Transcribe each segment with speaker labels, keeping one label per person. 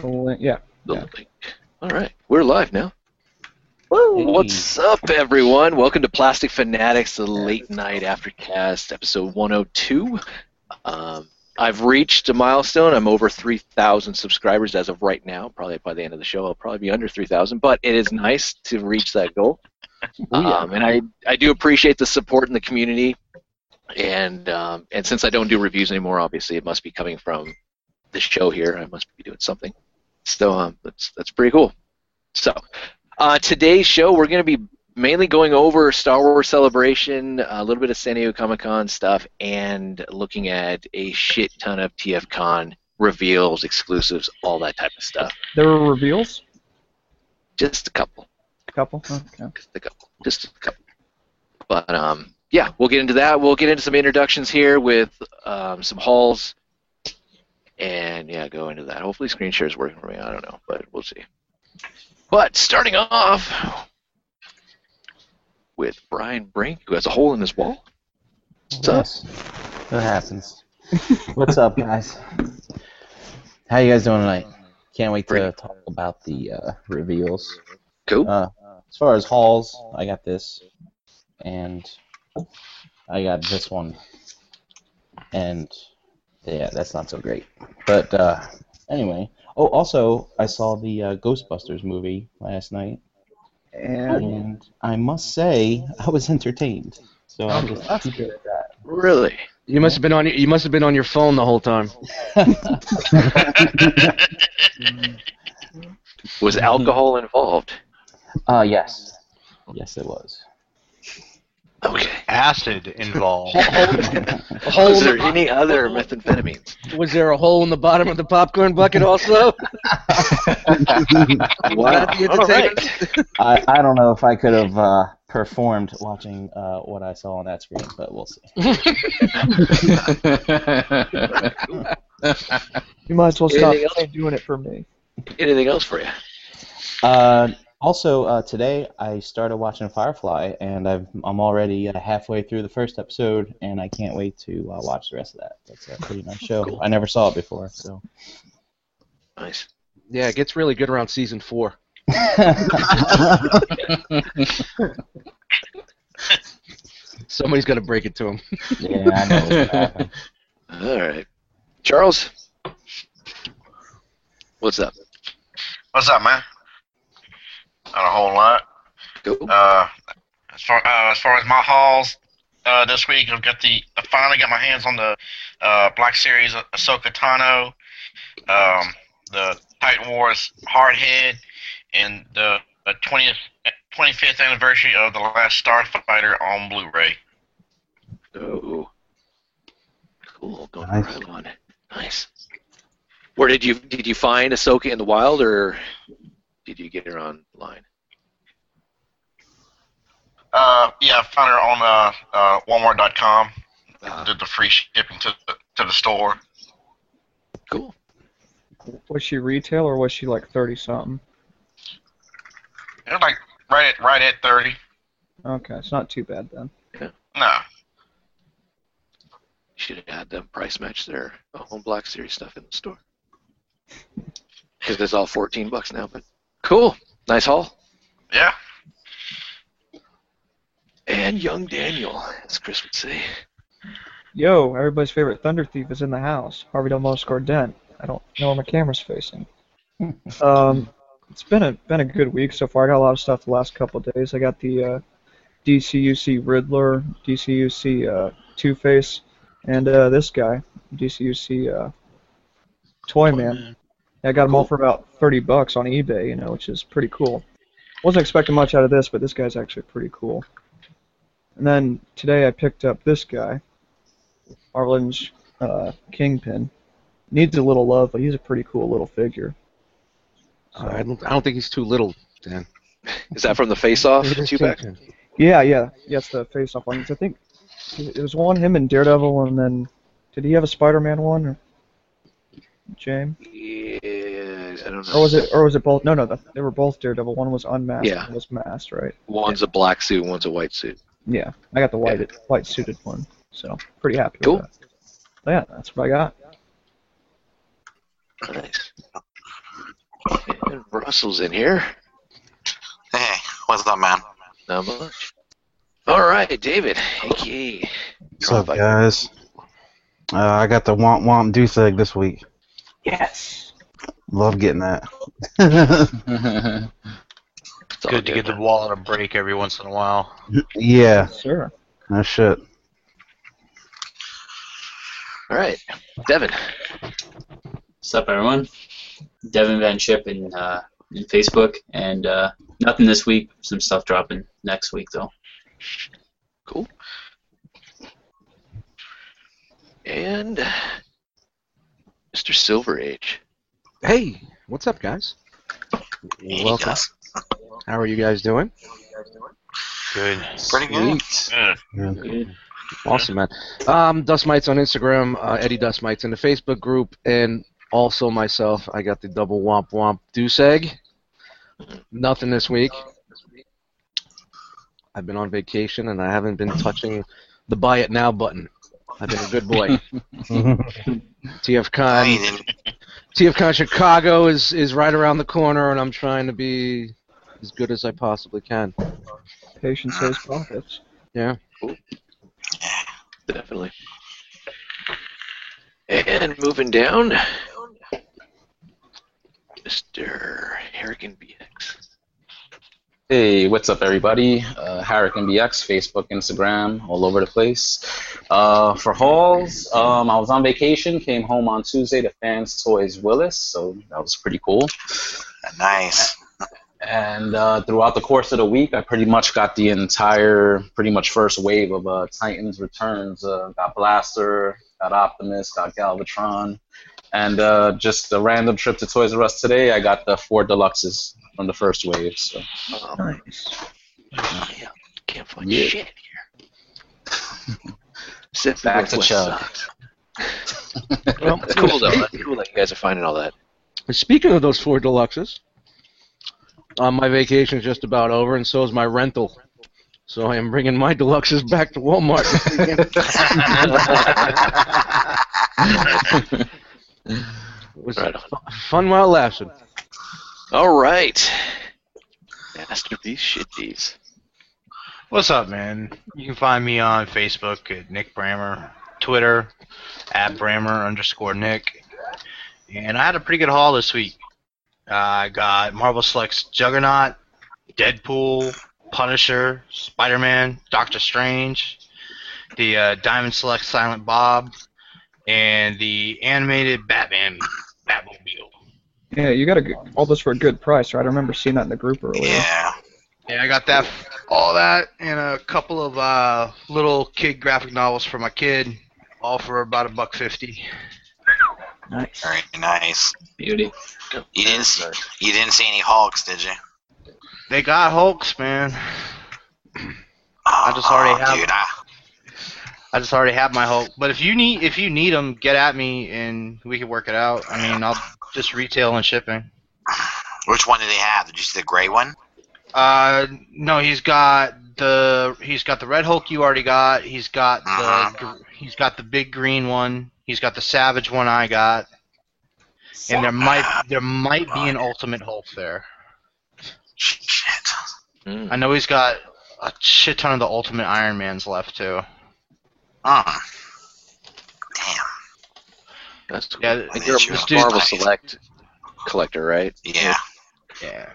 Speaker 1: The link- Yeah.
Speaker 2: The
Speaker 1: Yeah.
Speaker 2: link. All right, we're live now.
Speaker 1: Woo!
Speaker 2: What's up, everyone? Welcome to Plastic Fanatics, the late night aftercast, episode 102. Um, I've reached a milestone. I'm over 3,000 subscribers as of right now. Probably by the end of the show, I'll probably be under 3,000, but it is nice to reach that goal.
Speaker 1: Oh,
Speaker 2: Um, and I, I do appreciate the support in the community. And um, and since I don't do reviews anymore, obviously it must be coming from the show here. I must be doing something. So um, that's that's pretty cool. So uh, today's show, we're going to be mainly going over Star Wars Celebration, a little bit of San Diego Comic Con stuff, and looking at a shit ton of TFCon reveals, exclusives, all that type of stuff.
Speaker 1: There were reveals.
Speaker 2: Just a couple.
Speaker 1: A couple. Okay.
Speaker 2: just a couple, just a couple. But um, yeah, we'll get into that. We'll get into some introductions here with um, some hauls, and yeah, go into that. Hopefully, screen share is working for me. I don't know, but we'll see. But starting off with Brian Brink, who has a hole in his wall. What's up?
Speaker 3: Yes, that happens. What's up, guys? How you guys doing tonight? Can't wait to
Speaker 2: Great.
Speaker 3: talk about the uh, reveals.
Speaker 2: Cool.
Speaker 3: Uh, as far as hauls, I got this, and I got this one, and yeah, that's not so great. But uh, anyway, oh, also I saw the uh, Ghostbusters movie last night,
Speaker 1: And
Speaker 3: and I must say I was entertained. So
Speaker 2: Oh.
Speaker 3: I'll Oh, just
Speaker 1: that's
Speaker 3: keep it at that.
Speaker 2: Really?
Speaker 4: You must have been on. your- You must have been on your phone the whole time.
Speaker 2: Was alcohol involved?
Speaker 3: Uh, yes. Yes, it was.
Speaker 2: Okay.
Speaker 5: acid involved.
Speaker 2: Was there any other methamphetamines?
Speaker 4: Was there a hole in the bottom of the popcorn bucket also?
Speaker 2: Wow.
Speaker 4: the
Speaker 2: All
Speaker 4: entertainment.
Speaker 2: right.
Speaker 3: I, I don't know if I could have uh, performed watching uh, what I saw on that screen, but we'll see.
Speaker 1: you might as well stop
Speaker 2: Anything else?
Speaker 1: doing it for me.
Speaker 2: Anything else for you?
Speaker 3: Uh, also, uh, today I started watching Firefly, and I've, I'm already uh, halfway through the first episode, and I can't wait to uh, watch the rest of that. That's a pretty nice show. I never saw it before, so.
Speaker 2: Nice.
Speaker 4: Yeah, it gets really good around season four. Somebody's gonna break it to him.
Speaker 3: yeah, I know. what's gonna happen.
Speaker 2: All right. Charles, what's up?
Speaker 5: What's up, man? Not a whole lot.
Speaker 2: Go.
Speaker 5: Uh, as far uh, as far as my hauls uh, this week, I've got the I finally got my hands on the uh, Black Series Ahsoka Tano, um, the Titan Wars Hardhead, and the the twentieth. 25th anniversary of the last Starfighter on Blu-ray.
Speaker 2: Oh. Cool. Going
Speaker 3: Nice.
Speaker 2: nice. on. Nice. Where did you did you find Ahsoka in the wild, or did you get her online?
Speaker 5: Uh, yeah, I found her on uh, uh, Walmart.com.
Speaker 2: Uh-huh. Uh,
Speaker 5: Did the free shipping to the, to the store.
Speaker 2: Cool.
Speaker 1: Was she retail or was she like thirty something?
Speaker 5: It was like right at right at thirty.
Speaker 1: Okay, it's not too bad then.
Speaker 5: No.
Speaker 2: Should have had them price match their uh, home Black Series stuff in the store. Because it's all fourteen bucks now. But cool. Nice haul.
Speaker 5: Yeah.
Speaker 2: And young Daniel, as Chris would say.
Speaker 1: Yo, everybody's favorite thunder thief is in the house. Harvey Del Moscar Dent. I don't know where my camera's facing. um, it's been a been a good week so far. I got a lot of stuff the last couple of days. I got the uh, DCUC Riddler, DCUC uh, Two Face, and uh, this guy, DCUC uh, Toy Man. I got them all for about thirty bucks on eBay, you know, which is pretty cool. Wasn't expecting much out of this, but this guy's actually pretty cool. And then today I picked up this guy. Arlen's uh, Kingpin. Needs a little love, but he's a pretty cool little figure.
Speaker 4: Uh, I, don't, I don't think he's too little, Dan.
Speaker 2: Is that from the Face Off? Two back.
Speaker 1: Yeah, yeah, yes, the face-off one. 'Cause I think it was one him and Daredevil, and then did he have a Spider-Man one? Or James,
Speaker 2: Yeah, I don't know.
Speaker 1: or was it, or was it both? No, no, the, they were both Daredevil. One was unmasked,
Speaker 2: Yeah.
Speaker 1: one was masked, right?
Speaker 2: One's a black suit, one's a white suit.
Speaker 1: Yeah, I got the white, white suited one, so pretty happy.
Speaker 2: Cool.
Speaker 1: With that. Yeah, that's what I got.
Speaker 2: Nice. Russell's in here.
Speaker 6: Hey, what's up, man?
Speaker 2: Not much. All right, David, aka.
Speaker 7: What's up, guys? Uh, I got the Womp Womp Deuce Egg this week.
Speaker 2: Yes.
Speaker 7: Love getting that.
Speaker 2: It's all
Speaker 8: Good to get the
Speaker 2: man.
Speaker 8: wallet a break every once in a while.
Speaker 7: yeah,
Speaker 1: Sure.
Speaker 7: no shit.
Speaker 2: All right, Devin.
Speaker 9: What's up, everyone? Devin Van Chip in, uh, in Facebook, and uh, nothing this week. Some stuff dropping next week, though.
Speaker 2: Cool. And Mr. Silver Age.
Speaker 4: Hey, what's up, guys?
Speaker 6: Hey,
Speaker 4: Welcome.
Speaker 6: guys.
Speaker 4: How are you guys doing?
Speaker 8: Good.
Speaker 6: Pretty good.
Speaker 5: Good.
Speaker 4: Awesome, man. Um, Dust Mites on Instagram, uh, Eddie Dust Mites in the Facebook group, and also myself. I got the double womp womp deuce egg. Nothing this week. I've been on vacation and I haven't been touching the buy it now button. I've been a good boy.
Speaker 6: I
Speaker 4: TFCon,
Speaker 6: mean,
Speaker 4: TFCon Chicago is is right around the corner, and I'm trying to be as good as I possibly can.
Speaker 1: Patience saves profits.
Speaker 2: Definitely. And moving down, Mr. Harrigan BX.
Speaker 3: Hey, what's up, everybody? Uh, Hurricane BX, Facebook, Instagram, all over the place. Uh, for hauls, um, I was on vacation, came home on Tuesday to Fans Toys Willis, so that was pretty cool.
Speaker 6: nice.
Speaker 3: And uh, throughout the course of the week, I pretty much got the entire, pretty much first wave of uh, Titans returns. Uh, got Blaster, got Optimus, got Galvatron, and uh, just a random trip to Toys R Us today. I got the four deluxes from the first wave. So
Speaker 2: Um,
Speaker 1: Nice.
Speaker 2: yeah, can't find
Speaker 3: Yeah.
Speaker 2: shit here. Sit
Speaker 3: Back
Speaker 2: back
Speaker 3: to
Speaker 2: to
Speaker 3: Chug.
Speaker 2: well, it's cool though. That's cool that you guys are finding all that.
Speaker 4: Speaking of those four deluxes, uh, my vacation is just about over, and so is my rental. So I am bringing my deluxes back to Walmart. It was
Speaker 2: Right on.
Speaker 4: fun while it lasted.
Speaker 2: All right. Masterpiece shit these.
Speaker 8: What's up, man? You can find me on Facebook at Nick Brammer, Twitter at Brammer underscore Nick. And I had a pretty good haul this week. I got Marvel Selects Juggernaut, Deadpool, Punisher, Spider Man, Doctor Strange, the uh, Diamond Select Silent Bob, and the animated Batman Batmobile.
Speaker 1: Yeah, you got to all this for a good price, right? I remember seeing that in the group earlier.
Speaker 6: Yeah.
Speaker 8: Yeah, I got that, all that, and a couple of uh, little kid graphic novels for my kid, all for about a buck fifty.
Speaker 1: Nice.
Speaker 6: Very nice.
Speaker 9: Beauty.
Speaker 6: You didn't see, you didn't see any Hawks, did you?
Speaker 8: They got Hulks, man.
Speaker 6: I
Speaker 8: just already have-
Speaker 6: Oh, Dude, I,
Speaker 8: I just already have my Hulk. But if you need, if you need them, get at me and we can work it out. I mean, I'll just retail and shipping.
Speaker 6: which one did they have? Did you see the gray one?
Speaker 8: Uh, no, he's got the he's got the red Hulk you already got. He's got the gr- he's got the big green one. He's got the savage one I got. And there might there might be an ultimate Hulk there.
Speaker 6: Shit.
Speaker 2: Mm.
Speaker 8: I know he's got a shit ton of the Ultimate Iron Man's left too.
Speaker 6: Mm. Damn.
Speaker 2: That's cool.
Speaker 8: Yeah,
Speaker 2: And you're
Speaker 6: this
Speaker 2: a
Speaker 8: dude-
Speaker 2: Marvel Select collector, right?
Speaker 6: Yeah.
Speaker 8: Yeah.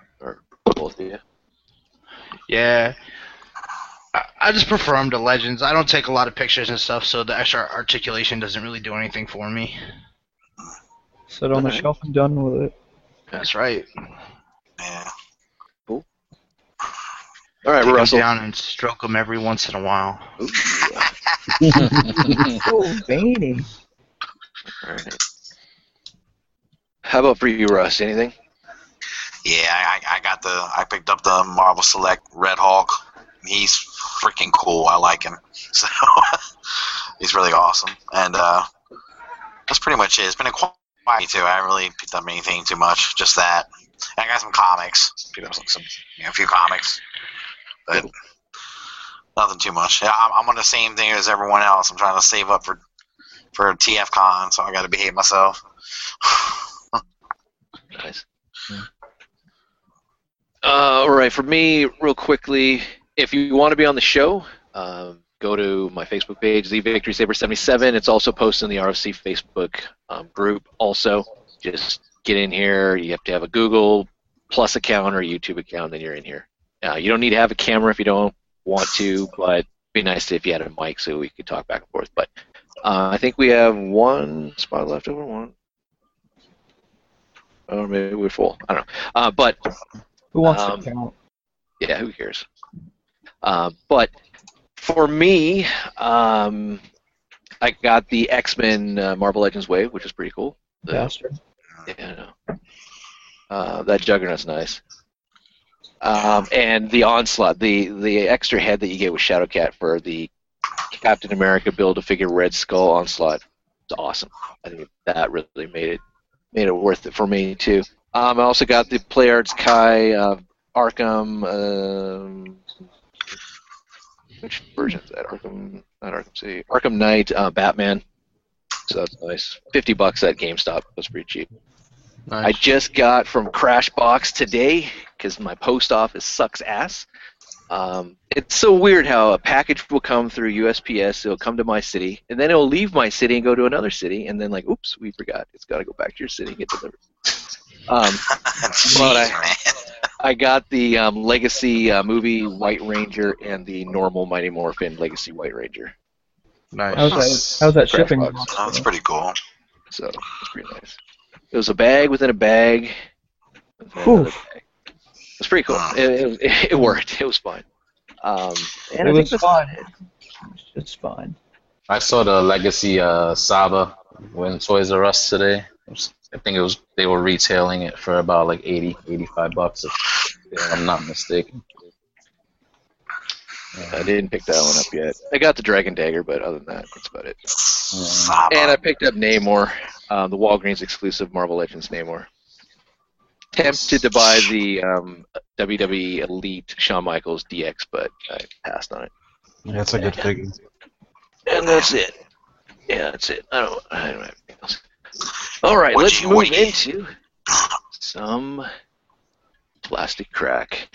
Speaker 2: Both of you.
Speaker 8: Yeah. I, I just prefer him to Legends. I don't take a lot of pictures and stuff, so the extra articulation doesn't really do anything for me.
Speaker 1: Sit on the
Speaker 2: Alright.
Speaker 1: shelf and done with it.
Speaker 8: That's right.
Speaker 6: Yeah.
Speaker 2: All right,
Speaker 8: Take 'em
Speaker 2: Russell.
Speaker 8: down and stroke him every once in a while.
Speaker 2: Ooh,
Speaker 1: Oh, veiny.
Speaker 2: all right. How about for you, Russ? Anything?
Speaker 6: Yeah, I, I- I got the I picked up the Marvel Select Red Hawk. He's freaking cool. I like him. So he's really awesome. And uh, that's pretty much it. It's been a quiet week, too. I haven't really picked up anything too much. Just that. And I got some comics. Picked up some, some you know, a few comics, but nothing too much. Yeah, I'm, I'm on the same thing as everyone else. I'm trying to save up for for TFCon, so I got to behave myself.
Speaker 2: Nice. Uh, for me, real quickly, if you want to be on the show, um, go to my Facebook page, The Victory Saber 77. It's also posted in the RFC Facebook um, group. Also, just get in here. You have to have a Google Plus account or a YouTube account, then you're in here. Uh, you don't need to have a camera if you don't want to, but it'd be nice if you had a mic so we could talk back and forth. But uh, I think we have one spot left over. One. Or maybe we're full. I don't know. Uh, but
Speaker 1: Who wants
Speaker 2: Um,
Speaker 1: to count?
Speaker 2: yeah, who cares? Uh, but for me, um, I got the X Men uh, Marvel Legends wave, which is pretty cool. The-
Speaker 1: Bastard.
Speaker 2: yeah, I know. Uh, that Juggernaut's nice. Um, and the onslaught, the the extra head that you get with Shadowcat for the Captain America build a figure Red Skull onslaught, it's awesome. I think that really made it made it worth it for me too. Um, I also got the Play Arts Kai uh, Arkham. Um, which version is that? Arkham, not Arkham City. Arkham Knight uh, Batman. So that's nice. Fifty bucks at GameStop. That's pretty cheap. I
Speaker 8: Nice.
Speaker 2: just got from Crashbox today because my post office sucks ass. Um, it's so weird how a package will come through USPS, it'll come to my city, and then it'll leave my city and go to another city, and then like, oops, we forgot, it's got to go back to your city and get delivered. Um,
Speaker 6: Jeez,
Speaker 2: Well, I-
Speaker 6: man.
Speaker 2: I got the um, Legacy uh, movie White Ranger and the normal Mighty Morphin Legacy White Ranger,
Speaker 1: How's
Speaker 8: Nice.
Speaker 1: that, how's that shipping?
Speaker 2: Crashbox.
Speaker 6: That's pretty cool.
Speaker 2: so it's pretty nice. It was a bag within a bag. within
Speaker 1: Oof.
Speaker 2: another bag. It was pretty cool. It, it, it worked. It was fun. Um, and
Speaker 1: It
Speaker 2: I think
Speaker 1: was
Speaker 2: that's-
Speaker 1: fun. It's fine.
Speaker 3: I saw the Legacy uh, Saba when Toys R Us today. It was- I think it was they were retailing it for about like 80, 85 bucks, if I'm not mistaken.
Speaker 2: I didn't pick that one up yet. I got the Dragon Dagger, but other than that, that's about it.
Speaker 6: Saba.
Speaker 2: And I picked up Namor, um, the Walgreens exclusive Marvel Legends Namor. Tempted to buy the um, WWE Elite Shawn Michaels DX, but I passed on it.
Speaker 7: Yeah, that's a good figure.
Speaker 2: And that's it. Yeah, that's it. I don't. I don't have anything else. All right,
Speaker 6: Would
Speaker 2: let's
Speaker 6: you-
Speaker 2: move
Speaker 6: would you-
Speaker 2: into some plastic crack.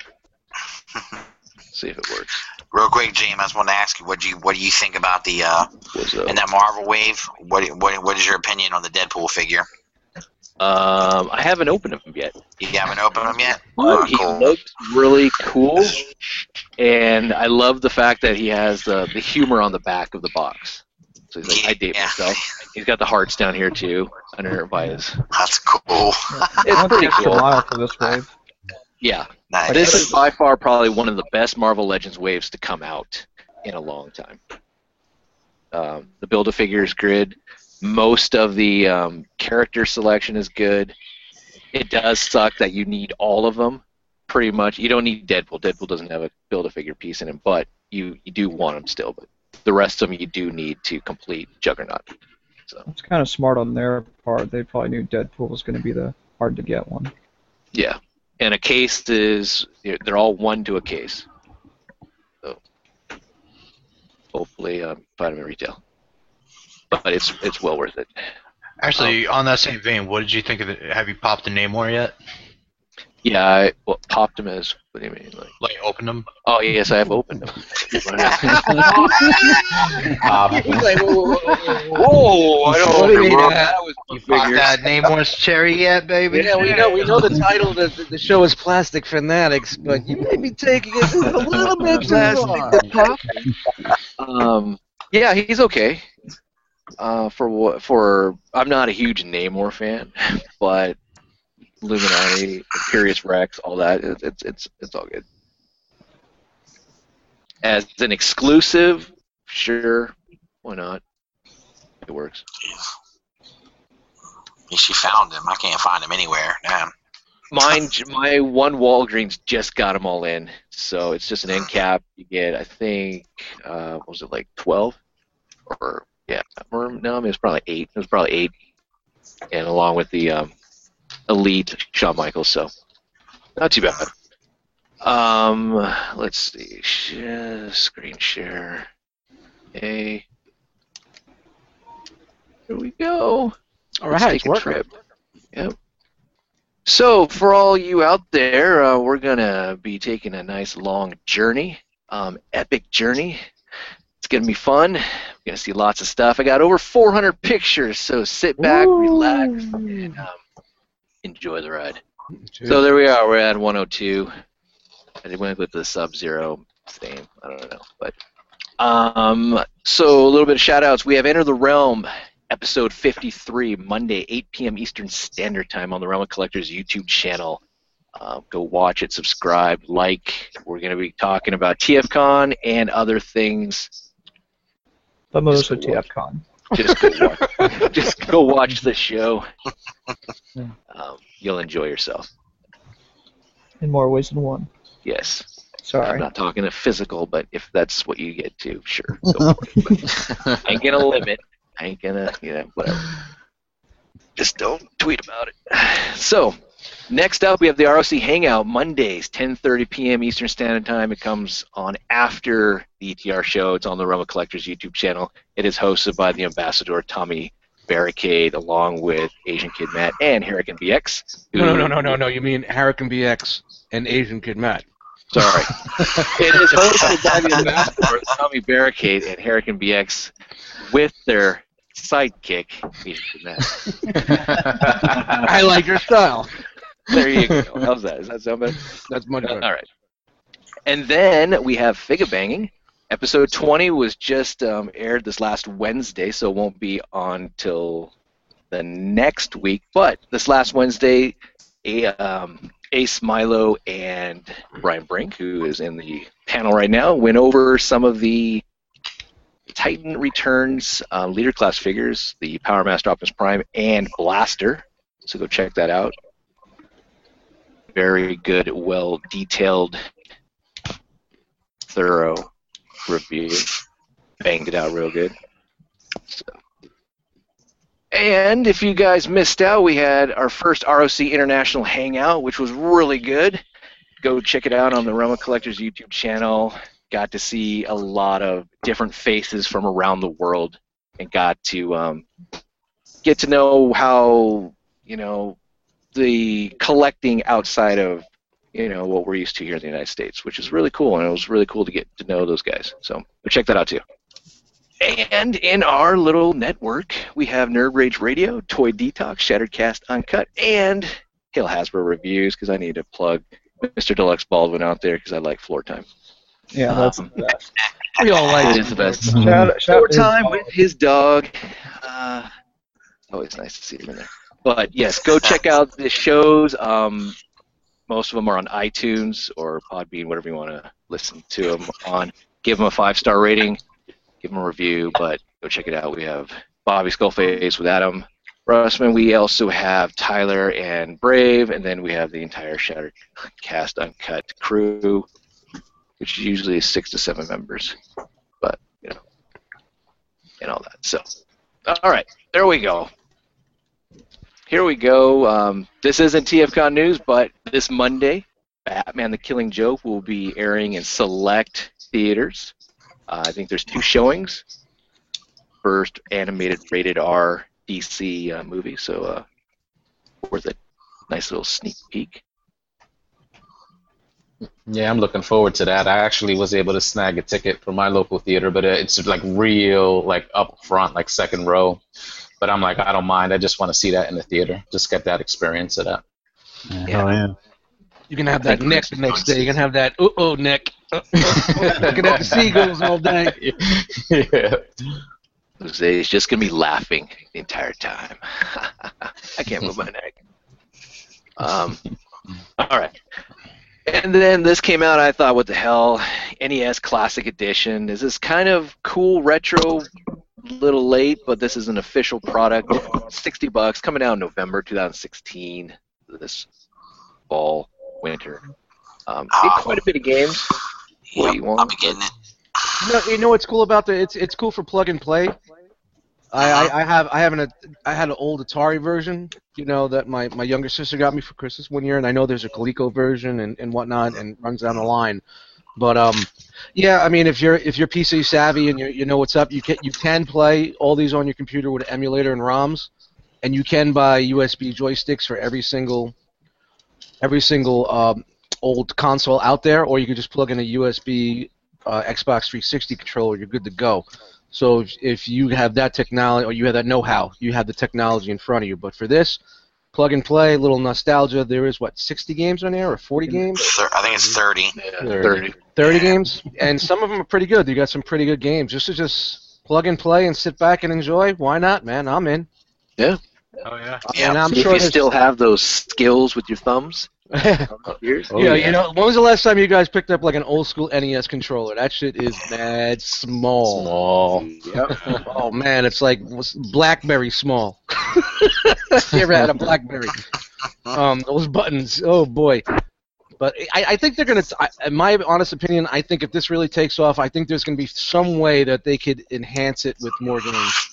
Speaker 2: See if it works.
Speaker 6: Real quick, James, I just want to ask you what do you what do you think about the uh,
Speaker 2: Was a-
Speaker 6: in that Marvel wave? What what what is your opinion on the Deadpool figure?
Speaker 2: um, I haven't opened them yet.
Speaker 6: You haven't opened them yet.
Speaker 2: But
Speaker 6: Oh,
Speaker 2: he
Speaker 6: cool.
Speaker 2: looked really cool, and I love the fact that he has the the humor on the back of the box. So he's like, I date
Speaker 6: Yeah.
Speaker 2: myself. He's got the hearts down here too, under by his.
Speaker 6: That's cool.
Speaker 2: It's
Speaker 1: Went the
Speaker 2: pretty
Speaker 1: extra
Speaker 2: cool.
Speaker 1: mile for this wave.
Speaker 2: Yeah,
Speaker 6: Nice.
Speaker 2: this is by far probably one of the best Marvel Legends waves to come out in a long time. Um, the build a figure is good. Most of the um, character selection is good. It does suck that you need all of them, pretty much. You don't need Deadpool. Deadpool doesn't have a build a figure piece in him, but you, you do want him still. But the rest of them you do need to complete Juggernaut. So
Speaker 1: It's kind of smart on their part. They probably knew Deadpool was going to be the hard to get one.
Speaker 2: yeah, and a case is they're they're all one to a case. So hopefully, um, find them in retail. But it's it's well worth it.
Speaker 8: Actually, on that same vein, what did you think of it? Have you popped the Namor yet?
Speaker 2: Yeah, I well, popped them as what do you mean? Like,
Speaker 8: Like, opened them?
Speaker 2: oh yes, I have opened them.
Speaker 3: Bob,
Speaker 2: Whoa! I
Speaker 6: don't- What do you mean, uh,
Speaker 2: that was
Speaker 8: Popped that Namor's cherry yet, baby?
Speaker 4: Yeah, we know we know the title of the, the show is Plastic Fanatics, but you may be taking it a little bit too far.
Speaker 2: Um, yeah, he's okay. Uh, for what? For I'm not a huge Namor fan, but Luminati, Imperious Rex, all that. It, it's it's it's all good. As an exclusive, sure, why not? It works.
Speaker 6: she found him. I can't find him anywhere. Damn.
Speaker 2: Mine, j- my one Walgreens just got them all in, so it's just an end cap. You get, I think, uh, what was it like twelve, or yeah, or no, I mean, it was probably eight. It was probably eight, and along with the um, elite Shawn Michaels, so not too bad. Um, let's see, sh- uh, screen share. Hey, here we go.
Speaker 3: All
Speaker 2: Let's
Speaker 3: right,
Speaker 2: take
Speaker 3: it's
Speaker 2: a
Speaker 3: working.
Speaker 2: trip. Yep. So, for all you out there, uh, we're going to be taking a nice long journey, um, epic journey. It's going to be fun. We're going to see lots of stuff. I got over 400 pictures, so sit back, relax, and um, enjoy the ride. So, there we are. We're at 102. I did went with the Sub Zero theme. I don't know. But um, So, a little bit of shout outs. We have Enter the Realm episode 53, Monday, 8 p.m. Eastern Standard Time on the Realm of Collectors YouTube channel. Uh, go watch it, subscribe, like. We're going to be talking about TFCon and other things.
Speaker 1: The most of TFCon.
Speaker 2: Just go watch, just go watch the show. Um, you'll enjoy yourself.
Speaker 1: In more ways than one.
Speaker 2: Yes. I'm
Speaker 1: Sorry.
Speaker 2: not talking a physical, but if that's what you get to, sure. Go for it. But I ain't gonna limit. I ain't gonna, you know, whatever. Just don't tweet about it. So, next up, we have the ROC Hangout Mondays, 10:30 p.m. Eastern Standard Time. It comes on after the ETR show. It's on the Realm of Collectors YouTube channel. It is hosted by the ambassador Tommy Barricade, along with Asian Kid Matt and Hurricane BX. who-
Speaker 4: No, no, no, no, no, no. You mean Hurricane BX and Asian Kid Matt?
Speaker 2: Sorry. it is hosted by the ambassador, Tommy Barricade, and Hurricane BX with their sidekick, Peter Jeanette.
Speaker 4: I like your style.
Speaker 2: There you go. How's that? Does that sound better?
Speaker 4: That's much
Speaker 2: All
Speaker 4: better.
Speaker 2: right. And then we have Figa Banging. Episode 20 was just um, aired this last Wednesday, so it won't be on till the next week. But this last Wednesday, a, um, Ace Milo and Brian Brink, who is in the panel right now, went over some of the Titan Returns uh, leader class figures, the Power Master Optimus Prime, and Blaster. So go check that out very good, well detailed, thorough review. Banged it out real good. So. And if you guys missed out, we had our first ROC International Hangout, which was really good. Go check it out on the Realm of Collectors YouTube channel. Got to see a lot of different faces from around the world and got to um, get to know how, you know, the collecting outside of you know what we're used to here in the United States, which is really cool, and it was really cool to get to know those guys. So go check that out too. And in our little network, we have Nerd Rage Radio, Toy Detox, Shattered Cast Uncut, and Hail Hasbro Reviews because I need to plug Mr. Deluxe Baldwin out there because I like floor time.
Speaker 1: Yeah, that's
Speaker 2: Um,
Speaker 1: the best.
Speaker 4: We all like
Speaker 2: It is the best.
Speaker 1: Shout, shout
Speaker 2: Mm-hmm. More
Speaker 1: is-
Speaker 2: time with his dog. Uh, always nice to see him in there. But yes, go check out the shows. Um, most of them are on iTunes or Podbean, whatever you want to listen to them on. Give them a five star rating, give them a review, but go check it out. We have Bobby Skullface with Adam Russman. We also have Tyler and Brave, and then we have the entire Shattered Cast Uncut crew, which is usually six to seven members and all that. So, all right, there we go. Here we go. Um, this isn't TFCon news, but this Monday, Batman: The Killing Joke will be airing in select theaters. Uh, I think there's two showings. First animated rated R DC uh, movie, so uh, worth a nice little sneak peek.
Speaker 3: Yeah, I'm looking forward to that. I actually was able to snag a ticket for my local theater, but uh, it's like real, like up front, like second row. But I'm like, I don't mind. I just want to see that in the theater. Just get that experience of that.
Speaker 7: Yeah,
Speaker 2: Yeah.
Speaker 7: hell yeah.
Speaker 4: You can have that neck the next day. You can have that uh oh neck. Uh, you can have the seagulls all day.
Speaker 3: yeah.
Speaker 2: Jose is just gonna be laughing the entire time. I can't move my neck. Um, all right. And then this came out. I thought, what the hell? NES Classic Edition is this kind of cool retro, little late, but this is an official product. Sixty bucks, coming out in November 2016. This fall, winter. Um, get quite a bit of games. What do you want?
Speaker 6: I'll be getting it.
Speaker 4: You know, you know what's cool about the it's it's cool for plug and play. I, I, I have I have an I had an old Atari version, you know, that my, my younger sister got me for Christmas one year, and I know there's a Coleco version and, and whatnot, and runs down the line. But um, yeah, I mean, if you're if you're PC savvy and you you know what's up, you can you can play all these on your computer with an emulator and ROMs, and you can buy USB joysticks for every single every single um, old console out there, or you can just plug in a USB uh, Xbox 360 controller. You're good to go. So if, if you have that technology, or you have that know-how, you have the technology in front of you. But for this, plug and play, little nostalgia. There is what 60 games on there, or 40 games.
Speaker 6: Thir- I think it's 30.
Speaker 2: Yeah,
Speaker 4: Thirty.
Speaker 2: 30.
Speaker 4: 30 games, and some of them are pretty good. You got some pretty good games. Just to just plug and play and sit back and enjoy. Why not, man? I'm in.
Speaker 8: Oh yeah.
Speaker 6: Yeah.
Speaker 4: and I'm
Speaker 2: if
Speaker 4: sure
Speaker 2: you
Speaker 4: there's-
Speaker 2: still have those skills with your thumbs, yours,
Speaker 4: yeah, you know, when was the last time you guys picked up like an old school NES controller? That shit is mad small.
Speaker 2: small.
Speaker 4: Oh man, it's like what's- BlackBerry small. you ever had a BlackBerry? Um, those buttons. Oh boy. But I, I think they're gonna. I, in my honest opinion, I think if this really takes off, I think there's gonna be some way that they could enhance it with more games.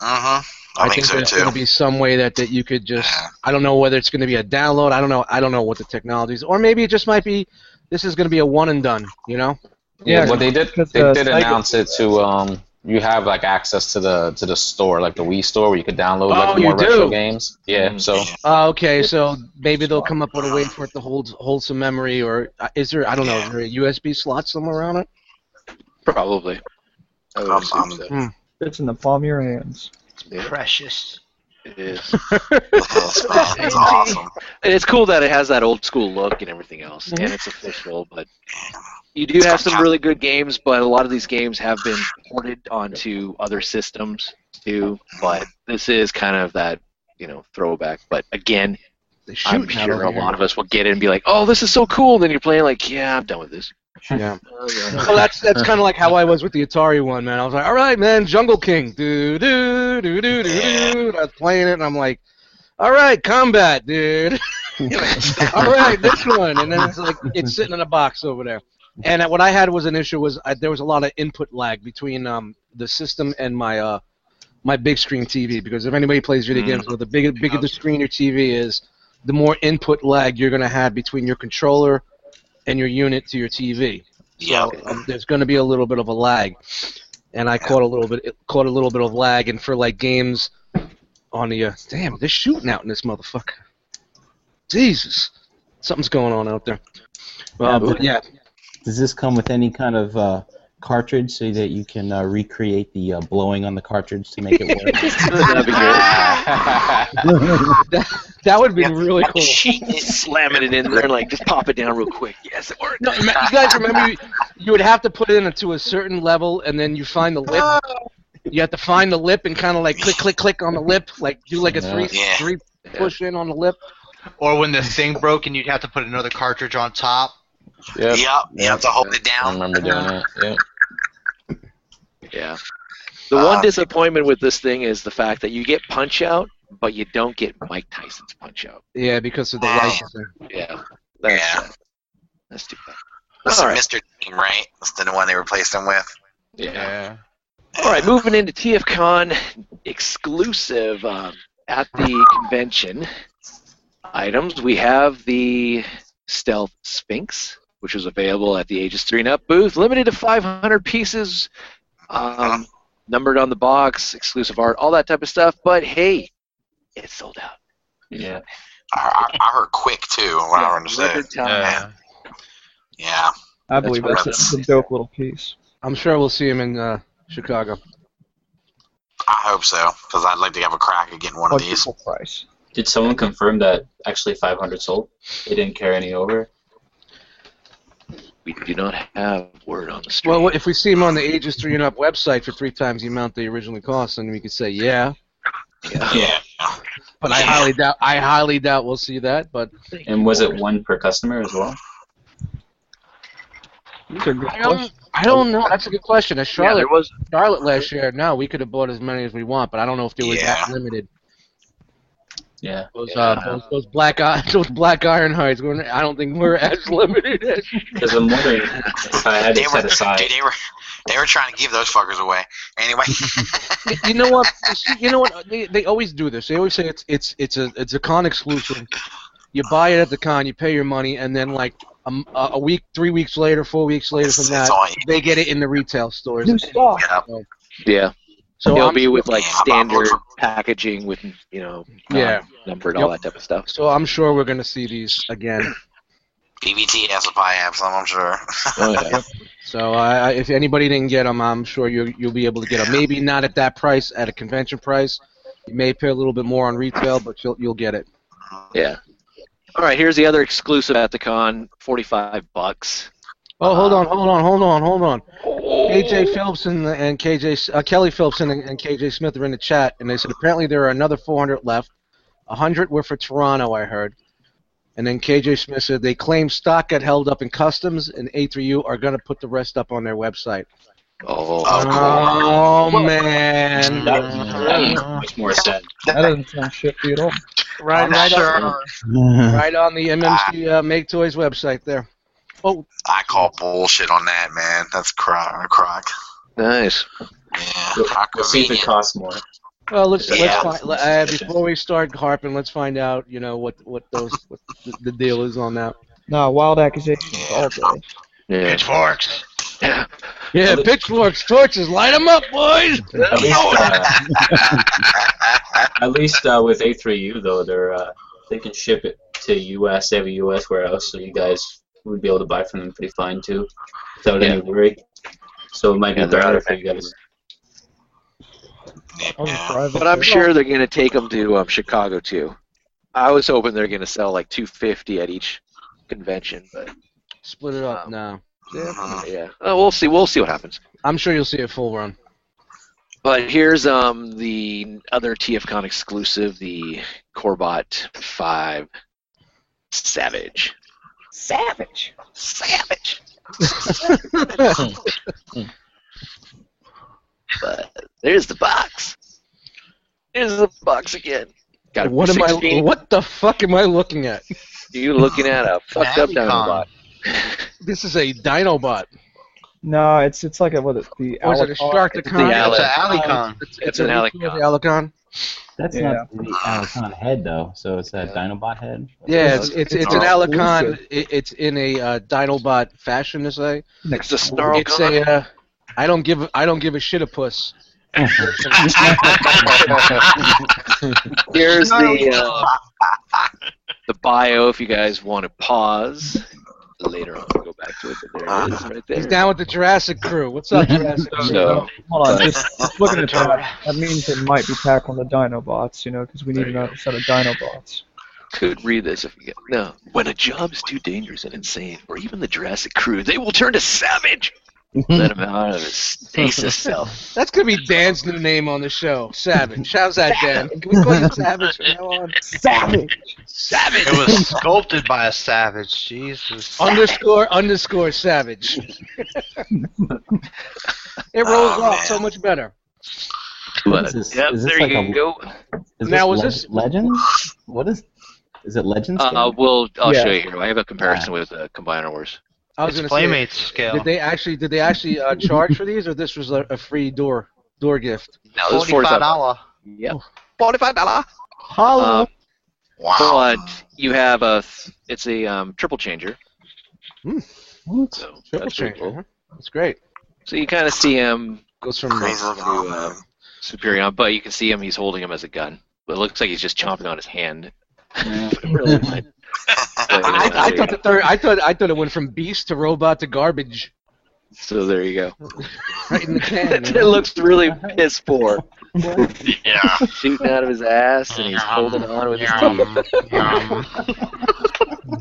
Speaker 6: Uh huh. I, think, so
Speaker 4: there's
Speaker 6: too.
Speaker 4: going to be some way that, that you could just.
Speaker 6: Yeah.
Speaker 4: I don't know whether it's going to be a download. I don't know. I don't know what the technology is, or maybe it just might be. This is going to be a one and done. You know.
Speaker 1: Yeah,
Speaker 3: well, they did.
Speaker 1: because,
Speaker 3: They
Speaker 1: uh,
Speaker 3: did
Speaker 1: Sega-
Speaker 3: announce it to um. You have like access to the to the store, like the Wii store, where you could download like
Speaker 4: Oh, you
Speaker 3: more retro
Speaker 4: do?
Speaker 3: games. Yeah.
Speaker 9: Mm-hmm.
Speaker 3: So
Speaker 4: Uh, okay, so maybe they'll come up with a way for it to hold hold some memory, or uh, is there? I don't know. Is there a USB slot somewhere around it?
Speaker 2: Probably. I would
Speaker 6: Um,
Speaker 2: assume
Speaker 6: um,
Speaker 2: so.
Speaker 1: It's in the palm of your hands.
Speaker 2: Yeah,
Speaker 8: Precious.
Speaker 2: it is.
Speaker 6: Yes, man. It's awesome.
Speaker 2: And it's cool that it has that old school look and everything else,
Speaker 4: Mm-hmm.
Speaker 2: and it's official. But you do have some really good games, but a lot of these games have been ported onto other systems too. But this is kind of that you know throwback. But again,
Speaker 4: They
Speaker 2: I'm
Speaker 4: shoot out
Speaker 2: sure
Speaker 4: over
Speaker 2: a
Speaker 4: here.
Speaker 2: lot of us will get it and be like, "Oh, this is so cool!" And then you're playing like, "Yeah, I'm done with this."
Speaker 4: Yeah.
Speaker 2: Oh, yeah.
Speaker 4: Well, that's that's kind of like how I was with the Atari one, man. I was like, all right, man, Jungle King, do do do do do do. And I was playing it, and I'm like, all right, combat, dude. all right, this one, and then it's like it's sitting in a box over there. And what I had was an issue was I, there was a lot of input lag between um, the system and my uh, my big screen TV because if anybody plays video games, well, the bigger bigger the screen your TV is, the more input lag you're gonna have between your controller and your unit to your TV
Speaker 6: Yeah.
Speaker 4: um, there's going to be a little bit of a lag, and I caught a little bit caught a little bit of lag, and for like games on the uh, damn, they're shooting out in this motherfucker. Jesus, something's going on out there. Uh, but yeah,
Speaker 3: Does this come with any kind of uh, cartridge so that you can uh, recreate the uh, blowing on the cartridge to make it work?
Speaker 2: That'd be
Speaker 4: Ah,
Speaker 2: great.
Speaker 4: that would be really cool.
Speaker 2: Slamming it in there and like just pop it down real quick. Yes, it worked.
Speaker 4: No, you you guys remember you, you would have to put it in to a certain level, and then you find the lip. You have to find the lip and kind of like click, click, click on the lip, like do like a three,
Speaker 6: Yeah.
Speaker 4: three push in on the lip.
Speaker 8: Or when the thing broke and you'd have to put another cartridge on top.
Speaker 3: yep.
Speaker 6: Yep. You have to hold it
Speaker 3: I
Speaker 6: down.
Speaker 3: remember doing it. Yep.
Speaker 2: Yeah. The
Speaker 6: Uh,
Speaker 2: one disappointment with this thing is the fact that you get Punch Out, but you don't get Mike Tyson's Punch Out.
Speaker 4: Yeah, because of the
Speaker 6: Wow.
Speaker 4: licensing.
Speaker 2: Yeah. That's,
Speaker 6: Yeah.
Speaker 2: sad. That's too bad.
Speaker 6: That's
Speaker 2: All
Speaker 6: a
Speaker 2: right.
Speaker 6: Mr. Team, right? That's the one they replaced him with.
Speaker 2: Yeah.
Speaker 8: Yeah.
Speaker 2: All right, moving into TFCon exclusive um, at the convention items, we have the Stealth Sphinx, which was available at the Aegis 3 and Up booth, limited to 500 pieces, um, numbered on the box, exclusive art, all that type of stuff. But hey, it sold out.
Speaker 9: Yeah.
Speaker 6: I, I, I heard quick too. When I heard say.
Speaker 2: Record time.
Speaker 8: Yeah.
Speaker 6: Yeah.
Speaker 1: I
Speaker 2: That's
Speaker 1: believe
Speaker 2: what
Speaker 1: that's,
Speaker 2: I'm
Speaker 1: a,
Speaker 2: saying.
Speaker 1: that's a dope little piece.
Speaker 4: I'm sure we'll see him in uh, Chicago.
Speaker 6: I hope so, because I'd like to have a crack at getting one of these.
Speaker 1: Full price.
Speaker 9: Did someone confirm that actually 500 sold? They didn't carry any over.
Speaker 2: We do not have word on the street.
Speaker 4: Well, if we see him on the Aegis 3 and Up website for three times the amount they originally cost, then we could say yeah.
Speaker 9: Yeah.
Speaker 4: But I highly doubt. I highly doubt we'll see that. But
Speaker 9: And was it one per customer as well?
Speaker 1: These are good
Speaker 4: I
Speaker 1: questions.
Speaker 4: don't. I don't know. That's a good question. At
Speaker 2: yeah,
Speaker 4: Charlotte,
Speaker 2: there was
Speaker 4: Charlotte last year, no, we could have bought as many as we want, but I don't know if they were that limited.
Speaker 9: Yeah.
Speaker 4: Those, uh, those, those black i- those black iron hearts. we're- I don't think we're as limited as.
Speaker 9: Because I'm wondering if I had
Speaker 6: They
Speaker 9: it
Speaker 6: were,
Speaker 9: set aside.
Speaker 6: dude, they were, they were trying to give those fuckers away. Anyway,
Speaker 4: You know what? You know what? They, they always do this. They always say it's it's it's a it's a con exclusive. You buy it at the con, you pay your money, and then like a, m- a a week, three weeks later, four weeks later
Speaker 6: it's,
Speaker 4: from
Speaker 6: it's
Speaker 4: that,
Speaker 6: all you
Speaker 4: they get it in the retail stores.
Speaker 1: New stock.
Speaker 6: get up.
Speaker 2: yeah.
Speaker 4: So
Speaker 2: It'll
Speaker 4: I'm,
Speaker 2: be with like
Speaker 6: Yeah, I'm- I'm
Speaker 2: standard
Speaker 6: looking-
Speaker 2: packaging with you know
Speaker 4: Yeah.
Speaker 2: numbered all
Speaker 4: Yep.
Speaker 2: that type of stuff.
Speaker 4: so I'm sure we're gonna see these again.
Speaker 6: PVT has a pie have some, I'm sure.
Speaker 2: Oh, yeah.
Speaker 4: So uh, if anybody didn't get them, I'm sure you you'll be able to get them. Maybe not at that price, at a convention price. You may pay a little bit more on retail, but you'll you'll get it.
Speaker 2: yeah. All right, here's the other exclusive at the con, 45 bucks.
Speaker 4: Oh, hold on, hold on, hold on, hold on. KJ Phillips and, and KJ S- uh, Kelly Phillips and, and KJ Smith are in the chat, and they said apparently there are another 400 left. 100 were for Toronto, I heard. And then KJ Smith said they claim stock got held up in customs, and A3U are going to put the rest up on their website.
Speaker 2: Oh,
Speaker 6: Oh, cool.
Speaker 4: Oh, man.
Speaker 9: That, that makes much more sense.
Speaker 1: That doesn't sound shifty at all.
Speaker 4: Right, right, on, right on the MMC
Speaker 6: Ah.
Speaker 4: uh, Make Toys website there. Oh,
Speaker 6: I call bullshit on that, man. That's crock. crock.
Speaker 2: nice.
Speaker 6: Yeah.
Speaker 9: We'll,
Speaker 6: How
Speaker 9: we'll see if it
Speaker 6: convenient.
Speaker 9: costs more.
Speaker 4: Well, let's
Speaker 6: Yeah.
Speaker 4: let's find, uh, before we start harping, let's find out you know what what those what the, the deal is on that.
Speaker 1: Nah, wild accusations all day.
Speaker 2: Yeah.
Speaker 8: Pitchforks.
Speaker 4: Yeah, pitchforks, torches, light them up, boys.
Speaker 9: At least, uh, at least uh, with A3U though, they're uh, they can ship it to US. They have a US warehouse, so you guys would be able to buy from them pretty fine too, without any worry. So it might
Speaker 2: Yeah,
Speaker 9: be
Speaker 2: they're
Speaker 9: better
Speaker 2: out
Speaker 9: for you guys.
Speaker 1: I was
Speaker 6: Yeah.
Speaker 1: driving
Speaker 2: But I'm
Speaker 1: there.
Speaker 2: sure they're going to take them to um, Chicago too. I was hoping they're going to sell like 250 at each convention, but
Speaker 4: Split it up. No,
Speaker 6: Mhm.
Speaker 2: yeah, oh, we'll see. We'll see what happens.
Speaker 4: I'm sure you'll see a full run.
Speaker 2: But here's um the other TFCon exclusive, the Corbot 5 Savage.
Speaker 1: Savage.
Speaker 2: Savage. but there's the box. There's the box again. Got
Speaker 4: what am I?
Speaker 2: 16.
Speaker 4: What the fuck am I looking at?
Speaker 2: you looking at? A fucked up Dinobot.
Speaker 4: This is a Dinobot.
Speaker 1: No, it's it's like a what is- the
Speaker 4: Or is it a
Speaker 1: Alicon-
Speaker 4: Shark
Speaker 2: the
Speaker 4: Con?
Speaker 2: Alec-
Speaker 8: It's an Alicon.
Speaker 4: It's,
Speaker 2: It's an
Speaker 4: repeat of the Alicon.
Speaker 3: That's
Speaker 1: Yeah.
Speaker 3: not the Alicon head though, so it's that Dinobot head.
Speaker 4: Yeah, it's it's, it's an
Speaker 6: Oh.
Speaker 4: Alicon. It, it's in a uh, Dinobot fashion, to say.
Speaker 2: It's a Snarl
Speaker 4: It's a. Uh, I don't give. I don't give a shit a puss.
Speaker 2: Here's the uh, the bio if you guys want to pause. Later on, we'll go back to it. But there
Speaker 3: Uh-huh.
Speaker 2: it is, right there.
Speaker 4: He's down with the Jurassic crew. What's up, Jurassic crew?
Speaker 2: So,
Speaker 1: Hold on, just, just looking at that. That means it might be tackling the Dinobots, you know, because we need another set of Dinobots.
Speaker 2: could read this if you get. No. When a job is too dangerous and insane, or even the Jurassic crew, they will turn to savage! Let him out of his stasis cell.
Speaker 4: That's gonna be Dan's new name on the show. Savage. How's that, Dan? Can we call you Savage from now on?
Speaker 1: Savage.
Speaker 4: Savage.
Speaker 8: It was sculpted by a savage. Jesus.
Speaker 4: underscore underscore Savage. it rolls
Speaker 6: Oh,
Speaker 4: off
Speaker 6: man.
Speaker 4: so much better.
Speaker 2: But,
Speaker 3: What is this?
Speaker 2: yep,
Speaker 3: Is this
Speaker 2: there
Speaker 3: like
Speaker 2: you
Speaker 3: a-
Speaker 2: can go.
Speaker 3: Is
Speaker 4: Now,
Speaker 3: this
Speaker 4: is
Speaker 3: Leg-
Speaker 4: this-
Speaker 3: Legends? What is? Is it Legends?
Speaker 2: Uh,
Speaker 3: game?
Speaker 2: we'll, I'll
Speaker 1: Yeah.
Speaker 2: show you here. I have a comparison with uh, Combiner Wars.
Speaker 4: I was
Speaker 8: It's
Speaker 4: gonna
Speaker 8: Playmates
Speaker 4: say,
Speaker 8: scale.
Speaker 4: did they actually did they actually uh, charge for these, or this was a, a free door door gift?
Speaker 2: No, this is
Speaker 8: Forty-five dollar.
Speaker 2: Yep. $45.
Speaker 4: Hollow.
Speaker 2: Um,
Speaker 6: Wow.
Speaker 2: but you have a, it's a um, triple changer.
Speaker 4: Hmm.
Speaker 2: So
Speaker 4: Triple
Speaker 2: that's pretty
Speaker 4: changer.
Speaker 2: cool.
Speaker 4: huh? That's great.
Speaker 2: So you kind of see him
Speaker 4: Goes from
Speaker 6: Crazy looking
Speaker 2: do,
Speaker 6: dude,
Speaker 2: uh,
Speaker 6: man.
Speaker 2: superior on, but you can see him. He's holding him as a gun. But it looks like he's just chomping on his hand.
Speaker 9: Yeah.
Speaker 2: But it really wasn't. So,
Speaker 4: I, I
Speaker 2: there
Speaker 4: thought the third. I thought I thought it went from beast to robot to garbage,
Speaker 2: you- so there you go.
Speaker 4: right in the can. you
Speaker 2: it
Speaker 4: know?
Speaker 2: looks really piss poor.
Speaker 5: Yeah.
Speaker 2: Shooting out of his ass, and he's holding on with his teeth.
Speaker 5: Yum, yum.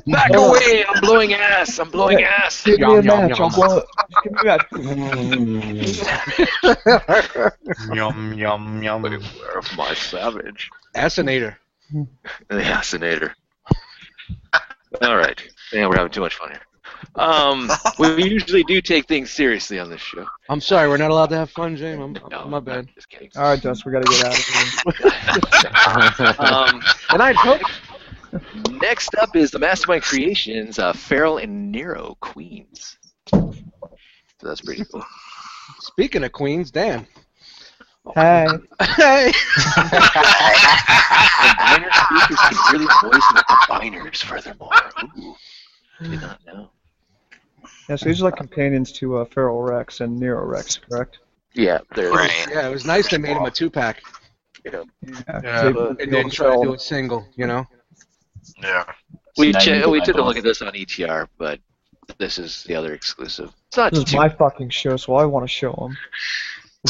Speaker 2: Back away! I'm blowing ass! I'm blowing ass!
Speaker 1: Give me
Speaker 8: Yum,
Speaker 1: a
Speaker 8: yum,
Speaker 1: match. I'll
Speaker 8: yum.
Speaker 1: blow it. Just give me a match.
Speaker 5: yum, yum, yum.
Speaker 2: Beware of Oh my savage.
Speaker 4: Assinator.
Speaker 2: The Assinator. All right. Man, we're having too much fun here. Um, we usually do take things seriously on this show.
Speaker 4: I'm sorry, we're not allowed to have fun, James. I'm,
Speaker 2: No,
Speaker 4: my bad.
Speaker 2: Just kidding.
Speaker 1: All right, Dust, we gotta get out of here.
Speaker 2: Um,
Speaker 4: And I hope
Speaker 2: next up is the Mastermind Creations, uh, Feral and Nero Queens. So that's pretty cool.
Speaker 4: Speaking of queens, damn.
Speaker 1: Hey,
Speaker 4: Hey.
Speaker 2: Combiner speakers can really voice the combiners, furthermore. Ooh, did not know.
Speaker 1: yeah, so these are like companions to uh, Feral Rex and Nero Rex, correct?
Speaker 2: Yeah, there. it is.
Speaker 6: Right.
Speaker 4: Yeah, it was nice they made him a two pack
Speaker 1: Yeah,
Speaker 8: Yeah,
Speaker 1: they-
Speaker 4: and then try to do a single. You know.
Speaker 5: Yeah.
Speaker 2: We
Speaker 9: Now you
Speaker 2: che-
Speaker 9: can
Speaker 2: we took a
Speaker 9: eyeball.
Speaker 2: look at this on ETR, but this is the other exclusive. It's not
Speaker 1: this is
Speaker 2: too
Speaker 1: my fucking show, so I want to show them.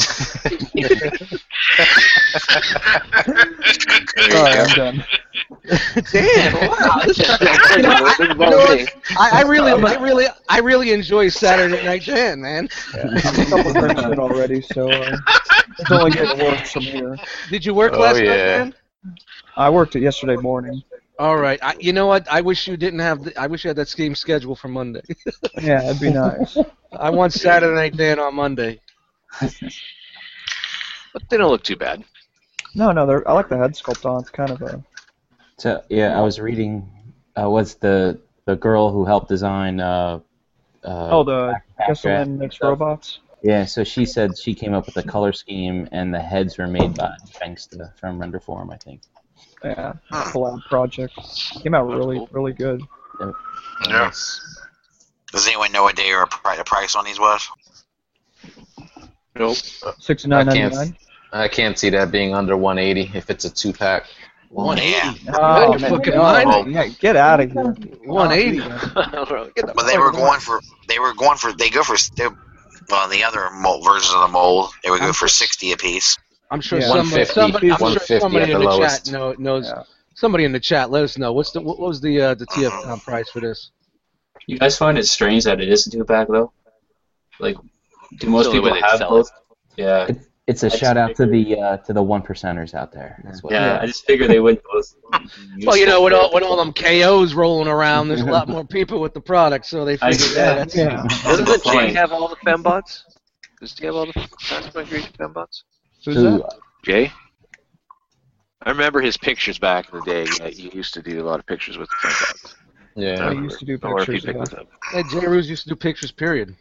Speaker 2: there you
Speaker 1: Sorry,
Speaker 2: go.
Speaker 1: I'm done.
Speaker 4: Damn! Wow, this is I, I really, I really, I really enjoy Saturday Night Jam, man.
Speaker 1: I'm a couple drinks in already, so uh, it's only getting worse from here.
Speaker 4: Did you work
Speaker 5: Oh,
Speaker 4: last night,
Speaker 5: yeah.
Speaker 4: man?
Speaker 1: I worked it yesterday morning.
Speaker 4: All right. I, you know what? I wish you didn't have. The, I wish you had that scheme scheduled for Monday.
Speaker 1: Yeah, that'd be nice.
Speaker 4: I want Saturday Night Dan on Monday.
Speaker 2: But they don't look too bad.
Speaker 1: No, no, they're, I like the head sculpt on. It's kind of a
Speaker 3: So yeah, I was reading. Uh, what's the the girl who helped design? Uh, uh,
Speaker 1: oh the
Speaker 3: Backdraft
Speaker 1: Jesselman
Speaker 3: and
Speaker 1: makes
Speaker 3: stuff?
Speaker 1: robots.
Speaker 3: Yeah, so she said she came up with the color scheme, and the heads were made by Fangsta from Renderform, I think.
Speaker 1: Yeah, collab project came out
Speaker 2: That's
Speaker 1: really
Speaker 2: cool.
Speaker 1: really good.
Speaker 5: Yeah.
Speaker 6: Does anyone know a day or a, pri- a price on these was?
Speaker 2: Nope.
Speaker 1: Sixty nine
Speaker 9: I
Speaker 1: ninety
Speaker 9: can't-
Speaker 1: nine.
Speaker 9: I can't see that being under 180 if it's a two pack.
Speaker 2: One eighty.
Speaker 6: Yeah.
Speaker 4: Out of your Oh, fucking mind.
Speaker 1: Oh,
Speaker 5: Oh,
Speaker 1: yeah, get out of here.
Speaker 4: 180.
Speaker 2: Get the
Speaker 6: But they
Speaker 2: fuck
Speaker 6: were
Speaker 2: out.
Speaker 6: going for they were going for they go for they, well the other mold, versions of the mold they would go for sixty a piece.
Speaker 4: I'm sure
Speaker 1: Yeah.
Speaker 4: somebody,
Speaker 9: 150,
Speaker 4: somebody, I'm
Speaker 9: 150
Speaker 4: sure somebody
Speaker 9: at
Speaker 4: in
Speaker 9: the
Speaker 4: the
Speaker 9: lowest.
Speaker 4: chat know, knows.
Speaker 1: Yeah.
Speaker 4: Somebody in the chat, let us know. What's the what was the uh, the TF price for this?
Speaker 9: You guys find it strange that it is a two pack though? Like, do most
Speaker 2: It's the only
Speaker 9: people
Speaker 2: way they
Speaker 9: have
Speaker 2: sell
Speaker 9: both? Yeah.
Speaker 3: It's a
Speaker 9: That's
Speaker 3: shout out to
Speaker 9: bigger.
Speaker 3: the uh, to the one percenters out there. That's what
Speaker 9: Yeah, I just figured they wouldn't both. be
Speaker 4: Well, you know,
Speaker 9: useful
Speaker 4: with
Speaker 9: for
Speaker 4: all with all
Speaker 9: people.
Speaker 4: them KOs rolling around, there's a lot more people with the product, so they
Speaker 9: I-
Speaker 4: figured yeah, that's
Speaker 1: Yeah,
Speaker 2: Doesn't
Speaker 9: That's a
Speaker 2: the
Speaker 9: good point.
Speaker 2: Jay have all the fembots? Does Jay have all the Fastback Region fembots?
Speaker 1: who's
Speaker 3: Ooh,
Speaker 1: that?
Speaker 2: Jay? I remember his pictures back in the day. Yeah, He used to do a lot of pictures with the fembots.
Speaker 1: I
Speaker 9: Yeah.
Speaker 1: used to do
Speaker 2: Or if he
Speaker 1: pictures.
Speaker 2: picked
Speaker 1: Yeah.
Speaker 2: those up.
Speaker 4: Hey, J. Ruse used to do pictures. Period.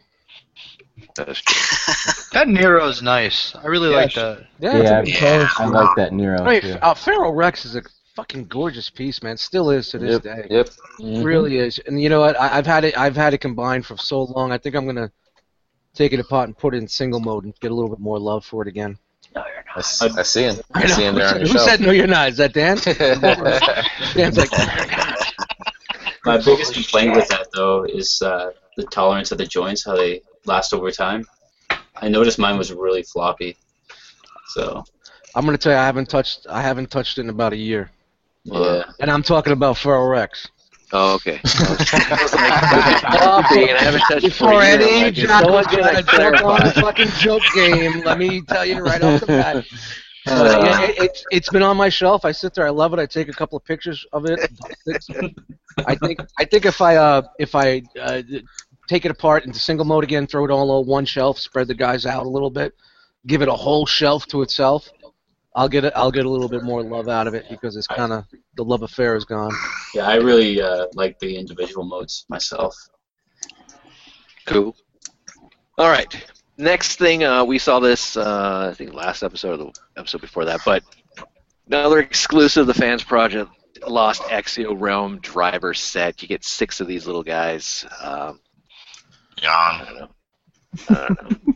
Speaker 2: That's true.
Speaker 8: That Nero's nice. I really
Speaker 1: Yeah,
Speaker 8: like
Speaker 1: she-
Speaker 8: that.
Speaker 4: Yeah.
Speaker 3: yeah,
Speaker 6: Yeah.
Speaker 3: I like that Nero
Speaker 4: I
Speaker 3: too.
Speaker 4: mean, uh, Feral Rex is a fucking gorgeous piece, man. Still is to this
Speaker 9: Yep.
Speaker 4: day.
Speaker 9: Yep.
Speaker 4: It Really is. And you know what? I, I've had it. I've had it combined for so long. I think I'm gonna take it apart and put it in single mode and get a little bit more love for it again.
Speaker 9: I, s- I see him. I,
Speaker 4: know.
Speaker 9: see him there on
Speaker 4: Who
Speaker 9: your
Speaker 4: said- who
Speaker 9: shelf.
Speaker 4: said no? You're not. Is that Dan? Dan's like,
Speaker 9: My biggest complaint with that though is uh, the tolerance of the joints, how they last over time. I noticed mine was really floppy. So
Speaker 4: I'm gonna tell you, I haven't touched. I haven't touched it in about a year,
Speaker 9: yeah,
Speaker 4: and I'm talking about Feral Rex.
Speaker 2: Oh, okay. I was like, Bobby, and I haven't touched it for
Speaker 4: Before
Speaker 2: a year.
Speaker 4: any
Speaker 2: Like, you
Speaker 4: jock
Speaker 2: know
Speaker 4: was
Speaker 2: what? Can
Speaker 4: trying
Speaker 2: I
Speaker 4: to jump on
Speaker 2: clarify?
Speaker 4: the fucking joke game, let me tell you right off the bat.
Speaker 9: Uh.
Speaker 4: Yeah, it, it's- it's been on my shelf. I sit there, I love it. I take a couple of pictures of it. I think I think if I uh, if I uh, take it apart into single mode again, throw it all on one shelf, spread the guys out a little bit, give it a whole shelf to itself. I'll get a, I'll get a little bit more love out of it because it's kind of the love affair is gone.
Speaker 9: yeah. I really uh, like the individual modes myself.
Speaker 2: Cool. All right. Next thing, uh, we saw this, uh, I think last episode or the episode before that, but another exclusive of the Fans Project Lost Exio Realm driver set. You get six of these little guys. Um, I
Speaker 5: Yawn.
Speaker 2: don't know. I don't know.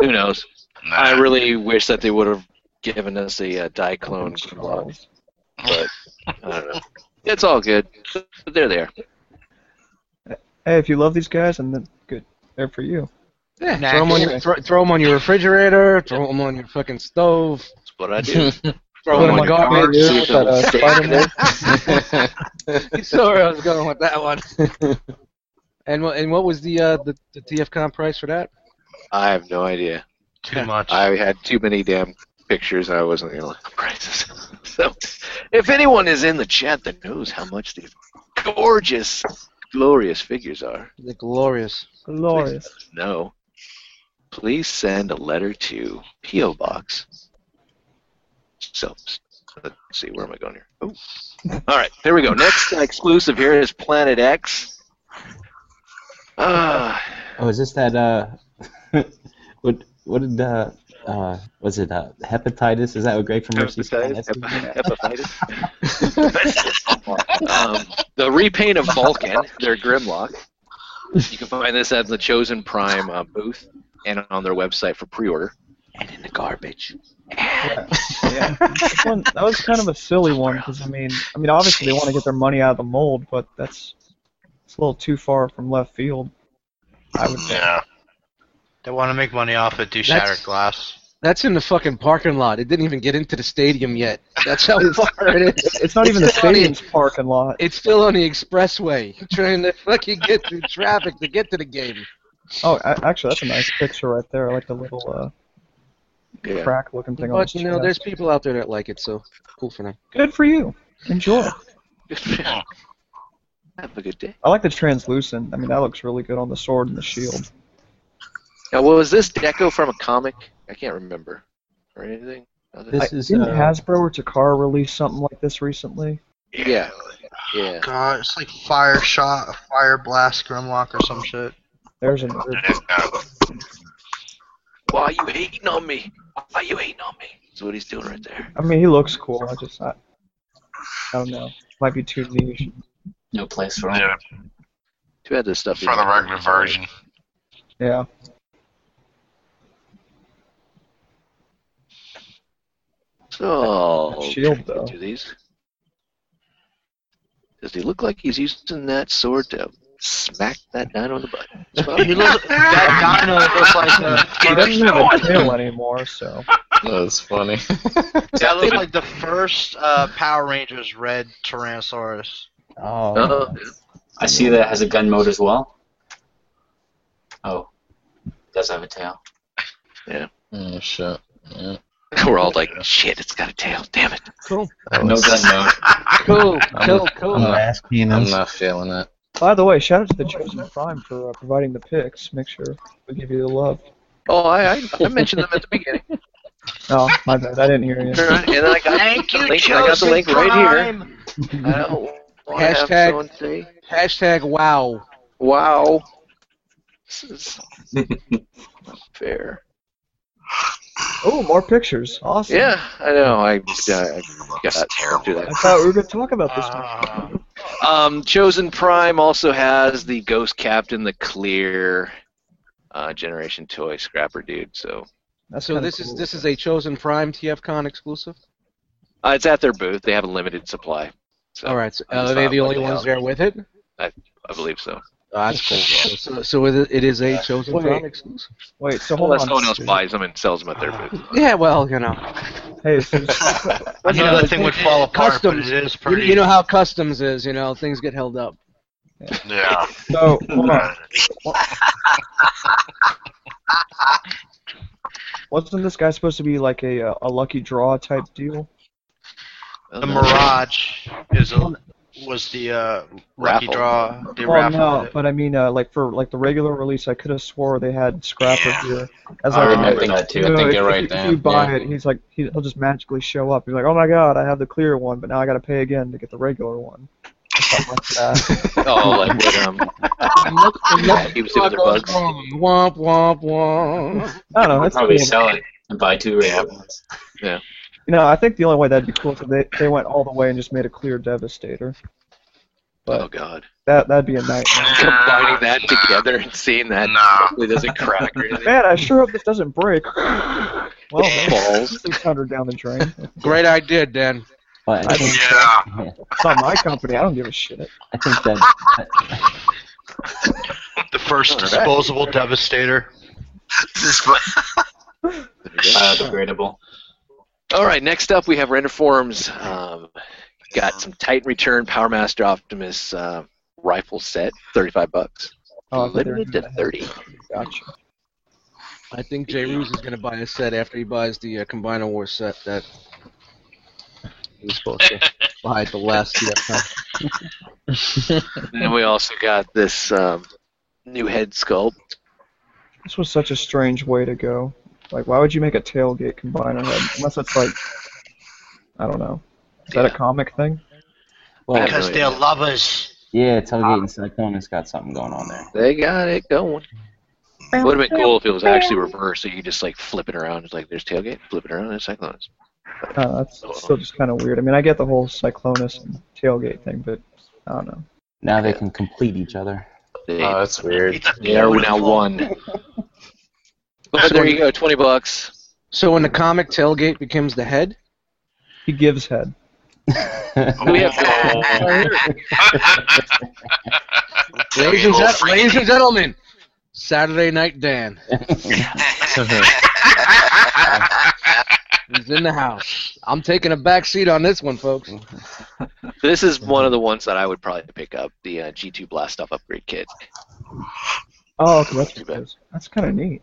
Speaker 2: Who knows?
Speaker 5: Nah.
Speaker 2: I really wish that they would have given us a uh, Diclone Grimlock,
Speaker 1: Charles.
Speaker 2: but I don't know. It's all good. They're there.
Speaker 1: Hey, if you love these guys, and then good, they're for you.
Speaker 4: Yeah,
Speaker 8: Nah,
Speaker 4: throw them on
Speaker 1: anyway.
Speaker 4: your, throw, throw 'em on your refrigerator. Throw them on your fucking stove.
Speaker 2: That's what I do.
Speaker 4: Throw
Speaker 2: Oh
Speaker 1: Put
Speaker 4: them
Speaker 1: them
Speaker 4: in
Speaker 1: on
Speaker 4: the
Speaker 1: cars,
Speaker 4: garbage.
Speaker 2: see
Speaker 1: with
Speaker 2: if they'll
Speaker 1: that, uh,
Speaker 2: stick.
Speaker 1: Spider-Man.
Speaker 4: you saw where I was going with that one. and what and what was the uh, the, the TFCon price for that?
Speaker 2: I have no idea.
Speaker 8: Too much.
Speaker 2: I had too many damn pictures. I wasn't going to look at prices. So, if anyone is in the chat that knows how much these gorgeous, glorious figures are,
Speaker 4: The glorious.
Speaker 1: Glorious.
Speaker 2: no, please send a letter to P.O. Box. So, let's see, where am I going here? Oh. All right, there we go. Next exclusive here is Planet X. Ah,
Speaker 3: Oh, is this that? Uh, what what did uh, uh was it uh, hepatitis? Is that what Greg from Mercy said?
Speaker 2: Hepatitis. Hepatitis. um, the repaint of Vulcan, their Grimlock. You can find this at the Chosen Prime uh, booth and on their website for pre-order. and in the garbage.
Speaker 1: Yeah. That one- that was kind of a silly one because I mean, I mean, obviously they want to get their money out of the mold, but that's it's a little too far from left field. I would think.
Speaker 5: Yeah.
Speaker 8: They want to make money off of do
Speaker 4: That's-
Speaker 8: shattered glass.
Speaker 4: That's in the fucking parking lot. It didn't even get into the stadium yet. That's how far it is.
Speaker 1: It's not even the
Speaker 4: still on
Speaker 1: stadium's parking lot.
Speaker 4: It's still on the expressway, trying to fucking get through traffic to get to the game.
Speaker 1: Oh, a- actually, that's a nice picture right there. I like the little uh,
Speaker 2: Yeah.
Speaker 1: crack-looking thing on the
Speaker 4: But you know,
Speaker 1: street.
Speaker 4: there's people out there that like it, so cool for them.
Speaker 1: Good for you. Enjoy.
Speaker 2: Have a good day.
Speaker 1: I like the translucent. I mean, that looks really good on the sword and the shield.
Speaker 2: Now, was this Deco from a comic? I can't remember. Or anything? Was it-
Speaker 3: This
Speaker 1: I,
Speaker 3: is,
Speaker 1: didn't
Speaker 3: uh,
Speaker 1: Hasbro or Takara release something like this recently?
Speaker 2: yeah. Yeah.
Speaker 8: God, it's like fire shot, fire blast, grimlock, or some shit.
Speaker 1: There's another.
Speaker 5: Uh,
Speaker 2: Why are you hating on me? Why are you hating on me? That's what he's doing right there.
Speaker 1: I mean, he looks cool. I just, I, I don't know. Might be too niche.
Speaker 9: No place for him.
Speaker 5: yeah,
Speaker 2: Too bad this stuff.
Speaker 5: for the
Speaker 2: isn't-
Speaker 5: regular version.
Speaker 1: Yeah.
Speaker 2: So.
Speaker 1: That shield though.
Speaker 2: Do these? Does he look like he's using that sword to smack that guy on the butt? That's what
Speaker 8: He
Speaker 2: I'm-
Speaker 8: looks, that dino looks like the.
Speaker 1: uh, He doesn't have a tail anymore, so
Speaker 9: That's funny.
Speaker 8: That looks like the first uh, Power Rangers red Tyrannosaurus.
Speaker 3: Oh,
Speaker 2: Uh,
Speaker 9: I see that it has a gun mode as well. Oh, it does have a tail.
Speaker 10: Oh shit. Yeah.
Speaker 2: we're all like, shit, it's got a tail. Damn it.
Speaker 10: That
Speaker 9: No
Speaker 10: was-
Speaker 9: gun mode.
Speaker 4: Cool, cool,
Speaker 7: I'm
Speaker 4: cool.
Speaker 10: not-
Speaker 7: ass
Speaker 10: I'm
Speaker 7: cannons.
Speaker 10: not feeling it.
Speaker 1: By the way, shout out to the Chosen Prime for uh, providing the picks. Make sure we give you the love.
Speaker 2: Oh, I, I, I mentioned them at the beginning.
Speaker 1: Oh, my bad. I didn't hear you.
Speaker 2: And then I got
Speaker 8: Thank
Speaker 2: the
Speaker 8: you,
Speaker 2: link, and I got the
Speaker 8: Chosen
Speaker 2: link right
Speaker 8: Prime.
Speaker 2: here. I don't want to have Oh,
Speaker 4: Hashtag-
Speaker 2: someone say,
Speaker 4: Hashtag wow.
Speaker 2: wow. This is not fair.
Speaker 1: Oh, more pictures. Awesome.
Speaker 2: Yeah, I know. I, I
Speaker 6: It's
Speaker 2: God,
Speaker 6: terrible.
Speaker 2: do that.
Speaker 1: I thought we were going to talk about this.
Speaker 8: Uh,
Speaker 5: Uh-huh.
Speaker 2: Um, Chosen Prime also has the Ghost Captain, the clear uh, generation toy scrapper dude. So
Speaker 1: That's
Speaker 4: So
Speaker 1: kinda
Speaker 4: this is
Speaker 1: cool.
Speaker 4: this is a chosen Prime TFCon exclusive.
Speaker 2: uh, it's at their booth. They have a limited supply. So
Speaker 4: All right, so uh,
Speaker 2: I'm just
Speaker 4: are they
Speaker 2: not
Speaker 4: the only
Speaker 2: putting
Speaker 4: ones
Speaker 2: out-
Speaker 4: there with it?
Speaker 2: I believe so.
Speaker 4: Oh, that's cool. So, so it it is a chosen
Speaker 1: Wait.
Speaker 4: Prime exclusive.
Speaker 1: Wait, so hold
Speaker 2: Unless
Speaker 1: on.
Speaker 2: someone else buys them and sells them at their booth.
Speaker 4: Yeah, well, you know,
Speaker 1: Hey, so
Speaker 8: I
Speaker 4: You
Speaker 8: know
Speaker 4: know,
Speaker 8: that thing would fall apart, but it is
Speaker 4: you,
Speaker 8: pretty.
Speaker 4: you know how customs is. You know, things get held up.
Speaker 5: Yeah.
Speaker 1: so, hold on. Wasn't this guy supposed to be like a uh, a lucky draw type deal?
Speaker 8: the Mirage is a, was the uh, lucky
Speaker 2: Raffle.
Speaker 8: draw. The
Speaker 4: Oh,
Speaker 1: well,
Speaker 8: raffle.
Speaker 1: Oh, no, but I mean, uh, like for like the regular release, I could have swore they had Scrapper
Speaker 6: Yeah.
Speaker 1: here. As
Speaker 10: I
Speaker 1: like,
Speaker 10: remember
Speaker 1: you
Speaker 10: that
Speaker 1: know,
Speaker 10: too. I think
Speaker 1: if-
Speaker 10: you're right,
Speaker 1: if
Speaker 10: Dan.
Speaker 1: you buy
Speaker 10: Yeah.
Speaker 1: it, he's like he, he'll just magically show up. He's like, oh my god, I have the clear one, but now I got to pay again to get the regular one. Or something like that.
Speaker 2: Oh, like what, um, he was doing with the bugs.
Speaker 4: Womp womp womp.
Speaker 1: I don't know. That's
Speaker 9: Probably
Speaker 1: cool.
Speaker 9: sell it and buy two regular ones.
Speaker 1: You know, I think the only way that'd be cool is if they they went all the way and just made a clear Devastator.
Speaker 2: Oh God!
Speaker 1: That that'd be a nightmare.
Speaker 2: Combining that together and seeing that
Speaker 5: Nah.
Speaker 2: hopefully doesn't crack or anything.
Speaker 1: Man, I sure hope this doesn't break. Well,
Speaker 2: Balls.
Speaker 1: six hundred down the drain.
Speaker 4: Great idea, Dan.
Speaker 3: but I think,
Speaker 5: Yeah.
Speaker 1: It's not my company. I don't give a shit.
Speaker 3: I think that
Speaker 8: The first disposable Devastator.
Speaker 6: This one-
Speaker 9: Biodegradable.
Speaker 2: All right, next up we have Render Forms. Um, got some Titan Return Power Master Optimus uh, rifle set, 35 bucks.
Speaker 1: Oh, I thought they were
Speaker 2: Limited to
Speaker 1: doing that.
Speaker 2: 30.
Speaker 1: Gotcha.
Speaker 4: I think Jay Ruse is going to buy a set after he buys the uh, Combiner War set that he was supposed to buy at the last TFCon.
Speaker 2: And then we also got this um, new head sculpt.
Speaker 1: This was such a strange way to go. Like, why would you make a tailgate combiner head? Unless it's like, I don't know. Is that a comic thing?
Speaker 3: well,
Speaker 2: Yeah.
Speaker 8: Because they're lovers.
Speaker 3: yeah, Tailgate and Silicona's got something going on there.
Speaker 2: They got it going. Would have been cool if it was actually reversed, so you just like flip it around. It's like there's tailgate, flip it around, there's cyclones.
Speaker 1: Uh, that's still just kind of weird. I mean, I get the whole Cyclonus and tailgate thing, but I don't know.
Speaker 3: Now they can complete each other.
Speaker 2: They
Speaker 10: Oh, that's weird.
Speaker 2: Ah, they are now one. But there you go, 20 bucks.
Speaker 4: So in the comic, Tailgate becomes the head.
Speaker 1: He gives head.
Speaker 2: We have
Speaker 4: Ladies and, gen- ladies and gentlemen, Saturday Night Dan is in the house. I'm taking a back seat on this one, folks.
Speaker 2: This is one of the ones that I would probably pick up the uh, G2 Blastoff upgrade kit.
Speaker 1: Oh, okay, that's that's, that's kind of neat.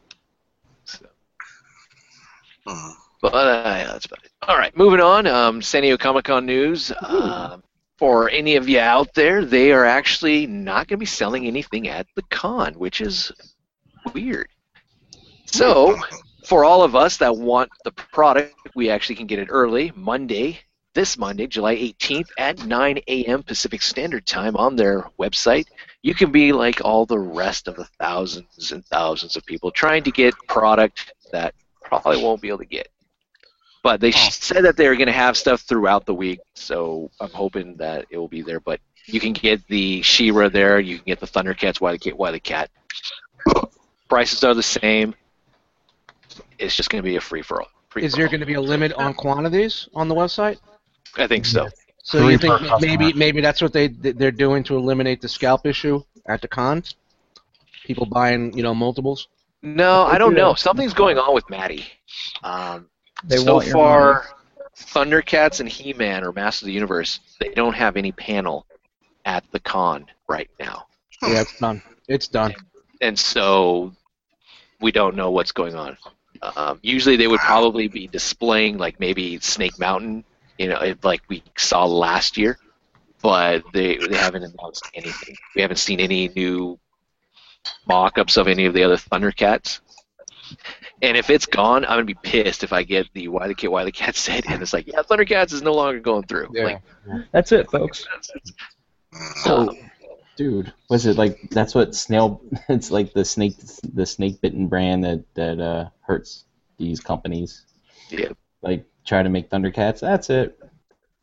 Speaker 2: So,
Speaker 6: Hmm.
Speaker 2: but uh, yeah, that's about it. All right, moving on. Um, San Diego Comic Con news. Um for any of you out there, they are actually not going to be selling anything at the con, which is weird. So, for all of us that want the product, we actually can get it early Monday, this Monday, July 18th at 9 a.m. Pacific Standard Time on their website. You can be like all the rest of the thousands and thousands of people trying to get product that probably won't be able to get. But they sh- said that they are going to have stuff throughout the week, so I'm hoping that it will be there. But you can get the She-Ra there, you can get the Thundercats, Why the Cat, Why the Cat. Prices are the same. It's just going to be a free for all.
Speaker 4: Is there going to be a limit on quantities on the website?
Speaker 2: I think so.
Speaker 4: So you
Speaker 7: Three per
Speaker 4: think maybe maybe that's what they they're doing to eliminate the scalp issue at the con? People buying you know multiples.
Speaker 2: No, I don't
Speaker 1: do
Speaker 2: know.
Speaker 1: that.
Speaker 2: Something's going on with Maddie. Um,
Speaker 1: They
Speaker 2: so
Speaker 1: want your money.
Speaker 2: far, Thundercats and He-Man or Master of the Universe. They don't have any panel at the con right now,
Speaker 4: Yeah, it's done. It's done.
Speaker 2: and so we don't know what's going on. Um, usually, they would probably be displaying like maybe Snake Mountain, you know, it- like we saw last year, but they they haven't announced anything. We haven't seen any new mock-ups of any of the other Thundercats. And if it's gone, I'm gonna be pissed if I get the why the cat why the cat said, and it's like, yeah, Thundercats is no longer going through.
Speaker 4: Yeah.
Speaker 2: Like,
Speaker 1: That's it, folks.
Speaker 3: So, dude, was it like that's what snail? It's like the snake, the snake bitten brand that that uh, hurts these companies.
Speaker 2: Yeah.
Speaker 3: Like try to make Thundercats. That's it.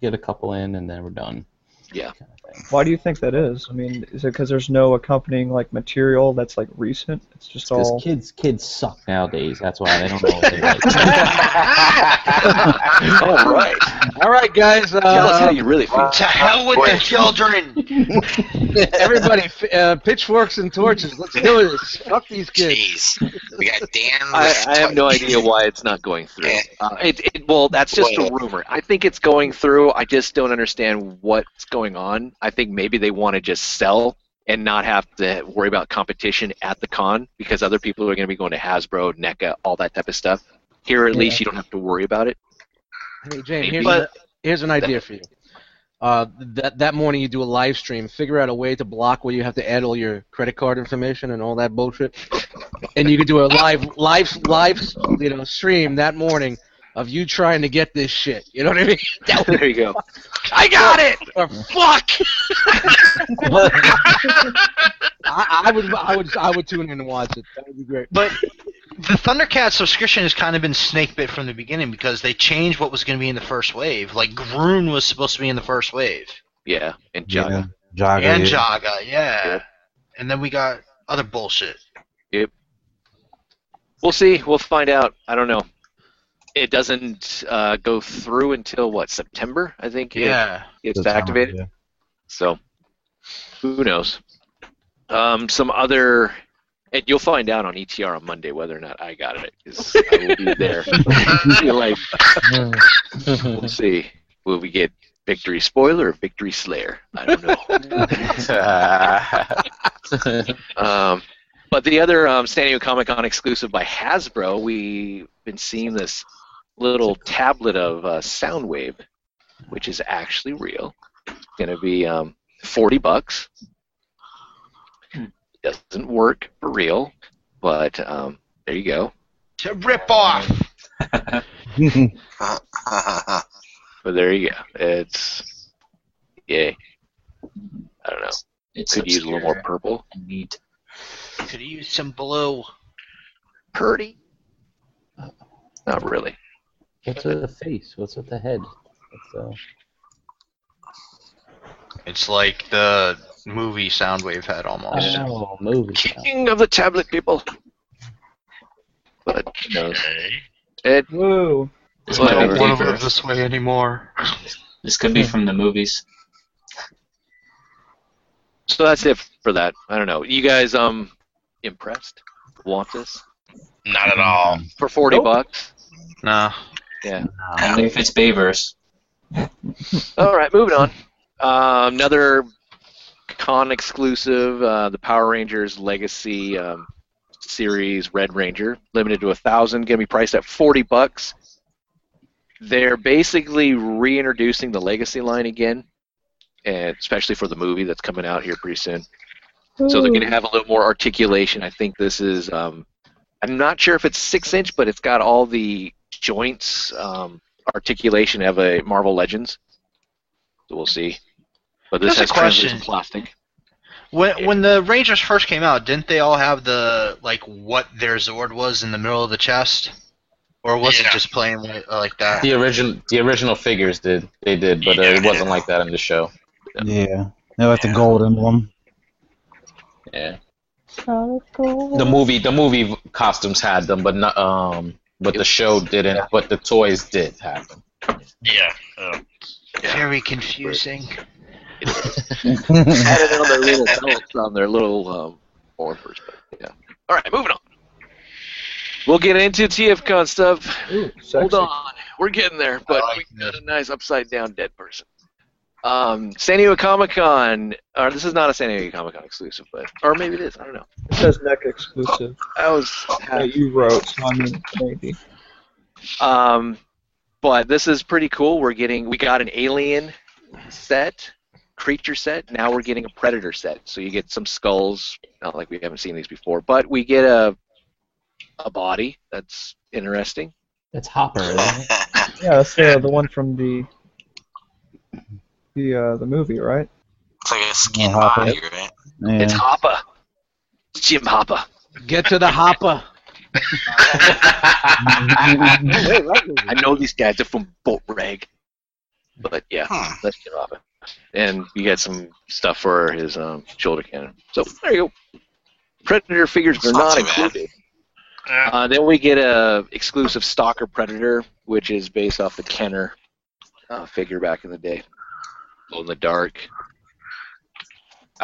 Speaker 3: Get a couple in, and then we're done.
Speaker 2: Yeah.
Speaker 3: Kind of thing.
Speaker 1: Why do you think that is? I mean, is it because there's no accompanying like material that's like recent? It's just
Speaker 3: Because
Speaker 1: all.
Speaker 3: kids, kids suck nowadays. That's why they don't know what they like.
Speaker 2: all right,
Speaker 4: All right, guys.
Speaker 2: tell us how
Speaker 4: Uh,
Speaker 2: you really feel.
Speaker 5: To hell with the children!
Speaker 4: everybody, f- uh, pitchforks and torches. Let's do this. Fuck these kids.
Speaker 6: Jeez. We got Dan.
Speaker 2: I, I have no idea why it's not going through.
Speaker 6: Yeah.
Speaker 2: Uh, it, it, well, that's just a rumor. I think it's going through. I just don't understand what's going on. I think maybe they want to just sell and not have to worry about competition at the con because other people are going to be going to Hasbro, NECA, all that type of stuff. Here, at least, you don't have to worry about it.
Speaker 4: Hey, Jane, here's,
Speaker 2: But-
Speaker 4: a- here's an idea for you. Uh, that that morning you do a live stream. Figure out a way to block where you have to add all your credit card information and all that bullshit, and you could do a live live live you know stream that morning of you trying to get this shit. You know what I mean? That would-
Speaker 2: There you go.
Speaker 5: I got it!
Speaker 4: or
Speaker 5: Fuck!
Speaker 4: I, I would I would I would tune in and watch it. That would be great.
Speaker 8: But the Thundercat subscription has kind of been snake bit from the beginning because they changed what was going to be in the first wave. Like Groon was supposed to be in the first wave,
Speaker 2: Yeah, and John.
Speaker 7: Yeah. Jaga,
Speaker 8: and
Speaker 7: yeah.
Speaker 8: Jaga, yeah.
Speaker 2: Yep.
Speaker 8: And then we got other bullshit.
Speaker 2: We'll see. We'll find out. I don't know. It doesn't uh, go through until what September, I think. it gets
Speaker 7: That's how-
Speaker 2: activated.
Speaker 7: yeah.
Speaker 2: So, who knows? Um, some other, and you'll find out on ETR on Monday whether or not I got it. 'cause I will be there. You're like, we'll see. Will we get victory spoiler or victory slayer? I don't know. Um, but the other um, San Diego Comic Con exclusive by Hasbro, we've been seeing this little tablet of uh, Soundwave, which is actually real. It's going to be um, 40 bucks. Doesn't work for real, but um, there you go.
Speaker 5: To rip off!
Speaker 2: But there you go. It's yay. I don't know.
Speaker 9: It's
Speaker 2: Could use a little more
Speaker 9: obscure
Speaker 2: purple.
Speaker 9: and neat.
Speaker 5: Could have used some blue.
Speaker 2: Purdy? Not really.
Speaker 3: What's with the face? What's with the head? What's,
Speaker 8: It's like the movie Soundwave had
Speaker 3: uh,
Speaker 8: almost.
Speaker 3: oh, movie.
Speaker 2: King of the tablet people. But who knows?
Speaker 5: Okay.
Speaker 2: It,
Speaker 1: Woo.
Speaker 9: This,
Speaker 2: Well,
Speaker 9: might
Speaker 8: I
Speaker 9: be
Speaker 8: don't want to
Speaker 9: paper.
Speaker 8: live this way anymore.
Speaker 9: this could be
Speaker 10: Hmm.
Speaker 9: from the movies.
Speaker 2: so that's it for that. I don't know. You guys um impressed? Want this
Speaker 5: Not at all.
Speaker 2: for forty bucks?
Speaker 8: No.
Speaker 2: Yeah.
Speaker 9: Only if it's Bayverse.
Speaker 2: All right, moving on. Uh, another con exclusive, uh, the Power Rangers Legacy um, series Red Ranger, limited to a thousand, gonna be priced at forty bucks. They're basically reintroducing the Legacy line again, and especially for the movie that's coming out here pretty soon. So they're gonna have a little more articulation. I think this is. Um, I'm not sure if it's six inch, but it's got all the joints um, articulation of a Marvel Legends. So we'll see. But this has
Speaker 8: That's a
Speaker 2: translucent
Speaker 8: question.
Speaker 2: plastic.
Speaker 8: When
Speaker 2: Yeah.
Speaker 8: when the Rangers first came out, didn't they all have the like what their Zord was in the middle of the chest, or was
Speaker 5: Yeah.
Speaker 8: it just plain like, like that?
Speaker 10: The original the original figures did they did, but uh, it wasn't like that in the show.
Speaker 7: Yeah. They like the gold emblem.
Speaker 10: Yeah. The movie the movie v- costumes had them, but not um but the show didn't. But the toys did have them.
Speaker 5: Yeah. Uh,
Speaker 8: Very confusing.
Speaker 2: Added on their little belts on their little um, morphers. But yeah. All right, moving on. We'll get into TFCon stuff.
Speaker 1: Ooh, sexy.
Speaker 2: Hold on, we're getting there, but
Speaker 8: like
Speaker 2: we got a nice upside down dead person. Um, San Diego Comic Con, or this is not a San Diego Comic Con exclusive, but or maybe it is. I don't know.
Speaker 1: It says neck exclusive.
Speaker 2: I was
Speaker 1: That you wrote, so I mean, maybe.
Speaker 2: Um, but this is pretty cool. We're getting we got an alien set, creature set. Now we're getting a predator set. So you get some skulls. Not like we haven't seen these before, but we get a a body that's interesting.
Speaker 3: That's Hopper. Isn't
Speaker 1: Yeah, that's uh, the one from the the uh, the movie, right?
Speaker 6: It's like a skin
Speaker 7: Oh, hop
Speaker 6: body, right?
Speaker 7: Yeah.
Speaker 2: It's Hopper. It's Jim Hopper.
Speaker 4: Get to the hopper.
Speaker 2: I know these guys are from Boatrag. But yeah,
Speaker 6: Hmm.
Speaker 2: that's Jim Hopper. And you get some stuff for his um, shoulder cannon. So there you go. Predator figures are
Speaker 6: It's
Speaker 2: not
Speaker 6: not too bad.
Speaker 2: included.
Speaker 5: uh,
Speaker 2: Uh, then we get a exclusive Stalker Predator, which is based off the Kenner uh, figure back in the day, glow in the dark.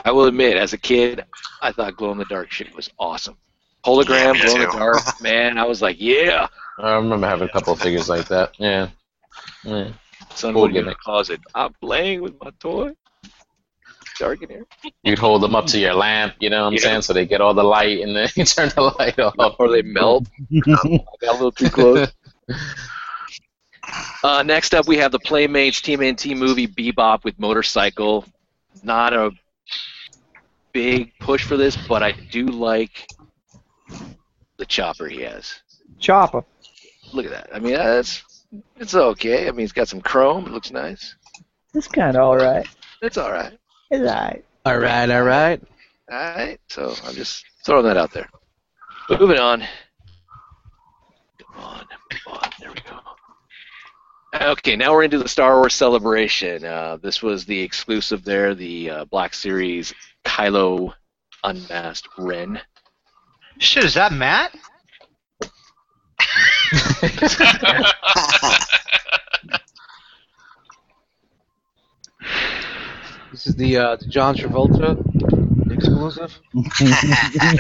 Speaker 2: I will admit, as a kid, I thought glow in the dark shit was awesome. Hologram,
Speaker 6: Yeah, me
Speaker 2: glow in the
Speaker 6: too.
Speaker 2: dark, man, I was like, yeah.
Speaker 10: I remember having a couple of figures like that. Yeah. yeah.
Speaker 2: Son
Speaker 10: Cool
Speaker 2: would get in the
Speaker 10: gimmick.
Speaker 2: closet. I'm playing with my toy. Dark in here.
Speaker 10: You'd hold them up to your lamp, you know what I'm
Speaker 2: Yeah.
Speaker 10: saying, so they get all the light, and then you turn the light off.
Speaker 2: Or Oh, they melt. I got a little too close. Uh, next up, we have the Playmates Team NT movie Bebop with Motorcycle. Not a big push for this, but I do like the chopper he has.
Speaker 1: Chopper.
Speaker 2: Look at that. I mean, that's it's okay. I mean, he's got some chrome. It looks nice.
Speaker 1: It's kind of all right.
Speaker 2: It's all right.
Speaker 1: It's all right.
Speaker 4: All right, all right.
Speaker 2: All right. So I'm just throwing that out there. Moving on. Come on. Come on. There we go. Okay, now we're into the Star Wars Celebration. Uh, this was the exclusive there, the uh, Black Series Kylo Unmasked Ren.
Speaker 8: Shit, is that Matt?
Speaker 4: This is the uh, the John Travolta exclusive.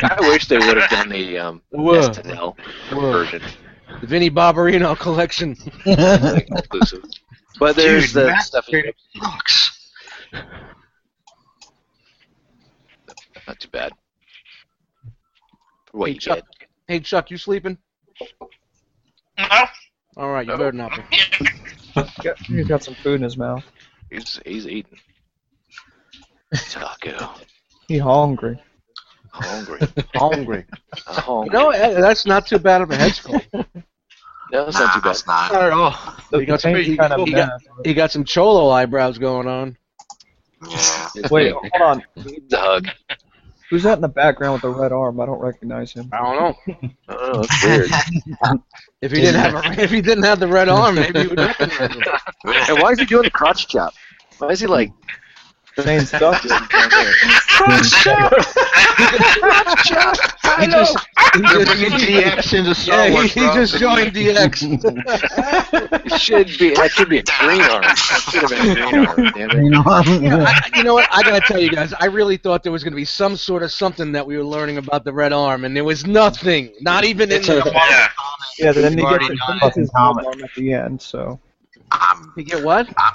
Speaker 2: I wish they would have done the um,
Speaker 4: Whoa.
Speaker 2: SNL version
Speaker 4: The Vinnie Barbarino collection.
Speaker 2: like, exclusive. But there's
Speaker 8: Dude,
Speaker 2: the
Speaker 8: Matt
Speaker 2: stuff.
Speaker 8: Creative Sucks.
Speaker 2: Not too bad. For What
Speaker 4: Hey,
Speaker 2: you
Speaker 4: Chuck.
Speaker 2: get.
Speaker 4: Hey Chuck, you sleeping?
Speaker 5: no.
Speaker 4: All right, you better not be.
Speaker 1: Got- He's got some food in his mouth.
Speaker 2: He's, he's eating. Taco.
Speaker 1: He hungry.
Speaker 2: Hungry.
Speaker 4: Hungry.
Speaker 2: Uh, hungry.
Speaker 4: You know, eh, that's not too bad of a head sculpt.
Speaker 2: no, it's not
Speaker 6: Nah,
Speaker 2: too bad.
Speaker 6: that's not.
Speaker 8: Not at all.
Speaker 1: The
Speaker 4: You got some-
Speaker 1: paint's
Speaker 4: you-
Speaker 1: kinda
Speaker 4: you
Speaker 1: bad, but-
Speaker 4: He got some cholo eyebrows going on.
Speaker 6: Yeah.
Speaker 2: It's
Speaker 1: Wait,
Speaker 2: like,
Speaker 1: hold on.
Speaker 2: the hug.
Speaker 1: Who's that in the background with the red arm? I don't recognize him.
Speaker 4: I don't know.
Speaker 2: Oh, that's weird.
Speaker 4: If he didn't have a, if he didn't have the red arm, maybe he would recognize him.
Speaker 6: Mm-hmm.
Speaker 2: and why is he doing the crotch chop? Why is he like?
Speaker 1: Saying stuff.
Speaker 2: doing down there?
Speaker 4: He just, He
Speaker 8: They're
Speaker 4: just-
Speaker 8: bringing DX into Star
Speaker 4: yeah, he,
Speaker 8: Wars,
Speaker 4: he
Speaker 8: bro.
Speaker 4: just joined DX.
Speaker 2: It should be. That should be a green arm. That should have been a green arm. Damn it.
Speaker 7: You know, I'm-
Speaker 4: I, you know what? I gotta tell you guys, I really thought there was gonna be some sort of something that we were learning about the red arm, and there was nothing. Not even in the
Speaker 5: Yeah.
Speaker 1: Yeah, then they
Speaker 8: You've
Speaker 1: get
Speaker 8: already
Speaker 1: the
Speaker 8: done it.
Speaker 1: fucking
Speaker 7: Comet.
Speaker 1: at the end, so.
Speaker 6: I'm,
Speaker 4: You get what?
Speaker 6: I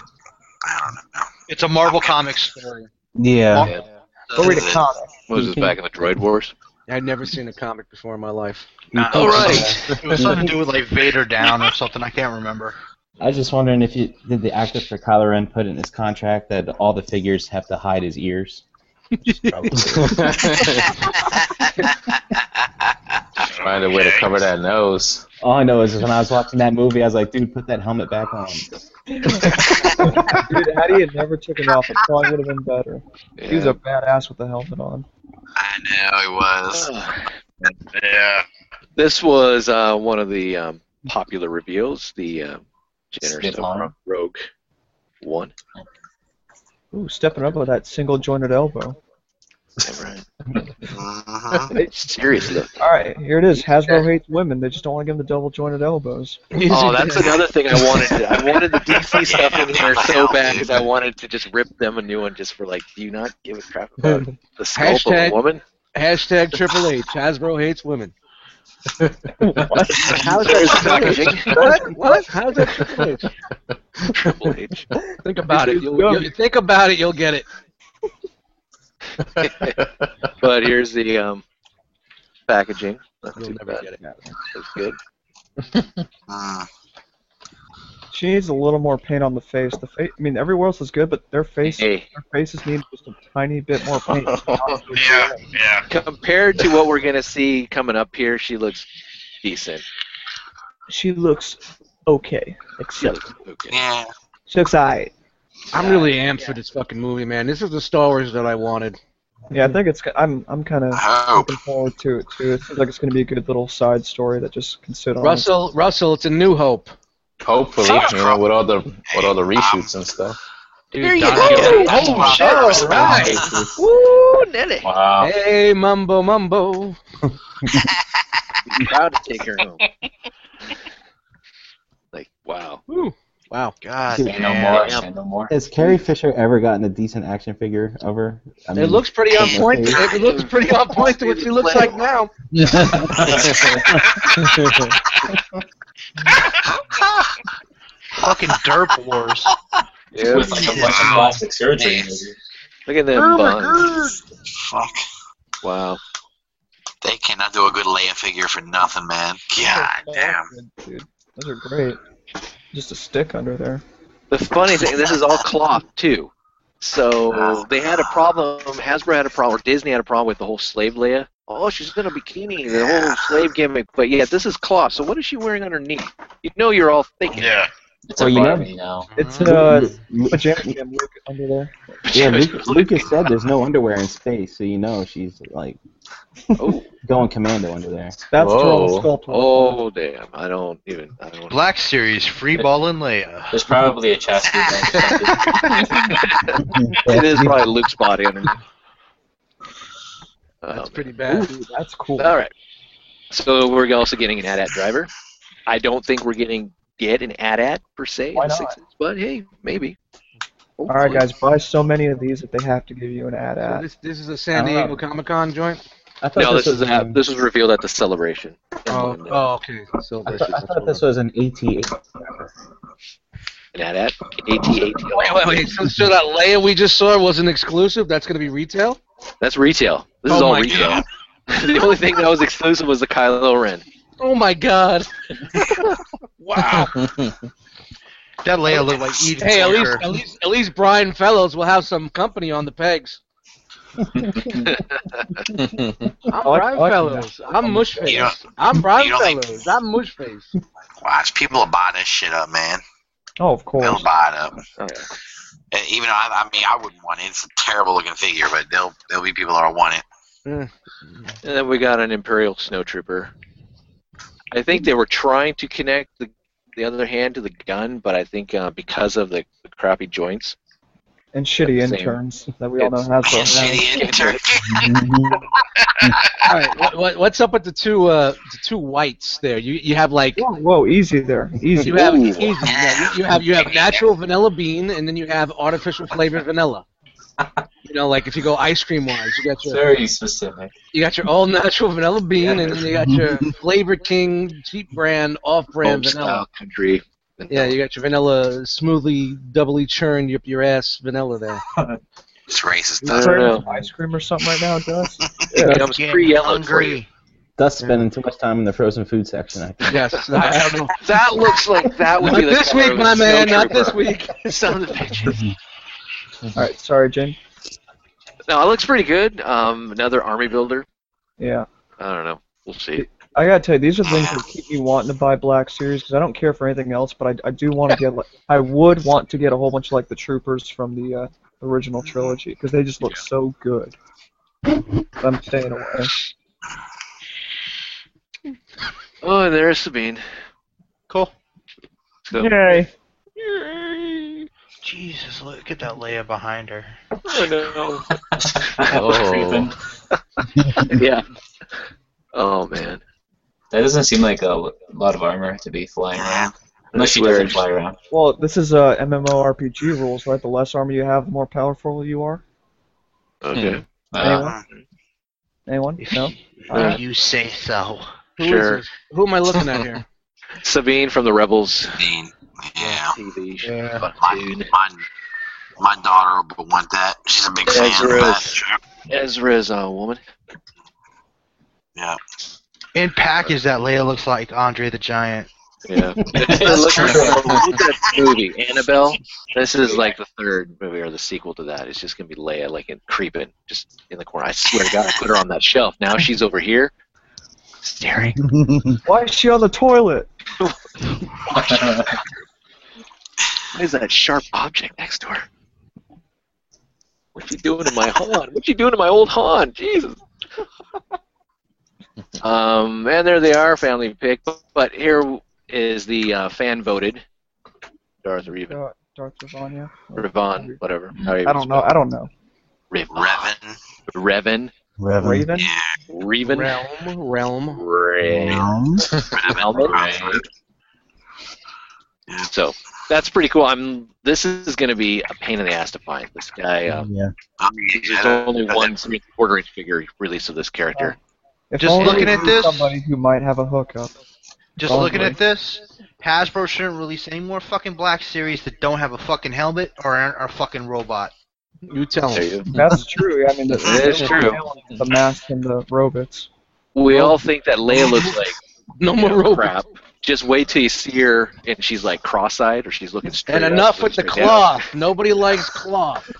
Speaker 6: don't know.
Speaker 8: It's a Marvel Comics story.
Speaker 7: yeah.
Speaker 1: Go read a comic.
Speaker 2: What was this back in the Droid Wars?
Speaker 4: I'd never seen a comic before in my life.
Speaker 8: Nah,
Speaker 2: All
Speaker 8: it was
Speaker 2: Oh, right.
Speaker 8: something- It was something to do with like Vader down or something. I can't remember.
Speaker 3: I was just wondering if you did the actor for Kylo Ren put in his contract that all the figures have to hide his ears. Oh,
Speaker 10: Find a way to cover that nose.
Speaker 3: All I know is when I was watching that movie, I was like, dude, put that helmet back on.
Speaker 1: Dude, had he had never took it off, it probably would have been better. He was
Speaker 2: Yeah.
Speaker 1: a badass with the helmet on.
Speaker 6: I know it was.
Speaker 2: Ah.
Speaker 5: Yeah.
Speaker 2: This was uh, one of the um, popular reveals. The uh, Jenner
Speaker 10: Spit
Speaker 2: stuff
Speaker 10: line.
Speaker 2: from Rogue One.
Speaker 1: Ooh, stepping up with that single jointed elbow.
Speaker 2: Yeah, right.
Speaker 6: Mhm.
Speaker 2: Seriously.
Speaker 1: Alright, here it is. Hasbro hates women. They just don't want to give them the double jointed elbows.
Speaker 2: Oh, that's another thing I wanted. To, I wanted the DC stuff in there so bad because I wanted to just rip them a new one just for like, do you not give a crap about the sculpt of
Speaker 4: Hashtag-
Speaker 2: a woman?
Speaker 4: Hashtag Triple H. Hasbro hates women.
Speaker 2: How's that
Speaker 4: What? What? How's that Triple H?
Speaker 2: Triple H.
Speaker 4: Think about it. You'll, you'll, think about it. You'll get it.
Speaker 2: But here's the um, packaging. Not
Speaker 4: You'll
Speaker 2: too
Speaker 4: never
Speaker 2: bad.
Speaker 4: get it.
Speaker 2: That's good.
Speaker 6: Mm.
Speaker 1: She needs a little more paint on the face. The face, I mean, everywhere else is good, but their face, their
Speaker 2: Hey,
Speaker 1: faces need just a tiny bit more paint.
Speaker 5: Yeah. Yeah.
Speaker 2: compared to what we're gonna see coming up here, she looks decent.
Speaker 1: She looks okay.
Speaker 2: She
Speaker 1: Except
Speaker 2: looks okay.
Speaker 6: Yeah.
Speaker 1: she looks alright.
Speaker 4: I'm really amped for this fucking movie, man. This is the Star Wars that I wanted.
Speaker 1: Yeah, I think it's. I'm. I'm kind of
Speaker 6: I hope.
Speaker 1: looking forward to it too. It seems like it's going to be a good little side story that just can sit on.
Speaker 4: Oh. Russell, Russell, it's a New Hope.
Speaker 10: Hopefully, you know, with all the with all the reshoots and stuff.
Speaker 4: Dude,
Speaker 2: There you
Speaker 4: Don
Speaker 2: go.
Speaker 4: Gilroy.
Speaker 6: Oh,
Speaker 4: All
Speaker 6: shit.
Speaker 4: right.
Speaker 2: Woo, Nelly!
Speaker 10: Wow.
Speaker 4: Hey, mumbo mumbo.
Speaker 2: I'm proud to take her home. Like, wow.
Speaker 4: Woo. Wow.
Speaker 8: God
Speaker 3: Dude,
Speaker 8: damn.
Speaker 10: no more.
Speaker 2: Yeah.
Speaker 10: Say no more.
Speaker 3: Has Carrie Fisher ever gotten a decent action figure ever? I
Speaker 4: It looks pretty on point. It looks pretty on point to what she looks like now.
Speaker 8: Fucking derp wars.
Speaker 2: Dude,
Speaker 9: With like a bunch of plastic surgery.
Speaker 2: look at them buns.
Speaker 6: Fuck.
Speaker 2: Wow.
Speaker 6: They cannot do a good Leia figure for nothing, man. God Ah, damn.
Speaker 1: Dude, those are great. Just a stick under there.
Speaker 2: The funny thing, this is all cloth too. So they had a problem. Hasbro had a problem, or Disney had a problem with the whole slave Leia. Oh, she's in a bikini, the whole slave gimmick. But yeah, this is cloth. So what is she wearing underneath? You know, you're all thinking.
Speaker 5: Yeah.
Speaker 9: It's a
Speaker 3: Well, you know-
Speaker 9: Barbie now.
Speaker 1: It's uh, pajama jam look under there.
Speaker 3: yeah, Luke, Lucas said there's no underwear in space, so you know she's like
Speaker 2: Oh,
Speaker 3: going commando under there.
Speaker 1: That's
Speaker 10: Whoa.
Speaker 1: Whoa. sculpt.
Speaker 2: oh, damn! I don't even. I don't.
Speaker 8: Black Series, Free Ball and Leia.
Speaker 9: There's probably a chastity belt.
Speaker 2: It is probably Luke's body underneath.
Speaker 4: That's
Speaker 2: Um,
Speaker 4: pretty
Speaker 1: Ooh,
Speaker 4: bad.
Speaker 1: dude, that's cool.
Speaker 2: All right. So we're also getting an AT-AT driver. I don't think we're getting get an AT-AT per se. in
Speaker 1: Why
Speaker 2: the
Speaker 1: not?
Speaker 2: sixes, but hey, maybe.
Speaker 1: All right, guys, buy so many of these that they have to give you an ad
Speaker 4: So
Speaker 1: at.
Speaker 4: this, this is a San
Speaker 3: I don't know.
Speaker 4: Diego Comic Con joint.
Speaker 3: I thought
Speaker 2: No, this
Speaker 3: was
Speaker 2: is
Speaker 3: an-
Speaker 2: at, this was revealed at the celebration.
Speaker 4: Oh,
Speaker 2: And, uh,
Speaker 4: oh okay. So
Speaker 3: I
Speaker 4: this
Speaker 3: thought,
Speaker 4: is
Speaker 3: I thought this was an AT.
Speaker 2: An AT-AT, AT-AT.
Speaker 4: Wait, wait, wait. So, so that Leia we just saw wasn't exclusive. That's going to be retail.
Speaker 2: That's retail. This
Speaker 4: Oh
Speaker 2: is all
Speaker 4: my
Speaker 2: retail. the only thing that was exclusive was the Kylo Ren.
Speaker 4: Oh my God.
Speaker 8: Wow. that Leia looked like Edith
Speaker 4: Hey, at least,
Speaker 8: Walker.
Speaker 4: at least, at least Brian Fellows will have some company on the pegs. I'm
Speaker 1: I like-
Speaker 4: Brian
Speaker 1: I like
Speaker 4: Fellows. I'm
Speaker 6: You
Speaker 4: Mushface.
Speaker 6: don't-
Speaker 4: I'm Brian
Speaker 6: you don't think-
Speaker 4: Fellows. I'm Mushface.
Speaker 6: Watch, people will buy this shit up, man.
Speaker 1: Oh, of
Speaker 6: They'll
Speaker 1: course.
Speaker 6: buy it up.
Speaker 2: Oh,
Speaker 6: And Even though I, I mean, I wouldn't want it. It's a terrible looking figure, but there'll there'll be people that'll want it.
Speaker 2: And then we got an Imperial Snowtrooper. I think they were trying to connect the, the other hand to the gun, but I think uh, because of the, the crappy joints,
Speaker 1: and shitty
Speaker 10: Same.
Speaker 1: interns that we all know
Speaker 10: It's-
Speaker 1: has those.
Speaker 6: Shitty intern.
Speaker 4: All right, what, what, what's up with the two uh, the two whites there? You you have like
Speaker 1: Whoa, whoa, easy there, easy.
Speaker 4: you have easy, yeah, you, you have you have natural vanilla bean, and then you have artificial flavored vanilla. You know, like if you go ice cream wise, you got your
Speaker 9: Very specific.
Speaker 4: you got your all natural vanilla bean, and then you got your flavored king cheap brand off brand
Speaker 2: Home
Speaker 4: vanilla.
Speaker 2: style country.
Speaker 4: Yeah, you got your vanilla smoothly doubly churned up your ass vanilla there.
Speaker 6: It's racist.
Speaker 2: I
Speaker 1: Is
Speaker 6: doesn't
Speaker 2: don't
Speaker 1: there
Speaker 2: know.
Speaker 1: Ice cream or something right now, Gus.
Speaker 2: It comes pre-yellowed for you.
Speaker 8: hungry.
Speaker 3: Dust spending too much time in the frozen food section. I think.
Speaker 4: Yes, I don't know.
Speaker 2: That looks like that would
Speaker 4: Not
Speaker 2: be the
Speaker 4: this
Speaker 2: cover
Speaker 4: week,
Speaker 2: of a
Speaker 4: my man.
Speaker 2: snowtrooper.
Speaker 4: Not this week.
Speaker 2: Some of the pictures.
Speaker 1: All right, sorry, Jane.
Speaker 2: No, it looks pretty good. Um, another army builder.
Speaker 1: Yeah,
Speaker 2: I don't know. We'll see.
Speaker 1: I gotta tell you, these are things that keep me wanting to buy Black Series because I don't care for anything else, but I, I do want to get. Like, I would want to get a whole bunch of like the troopers from the uh, original
Speaker 8: Mm-hmm.
Speaker 1: trilogy because they just look so good. I'm staying away.
Speaker 2: Oh, and there's Sabine.
Speaker 8: Cool.
Speaker 2: So,
Speaker 1: Yay!
Speaker 8: Jesus, look at that Leia behind her.
Speaker 2: Oh,
Speaker 10: Oh,
Speaker 2: no. yeah. Oh man.
Speaker 9: That doesn't seem like a lot of armor to be flying around. Unless she doesn't fly around.
Speaker 1: Well, this is uh, MMORPG rules, right? The less armor you have, the more powerful you are.
Speaker 2: Okay.
Speaker 10: Hmm.
Speaker 9: Uh,
Speaker 8: Uh-huh.
Speaker 1: Anyone? No.
Speaker 2: Uh,
Speaker 8: you say so.
Speaker 4: Who is
Speaker 2: Sure.
Speaker 4: this? Who am I looking at here?
Speaker 2: Sabine from the Rebels
Speaker 6: Dean. Yeah.
Speaker 2: TV show.
Speaker 8: Yeah.
Speaker 6: My, my, my daughter will want that. She's a big fan of
Speaker 2: Ezra.
Speaker 6: that.
Speaker 2: Ezra is a woman.
Speaker 6: Yeah.
Speaker 8: In package, that Leia looks like Andre the Giant.
Speaker 2: Yeah. Look at that movie, Annabelle. This is like the third movie or the sequel to that. It's just gonna be Leia like in creeping, just in the corner. I swear to God, I put her on that shelf. Now she's over here, staring.
Speaker 1: Why is she on the toilet?
Speaker 2: What is that sharp object next to her? What you doing to my Han? What you doing to my old Han? Jesus. Um, and there they are, family pick. But here is the uh, fan voted Darth Revan,
Speaker 1: Uh, Darth Ravania.
Speaker 2: Revan, whatever.
Speaker 1: I don't know. I don't know.
Speaker 2: Revan,
Speaker 6: Revan.
Speaker 2: Revan,
Speaker 7: Revan.
Speaker 1: Raven.
Speaker 2: Revan,
Speaker 4: Realm, realm.
Speaker 2: Revan.
Speaker 6: Revan.
Speaker 2: Almond. So that's pretty cool. I'm. This is going to be a pain in the ass to find. This guy. Um,
Speaker 7: Yeah.
Speaker 6: Oh, yeah.
Speaker 2: there's only one three quarter inch figure release of this character.
Speaker 1: If
Speaker 8: Just
Speaker 1: only
Speaker 8: looking
Speaker 1: we
Speaker 8: at
Speaker 1: knew
Speaker 8: this-
Speaker 1: Somebody who might have a hookup.
Speaker 8: Just
Speaker 1: Probably.
Speaker 8: looking at this, Hasbro shouldn't release any more fucking Black Series that don't have a fucking helmet or aren't a fucking robot.
Speaker 4: You tell him.
Speaker 1: That's true. I mean, the,
Speaker 2: That is
Speaker 1: the-
Speaker 2: true.
Speaker 1: The mask and the robots.
Speaker 2: We all think that Leia looks like
Speaker 4: No
Speaker 2: you
Speaker 4: more
Speaker 2: know,
Speaker 4: robots.
Speaker 2: crap. Just wait till you see her and she's like cross-eyed or she's looking straight.
Speaker 4: And
Speaker 2: up,
Speaker 4: enough with
Speaker 2: looking
Speaker 4: the
Speaker 2: straight down.
Speaker 4: cloth. Nobody likes cloth.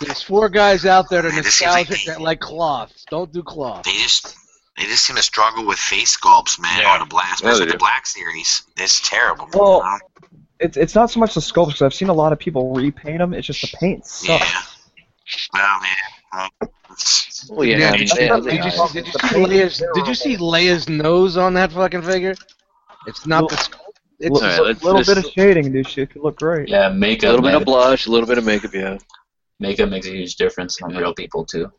Speaker 4: There's four guys out there that are
Speaker 6: This seems like-
Speaker 4: nostalgic that like cloths. Don't do cloth.
Speaker 6: They just they just seem to struggle with face sculpts, man,
Speaker 5: Yeah.
Speaker 6: on the blast,
Speaker 2: Yeah, they
Speaker 6: especially
Speaker 2: do.
Speaker 6: the black series. It's terrible.
Speaker 1: Well,
Speaker 6: man.
Speaker 1: It's it's not so much the sculpts 'cause I've seen a lot of people repaint them. It's just the paint
Speaker 6: yeah.
Speaker 1: sucks.
Speaker 6: Well, man. uh, it's-
Speaker 9: Oh,
Speaker 2: Well, yeah,
Speaker 4: Yeah,
Speaker 2: I mean,
Speaker 4: did you-
Speaker 2: yeah,
Speaker 4: did
Speaker 2: they-
Speaker 4: you see- did you see Leia's? Did you see Leia's nose on that fucking figure? It's not the. skull. It's
Speaker 1: Look-
Speaker 2: Alright,
Speaker 1: look-
Speaker 2: let's-
Speaker 1: little
Speaker 2: let's-
Speaker 1: bit of shading, dude. Shit could look great.
Speaker 9: yeah,
Speaker 2: a
Speaker 9: makeup.
Speaker 2: little bit of
Speaker 9: ma-
Speaker 2: blush, a little bit of makeup. Yeah,
Speaker 9: Makeup makes a huge difference on real people too.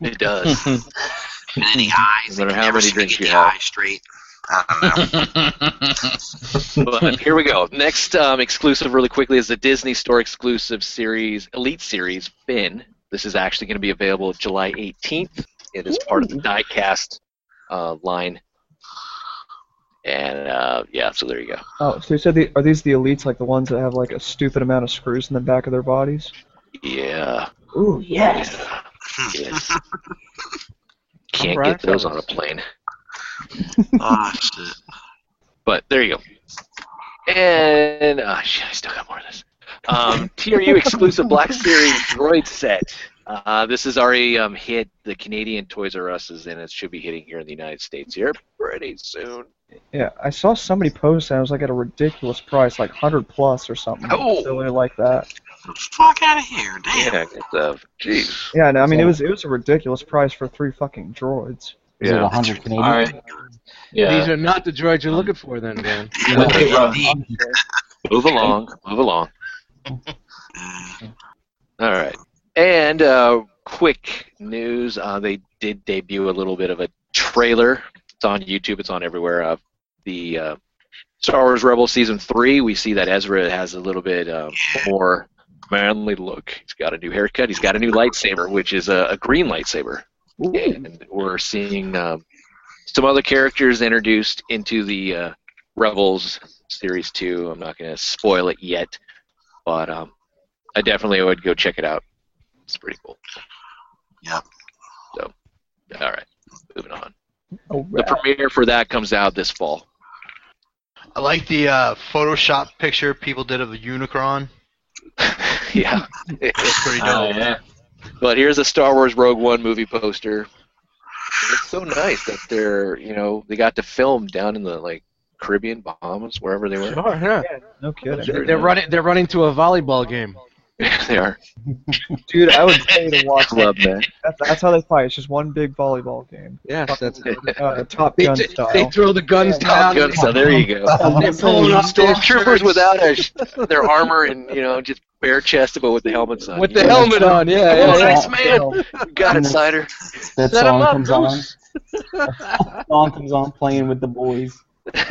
Speaker 2: it does.
Speaker 6: And then the eyes.
Speaker 2: No matter
Speaker 6: they
Speaker 2: how
Speaker 6: never
Speaker 2: many
Speaker 6: seem to
Speaker 2: drinks
Speaker 6: get
Speaker 2: you
Speaker 6: the
Speaker 2: have.
Speaker 6: eyes straight. I don't know.
Speaker 10: Hmm.
Speaker 2: But here we go. Next um, exclusive, really quickly, is the Disney Store exclusive series, Elite Series, Finn. This is actually going to be available July 18th. It is part of the diecast uh, line. And uh, yeah, so there you go.
Speaker 1: Oh, so you said the, are these the elites, like the ones that have like a stupid amount of screws in the back of their bodies?
Speaker 2: Yeah.
Speaker 1: Ooh, yes.
Speaker 2: Yes. Can't
Speaker 4: Alright,
Speaker 2: get those on a
Speaker 4: fellas.
Speaker 2: plane.
Speaker 6: oh, shit.
Speaker 2: But there you go. And oh shit, I still got more of this. Um, TRU exclusive Black Series droid set. Uh, this has already um, hit the Canadian Toys R Us's, and it should be hitting here in the United States here pretty soon.
Speaker 1: Yeah, I saw somebody post that it was like at a ridiculous price, like hundred plus or something.
Speaker 2: Oh.
Speaker 1: Silly like that.
Speaker 6: Fuck out of here. Damn.
Speaker 2: Yeah, it's, uh, jeez.
Speaker 1: Yeah, no, I mean it was it was a ridiculous price for three fucking droids.
Speaker 3: Is it
Speaker 2: Yeah.
Speaker 3: 100 Canadian?
Speaker 9: All right.
Speaker 4: These
Speaker 9: Yeah.
Speaker 4: are not the droids you're looking for, then, man.
Speaker 9: When they run-
Speaker 2: Move along, move along. All right. And uh, quick news: uh, they did debut a little bit of a trailer. It's on YouTube. It's on everywhere. Uh, the uh, Star Wars Rebel season three. We see that Ezra has a little bit uh, more manly look. He's got a new haircut. He's got a new lightsaber, which is a, a green lightsaber. And we're seeing um, some other characters introduced into the uh, Rebels series two. I'm not going to spoil it yet, but um, I definitely would go check it out. It's pretty cool.
Speaker 6: Yep.
Speaker 2: So, all right, moving on.
Speaker 1: Oh,
Speaker 2: The premiere for that comes out this fall.
Speaker 8: I like the uh, Photoshop picture people did of a Unicron.
Speaker 2: yeah.
Speaker 8: That's pretty dope.
Speaker 9: Oh, yeah.
Speaker 2: But here's a Star Wars Rogue One movie poster. It's so nice that they're, you know, they got to film down in the like Caribbean, Bahamas, wherever they were.
Speaker 4: Sure, yeah.
Speaker 1: no kidding.
Speaker 4: They're, they're running. They're running to a volleyball game.
Speaker 2: they are.
Speaker 1: Dude, I would pay to watch that.
Speaker 2: Club man.
Speaker 1: That's, that's how they fight. It's just one big volleyball game.
Speaker 4: Yes, that's it.
Speaker 1: Uh, Top
Speaker 4: They,
Speaker 1: Gun
Speaker 4: they-
Speaker 1: style.
Speaker 4: they throw the guns down.
Speaker 2: Good, so there you go.
Speaker 4: They're pulling up
Speaker 2: Stormtroopers without a, sh- their armor and you know just bare chested, but with the helmets on.
Speaker 4: with the
Speaker 2: Yeah.
Speaker 4: helmet on. Yeah, yeah, yeah.
Speaker 2: Nice man. You got it, cider.
Speaker 3: That
Speaker 4: Set 'em
Speaker 3: song
Speaker 4: up,
Speaker 3: comes on. That song comes on playing with the boys.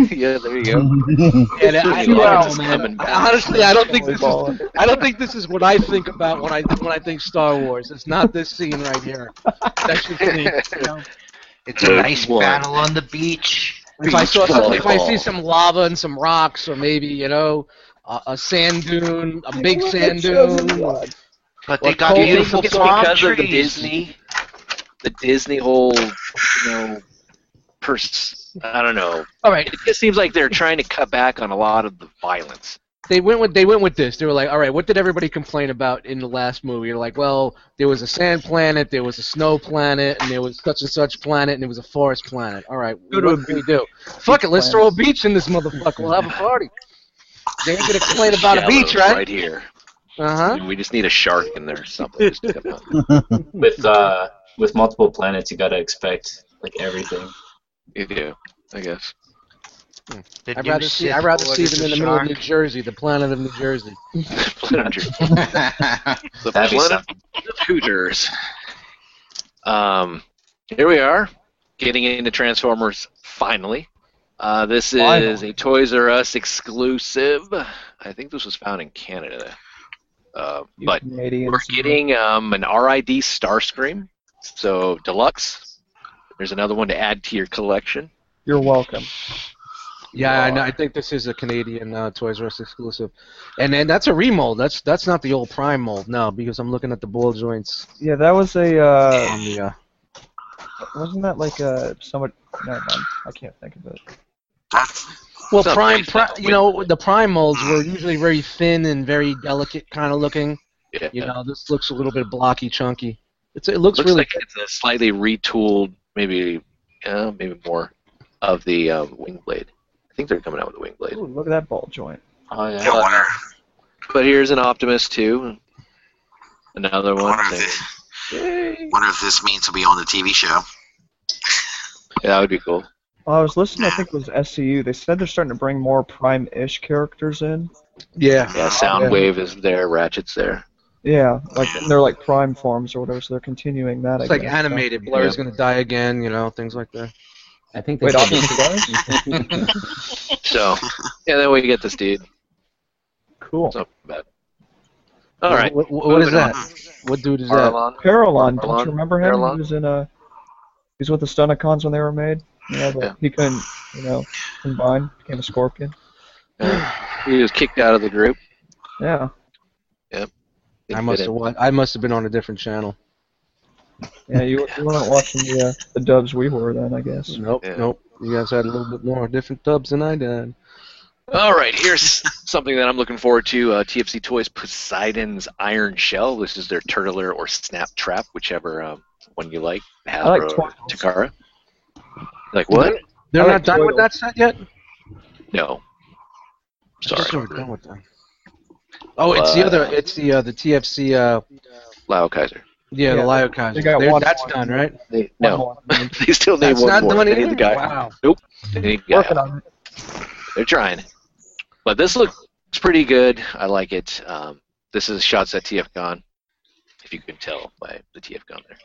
Speaker 2: yeah, there you go.
Speaker 4: And
Speaker 2: Pretty
Speaker 4: I,
Speaker 2: long,
Speaker 4: yeah,
Speaker 2: it's coming back.
Speaker 4: honestly, I don't think this is. I don't think this is what I think about when I when I think Star Wars. It's not this scene right here. That's just me. you know?
Speaker 8: It's a nice
Speaker 2: Rogue One.
Speaker 8: battle on the beach.
Speaker 4: If I saw some, if I see
Speaker 2: Volleyball.
Speaker 4: some lava and some rocks, or maybe you know, a, a sand dune, a big sand dune.
Speaker 8: But they
Speaker 4: Well,
Speaker 8: got
Speaker 2: Do
Speaker 4: do
Speaker 2: you
Speaker 8: beautiful
Speaker 2: think it's
Speaker 8: palm
Speaker 2: because of the
Speaker 8: trees.
Speaker 2: Disney, the Disney whole, you know, pers- I don't know.
Speaker 4: All right,
Speaker 2: It just seems like they're trying to cut back on a lot of the violence.
Speaker 4: they went with they went with this. They were like, all right, what did everybody complain about in the last movie? They're like, well, there was a sand planet, there was a snow planet, and there was such and such planet, and there was a forest planet. All right,
Speaker 1: Go to a
Speaker 4: what can we do? Fuck it, let's throw a beach in this motherfucker. We'll have a party. They ain't gonna complain about a
Speaker 2: Shallow
Speaker 4: beach, right?
Speaker 2: Right here.
Speaker 4: Uh huh.
Speaker 2: We just need a shark in there or something. Just to come out.
Speaker 9: With uh, with multiple planets, you gotta expect like everything.
Speaker 2: You do, I guess.
Speaker 8: Did
Speaker 4: I'd
Speaker 8: you
Speaker 4: rather see
Speaker 8: sit
Speaker 4: I'd rather
Speaker 8: for
Speaker 4: see
Speaker 8: it
Speaker 4: them
Speaker 8: as
Speaker 4: in
Speaker 8: a
Speaker 4: the middle of
Speaker 8: shark?
Speaker 4: New Jersey, the planet of New Jersey.
Speaker 2: Plunger. the
Speaker 9: That'd be
Speaker 2: planet of Hooters. Um, here we are, getting into Transformers finally. Uh, this is
Speaker 1: Finally.
Speaker 2: a Toys R Us exclusive. I think this was found in Canada. Uh, but we're getting um, an RID Starscream, so deluxe. There's another one to add to your collection.
Speaker 1: You're welcome.
Speaker 4: Yeah, I know. I think this is a Canadian uh, Toys R Us exclusive, and and that's a remold. That's that's not the old prime mold, no, because I'm looking at the ball joints
Speaker 1: Yeah, that was a. Uh,
Speaker 4: on the. Uh,
Speaker 1: wasn't that like a somewhat? Never mind. I can't think of it.
Speaker 6: That's,
Speaker 4: Well,
Speaker 2: Some
Speaker 4: prime,
Speaker 2: places
Speaker 4: pri-
Speaker 2: don't
Speaker 4: you
Speaker 2: win.
Speaker 4: know, the prime molds were usually very thin and very delicate kind of looking.
Speaker 2: Yeah.
Speaker 4: You know, this looks a little bit blocky, chunky. It's, it looks,
Speaker 2: looks
Speaker 4: really
Speaker 2: like it's a slightly retooled, maybe, uh, maybe more of the uh, wing blade. I think they're coming out with the wing blade.
Speaker 1: Ooh, look at that ball joint.
Speaker 9: Oh
Speaker 6: yeah, I
Speaker 9: yeah.
Speaker 6: wonder,
Speaker 2: But here's an Optimus too. Another
Speaker 6: I
Speaker 2: one.
Speaker 6: wonder, if this, wonder if this means to be on the TV show.
Speaker 2: Yeah, that would be cool.
Speaker 1: Well, I was listening. I think it was SCU. They said they're starting to bring more Prime-ish characters in.
Speaker 4: yeah.
Speaker 2: Yeah, Soundwave is there. Ratchet's there.
Speaker 1: Yeah, like and they're like Prime forms or whatever. So they're continuing that.
Speaker 4: It's
Speaker 1: I
Speaker 4: like
Speaker 1: guess.
Speaker 4: animated. Blur's gonna die again. You know, things like that.
Speaker 3: I think they
Speaker 1: Wait,
Speaker 3: said
Speaker 1: Optimus Prime?
Speaker 2: So, yeah, then we get this dude.
Speaker 1: Cool.
Speaker 2: So bad. All right.
Speaker 4: What, what- what is
Speaker 2: Moving on.
Speaker 4: that? What dude is that?
Speaker 2: Arlon.
Speaker 1: Paralon, don't
Speaker 2: Paralon,
Speaker 1: you remember him?
Speaker 2: Paralon.
Speaker 1: He was in a. He's with the Stunicons when they were made. You know, but
Speaker 2: Yeah.
Speaker 1: he couldn't, you know, combine. Became a Scorpion.
Speaker 2: Uh, he was kicked out of the group.
Speaker 1: Yeah.
Speaker 2: He
Speaker 4: I
Speaker 2: fit
Speaker 4: must
Speaker 2: in.
Speaker 4: have. wa- I must have been on a different channel.
Speaker 1: Yeah, you, you weren't watching the, uh, the dubs we were then, I guess.
Speaker 4: Nope.
Speaker 2: Yeah.
Speaker 4: Nope. You guys had a little bit more different dubs than I did.
Speaker 2: All right, here's something that I'm looking forward to. Uh, TFC Toys Poseidon's Iron Shell. This is their Turtler or Snap Trap, whichever um, one you like. Hasbro
Speaker 1: like
Speaker 2: or
Speaker 1: Twilight's.
Speaker 2: Takara. Like what?
Speaker 4: They're
Speaker 1: I
Speaker 4: not
Speaker 1: like
Speaker 4: done with
Speaker 1: Toyota.
Speaker 4: that set yet.
Speaker 2: No.
Speaker 4: I just
Speaker 2: Sorry.
Speaker 4: weren't done with them. Oh, it's the
Speaker 2: Uh,
Speaker 4: other. It's the uh, the TFC. Uh,
Speaker 2: Lao Kaiser.
Speaker 4: yeah, the
Speaker 1: Yeah,
Speaker 4: Lyokaiser.
Speaker 1: they got
Speaker 4: They're-
Speaker 1: one
Speaker 4: That's
Speaker 1: more.
Speaker 4: done, right?
Speaker 2: They, no,
Speaker 1: One more.
Speaker 2: they still need
Speaker 4: That's
Speaker 2: one
Speaker 4: not
Speaker 2: more.
Speaker 4: the one
Speaker 2: they need
Speaker 4: either?
Speaker 2: the guy.
Speaker 4: Wow.
Speaker 2: They need the guy.
Speaker 1: Working on it.
Speaker 2: They're trying. But this looks pretty good. I like it. Um, This is shots at TFCon, if you can tell by the TFCon there.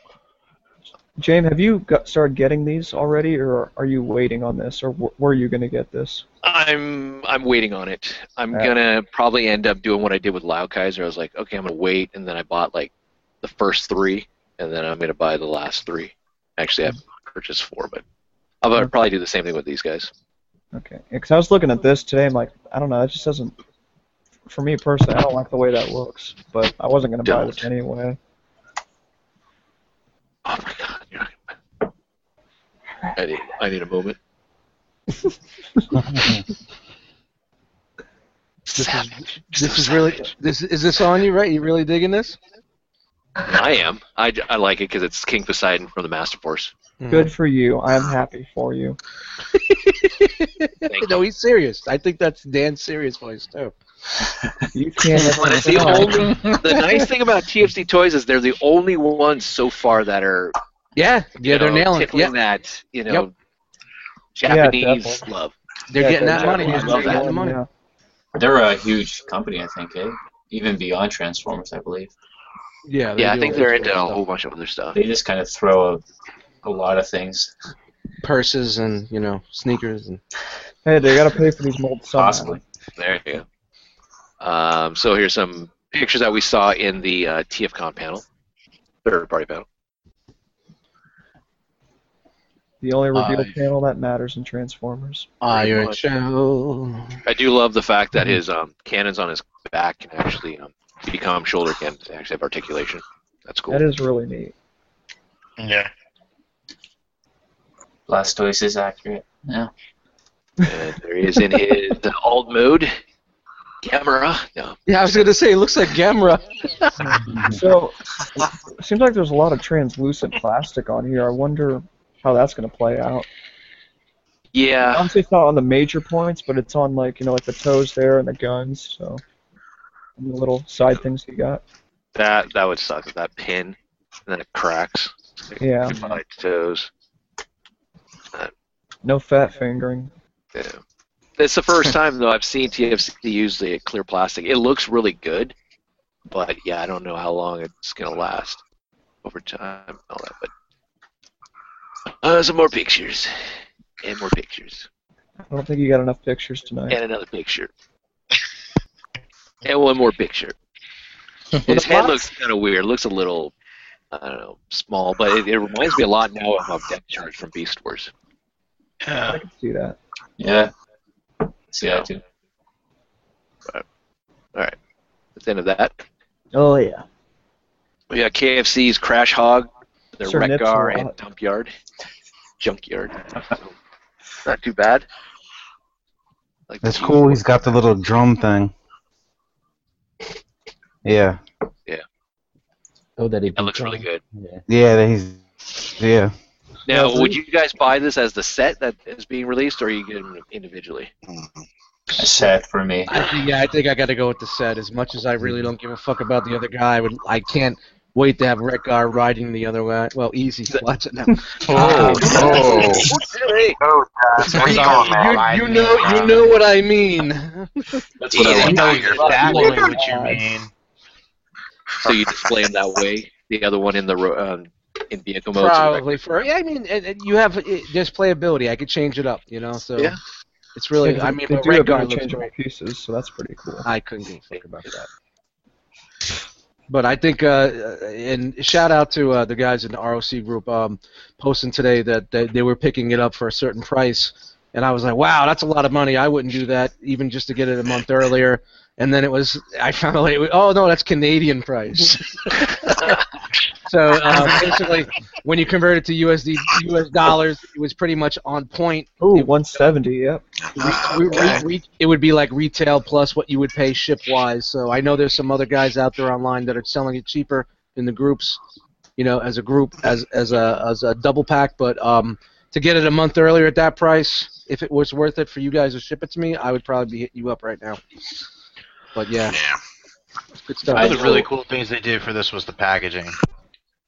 Speaker 1: James, have you got, started getting these already, or are you waiting on this, or w- were you going to get this?
Speaker 2: I'm I'm waiting on it. I'm
Speaker 1: Yeah.
Speaker 2: gonna probably end up doing what I did with Lao Kaiser. I was like, okay, I'm gonna wait, and then I bought like the first three, and then I'm gonna buy the last three. Actually, I purchased four, but I'll probably do the same thing with these guys.
Speaker 1: Okay, because I was looking at this today. I'm like, I don't know. It just doesn't. For me personally, I don't like the way that looks. But I wasn't going to buy this anyway.
Speaker 2: Oh my god, you're not gonna- I need, I need a moment.
Speaker 4: This is, this is really. This is this on you, right? You really digging this?
Speaker 2: I am. I, I like it because it's King Poseidon from the Master Force.
Speaker 1: Good for you. I am happy for you.
Speaker 2: Thank
Speaker 4: no, he's serious. I think that's Dan's serious voice too.
Speaker 1: You can't.
Speaker 2: But it's the only. The nice thing about TFC Toys is they're the only ones so far that are
Speaker 4: Yeah, yeah,
Speaker 2: you
Speaker 4: they're
Speaker 2: know,
Speaker 4: nailing it.
Speaker 2: tickling
Speaker 4: Yeah,
Speaker 2: that you know
Speaker 1: Yeah,
Speaker 2: Japanese
Speaker 1: definitely.
Speaker 2: love.
Speaker 4: they're
Speaker 1: Yeah,
Speaker 4: getting that money.
Speaker 1: exactly.
Speaker 9: I
Speaker 4: They're
Speaker 9: love
Speaker 4: getting
Speaker 9: that.
Speaker 4: the money.
Speaker 1: Yeah.
Speaker 9: They're a huge company, I think, eh? Even beyond Transformers, I believe.
Speaker 4: Yeah,
Speaker 2: Yeah, I think they're into a
Speaker 4: stuff.
Speaker 2: whole bunch of other stuff.
Speaker 9: They just kind of throw a, a lot of things.
Speaker 4: purses and you know sneakers and
Speaker 1: Hey, they got to pay for these molds somehow.
Speaker 9: Possibly.
Speaker 2: There you go. Um, so here's some pictures that we saw in the uh, TFCon panel, third party panel.
Speaker 1: The only reveal
Speaker 4: Aye.
Speaker 1: panel that matters in Transformers.
Speaker 4: Iron
Speaker 2: much.
Speaker 4: Show.
Speaker 2: I do love the fact that his um, cannons on his back can actually um, become shoulder cannons. They actually have articulation. That's cool.
Speaker 1: That is really neat.
Speaker 5: Yeah.
Speaker 9: Blastoise is accurate. Yeah.
Speaker 2: And there he is in his alt mode. Camera. No.
Speaker 4: Yeah, I was gonna say it looks like Gamera.
Speaker 1: So, it seems like there's a lot of translucent plastic on here. I wonder how that's going to play out.
Speaker 2: Yeah.
Speaker 1: Obviously, it's not on the major points, but it's on like you know, like the toes there and the guns. So, and the little side things you got.
Speaker 2: That that would suck. if That pin, and then it cracks.
Speaker 1: Yeah.
Speaker 2: My toes.
Speaker 1: No fat fingering.
Speaker 2: Yeah. It's the first time though I've seen TFC use the clear plastic. It looks really good, but yeah, I don't know how long it's gonna last over time and all that. But uh, some more pictures and more pictures
Speaker 1: I don't think you got enough pictures tonight.
Speaker 2: and another picture and one more picture. His head looks kind of weird. Looks a little, I don't know, small, but it, it reminds me a lot now of, of Death Charge from Beast Wars.
Speaker 1: I can see that.
Speaker 9: Yeah. See that too.
Speaker 2: At the end of that,
Speaker 1: Oh yeah.
Speaker 2: We got KFC's Crash Hog, their
Speaker 1: Sir
Speaker 2: Wreck
Speaker 1: Nips a
Speaker 2: Gar, and
Speaker 1: lot.
Speaker 2: Dump Yard. Junkyard. So, not too bad. Like
Speaker 7: That's
Speaker 2: the-
Speaker 7: cool. He's got the little drum thing. Yeah.
Speaker 3: Oh, that he.
Speaker 2: That looks really good.
Speaker 3: Yeah.
Speaker 7: Yeah. that He's. Yeah.
Speaker 2: Now, would you guys buy this as the set that is being released, or are you getting them individually?
Speaker 9: A set for me.
Speaker 4: I think, yeah, I think I gotta go with the set. As much as I really don't give a fuck about the other guy, I would I can't wait to have Rekgar riding the other guy. Well, easy. Watch it now.
Speaker 10: Oh, oh.
Speaker 6: Oh, God.
Speaker 8: Where you going, man?
Speaker 4: You- you, know, you know what I mean.
Speaker 9: That's what I
Speaker 8: You
Speaker 9: want.
Speaker 8: know exactly what you mean.
Speaker 2: So you display them that way. The other one in the ro- um, in vehicle mode. so the Wreck-
Speaker 4: Probably for yeah. I mean, and, and you have it, there's playability. I could change it up, you know. So
Speaker 2: Yeah.
Speaker 4: it's really. I mean,
Speaker 1: they
Speaker 4: but
Speaker 1: do have
Speaker 4: Rekgar looks
Speaker 1: interchangeable
Speaker 4: great.
Speaker 1: pieces, so that's pretty cool.
Speaker 4: I couldn't give a fuck about that. But I think, uh, and shout out to uh, the guys in the ROC group um, posting today that they, they were picking it up for a certain price, and I was like, wow, that's a lot of money. I wouldn't do that even just to get it a month earlier. And then it was, I found out later, oh no, that's Canadian price. so uh, basically, when you convert it to USD, US dollars, it was pretty much on point
Speaker 1: Ooh, 170. Yep.
Speaker 4: we, we, we, it would be like retail plus what you would pay ship wise. So I know there's some other guys out there online that are selling it cheaper in the groups, you know, as a group, as as a as a double pack. But um, to get it a month earlier at that price, if it was worth it for you guys to ship it to me, I would probably be hitting you up right now. But yeah,
Speaker 6: Yeah.
Speaker 4: it's good
Speaker 9: I
Speaker 8: One
Speaker 4: stuff.
Speaker 8: of the really cool things they did for this was the packaging.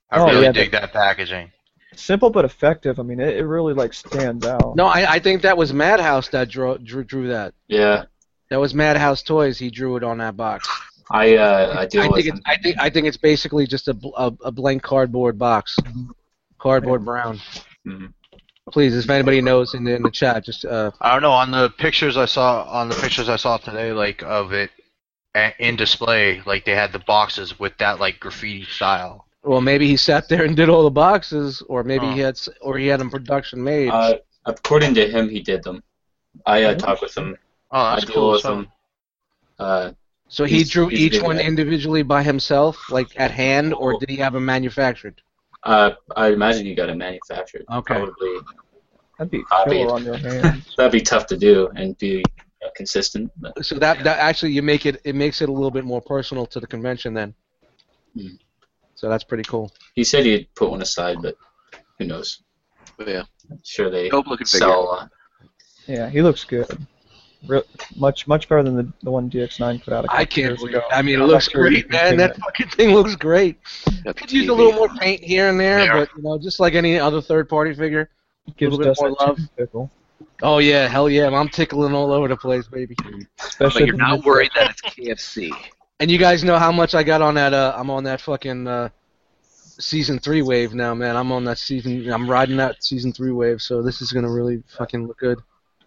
Speaker 8: I
Speaker 1: Oh,
Speaker 8: really
Speaker 1: yeah,
Speaker 8: dig that packaging.
Speaker 1: Simple but effective. I mean, it, it really like stands out.
Speaker 4: No, I, I think that was Madhouse that drew, drew drew that.
Speaker 9: Yeah.
Speaker 4: That was Madhouse Toys. He drew it on that box.
Speaker 9: I uh, I deal
Speaker 4: I
Speaker 9: with
Speaker 4: think it's,
Speaker 9: them.
Speaker 4: I think I think it's basically just a, bl- a, a blank cardboard box,
Speaker 9: Mm-hmm.
Speaker 4: cardboard brown.
Speaker 9: Mhm.
Speaker 4: Please, if anybody knows in the, in the chat, just uh,
Speaker 8: I don't know. On the pictures I saw, on the pictures I saw today, like of it a- in display, like they had the boxes with that like graffiti style.
Speaker 4: well, maybe he sat there and did all the boxes, or maybe
Speaker 8: Oh.
Speaker 4: he had s- or he had them production made.
Speaker 9: Uh, according to him, he did them. I uh, talk with him.
Speaker 8: Oh,
Speaker 9: I
Speaker 8: that's
Speaker 9: deal
Speaker 8: cool.
Speaker 9: with
Speaker 8: as fuck.
Speaker 9: him. Uh,
Speaker 4: so he
Speaker 9: he's-
Speaker 4: drew
Speaker 9: he's
Speaker 4: each
Speaker 9: doing
Speaker 4: one
Speaker 9: that.
Speaker 4: individually by himself, like at hand, or did he have them manufactured?
Speaker 9: uh, I imagine he got it manufactured.
Speaker 4: Okay.
Speaker 9: Probably.
Speaker 1: That'd be
Speaker 9: Copy it.
Speaker 1: killer on your hands.
Speaker 9: That'd be tough to do and be uh, consistent. But,
Speaker 4: So that that actually you make it it makes it a little bit more personal to the convention then.
Speaker 9: Hmm.
Speaker 4: So that's pretty cool.
Speaker 9: he said he'd put one aside, but who knows?
Speaker 2: Yeah.
Speaker 9: Sure they
Speaker 2: Dope looking figure.
Speaker 9: sell a lot.
Speaker 1: yeah, he looks good. Real, much much better than the, the one DX9 put out. a couple
Speaker 4: I can't
Speaker 1: years
Speaker 4: believe
Speaker 1: ago.
Speaker 4: it. I mean, it
Speaker 1: I'm
Speaker 4: looks
Speaker 1: not sure you
Speaker 4: great,
Speaker 1: can
Speaker 4: man.
Speaker 1: see
Speaker 4: That fucking thing looks great.
Speaker 2: Got
Speaker 4: Could use a
Speaker 2: TV.
Speaker 4: little more paint here and there,
Speaker 5: Yeah.
Speaker 4: but you know, just like any other third-party figure.
Speaker 1: It gives
Speaker 4: little bit
Speaker 1: us
Speaker 4: more
Speaker 1: that
Speaker 4: love.
Speaker 1: tickle,
Speaker 4: Oh yeah, hell yeah, I'm tickling all over the place, baby.
Speaker 2: But
Speaker 1: Especially
Speaker 2: you're
Speaker 1: the
Speaker 2: not
Speaker 1: mid-
Speaker 2: worried that it's KFC.
Speaker 4: And you guys know how much I got on that. Uh, I'm on that fucking uh, season three wave now, man. I'm on that season. I'm riding that season three wave, so this is gonna really fucking look good.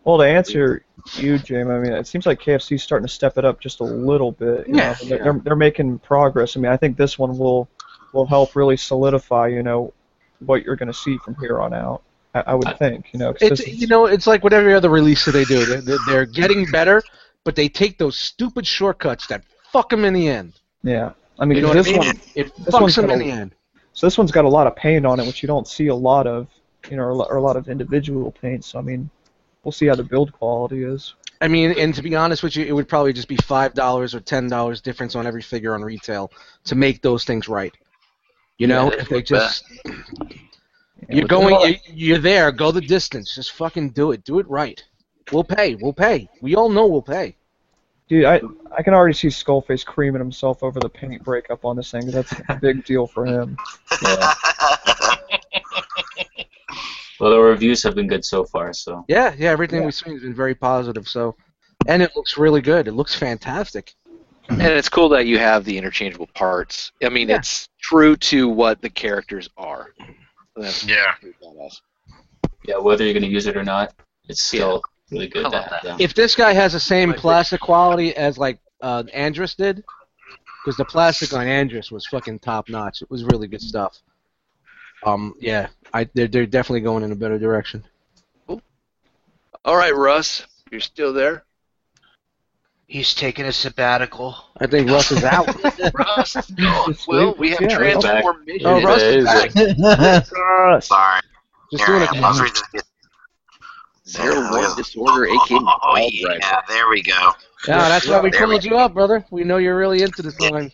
Speaker 1: Well, to answer you, Jim, I mean, it seems like KFC's starting to step it up just a little bit. you
Speaker 4: Yeah.
Speaker 1: know, they're, they're they're making progress. I mean, I think this one will will help really solidify, you know, what you're going to see from here on out. I, I would think, you know, 'cause
Speaker 4: It's
Speaker 1: this is-
Speaker 4: you know, it's like what every other release that they do. They're, they're- they're getting better, but they take those stupid shortcuts that fuck them in the end.
Speaker 1: yeah. I mean,
Speaker 4: You know
Speaker 1: 'cause
Speaker 4: what I
Speaker 1: this
Speaker 4: mean?
Speaker 1: one,
Speaker 4: It
Speaker 1: This one's
Speaker 4: fucks them in
Speaker 1: gonna-
Speaker 4: the end.
Speaker 1: so this one's got a lot of paint on it, which you don't see a lot of, you know, or a lo- or a lot of individual paint. So I mean, we'll see how the build quality is.
Speaker 4: I mean, and to be honest with you, it would probably just be five dollars or ten dollars difference on every figure on retail to make those things right. You know,
Speaker 2: Yeah,
Speaker 4: if they
Speaker 2: look
Speaker 4: just
Speaker 1: Yeah,
Speaker 4: you're
Speaker 1: but there's a lot-
Speaker 4: going, you're, you're there. Go the distance. Just fucking do it. Do it right. We'll pay. We'll pay. We all know we'll pay.
Speaker 1: Dude, I I can already see Skullface creaming himself over the paint breakup on this thing. 'cause That's a big deal for him.
Speaker 9: Yeah. well, the reviews have been good so far, so
Speaker 4: Yeah, yeah. Everything
Speaker 1: Yeah.
Speaker 4: we've seen has been very positive. So, and it looks really good. It looks fantastic.
Speaker 2: And it's cool that you have the interchangeable parts. I mean,
Speaker 4: Yeah.
Speaker 2: it's true to what the characters are. That's
Speaker 5: Yeah.
Speaker 2: pretty badass.
Speaker 9: yeah, whether you're gonna use it or not, it's still really good
Speaker 2: How
Speaker 9: to
Speaker 2: about
Speaker 9: have. them.
Speaker 4: If this guy has the same plastic quality as like uh, Andrus did, because the plastic on Andrus was fucking top notch. It was really good stuff. Um, yeah, I they're, they're definitely going in a better direction.
Speaker 2: All right, Russ, you're still there.
Speaker 8: He's taking a sabbatical.
Speaker 4: I think Russ is out.
Speaker 2: Russ is gone.
Speaker 1: Just
Speaker 2: Well,
Speaker 1: leave.
Speaker 2: we have
Speaker 1: Yeah,
Speaker 9: Russ.
Speaker 2: transformation.
Speaker 4: oh, Russ
Speaker 10: is
Speaker 4: is back.
Speaker 6: Sorry.
Speaker 4: Just
Speaker 6: Here
Speaker 4: doing
Speaker 6: I
Speaker 4: a
Speaker 6: am. I was reading this-
Speaker 2: Zero one disorder, aka
Speaker 6: Oh,
Speaker 2: ball
Speaker 6: yeah,
Speaker 2: driver.
Speaker 6: there we go.
Speaker 4: Yeah, that's why we
Speaker 6: There we
Speaker 4: called you up, brother. We know you're really into this line.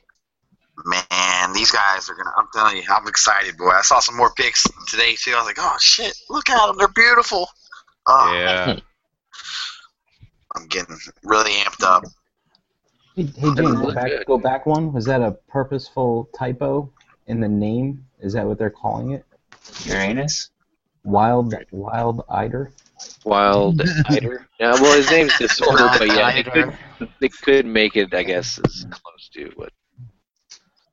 Speaker 6: Man, these guys are gonna. I'm telling you, I'm excited, boy. I saw some more pics today too. I was like, oh shit, look at them, they're beautiful. Oh,
Speaker 5: Yeah.
Speaker 6: I'm getting really amped up.
Speaker 3: Hey, hey James, go
Speaker 2: look
Speaker 3: back,
Speaker 2: good.
Speaker 3: go back one. Was that a purposeful typo in the name? Is that what they're calling it?
Speaker 9: Uranus.
Speaker 3: Wild, wild eider.
Speaker 2: Wild Eider. Yeah, well, his name's Disorder, but yeah, they could,
Speaker 8: Eider.
Speaker 2: they could make it, I guess, as close to what.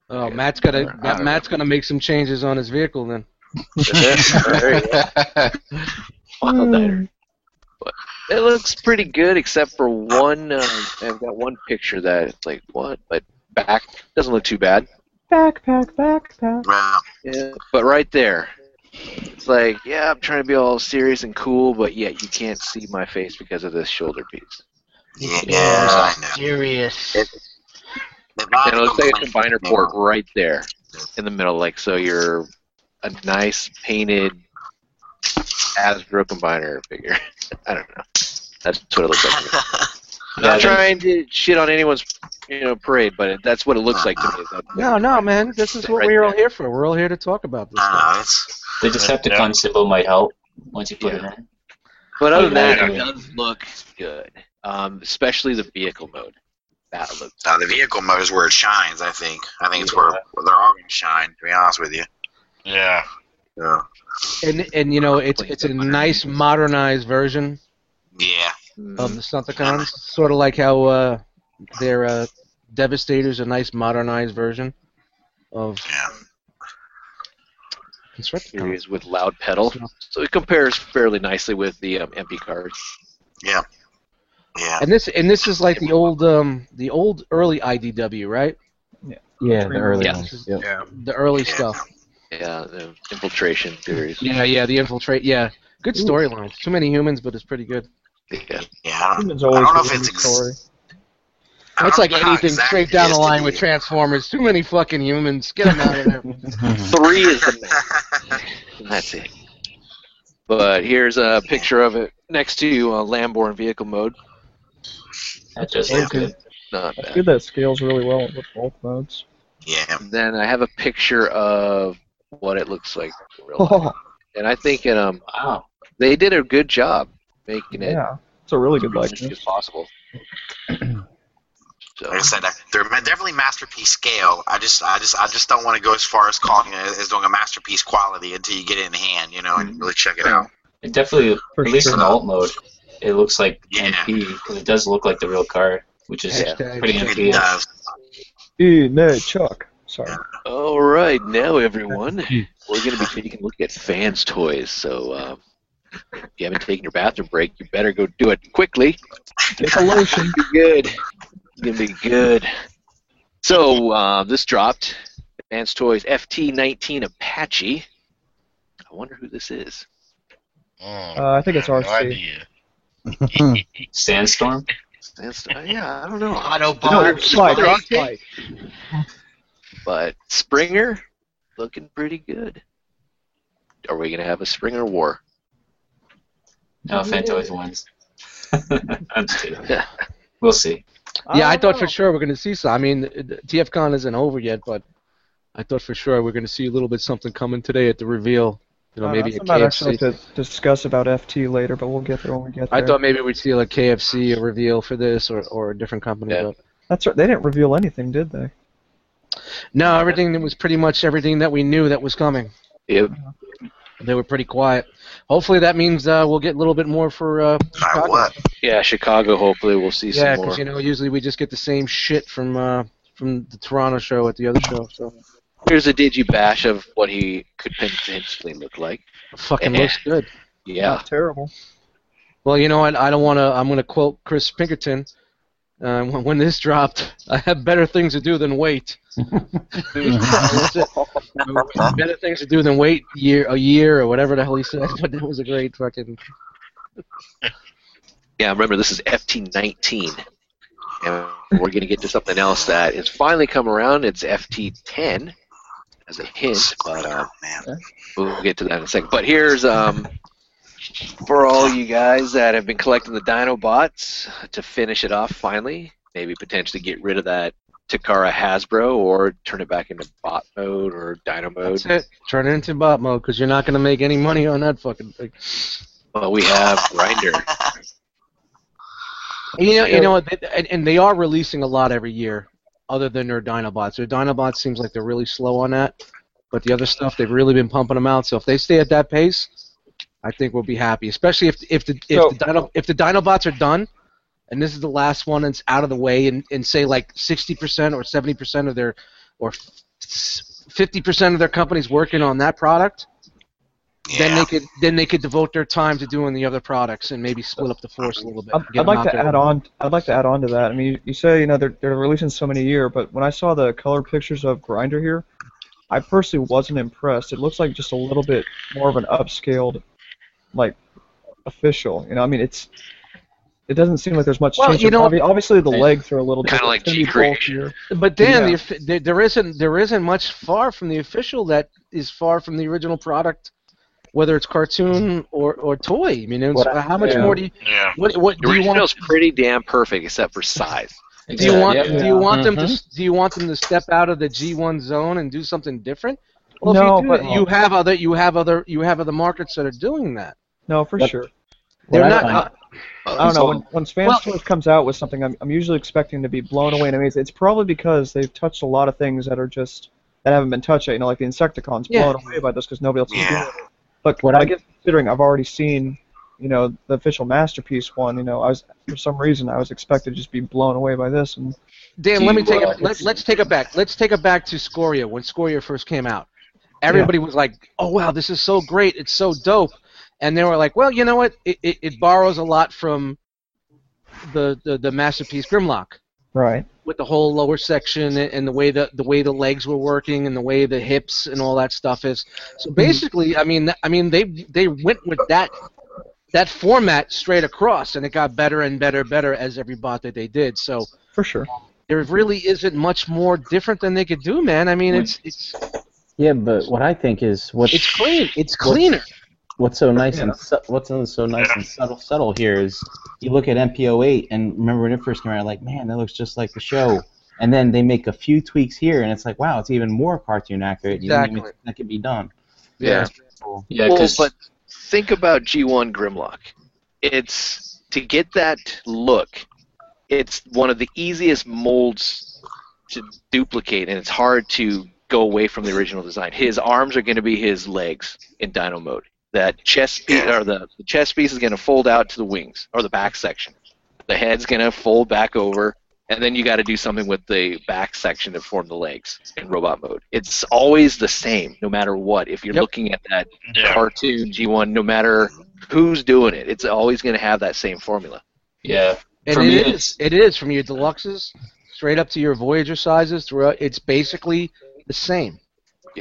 Speaker 4: Oh, Matt's gonna
Speaker 2: I don't know.
Speaker 4: Matt's gonna make some changes on his vehicle then.
Speaker 2: Wild Eider. But it looks pretty good, except for one. Uh, I've got one picture that it's like what, but back doesn't look too bad.
Speaker 1: Backpack, backpack.
Speaker 6: Well,
Speaker 2: Yeah, but right there, it's like yeah, I'm trying to be all serious and cool, but yet you can't see my face because of this shoulder piece.
Speaker 6: yeah, I know.
Speaker 8: Serious.
Speaker 6: If
Speaker 2: And it
Speaker 6: I'm
Speaker 2: looks like a
Speaker 6: complaining,
Speaker 2: combiner port right there in the middle. Like so, you're a nice painted Asbro combiner figure. I don't know. That's what it looks like. to me. Not trying to shit on anyone's you know parade, but it, that's what it looks like to me. That-
Speaker 4: No, no, man. This is what
Speaker 2: Right
Speaker 4: we're all
Speaker 2: there.
Speaker 4: here for. We're all here to talk about this.
Speaker 6: I know it's.
Speaker 9: The Decepticon symbol might help once you put it in.
Speaker 2: But other than that, it
Speaker 9: Yeah.
Speaker 2: does look good. Um, especially the vehicle mode. That looks.
Speaker 6: Uh, the vehicle mode is where it shines. I think. I think it's where, where they're all gonna shine. To be honest with you.
Speaker 5: Yeah.
Speaker 6: Yeah.
Speaker 4: And and you know, it's it's a nice modernized version
Speaker 6: Yeah.
Speaker 4: Oh. Um, of the Decepticons, sort of like how uh, their uh, Devastator's a nice modernized version of
Speaker 6: Yeah.
Speaker 2: Here he
Speaker 4: Constructicon.
Speaker 2: is with Loud Pedal. So it compares fairly nicely with the um, MP card.
Speaker 6: Yeah.
Speaker 4: And this and this is like the old um the old early IDW, right?
Speaker 3: Yeah, the
Speaker 1: Three
Speaker 3: early
Speaker 2: months.
Speaker 3: ones. Yep.
Speaker 8: Yeah.
Speaker 4: The early stuff.
Speaker 2: Yeah, the infiltration theories.
Speaker 4: Yeah, yeah, the infiltrate. Yeah, good
Speaker 1: Ooh.
Speaker 4: storylines. Too many humans, but it's pretty good.
Speaker 2: Yeah.
Speaker 6: Yeah. I don't,
Speaker 1: Humans always
Speaker 6: know
Speaker 1: do
Speaker 6: if
Speaker 1: a
Speaker 6: it's
Speaker 1: good
Speaker 6: ex-
Speaker 1: story.
Speaker 6: I don't
Speaker 4: That's like
Speaker 6: know how
Speaker 4: anything
Speaker 6: exactly
Speaker 4: straight down
Speaker 6: it
Speaker 4: the
Speaker 6: is to
Speaker 4: line with
Speaker 6: be-
Speaker 4: Transformers. Too many fucking humans. Get them out of there.
Speaker 2: Three is the max. That's it. But here's a picture of it next to uh, Lamborn vehicle mode.
Speaker 9: That just looks
Speaker 1: Okay.
Speaker 9: good.
Speaker 2: Not
Speaker 1: That's
Speaker 2: bad.
Speaker 1: good. That scales really well with both modes.
Speaker 6: Yeah.
Speaker 2: Then I have a picture of what it looks like in real life.
Speaker 1: Oh,
Speaker 2: And I think in, um,
Speaker 9: Wow.
Speaker 2: they did a good job making it
Speaker 1: yeah, it's a really good
Speaker 2: as realistic as
Speaker 1: likeness.
Speaker 2: possible. So,
Speaker 6: Like I said, that- they're ma- definitely masterpiece scale. I just, I just, I just don't want to go as far as calling it as doing a masterpiece quality until you get it in hand, you know, and really check it out.
Speaker 9: It definitely,
Speaker 1: For
Speaker 9: at least
Speaker 1: sure.
Speaker 9: in alt mode, it looks like
Speaker 6: Yeah.
Speaker 9: MP because it does look like the real car, which is
Speaker 2: Yeah.
Speaker 9: pretty
Speaker 6: It
Speaker 9: MP.
Speaker 6: does.
Speaker 1: E, no, Chuck. Sorry.
Speaker 2: all right, now everyone, we're going to be taking a look at fans' toys. So, um, if you haven't taken your bathroom break, you better go do it quickly.
Speaker 1: Take a lotion.
Speaker 2: Be good. It's going to be good. So, uh, this dropped. Fans' toys FT19 Apache. I wonder who this is.
Speaker 5: Mm,
Speaker 1: Uh, I think it's
Speaker 5: I have
Speaker 1: RC.
Speaker 5: No idea.
Speaker 9: Sandstorm.
Speaker 2: That's, uh, yeah, I don't know.
Speaker 1: No,
Speaker 5: Autobots.
Speaker 1: Spike.
Speaker 5: Drunk?
Speaker 1: Spike.
Speaker 2: But Springer, looking pretty good. Are we going to have a Springer war?
Speaker 9: No, Fantoys wins. I'm just kidding.
Speaker 2: Yeah.
Speaker 9: We'll see.
Speaker 4: Yeah, I
Speaker 1: don't
Speaker 4: thought for
Speaker 1: know.
Speaker 4: sure we're gonna see some. I mean, TFCon isn't over yet, but I thought for sure we're gonna see a little bit something coming today at the reveal. You know,
Speaker 1: Uh,
Speaker 4: maybe
Speaker 1: that's
Speaker 4: a
Speaker 1: about actually
Speaker 4: KFC.
Speaker 1: to discuss about FT later, but we'll get there when we get there.
Speaker 4: I thought maybe we'd see like KFC a reveal for this or, or a different company.
Speaker 2: Yeah.
Speaker 4: But
Speaker 1: That's right. They didn't reveal anything, did they?
Speaker 4: no, everything that was pretty much everything that we knew that was coming.
Speaker 2: Yep.
Speaker 4: They were pretty quiet. Hopefully that means uh, we'll get a little bit more for uh,
Speaker 6: By
Speaker 4: Chicago.
Speaker 6: what?
Speaker 2: Yeah, Chicago. Hopefully, we'll see
Speaker 4: Yeah,
Speaker 2: some more.
Speaker 4: because you know usually we just get the same shit from uh, from the Toronto show at the other show. So
Speaker 2: Here's a digi bash of what he could potentially look like.
Speaker 4: fucking
Speaker 2: Yeah.
Speaker 4: looks good.
Speaker 2: Yeah,
Speaker 1: Not terrible.
Speaker 4: Well, you know what? I don't want to. I'm going to quote Chris Pinkerton. Uh, when when this dropped, I have better things to do than wait. That's it. better things to do than wait year a year or whatever the hell he said. But that was a great fucking.
Speaker 2: yeah. Remember, this is FT19, and we're gonna get to something else that has finally come around. It's FT10 as a hint, but um,
Speaker 6: uh, man.
Speaker 2: We'll get to that in a second. But here's um for all you guys that have been collecting the Dinobots to finish it off finally. Maybe potentially get rid of that Takara Hasbro or turn it back into bot mode or Dino mode.
Speaker 4: That's it. Turn it into bot mode because you're not going to make any money on that fucking thing.
Speaker 2: Well, we have Grinder.
Speaker 4: You know, you know what? they- And, and they are releasing a lot every year, other than their Dinobots. Their Dinobots seems like they're really slow on that, but the other stuff they've really been pumping them out. So if they stay at that pace, I think we'll be happy. Especially if if the if,
Speaker 1: So-
Speaker 4: the, Dino, if the Dinobots are done, and this is the last one that's out of the way, and, and say like sixty percent or seventy percent of their or fifty percent of their company's working on that product. Then
Speaker 6: Yeah.
Speaker 4: they could then they could devote their time to doing the other products and maybe split up the force a little bit.
Speaker 1: I'd,
Speaker 4: Get
Speaker 1: I'd
Speaker 4: 'em
Speaker 1: like
Speaker 4: out
Speaker 1: to
Speaker 4: there.
Speaker 1: add on. I'd like to add on to that. I mean, you, you say you know they're they're releasing so many a year, but when I saw the color pictures of Grinder here, I personally wasn't impressed. It looks like just a little bit more of an upscaled, like official. You know, I mean, it's it doesn't seem like there's much
Speaker 4: Well,
Speaker 1: change.
Speaker 4: you know-
Speaker 1: Obvi- obviously the legs are a little
Speaker 2: Kinda
Speaker 1: different.
Speaker 2: like
Speaker 1: It's gonna be
Speaker 2: G-Creation.
Speaker 1: bulkier.
Speaker 4: But Dan,
Speaker 1: Yeah.
Speaker 4: the, there, there isn't there isn't much far from the official that is far from the original product, whether it's cartoon or, or toy. I mean, it's,
Speaker 3: What I-
Speaker 4: how much
Speaker 3: yeah.
Speaker 4: more do you
Speaker 5: Yeah.
Speaker 4: what, what
Speaker 2: The
Speaker 4: do you
Speaker 2: original
Speaker 4: want
Speaker 2: is pretty damn perfect except for size.
Speaker 4: do you want
Speaker 10: Yeah.
Speaker 4: do you want them to s- do you want them to step out of the G one zone and do something different? Well,
Speaker 1: No,
Speaker 4: if you, do
Speaker 1: but-
Speaker 4: that, you have other you have other you have other markets that are doing that.
Speaker 1: No, for
Speaker 3: Yep.
Speaker 1: sure.
Speaker 4: They're
Speaker 3: What Mm-hmm. I
Speaker 4: not.
Speaker 3: find-
Speaker 4: uh,
Speaker 1: I don't know. When, when Spanish
Speaker 4: Well-
Speaker 1: Toys comes out with something, I'm, I'm usually expecting to be blown away and amazed. It's probably because they've touched a lot of things that are just that haven't been touched yet. You know, like the Insecticons
Speaker 4: Yeah.
Speaker 1: blown away by this because nobody else is
Speaker 6: Yeah.
Speaker 1: doing it. But
Speaker 3: What
Speaker 1: I
Speaker 3: I-
Speaker 1: guess considering I've already seen you know, the official masterpiece one, you know, I was for some reason I was expected to just be blown away by this, and
Speaker 4: Dan,
Speaker 10: Do
Speaker 4: let me
Speaker 10: you,
Speaker 4: take
Speaker 10: uh,
Speaker 4: it. Let, let's take it back. Let's take it back to Scoria when Scoria first came out. Everybody was like, "Oh wow, this is so great! It's so dope!" And they were like, "Well, you know what? It, it, it borrows a lot from the, the the masterpiece Grimlock
Speaker 1: right,
Speaker 4: with the whole lower section and- and the way the the way the legs were working and the way the hips and all that stuff is.
Speaker 10: Mm-hmm.
Speaker 4: So basically, I mean, I mean they they went with that that format straight across, and it got better and better, better as every bot that they did. So
Speaker 1: for sure.
Speaker 4: there really isn't much more different than they could do, man. I mean, it's it's
Speaker 3: Yeah, but what I think is what's
Speaker 4: it's clean. It's cleaner.
Speaker 3: what's so nice and su- what's so- so nice and subtle subtle here is you look at MPO8 and remember when it first came out, like man, that looks just like the show. And then they make a few tweaks here, and it's like, wow, it's even more cartoon accurate. You didn't even
Speaker 4: Exactly.
Speaker 3: think that could be done.
Speaker 4: Yeah.
Speaker 9: Yeah,
Speaker 2: well,
Speaker 9: 'cause-
Speaker 2: but think about G1 Grimlock. It's to get that look. It's one of the easiest molds to duplicate, and it's hard to go away from the original design. His arms are going to be his legs in Dino mode. That chest piece, or the, the chest piece is going to fold out to the wings or the back section. The head's going to fold back over, and then you got to do something with the back section to form the legs in robot mode. It's always the same, no matter what. If you're
Speaker 4: Yep.
Speaker 2: looking at that
Speaker 5: Yeah.
Speaker 2: cartoon G1, no matter who's doing it, it's always going to have that same formula.
Speaker 9: yeah.
Speaker 4: And
Speaker 9: For
Speaker 4: it
Speaker 9: me,
Speaker 4: is.
Speaker 9: it's-
Speaker 4: It is from your deluxes straight up to your Voyager sizes. Throughout, it's basically the same.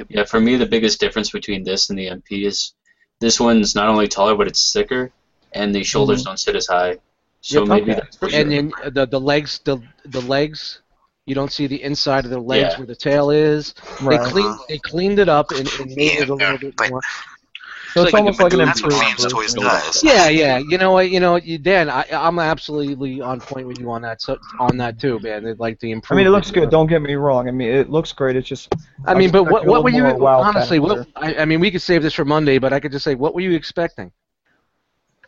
Speaker 9: Yeah, for me, the biggest difference between this and the MP is this one's not only taller, but it's thicker, and the shoulders don't sit as high. So
Speaker 4: Yep,
Speaker 9: maybe
Speaker 1: okay.
Speaker 9: that's for sure.
Speaker 4: and then the the legs the the legs you don't see the inside of the legs
Speaker 9: Yeah.
Speaker 4: where the tail is
Speaker 1: Right.
Speaker 4: they cleaned they cleaned it up and, and made it a little bit
Speaker 6: but-
Speaker 4: more
Speaker 1: So it's
Speaker 2: like
Speaker 1: almost like an
Speaker 6: That's what
Speaker 1: improvement.
Speaker 6: Sam's Toys does.
Speaker 4: yeah yeah you know what you know you Dan I I'm absolutely on point with you on that so, on that too man They'd like the
Speaker 1: I
Speaker 4: improvement
Speaker 1: mean, it looks good. Don't get me wrong. I mean, it looks great. It's just
Speaker 4: I mean but what what were you e,
Speaker 1: More wow
Speaker 4: honestly what
Speaker 1: factor.
Speaker 4: I, I mean we could save this for Monday but I could just say what were you expecting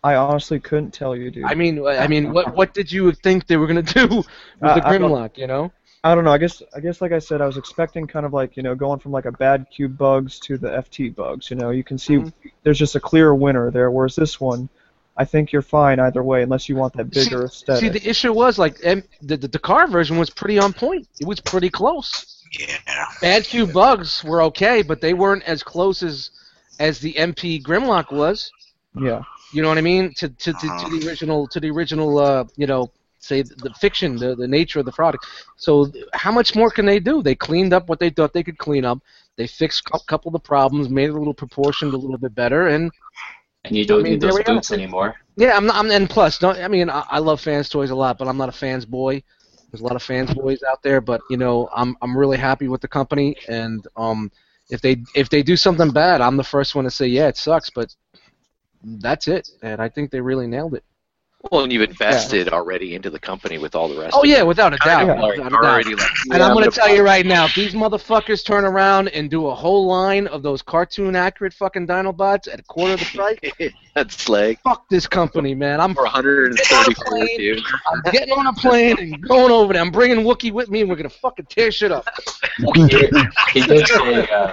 Speaker 1: I honestly couldn't tell you, dude.
Speaker 4: I mean I mean what what did you think they were gonna do with
Speaker 1: I-
Speaker 4: the
Speaker 1: I don't-
Speaker 4: Grimlock you know
Speaker 1: I don't know. I guess I guess like I said, I was expecting kind of like you know going from like a bad cube bugs to the FT bugs. You know, you can see
Speaker 4: Mhm.
Speaker 2: Mm-hmm.
Speaker 1: there's just a clear winner there. Whereas this one, I think you're fine either way, unless you want that bigger
Speaker 4: See,
Speaker 1: aesthetic.
Speaker 4: the issue was like em- the, the the car version was pretty on point. It was pretty close.
Speaker 6: Yeah.
Speaker 4: Bad Q bugs were okay, but they weren't as close as as the MP Grimlock was.
Speaker 1: yeah,
Speaker 4: You know what I mean? To to, to, to the original to the original uh, you know say the, the fiction the, the nature of the product. So th- how much more can they do? They cleaned up what they thought they could clean up. They fixed a couple of the problems, made it a little proportioned a little bit better, and
Speaker 9: and you don't
Speaker 4: I mean,
Speaker 9: need those
Speaker 4: there we are.
Speaker 9: boots anymore.
Speaker 4: Yeah, I'm not. I'm, and plus, don't, I mean, I, I love fans toys a lot, but I'm not a fans boy. There's a lot of fans boys out there, but you know, I'm I'm really happy with the company, and um, if they if they do something bad, I'm the first one to say, yeah, it sucks, but that's it, and I think they really nailed it.
Speaker 2: Well, and you've invested already into the company with all the rest.
Speaker 4: Oh
Speaker 2: of
Speaker 4: yeah,
Speaker 2: it.
Speaker 4: without a doubt.
Speaker 1: Yeah.
Speaker 4: without a doubt.
Speaker 2: already. Like,
Speaker 4: And I'm gonna tell you right now, if these motherfuckers turn around and do a whole line of those cartoon accurate fucking Dinobots at a quarter of the price,
Speaker 2: that's like
Speaker 4: fuck this company, man. I'm
Speaker 2: for 134, dude.
Speaker 4: I'm getting on a plane and going over there. I'm bringing Wookie with me, and we're gonna fucking tear shit up.
Speaker 9: He did, he did say uh,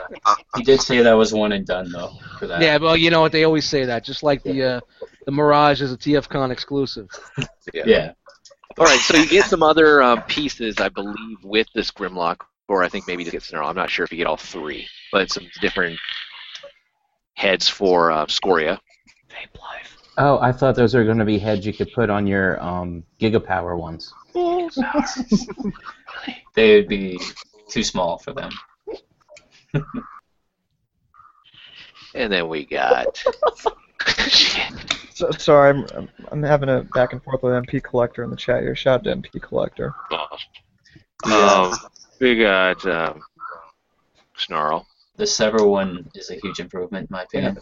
Speaker 9: he did say that was one and done though. For that.
Speaker 4: Yeah, well, you know what? They always say that. Just like the uh, the Mirage is a TFCon exclusive.
Speaker 9: Yeah.
Speaker 2: All right, so you get some other um, pieces, I believe, with this Grimlock, or I think maybe you get Snarl. I'm not sure if you get all three, but some different heads for uh, Scoria.
Speaker 3: Oh, I thought those were going to be heads you could put on your um, Gigapower ones.
Speaker 9: They would be too small for them.
Speaker 2: And then we got.
Speaker 1: so, sorry, I'm, I'm I'm having a back and forth with MP Collector in the chat here. Shout out to MP Collector.
Speaker 2: um, we got um, Snarl.
Speaker 9: The Sever one is a huge improvement in my opinion,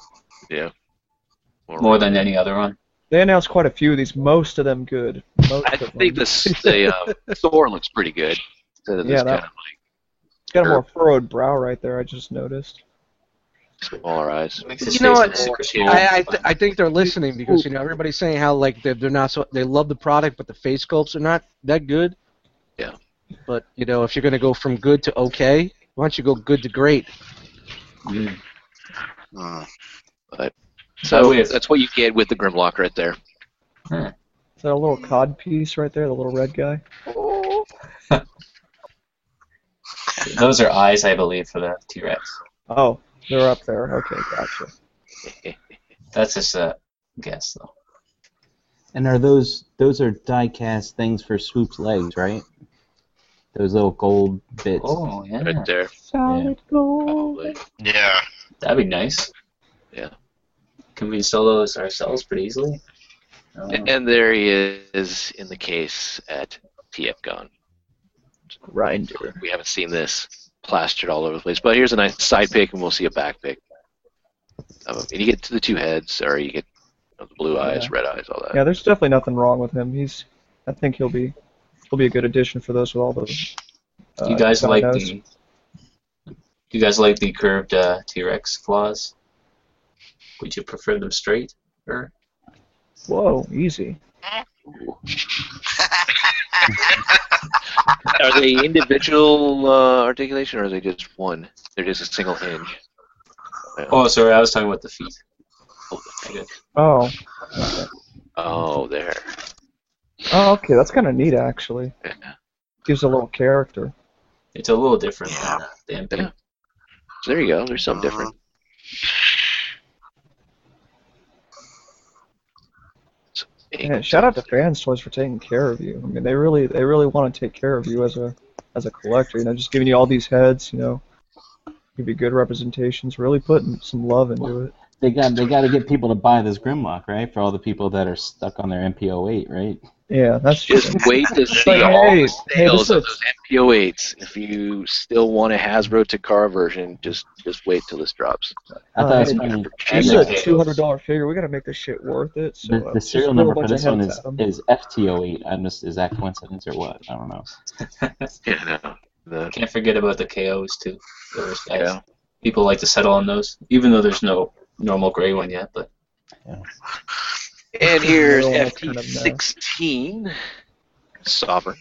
Speaker 2: Or-
Speaker 9: more than any other one.
Speaker 1: They announced quite a few of these. Most of them good. Most
Speaker 2: I
Speaker 1: of them.
Speaker 2: think this the um, Thor looks pretty good. Instead of this
Speaker 1: Yeah, that-
Speaker 2: kind of like
Speaker 1: It's got a more furrowed brow right there. I just noticed.
Speaker 2: smaller eyes.
Speaker 9: Makes his
Speaker 4: You know
Speaker 9: face
Speaker 4: what?
Speaker 9: look super small.
Speaker 4: I I, th- I think they're listening because you know everybody's saying how like they're, they're not so they love the product, but the face sculpts are not that good.
Speaker 2: Yeah.
Speaker 4: But you know if you're gonna go from good to okay, why don't you go good to great?
Speaker 9: Mm.
Speaker 6: Mm.
Speaker 2: So
Speaker 9: I whiff.
Speaker 2: that's what you get with the Grimlock right there.
Speaker 1: Is that a little cod piece right there, the little red guy?
Speaker 9: Those are eyes, I believe, for the T Rex.
Speaker 1: Oh, they're up there. Okay, gotcha.
Speaker 9: That's just uh, a guess, though.
Speaker 3: And are those those are die cast things for Swoop's legs, right? Those little gold bits.
Speaker 9: Oh, yeah.
Speaker 2: Right there.
Speaker 3: Solid
Speaker 2: Probably.
Speaker 5: Yeah.
Speaker 9: That'd be nice.
Speaker 2: Yeah.
Speaker 9: Can we solo this ourselves pretty easily? Oh,
Speaker 2: And there he is in the case at TFCon.
Speaker 1: Grinder.
Speaker 2: We haven't seen this plastered all over the place. But here's a nice side pick, and we'll see a back pick. Um, and you get to the two heads, or you get you know, the blue eyes,
Speaker 1: Yeah.
Speaker 2: red eyes, all that.
Speaker 1: Yeah, there's definitely nothing wrong with him. He's, I think he'll be, he'll be a good addition for those with all those. uh,
Speaker 9: you guys like
Speaker 1: dominoes.
Speaker 9: the? You guys like the curved uh, T Rex claws? Would you prefer them straight or?
Speaker 1: Whoa, easy.
Speaker 2: Are they individual uh, articulation, or are they just one? They're just a single hinge.
Speaker 9: Oh, sorry, I was talking about the feet.
Speaker 1: Oh,
Speaker 2: Oh, there.
Speaker 1: oh okay, that's kind of neat actually. Gives a little character.
Speaker 9: It's a little different
Speaker 6: Yeah.
Speaker 9: than uh, the MP.
Speaker 2: So there you go. There's something different. So,
Speaker 1: Yeah, shout out to Fans Toys for taking care of you. I mean, they really, they really want to take care of you as a, as a collector. You know, just giving you all these heads. You know, give you good representations. Really putting some love into it.
Speaker 3: They got they got to get people to buy this Grimlock, right? For all the people that are stuck on their MP08, right?
Speaker 1: Yeah, that's just.
Speaker 2: Just wait to
Speaker 1: It's
Speaker 2: see
Speaker 1: like,
Speaker 2: all
Speaker 1: hey, hey,
Speaker 2: the
Speaker 1: this
Speaker 2: sales of
Speaker 1: looks-
Speaker 2: those MPO8s. If you still want a Hasbro Takara version, just just wait till this drops.
Speaker 3: I
Speaker 1: Uh,
Speaker 3: thought it was
Speaker 1: hey,
Speaker 3: funny.
Speaker 1: This
Speaker 2: She's
Speaker 1: is
Speaker 2: Yeah.
Speaker 1: a
Speaker 2: like
Speaker 1: two hundred dollar figure. We gotta make this shit worth it. So
Speaker 3: The,
Speaker 1: uh,
Speaker 3: the
Speaker 1: just throw
Speaker 3: serial
Speaker 1: a
Speaker 3: number for
Speaker 1: bunch of
Speaker 3: this one
Speaker 1: heads
Speaker 3: is,
Speaker 1: at 'em.
Speaker 3: is FT08. I'm just is that coincidence or what? I don't know.
Speaker 2: Yeah, no, the,
Speaker 9: Can't forget about the KOs too. Those guys.
Speaker 2: yeah.
Speaker 9: People like to settle on those, even though there's no normal gray one yet. But
Speaker 2: And here's
Speaker 1: Real
Speaker 9: uh,
Speaker 2: FT16. Sovereign.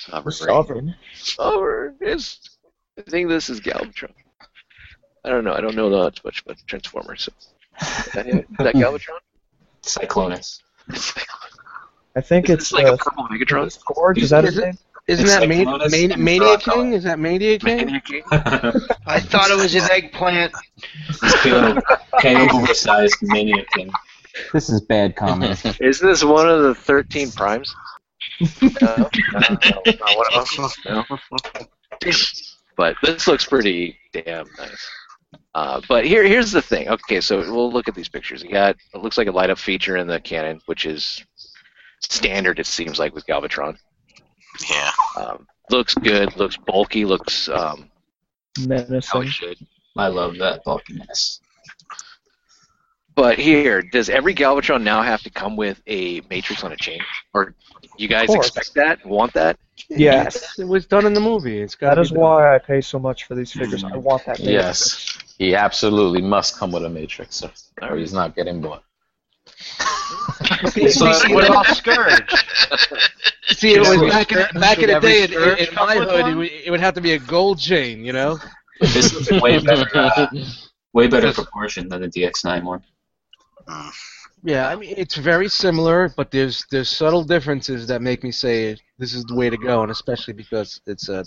Speaker 2: Sovereign. right?
Speaker 1: Sovereign.
Speaker 2: Sovereign is. I think this is Galvatron. I don't know. I don't know that much about Transformers. So. Is that, it? Is that Galvatron?
Speaker 9: Cyclonus.
Speaker 2: It's like,
Speaker 1: I think
Speaker 2: it's
Speaker 1: it's
Speaker 2: like
Speaker 1: uh,
Speaker 2: a purple Megatron.
Speaker 1: Scourge. Is that his
Speaker 4: Is it-
Speaker 1: name?
Speaker 4: Isn't
Speaker 9: It's
Speaker 4: that
Speaker 9: like
Speaker 4: Ma-
Speaker 9: Lotus
Speaker 4: Ma-
Speaker 9: and
Speaker 4: Mania
Speaker 9: Dracula.
Speaker 4: King? Is that Mania King?
Speaker 9: He's
Speaker 8: I thought it was an eggplant.
Speaker 9: feeling KO oversized maniac thing.
Speaker 3: This is bad comment.
Speaker 2: Isn't this one of the 13 primes? no, no, no, not one of them. No. But this looks pretty damn nice. Uh, but here, here's the thing. Okay, so we'll look at these pictures. You got it looks like a light up feature in the cannon, which is standard. It seems like with Galvatron.
Speaker 6: Yeah.
Speaker 2: Um, looks good. Looks bulky. Looks um, how it
Speaker 1: Menacing.
Speaker 2: should.
Speaker 9: I love that bulkiness.
Speaker 2: But here, does every Galvatron now have to come with a matrix on a chain? Or you guys
Speaker 1: course.
Speaker 2: expect that? Want that?
Speaker 1: Yes.
Speaker 4: It was done in the movie. It's got
Speaker 1: That is why I pay so much for these figures. I want that. name.
Speaker 10: Yes, he absolutely must come with a matrix, or he's not getting bought.
Speaker 9: So,
Speaker 8: What about Scourge?
Speaker 4: See, it
Speaker 8: Should
Speaker 4: was
Speaker 8: every
Speaker 4: back in,
Speaker 8: skirt-
Speaker 4: back in
Speaker 8: should
Speaker 4: the day,
Speaker 8: every
Speaker 4: in, in-
Speaker 8: skirt
Speaker 4: in
Speaker 8: come
Speaker 4: my
Speaker 8: with
Speaker 4: hood, it
Speaker 8: one?
Speaker 4: would, it would have to be a gold chain, you know?
Speaker 9: this is way better, uh, way better proportion than the DX9 one.
Speaker 4: Yeah, I mean, it's very similar, but there's there's subtle differences that make me say this is the way to go, and especially because it's a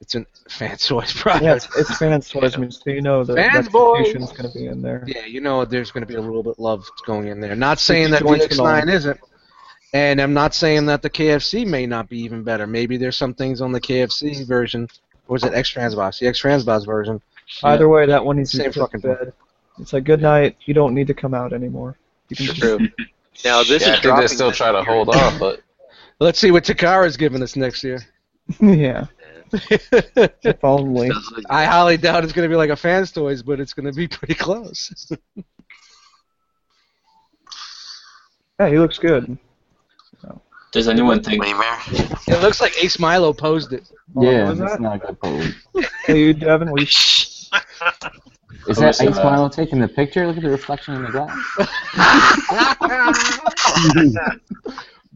Speaker 4: it's an fan choice product.
Speaker 1: Yeah, it's, it's fans toys. I mean, so you know the the
Speaker 4: Fans boys.
Speaker 1: execution's gonna be in there.
Speaker 4: Yeah, you know there's going to be a little bit of love going in there. Not saying that
Speaker 1: joints and all.
Speaker 4: DX9 isn't, and I'm not saying that the KFC may not be even better. Maybe there's some things on the KFC version, or is it X Transbox? The X Transbox version.
Speaker 1: Either way, that one needs to
Speaker 4: Same
Speaker 1: be put to
Speaker 4: fucking thing.
Speaker 1: bed. It's like good night. You don't need to come out anymore. You can just
Speaker 2: True. Now this
Speaker 10: yeah,
Speaker 2: is
Speaker 10: I think
Speaker 2: dropping
Speaker 10: they still
Speaker 2: this
Speaker 10: try to
Speaker 2: year.
Speaker 10: hold on, but
Speaker 4: Let's see what Takara's giving us next year.
Speaker 1: yeah. If only.
Speaker 4: I highly doubt it's going to be like a fan's toys, but it's going to be pretty close.
Speaker 1: Yeah, he looks good.
Speaker 9: Does anyone think
Speaker 6: What do you mean?
Speaker 4: it looks like Ace Milo posed it.
Speaker 1: Oh,
Speaker 3: yeah,
Speaker 1: is
Speaker 3: that's
Speaker 1: that?
Speaker 3: not a good pose.
Speaker 1: Hey, you, Devin, will you
Speaker 3: Is
Speaker 9: Oh,
Speaker 3: that
Speaker 9: it's,
Speaker 3: Ace
Speaker 9: uh,
Speaker 3: Milo taking the picture? Look at the reflection in the glass.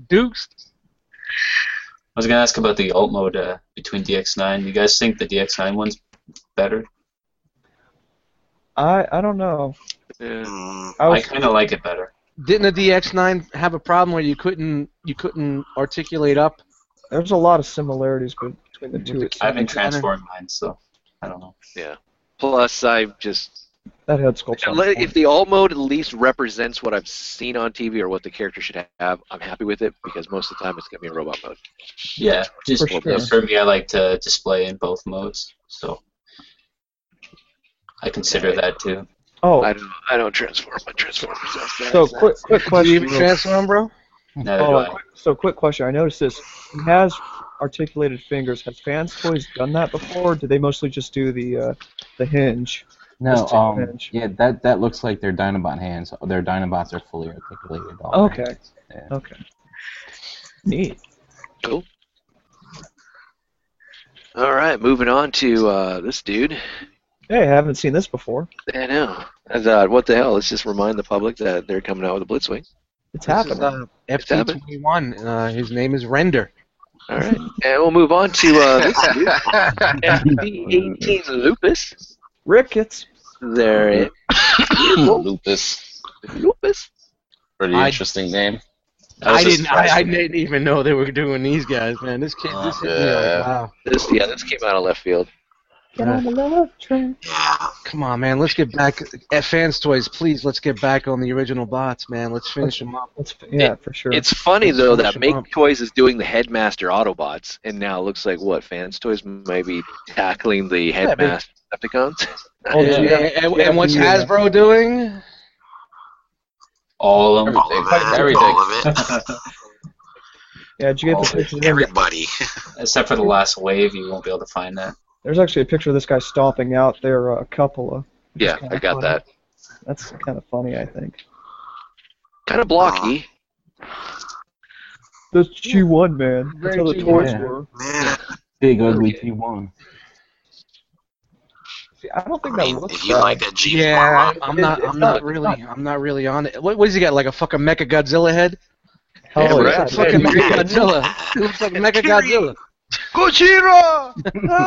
Speaker 4: Dukes.
Speaker 9: I was gonna ask about the alt mode uh, between DX9. You guys think the DX9 one's better?
Speaker 1: I I don't know.
Speaker 6: Mm,
Speaker 1: I
Speaker 9: I
Speaker 1: was,
Speaker 9: kind of like it better.
Speaker 4: Didn't the DX9 have a problem where you couldn't you couldn't articulate up?
Speaker 1: there's a lot of similarities be- between the two.
Speaker 9: I haven't transformed mine, so I don't know.
Speaker 2: Plus, I just
Speaker 1: That head sculpt's on
Speaker 2: Let-
Speaker 1: point.
Speaker 2: if the all mode at least represents what I've seen on TV or what the character should have, I'm happy with it because most of the time it's going to be in robot mode.
Speaker 9: Yeah, just for,
Speaker 1: For sure.
Speaker 9: for me, I like to display in both modes, so I consider that too.
Speaker 1: Oh,
Speaker 2: I don't, I don't transform. I transform myself.
Speaker 1: so quick, quick
Speaker 4: Do you
Speaker 1: question.
Speaker 4: even transform, bro?
Speaker 9: Neither do
Speaker 1: Oh,
Speaker 9: I.
Speaker 1: quick- so quick question. I noticed this. He has articulated fingers. Have fans toys done that before? Or do they mostly just do the uh, the hinge?
Speaker 3: No,
Speaker 1: Just take
Speaker 3: um,
Speaker 1: advantage.
Speaker 3: yeah, that that looks like their Dinobot hands. Their Dinobots are fully articulated. all
Speaker 1: Okay.
Speaker 3: hands. Yeah.
Speaker 1: Okay. Neat.
Speaker 2: Cool. All right, moving on to uh, this dude.
Speaker 1: Hey, I haven't seen this before.
Speaker 2: I know. I thought, what the hell? Let's just remind the public that they're coming out with a Blitzwing.
Speaker 1: It's
Speaker 4: This is,
Speaker 1: happening.
Speaker 4: uh, FT21. Uh, his name is Render.
Speaker 2: All right, and we'll move on to uh, this dude, FP18 Lupus.
Speaker 1: Ricketts.
Speaker 2: There it
Speaker 10: Lupus.
Speaker 2: Lupus.
Speaker 10: Pretty
Speaker 4: I-
Speaker 10: interesting name.
Speaker 9: That was
Speaker 4: I
Speaker 9: a
Speaker 4: didn't.
Speaker 9: surprise
Speaker 4: I, I
Speaker 9: to me.
Speaker 4: didn't even know they were doing these guys, man. This kid. This hit me
Speaker 10: Yeah.
Speaker 4: like, wow.
Speaker 2: This, yeah, this came out of left field.
Speaker 6: yeah.
Speaker 4: Come on, man. Let's get back. At fans toys, please. Let's get back on the original bots, man. Let's finish them up.
Speaker 1: Let's, yeah, for sure.
Speaker 2: It's funny
Speaker 4: Let's
Speaker 2: though that
Speaker 4: finish him
Speaker 2: Make
Speaker 4: up.
Speaker 2: Toys is doing the Headmaster Autobots, and now it looks like what Fans Toys may be tackling the
Speaker 4: but-
Speaker 2: Headmaster Decepticons.
Speaker 1: Oh,
Speaker 4: And,
Speaker 1: yeah.
Speaker 4: and-
Speaker 1: yeah,
Speaker 4: and what's
Speaker 1: yeah.
Speaker 4: Hasbro doing?
Speaker 9: All of them.
Speaker 6: All of it.
Speaker 10: Everything.
Speaker 6: All of
Speaker 1: yeah, did you get
Speaker 9: Oh,
Speaker 1: the picture? of
Speaker 6: it.
Speaker 1: him?
Speaker 6: Everybody.
Speaker 9: Except for the last wave, you won't be able to find that.
Speaker 1: There's actually a picture of this guy stomping out their uh, cupola.
Speaker 2: yeah,
Speaker 1: kinda
Speaker 2: I got
Speaker 1: funny.
Speaker 2: that.
Speaker 1: That's kind of funny, I think.
Speaker 2: Kind of blocky.
Speaker 1: That's G1, man. That's how the toys
Speaker 3: G1.
Speaker 1: were.
Speaker 6: Man,
Speaker 3: Big ugly T1.
Speaker 1: See, I don't think
Speaker 6: I
Speaker 1: that
Speaker 6: mean,
Speaker 1: looks
Speaker 6: if you
Speaker 1: bad.
Speaker 6: like that G
Speaker 4: Yeah, I'm
Speaker 1: It-
Speaker 4: not.
Speaker 1: it's
Speaker 4: I'm
Speaker 1: not-
Speaker 4: not really. I'm not really on it. What, what does he got? Like a fucking Mecha Godzilla head?
Speaker 2: Yeah,
Speaker 1: Oh,
Speaker 2: right.
Speaker 1: yeah,
Speaker 4: fucking
Speaker 1: dude.
Speaker 4: Mecha Godzilla. He looks like Mecha Godzilla.
Speaker 8: Gojira!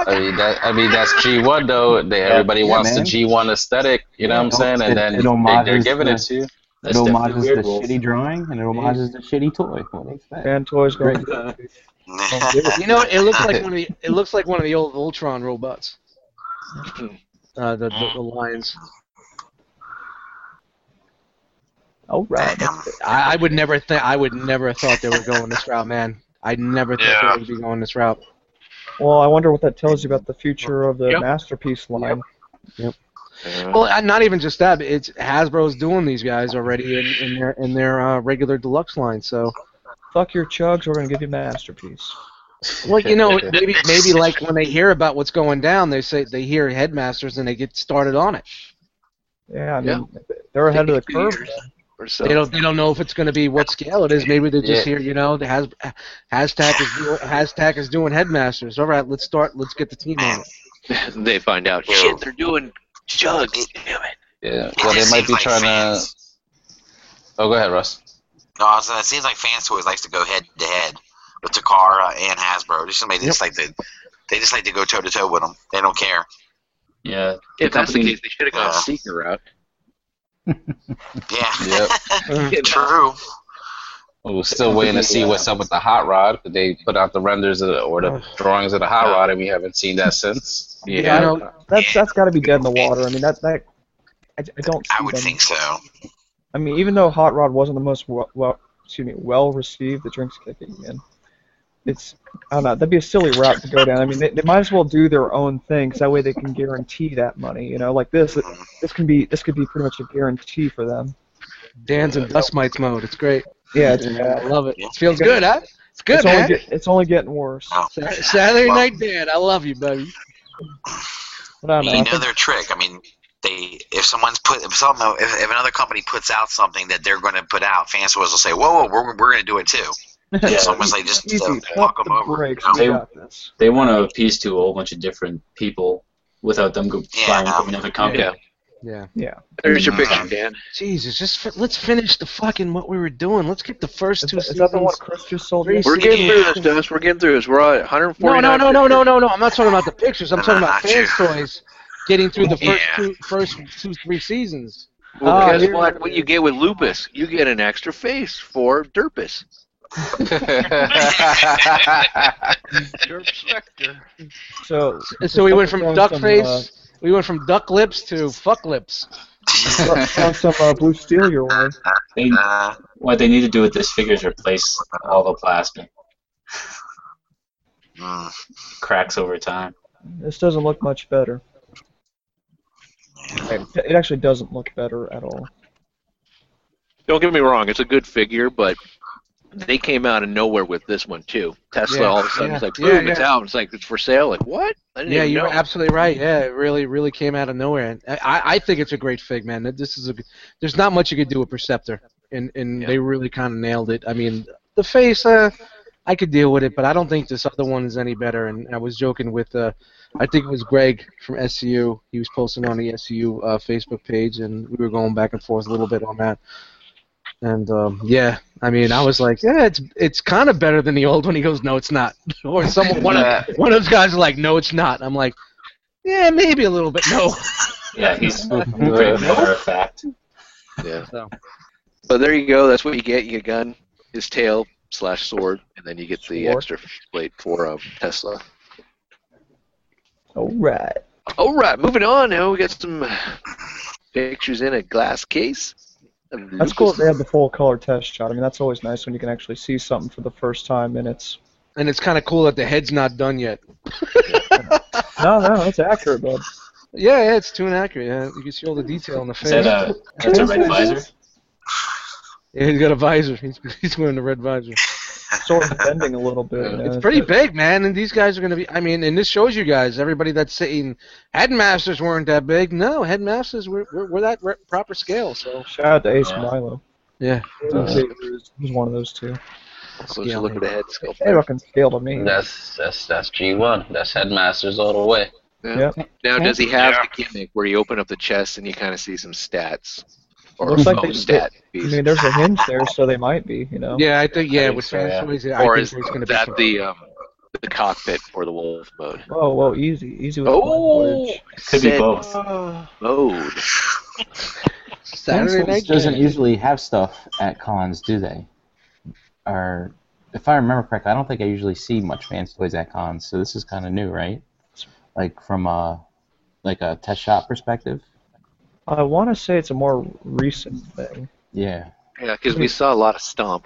Speaker 10: I mean, that, I mean that's G1 though. They, everybody
Speaker 3: yeah,
Speaker 10: wants
Speaker 3: man.
Speaker 10: the G1 aesthetic. You know what I'm
Speaker 3: Yeah.
Speaker 10: saying?
Speaker 3: It-
Speaker 10: And then
Speaker 3: it
Speaker 10: they, they're
Speaker 3: homages
Speaker 10: giving
Speaker 3: the-
Speaker 10: it to you.
Speaker 9: That's
Speaker 3: it homages
Speaker 9: definitely
Speaker 3: the
Speaker 9: weird. Wolf.
Speaker 3: shitty drawing and it homages the shitty toy. What do you expect?
Speaker 1: Fan toys going.
Speaker 4: You know, it looks like one of the. It looks like one of the old Voltron robots. Uh, the, the, the lions.
Speaker 1: Oh, right.
Speaker 6: Damn.
Speaker 4: I, I would never think. I would never have thought they were going this route, man. I never thought
Speaker 5: Yeah.
Speaker 4: they would be going this route.
Speaker 1: Well, I wonder what that tells you about the future of the
Speaker 4: Yep.
Speaker 1: masterpiece line.
Speaker 2: Yeah.
Speaker 4: Well, uh, not even just that. but It's Hasbro's doing these guys already in, in their in their uh, regular deluxe line. So,
Speaker 1: Fuck your chugs, we're gonna give you masterpiece.
Speaker 4: well, you know, maybe maybe like when they hear about what's going down, they say they hear headmasters and they get started on it.
Speaker 1: Yeah, I mean, they're ahead of the curve.
Speaker 2: Or so.
Speaker 4: They don't they don't know if it's going to be what scale it is. Maybe they just
Speaker 10: Yeah.
Speaker 4: hear you know the has, hashtag is doing, hashtag is doing headmasters. All right, let's start. Let's get the team on it.
Speaker 2: they find out.
Speaker 6: Yeah.
Speaker 2: Shit, they're doing jugs. Damn it.
Speaker 10: Yeah.
Speaker 6: It
Speaker 10: Well, they
Speaker 6: just
Speaker 10: might
Speaker 6: seems
Speaker 10: be
Speaker 6: like
Speaker 10: trying to.
Speaker 6: fans-
Speaker 10: Oh, go ahead, Russ.
Speaker 6: No, Oh, I was saying, it seems like Fans Toys likes to go head to head with Takara and Hasbro. There's somebody that just like to, they just like to go toe to toe with them. They don't care.
Speaker 9: Yeah.
Speaker 2: If that's the
Speaker 9: company-
Speaker 2: case, they should have gone
Speaker 6: Uh.
Speaker 2: Seeker route.
Speaker 6: Yeah.
Speaker 10: Yep.
Speaker 6: True.
Speaker 10: We're still waiting to see what's up with the hot rod. They put out the renders of the, or
Speaker 4: Oh.
Speaker 10: the drawings of the hot rod, and we haven't seen that since.
Speaker 4: Yeah, I don't-
Speaker 1: That's that's got to be dead in the water. I mean, that that I, I don't. See
Speaker 6: I would
Speaker 1: them.
Speaker 6: think so.
Speaker 1: I mean, even though Hot Rod wasn't the most well, well excuse me, well received, the drinks kicking in. It's I don't know. That'd be a silly route to go down. I mean, they, they might as well do their own thing, 'cause that way they can guarantee that money. You know, like this, this can be this could be pretty much a guarantee for them.
Speaker 4: Dan's in dust mites mode. It's great.
Speaker 1: Yeah, it's
Speaker 4: I
Speaker 1: bad.
Speaker 4: love it. It feels good, huh? It's good,
Speaker 1: it's, only
Speaker 4: man.
Speaker 1: get, it's only getting worse.
Speaker 6: No.
Speaker 4: Sat- Saturday Night Dan, I love you, buddy.
Speaker 1: But I don't know.
Speaker 6: You
Speaker 1: I
Speaker 6: know
Speaker 1: think-
Speaker 6: their trick. I mean, they if someone's put if some if, if another company puts out something that they're going to put out, Fans Toys will say, "Whoa, whoa, we're we're going to do it too."
Speaker 9: Yeah.
Speaker 6: It's almost like just
Speaker 1: Easy,
Speaker 6: uh,
Speaker 1: pump
Speaker 6: fuck them
Speaker 1: the
Speaker 6: over. you
Speaker 1: brakes.
Speaker 6: know?
Speaker 1: We
Speaker 9: They-
Speaker 1: got this.
Speaker 9: They want to appease to a whole bunch of different people without them go
Speaker 6: Yeah.
Speaker 9: buying from another
Speaker 3: Oh,
Speaker 9: company.
Speaker 2: Yeah.
Speaker 4: Yeah.
Speaker 2: There's your picture, Dan.
Speaker 4: Jesus, just fi- let's finish the fucking what we were doing. Let's get the first
Speaker 1: Is
Speaker 4: two
Speaker 1: that- is that the one
Speaker 4: seasons.
Speaker 1: Chris just sold?
Speaker 4: Three
Speaker 1: me?
Speaker 2: We're getting through this, Dennis. We're getting through this. We're at
Speaker 4: No,
Speaker 2: 149.
Speaker 4: no, no, no, no, no, no. I'm not talking about the pictures. I'm talking about
Speaker 6: Not you.
Speaker 4: fan stories getting through the first
Speaker 6: Yeah.
Speaker 4: two, first two, three seasons.
Speaker 2: Well,
Speaker 1: Ah,
Speaker 2: guess
Speaker 1: here-
Speaker 2: what? What you get with Lupus, you get an extra face for Derpus.
Speaker 1: So,
Speaker 4: So we went from
Speaker 1: Found
Speaker 4: duck
Speaker 1: some,
Speaker 4: face, we went from duck lips to fuck lips.
Speaker 1: uh, found some uh, blue steel your way.
Speaker 9: They,
Speaker 6: Uh,
Speaker 9: what they need to do with this figure is replace all the plastic
Speaker 6: Mm,
Speaker 9: cracks over time.
Speaker 1: This doesn't look much better. It it actually doesn't look better at all.
Speaker 2: Don't get me wrong, it's a good figure, but they came out of nowhere with this one too. Tesla
Speaker 4: Yeah,
Speaker 2: all of a sudden is
Speaker 4: yeah,
Speaker 2: like,
Speaker 4: yeah,
Speaker 2: boom, it's
Speaker 4: yeah.
Speaker 2: out. It's like it's for sale. Like what? I didn't
Speaker 4: Yeah,
Speaker 2: even
Speaker 4: you're
Speaker 2: know.
Speaker 4: absolutely right. Yeah, it really, really came out of nowhere. And I- I, I think it's a great fig, man. That This is a, there's not much you could do with Perceptor, and and
Speaker 2: Yeah.
Speaker 4: they really kind of nailed it. I mean, the face, uh, I could deal with it, but I don't think this other one is any better. And I was joking with, uh, I think it was Greg from SCU. He was posting on the SCU uh, Facebook page, and we were going back and forth a little bit on that. And um, yeah, I mean, I was like, yeah, it's it's kind of better than the old one. He goes, no, it's not. or someone one of one of those guys is like, no, it's not. I'm like, yeah, maybe a little bit. No.
Speaker 9: Yeah, he's very matter of fact.
Speaker 2: Yeah.
Speaker 4: So.
Speaker 2: But there you go. That's what you get. You get a gun, his tail slash sword, and then you get the
Speaker 1: Sword.
Speaker 2: extra plate for um, Tesla.
Speaker 1: All right.
Speaker 2: All right, moving on. Now we got some pictures in a glass case. of
Speaker 1: That's cool.
Speaker 2: Lupus.
Speaker 1: That they had the full color test shot. I mean, that's always nice when you can actually see something for the first time, and it's
Speaker 4: And it's kind of cool that the head's not done yet.
Speaker 1: no, no, that's accurate, bud.
Speaker 4: Yeah, yeah, it's too inaccurate. Yeah, you can see all the detail on the face.
Speaker 9: Is that a, that's a red visor?
Speaker 4: yeah, he's got a visor. He's, he's wearing the red visor.
Speaker 1: Sort of bending a little bit. you know,
Speaker 4: It's pretty
Speaker 1: but-
Speaker 4: big, man. And these guys are going to be. I mean, and this shows you guys. Everybody that's saying headmasters weren't that big. No, headmasters were were, were that re- proper scale. So
Speaker 1: Shout out to Ace
Speaker 9: Yeah.
Speaker 1: Milo.
Speaker 4: yeah,
Speaker 1: He was one of those two.
Speaker 2: So just look at the head sculpt.
Speaker 1: They fucking scale to me.
Speaker 10: That's that's that's G1. That's headmasters all the way.
Speaker 1: Yeah.
Speaker 2: Now, does he have
Speaker 5: Yeah.
Speaker 2: the gimmick where you open up the chest and you kind of see some stats? Or
Speaker 1: Looks like
Speaker 2: oh,
Speaker 1: they-
Speaker 2: stat
Speaker 1: I
Speaker 2: piece.
Speaker 1: mean, there's a hinge there, so they might be. You know.
Speaker 4: yeah. I think yeah.
Speaker 10: think
Speaker 4: with
Speaker 10: so,
Speaker 4: fans,
Speaker 10: yeah.
Speaker 4: always, I
Speaker 2: or
Speaker 4: think
Speaker 2: is
Speaker 4: there's gonna
Speaker 2: that
Speaker 4: be
Speaker 2: the um, the cockpit or the wolf mode?
Speaker 1: Whoa, whoa, easy, easy with the
Speaker 2: Oh,
Speaker 1: language.
Speaker 9: Could be both.
Speaker 2: mode.
Speaker 4: Saturday night.
Speaker 3: doesn't
Speaker 4: game.
Speaker 3: usually have stuff at cons, do they? Or if I remember correctly, I don't think I usually see much fans toys at cons, so this is kind of new, right? Like from a like a test shop perspective.
Speaker 1: I want to say it's a more recent thing.
Speaker 3: Yeah.
Speaker 2: Yeah, because we saw a lot of stomp.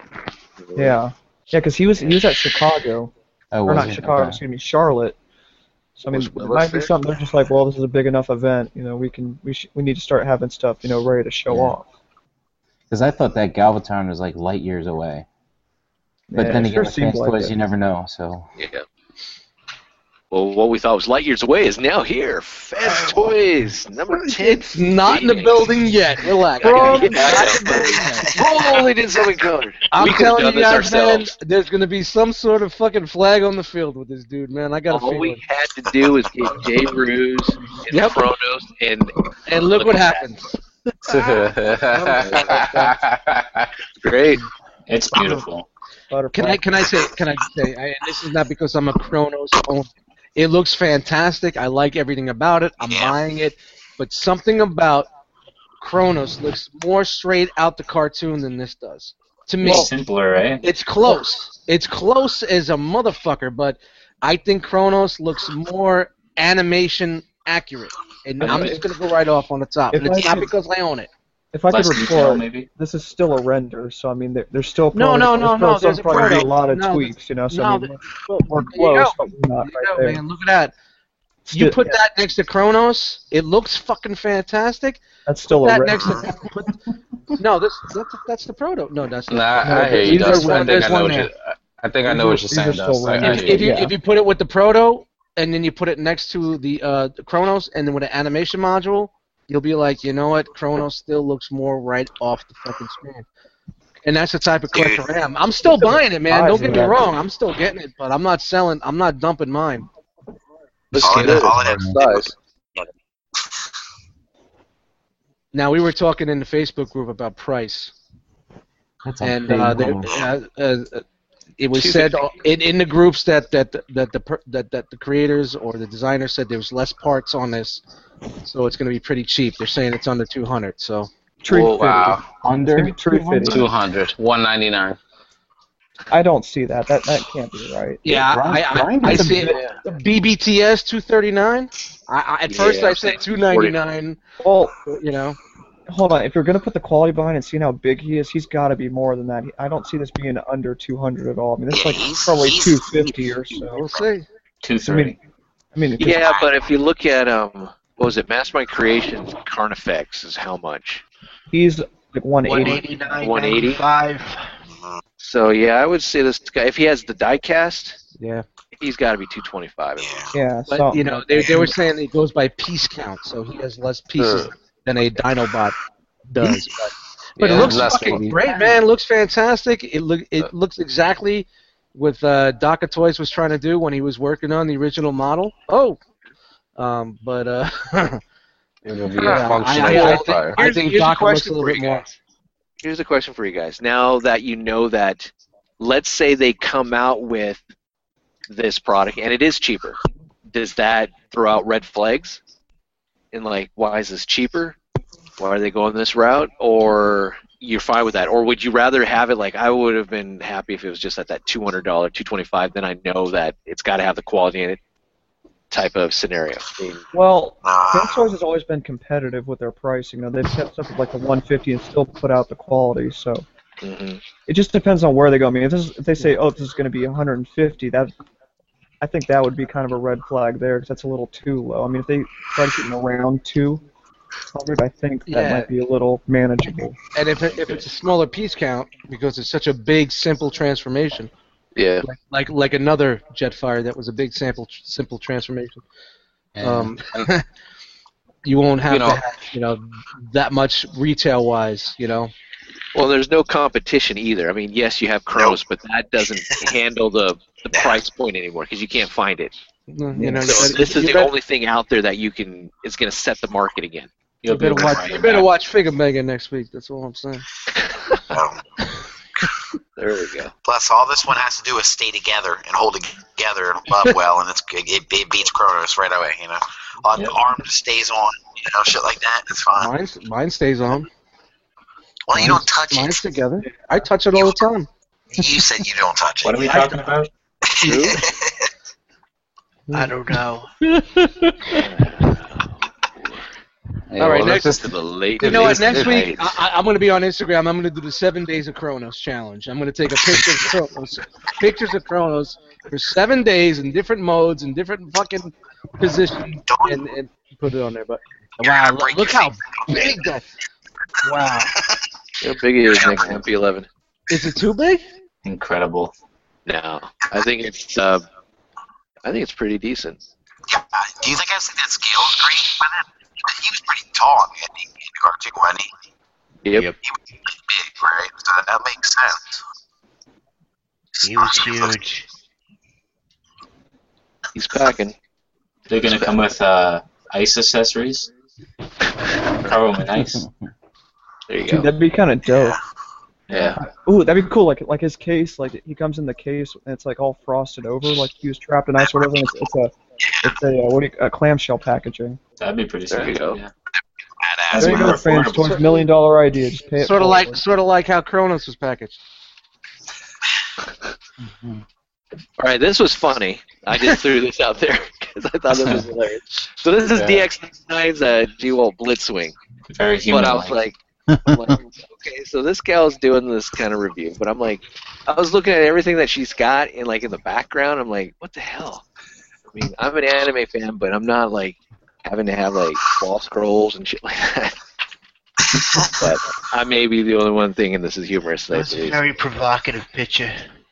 Speaker 1: Yeah. Yeah, because he was he was at Chicago,
Speaker 3: Oh,
Speaker 1: or
Speaker 3: was
Speaker 1: not
Speaker 3: it?
Speaker 1: Chicago,
Speaker 3: Okay.
Speaker 1: excuse me, Charlotte. So I mean,
Speaker 2: Was
Speaker 1: it
Speaker 2: Willis
Speaker 1: might be
Speaker 2: there?
Speaker 1: something they're just like, well, this is a big enough event, you know, we can we sh- we need to start having stuff, you know, ready to show
Speaker 3: Yeah.
Speaker 1: off.
Speaker 3: Because I thought that Galvatron was like light years away. But
Speaker 1: Yeah,
Speaker 3: then
Speaker 1: it
Speaker 3: again,
Speaker 1: sure
Speaker 3: with
Speaker 1: seems
Speaker 3: fans
Speaker 1: like
Speaker 3: toys,
Speaker 1: it.
Speaker 3: you never know. So
Speaker 2: Yeah. Well, what we thought was light years away is now here. Fez Toys, number 10.
Speaker 4: It's not in the building yet. Relax.
Speaker 2: Bro,
Speaker 4: Not in the
Speaker 2: yeah.
Speaker 4: building yet.
Speaker 2: Holy, did something colored.
Speaker 4: I'm
Speaker 2: we could've
Speaker 4: telling
Speaker 2: done
Speaker 4: you
Speaker 2: this
Speaker 4: guys, man,
Speaker 2: ourselves.
Speaker 4: there's gonna be some sort of fucking flag on the field with this dude, man. I got a
Speaker 2: All
Speaker 4: feeling.
Speaker 2: Oh, we had to do was get Jay Ruse and
Speaker 4: Yep.
Speaker 2: Chronos, and
Speaker 4: And look,
Speaker 2: Look
Speaker 4: what
Speaker 2: at that.
Speaker 4: happens.
Speaker 2: great.
Speaker 9: It's beautiful.
Speaker 1: Butterfly.
Speaker 4: Can I can I say can I say? I, and this is not because I'm a Chronos owner. It looks fantastic. I like everything about it. I'm
Speaker 6: Yeah.
Speaker 4: buying it, but something about Chronos looks more straight out the cartoon than this does to me.
Speaker 9: It's simpler, right?
Speaker 4: It's close. It's close as a motherfucker, but I think Kronos looks more animation accurate. And I'm just gonna go right off on the top.
Speaker 1: If
Speaker 4: And it's
Speaker 1: I
Speaker 4: not
Speaker 1: could-
Speaker 4: because I own it.
Speaker 1: if I could
Speaker 9: Less detail,
Speaker 1: report,
Speaker 9: maybe.
Speaker 1: this is still a render, so I mean, there, there's still
Speaker 4: No,
Speaker 1: probably,
Speaker 4: no, no,
Speaker 1: there's still
Speaker 4: no,
Speaker 1: some
Speaker 4: there's a
Speaker 1: probably
Speaker 4: proto.
Speaker 1: a lot of
Speaker 4: No,
Speaker 1: tweaks, you know, so
Speaker 4: no,
Speaker 1: I mean,
Speaker 4: there-
Speaker 1: we're, we're
Speaker 4: there you
Speaker 1: close,
Speaker 4: go.
Speaker 1: but we're not
Speaker 4: You
Speaker 1: right
Speaker 4: know,
Speaker 1: there.
Speaker 4: man, look at that.
Speaker 1: Still-
Speaker 4: You put that next to Kronos, it looks fucking fantastic.
Speaker 1: that's still a
Speaker 4: That
Speaker 1: render.
Speaker 4: next to put- no, that's that's that's the proto. No, that's
Speaker 10: nah,
Speaker 4: not.
Speaker 10: I hear you,
Speaker 4: Either
Speaker 10: Dust. I
Speaker 4: one-
Speaker 10: think
Speaker 4: there's
Speaker 10: I know
Speaker 4: one
Speaker 10: what you. I think I know what you're
Speaker 1: These are-
Speaker 10: saying,
Speaker 1: these are
Speaker 10: Dust.
Speaker 1: still
Speaker 10: I, I
Speaker 1: random.
Speaker 4: If,
Speaker 10: hear
Speaker 4: if
Speaker 10: you.
Speaker 4: you
Speaker 1: Yeah.
Speaker 4: if you put it with the proto and then you put it next to the uh, Chronos and then with the animation module, you'll be like, you know what, Chronos still looks more right off the fucking screen. And that's the type of
Speaker 6: Dude.
Speaker 4: collector I am. I'm still buying it, man. Don't get me
Speaker 1: Yeah.
Speaker 4: wrong. I'm still getting it, but I'm not selling. I'm not dumping mine.
Speaker 2: Let's
Speaker 6: all,
Speaker 2: get
Speaker 6: it,
Speaker 2: it.
Speaker 6: all it is.
Speaker 2: Size.
Speaker 4: Now we were talking in the Facebook group about price,
Speaker 3: that's a
Speaker 4: and
Speaker 3: big
Speaker 4: uh, there,
Speaker 3: number.
Speaker 4: uh, uh, it was
Speaker 2: She's
Speaker 4: said in, in the groups that that that the per- that, that the creators or the designers said there was less parts on this, so it's going to be pretty cheap. They're saying it's under 200. So
Speaker 1: Tree
Speaker 10: Oh,
Speaker 1: fitted.
Speaker 10: wow.
Speaker 1: It's gonna
Speaker 3: Under
Speaker 1: be tree fitted.
Speaker 10: 200, 199.
Speaker 1: I don't see that. That that can't be right.
Speaker 4: Yeah,
Speaker 3: Grind-
Speaker 4: I, I,
Speaker 3: grind
Speaker 4: I
Speaker 3: is a
Speaker 4: see it. BBTS 239. I, I, at first
Speaker 10: Yeah,
Speaker 4: I
Speaker 10: I'm
Speaker 4: said
Speaker 10: saying
Speaker 4: 299.
Speaker 1: Well,
Speaker 4: You know,
Speaker 1: hold on. If you're gonna put the quality behind and seeing how big he is, he's got to be more than that. He- I don't see this being under 200 at all. I mean, it's
Speaker 6: Yeah,
Speaker 1: like
Speaker 6: he's-
Speaker 1: probably
Speaker 6: he's-
Speaker 1: 250 or so.
Speaker 4: we'll see.
Speaker 9: Two
Speaker 1: I
Speaker 9: three.
Speaker 1: mean, I mean, if
Speaker 2: Yeah, but if you look at um, what was it? Mastermind Creations Carnifex is how much?
Speaker 1: he's like 180.
Speaker 8: 189,
Speaker 2: 180.
Speaker 8: 95.
Speaker 2: So yeah, I would say this guy. If he has the diecast,
Speaker 4: Yeah.
Speaker 2: he's got to be 225.
Speaker 6: Yeah.
Speaker 1: Yeah,
Speaker 4: But,
Speaker 1: something
Speaker 4: you know,
Speaker 1: like
Speaker 4: they,
Speaker 1: that.
Speaker 4: they were saying it goes by piece count, so he has less pieces than a Dinobot does. But, but
Speaker 10: Yeah,
Speaker 4: it looks
Speaker 10: less
Speaker 4: fucking
Speaker 10: maybe.
Speaker 4: great, man. looks fantastic. It, look, it looks exactly what uh, Doca Toys was trying to do when he was working on the original model. Oh! Um, but uh,
Speaker 10: It'll be
Speaker 4: Yeah,
Speaker 10: a functional
Speaker 4: I- I- I think-
Speaker 10: qualifier.
Speaker 4: I
Speaker 2: Here's-
Speaker 4: think
Speaker 2: here's a
Speaker 4: Doca looks a
Speaker 2: question
Speaker 4: little
Speaker 2: for
Speaker 4: bit
Speaker 2: you
Speaker 4: more.
Speaker 2: Here's a question for you guys. Now that you know that, let's say they come out with this product and it is cheaper, does that throw out red flags? And like, why is this cheaper? Why are they going this route? Or you're fine with that? Or would you rather have it like I would have been happy if it was just at that two hundred dollar, two twenty five? Then I know that it's got to have the quality in it type of scenario.
Speaker 1: Well,
Speaker 6: Nah.
Speaker 1: Dance Toys has always been competitive with their pricing. Now they've kept up with like the 150 and still put out the quality. So
Speaker 2: hmm
Speaker 1: it just depends on where they go. I mean, if, this is, if they say, "Oh, this is going to be 150," that I think that would be kind of a red flag there because that's a little too low. I mean, if they try to keep them around 200, I think that
Speaker 4: Yeah.
Speaker 1: might be a little manageable.
Speaker 4: And if, it, if it's a smaller piece count, because it's such a big, simple transformation,
Speaker 2: Yeah.
Speaker 4: like like, like another Jetfire that was a big, sample, simple transformation, um, you won't have
Speaker 10: You know-
Speaker 4: to have, you know that much retail wise. You know,
Speaker 2: Well, there's no competition either. I mean, yes, you have Kronos, but that doesn't handle the, the price point anymore because you can't find it.
Speaker 4: you know.
Speaker 2: So
Speaker 4: you better-
Speaker 2: this is
Speaker 4: you
Speaker 2: the
Speaker 4: better-
Speaker 2: only thing out there that you can is going to set the market again.
Speaker 4: You
Speaker 10: You'll be
Speaker 4: better
Speaker 10: able to
Speaker 4: watch.
Speaker 10: find
Speaker 4: You
Speaker 10: it
Speaker 4: better
Speaker 10: back.
Speaker 4: watch Figure Mega next week. That's all I'm saying.
Speaker 6: No.
Speaker 2: There we go.
Speaker 6: Plus, all this one has to do is stay together and hold together up well, and it's it, it beats Kronos right away. You know, on
Speaker 9: Yep.
Speaker 6: arm stays on, you know, shit like that. It's
Speaker 2: Uh,
Speaker 6: fine.
Speaker 4: Mine, mine stays on.
Speaker 6: Well, you don't touch
Speaker 4: Mine's
Speaker 6: it.
Speaker 4: together. I touch it all the time.
Speaker 6: You said you don't touch
Speaker 9: What are
Speaker 6: it.
Speaker 9: we talking about?
Speaker 8: I don't know.
Speaker 10: Yeah,
Speaker 4: All right,
Speaker 10: well,
Speaker 4: next-
Speaker 10: let's just-
Speaker 2: To the late.
Speaker 10: You
Speaker 4: You know what?
Speaker 10: It's-
Speaker 4: Next
Speaker 10: it's-
Speaker 4: week, I, I- I'm going to be on Instagram. I'm going to do the seven days of Kronos challenge. I'm going to take a picture of Kronos, pictures of Kronos for seven days in different modes and different fucking positions,
Speaker 6: Don't-
Speaker 4: and, and put it on there. But
Speaker 6: You're
Speaker 4: wow,
Speaker 6: gonna
Speaker 4: look,
Speaker 6: break
Speaker 4: look
Speaker 6: your
Speaker 4: how big that! Wow,
Speaker 2: How big E is next MP11?
Speaker 4: is it too big?
Speaker 9: Incredible.
Speaker 2: No, I think it's uh, I think it's pretty decent.
Speaker 6: Yeah. Do you think I've seen that scale green by then? He was pretty tall in the in the cartoon, wasn't he?
Speaker 2: Yep.
Speaker 10: Yep.
Speaker 6: Big, right? So that makes sense.
Speaker 8: He was huge.
Speaker 2: He's packing.
Speaker 9: They're gonna come with uh, ice accessories. Cover 'em in ice.
Speaker 2: There you
Speaker 1: Dude,
Speaker 2: go.
Speaker 1: that'd be kind of dope.
Speaker 2: Yeah.
Speaker 1: Ooh, that'd be cool. Like like his case, like he comes in the case and it's like all frosted over, like he was trapped in ice or whatever. And it's, it's a it's a uh, what do you, a clamshell packaging.
Speaker 9: That'd be pretty
Speaker 2: There
Speaker 9: sick.
Speaker 2: you go.
Speaker 9: Yeah.
Speaker 6: Badass.
Speaker 9: That's
Speaker 1: There you
Speaker 9: more
Speaker 1: go, fans.
Speaker 9: affordable.
Speaker 1: Towards million dollar idea, just pay it.
Speaker 4: Sort of
Speaker 1: forward.
Speaker 4: like, sort of like how Kronos was packaged.
Speaker 2: All right, this was funny. I just threw this out there because I thought this was hilarious. So this is
Speaker 9: Yeah.
Speaker 2: DX9's uh, G-Wall Blitzwing.
Speaker 9: Very human.
Speaker 2: But I was like, I'm like, okay, so this gal's doing this kind of review, but I'm like, I was looking at everything that she's got and like in the background, I'm like, what the hell? I mean, I'm an anime fan, but I'm not like having to have like wall scrolls and shit like that. but I may be the only one thinking this is humorous. I
Speaker 8: That's a
Speaker 2: believe.
Speaker 8: very provocative picture.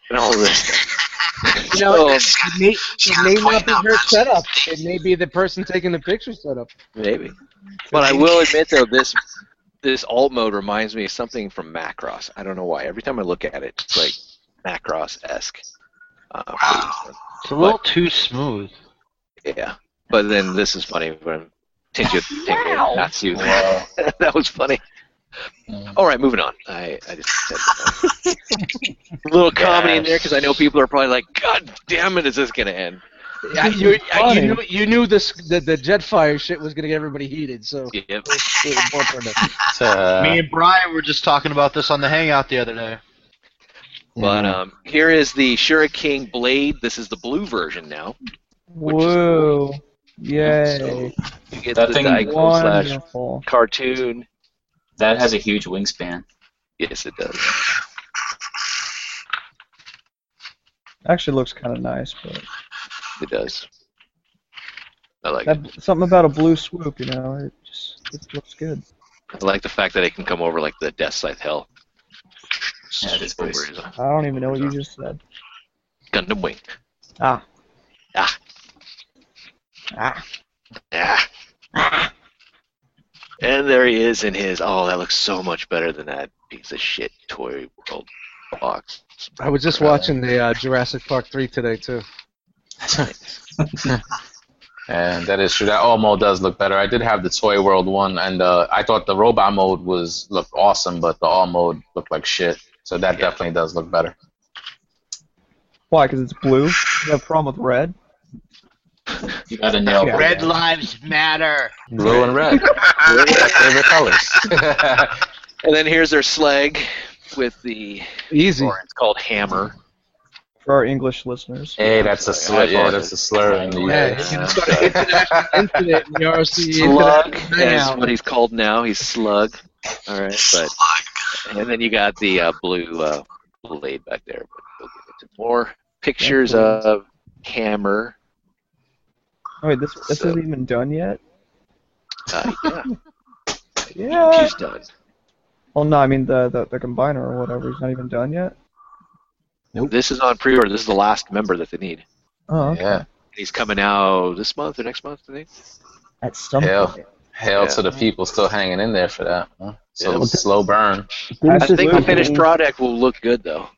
Speaker 2: And all this. Stuff.
Speaker 4: You know, it may,
Speaker 6: She's
Speaker 4: it may not be
Speaker 6: pointing
Speaker 4: her
Speaker 6: up.
Speaker 4: setup. It may be the person taking the picture setup.
Speaker 2: Maybe. But I will admit though, this this alt mode reminds me of something from Macross. I don't know why. Every time I look at it, it's like Macross esque. Uh, for
Speaker 6: Wow.
Speaker 2: this one.
Speaker 8: It's a little too smooth.
Speaker 2: Yeah. But then this is funny when Tinju Tinju Natsu.
Speaker 9: Wow. Mm.
Speaker 2: that was funny. All right, moving on. I, I just said that. a little comedy in there because I know people are probably like, "God damn it, is this gonna end?"
Speaker 4: I, uh, you, I- you knew, you knew this the, the Jetfire shit was gonna get everybody heated, so
Speaker 10: Yep.
Speaker 4: it was more for nothing.
Speaker 10: Uh,
Speaker 8: Me and Brian were just talking about this on the Hangout the other day.
Speaker 2: But
Speaker 9: uh,
Speaker 2: um, here is the Shuriken Blade. This is the blue version now.
Speaker 1: Whoa. Yay.
Speaker 2: You get
Speaker 9: That
Speaker 2: the
Speaker 9: thing-
Speaker 2: Daigo slash
Speaker 1: Wonderful.
Speaker 2: cartoon.
Speaker 9: That has a huge wingspan.
Speaker 2: Yes, it does.
Speaker 1: Actually looks kind of nice, but
Speaker 2: It does. I like it.
Speaker 1: that, something about a blue swoop, you know, it just it looks good.
Speaker 2: I like the fact that it can come over like the Death Scythe Hell.
Speaker 9: Yeah, it is
Speaker 2: Over
Speaker 9: nice.
Speaker 2: his uh,
Speaker 1: I don't even know what you just said.
Speaker 2: Gundam wing.
Speaker 1: Ah.
Speaker 2: Ah.
Speaker 1: Ah.
Speaker 2: Yeah. Ah. And there he is in his. Oh, that looks so much better than that piece of shit toy world box.
Speaker 4: I was just watching the uh, Jurassic Park three today too.
Speaker 10: And that is true. That Omo does look better. I did have the Toy World one, and uh, I thought the robot mode was looked awesome, but the all mode looked like shit. So that definitely does look better.
Speaker 1: Why? Because it's blue? You have a problem with red?
Speaker 9: You got to nail
Speaker 1: Yeah.
Speaker 9: Red
Speaker 8: lives matter.
Speaker 10: Blue and red. Blue and red, favorite colors.
Speaker 2: And then here's their slag with the.
Speaker 4: Easy.
Speaker 2: Or it's called hammer.
Speaker 1: For our English listeners.
Speaker 10: hey, that's a slur. Yeah, that's a slur. In the
Speaker 4: Yeah, you
Speaker 10: US.
Speaker 4: can start an international incident in the RC
Speaker 2: Slug
Speaker 4: International
Speaker 2: is
Speaker 4: now.
Speaker 2: what he's called now. He's slug. All right, but and then you got the uh, blue uh, blade back there. But we'll get into more pictures of hammer.
Speaker 1: Oh, wait, this this
Speaker 2: So-
Speaker 1: isn't even done yet?
Speaker 2: Uh, yeah,
Speaker 1: Yeah.
Speaker 2: she's done.
Speaker 1: Well, no, I mean the, the, the combiner or whatever. He's not even done yet?
Speaker 2: This is on pre-order. This is the last member that they need.
Speaker 1: Oh, okay.
Speaker 10: Yeah.
Speaker 2: He's coming out this month or next month, I think.
Speaker 1: At some
Speaker 10: Yeah.
Speaker 1: point.
Speaker 10: Hail to
Speaker 2: Yeah.
Speaker 10: the people still hanging in there for that. Huh? So
Speaker 2: Yeah.
Speaker 10: slow burn.
Speaker 2: I
Speaker 1: That's just
Speaker 2: think the
Speaker 1: moving.
Speaker 2: finished product will look good though.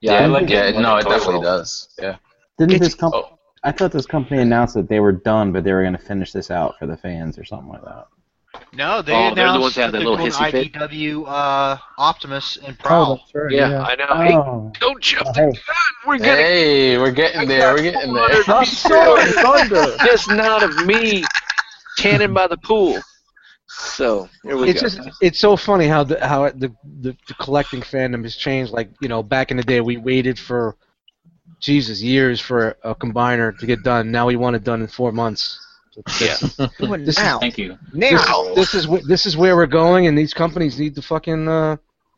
Speaker 9: Yeah, I like
Speaker 10: yeah,
Speaker 9: it.
Speaker 10: no, it definitely does. Yeah.
Speaker 3: Didn't
Speaker 2: It's-
Speaker 3: this company?
Speaker 10: oh.
Speaker 3: I thought this company announced that they were done, but they were going to finish this out for the fans or something like that.
Speaker 8: No, they
Speaker 2: Oh,
Speaker 8: announced
Speaker 2: they're the ones that have that
Speaker 8: that they're
Speaker 2: little
Speaker 8: doing
Speaker 2: hissy fit?
Speaker 8: IDW uh, Optimus and
Speaker 1: Oh,
Speaker 8: Prowl.
Speaker 1: that's right.
Speaker 2: Yeah, I know. Hey,
Speaker 3: Oh.
Speaker 2: don't jump the
Speaker 3: Hey.
Speaker 2: gun. We're getting
Speaker 10: Hey, we're getting there. We're getting there.
Speaker 1: I'm sorry, Thunder.
Speaker 2: just not of me tanning by the pool. So here we
Speaker 4: It's
Speaker 2: go.
Speaker 4: just it's so funny how the how it- the, the the collecting fandom has changed. Like you know, back in the day, we waited for Jesus years for a combiner to get done. Now we want it done in four months.
Speaker 2: Yeah.
Speaker 4: This is,
Speaker 9: Thank you.
Speaker 4: this, this is wh- this is where we're going, and these companies need to fucking uh,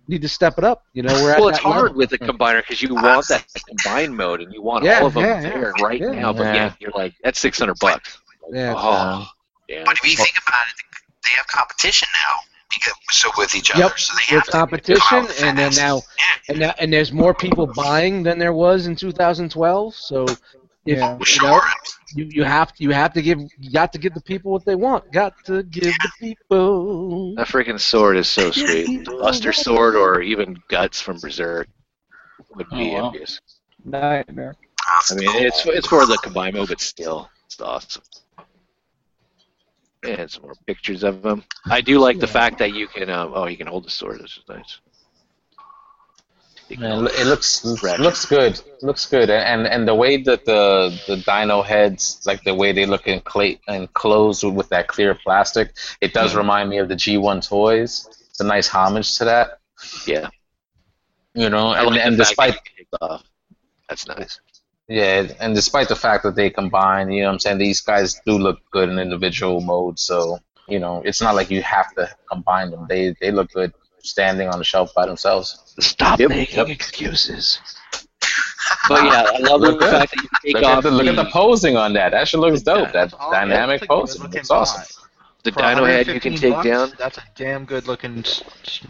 Speaker 4: need to step it up. You know, we're at
Speaker 2: well, it's
Speaker 4: that
Speaker 2: hard
Speaker 4: level.
Speaker 2: with the combiner because you want that combined mode and you want
Speaker 4: Yeah,
Speaker 2: all of them
Speaker 4: yeah,
Speaker 2: there
Speaker 4: yeah.
Speaker 2: right
Speaker 4: Yeah.
Speaker 2: now. But yeah,
Speaker 10: Yeah.
Speaker 2: you're like that's 600 bucks.
Speaker 4: Yeah, it's-
Speaker 2: Oh, damn.
Speaker 6: But if you think about it, they have competition now. Because so with each other,
Speaker 4: Yep,
Speaker 6: so they have
Speaker 4: with
Speaker 6: to
Speaker 4: competition,
Speaker 6: Wow,
Speaker 4: and then
Speaker 6: fast.
Speaker 4: now, and now, and there's more people buying than there was in 2012. So, if
Speaker 1: Yeah.
Speaker 4: you know, you, you have to you have to give you got to give the people what they want. Got to give the people.
Speaker 2: That freaking sword is so sweet. The Buster sword or even Guts from Berserk would be
Speaker 9: Oh, wow.
Speaker 2: envious.
Speaker 1: Nightmare.
Speaker 2: I mean, it's it's for the combined mode, but still, it's awesome. And some more pictures of them. I do like the fact that you can, um, oh, you can hold the sword. This is nice. You can
Speaker 10: Man,
Speaker 2: hold
Speaker 10: it looks
Speaker 2: Ratchet.
Speaker 10: looks good. Looks good, and and the way that the the dino heads, like the way they look in clay and closed with that clear plastic, it does
Speaker 2: Mm-hmm.
Speaker 10: remind me of the G1 toys. It's a nice homage to that,
Speaker 2: Yeah.
Speaker 10: you know.
Speaker 2: I
Speaker 10: And,
Speaker 2: like
Speaker 10: and
Speaker 2: the fact that
Speaker 10: despite
Speaker 2: you can take it off. That's nice.
Speaker 10: yeah, and despite the fact that they combine, you know, what I'm saying these guys do look good in individual mode. So you know, it's not like you have to combine them. They they look good standing on the shelf by themselves.
Speaker 2: Stop making
Speaker 10: yep.
Speaker 2: excuses. But yeah, I love
Speaker 10: Look
Speaker 2: the
Speaker 10: at-
Speaker 2: fact that you take
Speaker 10: Look
Speaker 2: off
Speaker 10: at, the, look at the posing on that. That shit looks dope. That
Speaker 8: That's all-
Speaker 10: dynamic
Speaker 8: that's a
Speaker 10: posing.
Speaker 8: good-looking
Speaker 10: It's awesome.
Speaker 8: guy.
Speaker 2: the
Speaker 8: For
Speaker 2: dino head you can
Speaker 8: 115
Speaker 2: take
Speaker 8: bucks,
Speaker 2: down.
Speaker 8: That's a damn good looking s- s-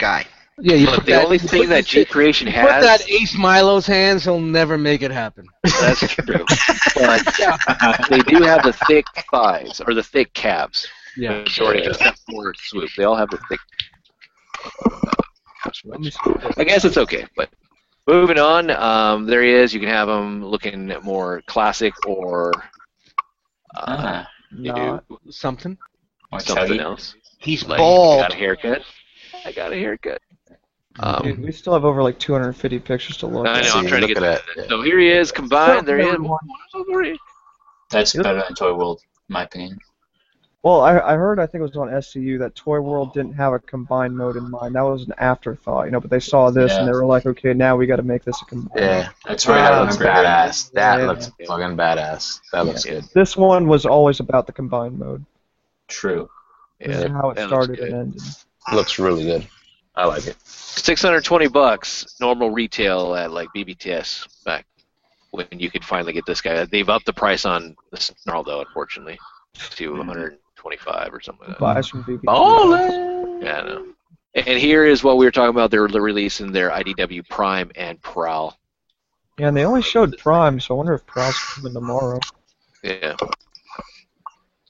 Speaker 8: guy.
Speaker 4: Yeah, you
Speaker 2: But
Speaker 4: put
Speaker 2: the
Speaker 4: that,
Speaker 2: only
Speaker 4: you
Speaker 2: thing
Speaker 4: put
Speaker 2: that
Speaker 4: this-
Speaker 2: G Creation
Speaker 4: you
Speaker 2: has.
Speaker 4: put that Ace Milo's hands, he'll never make it happen.
Speaker 2: That's true. But they do have the thick thighs or the thick calves.
Speaker 4: Yeah.
Speaker 2: Majority, except for swoop, they all have the thick. calves,
Speaker 1: Let me
Speaker 2: which-
Speaker 1: see.
Speaker 2: I guess it's okay. But moving on, um, there he is. You can have him looking more classic or uh,
Speaker 9: Ah,
Speaker 2: you
Speaker 1: Not.
Speaker 2: do
Speaker 4: Something.
Speaker 9: my
Speaker 2: something
Speaker 9: chubby.
Speaker 2: else.
Speaker 8: He's
Speaker 2: Like I
Speaker 8: bald.
Speaker 2: got a haircut. I got a haircut.
Speaker 1: Dude,
Speaker 2: Um,
Speaker 1: we still have over like 250 pictures to look
Speaker 2: I
Speaker 1: at.
Speaker 2: know. I'm
Speaker 10: See,
Speaker 2: trying to
Speaker 10: look
Speaker 2: get
Speaker 10: at
Speaker 2: that.
Speaker 10: that.
Speaker 2: So here he is, combined. There he is.
Speaker 9: That's better than Toy World, in my opinion.
Speaker 1: Well, I, I heard, I think it was on SCU, that Toy World didn't have a combined mode in mind. That was an afterthought, you know, but they saw this and they were like, okay, now we got to make this a combined
Speaker 10: Yeah,
Speaker 9: That's
Speaker 10: right.
Speaker 9: right. I
Speaker 10: That looks
Speaker 9: remember hearing that.
Speaker 10: badass. That
Speaker 1: Yeah.
Speaker 10: looks fucking badass. That looks good.
Speaker 1: This one was always about the combined mode.
Speaker 9: True.
Speaker 1: This
Speaker 10: Yeah,
Speaker 1: is how it
Speaker 2: that looks
Speaker 1: started
Speaker 2: good.
Speaker 1: and ended.
Speaker 10: Looks really good. I like it.
Speaker 2: 620 bucks normal retail at like BBTS back when you could finally get this guy. They've upped the price on the Snarl though, unfortunately, to 125 or something. Like that.
Speaker 1: Buys from BB.
Speaker 2: Yeah, I know. And here is what we were talking about. They're releasing their IDW Prime and Prowl.
Speaker 1: Yeah, and they only showed Prime, so I wonder if Prowl's coming tomorrow.
Speaker 2: Yeah.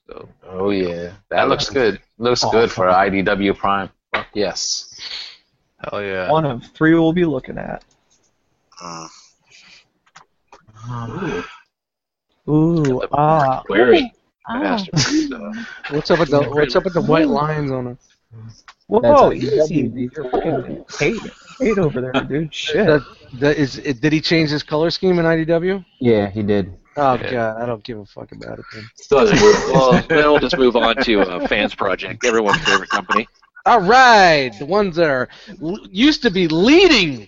Speaker 2: So
Speaker 10: Oh yeah, that looks good. Looks good for IDW Prime. Fuck yes.
Speaker 8: Hell yeah.
Speaker 1: One of three we'll be looking at.
Speaker 6: Mm.
Speaker 1: Ooh,
Speaker 2: the-
Speaker 1: ah.
Speaker 9: Query.
Speaker 2: masterpiece, uh,
Speaker 4: What's up with the What's up with the white lines on it?
Speaker 1: Whoa,
Speaker 3: That's
Speaker 1: easy.
Speaker 3: IDW.
Speaker 1: You're fucking hate, hate over there, dude. Shit.
Speaker 4: That, that is, it, did he change his color scheme in IDW?
Speaker 3: Yeah, he did.
Speaker 4: Oh
Speaker 2: Yeah.
Speaker 4: god, I don't give a fuck about it. Then.
Speaker 9: Still hasn't moved.
Speaker 2: well, then we'll just move on to uh, Fans Project, everyone's favorite company.
Speaker 4: All right, the ones that are l- used to be leading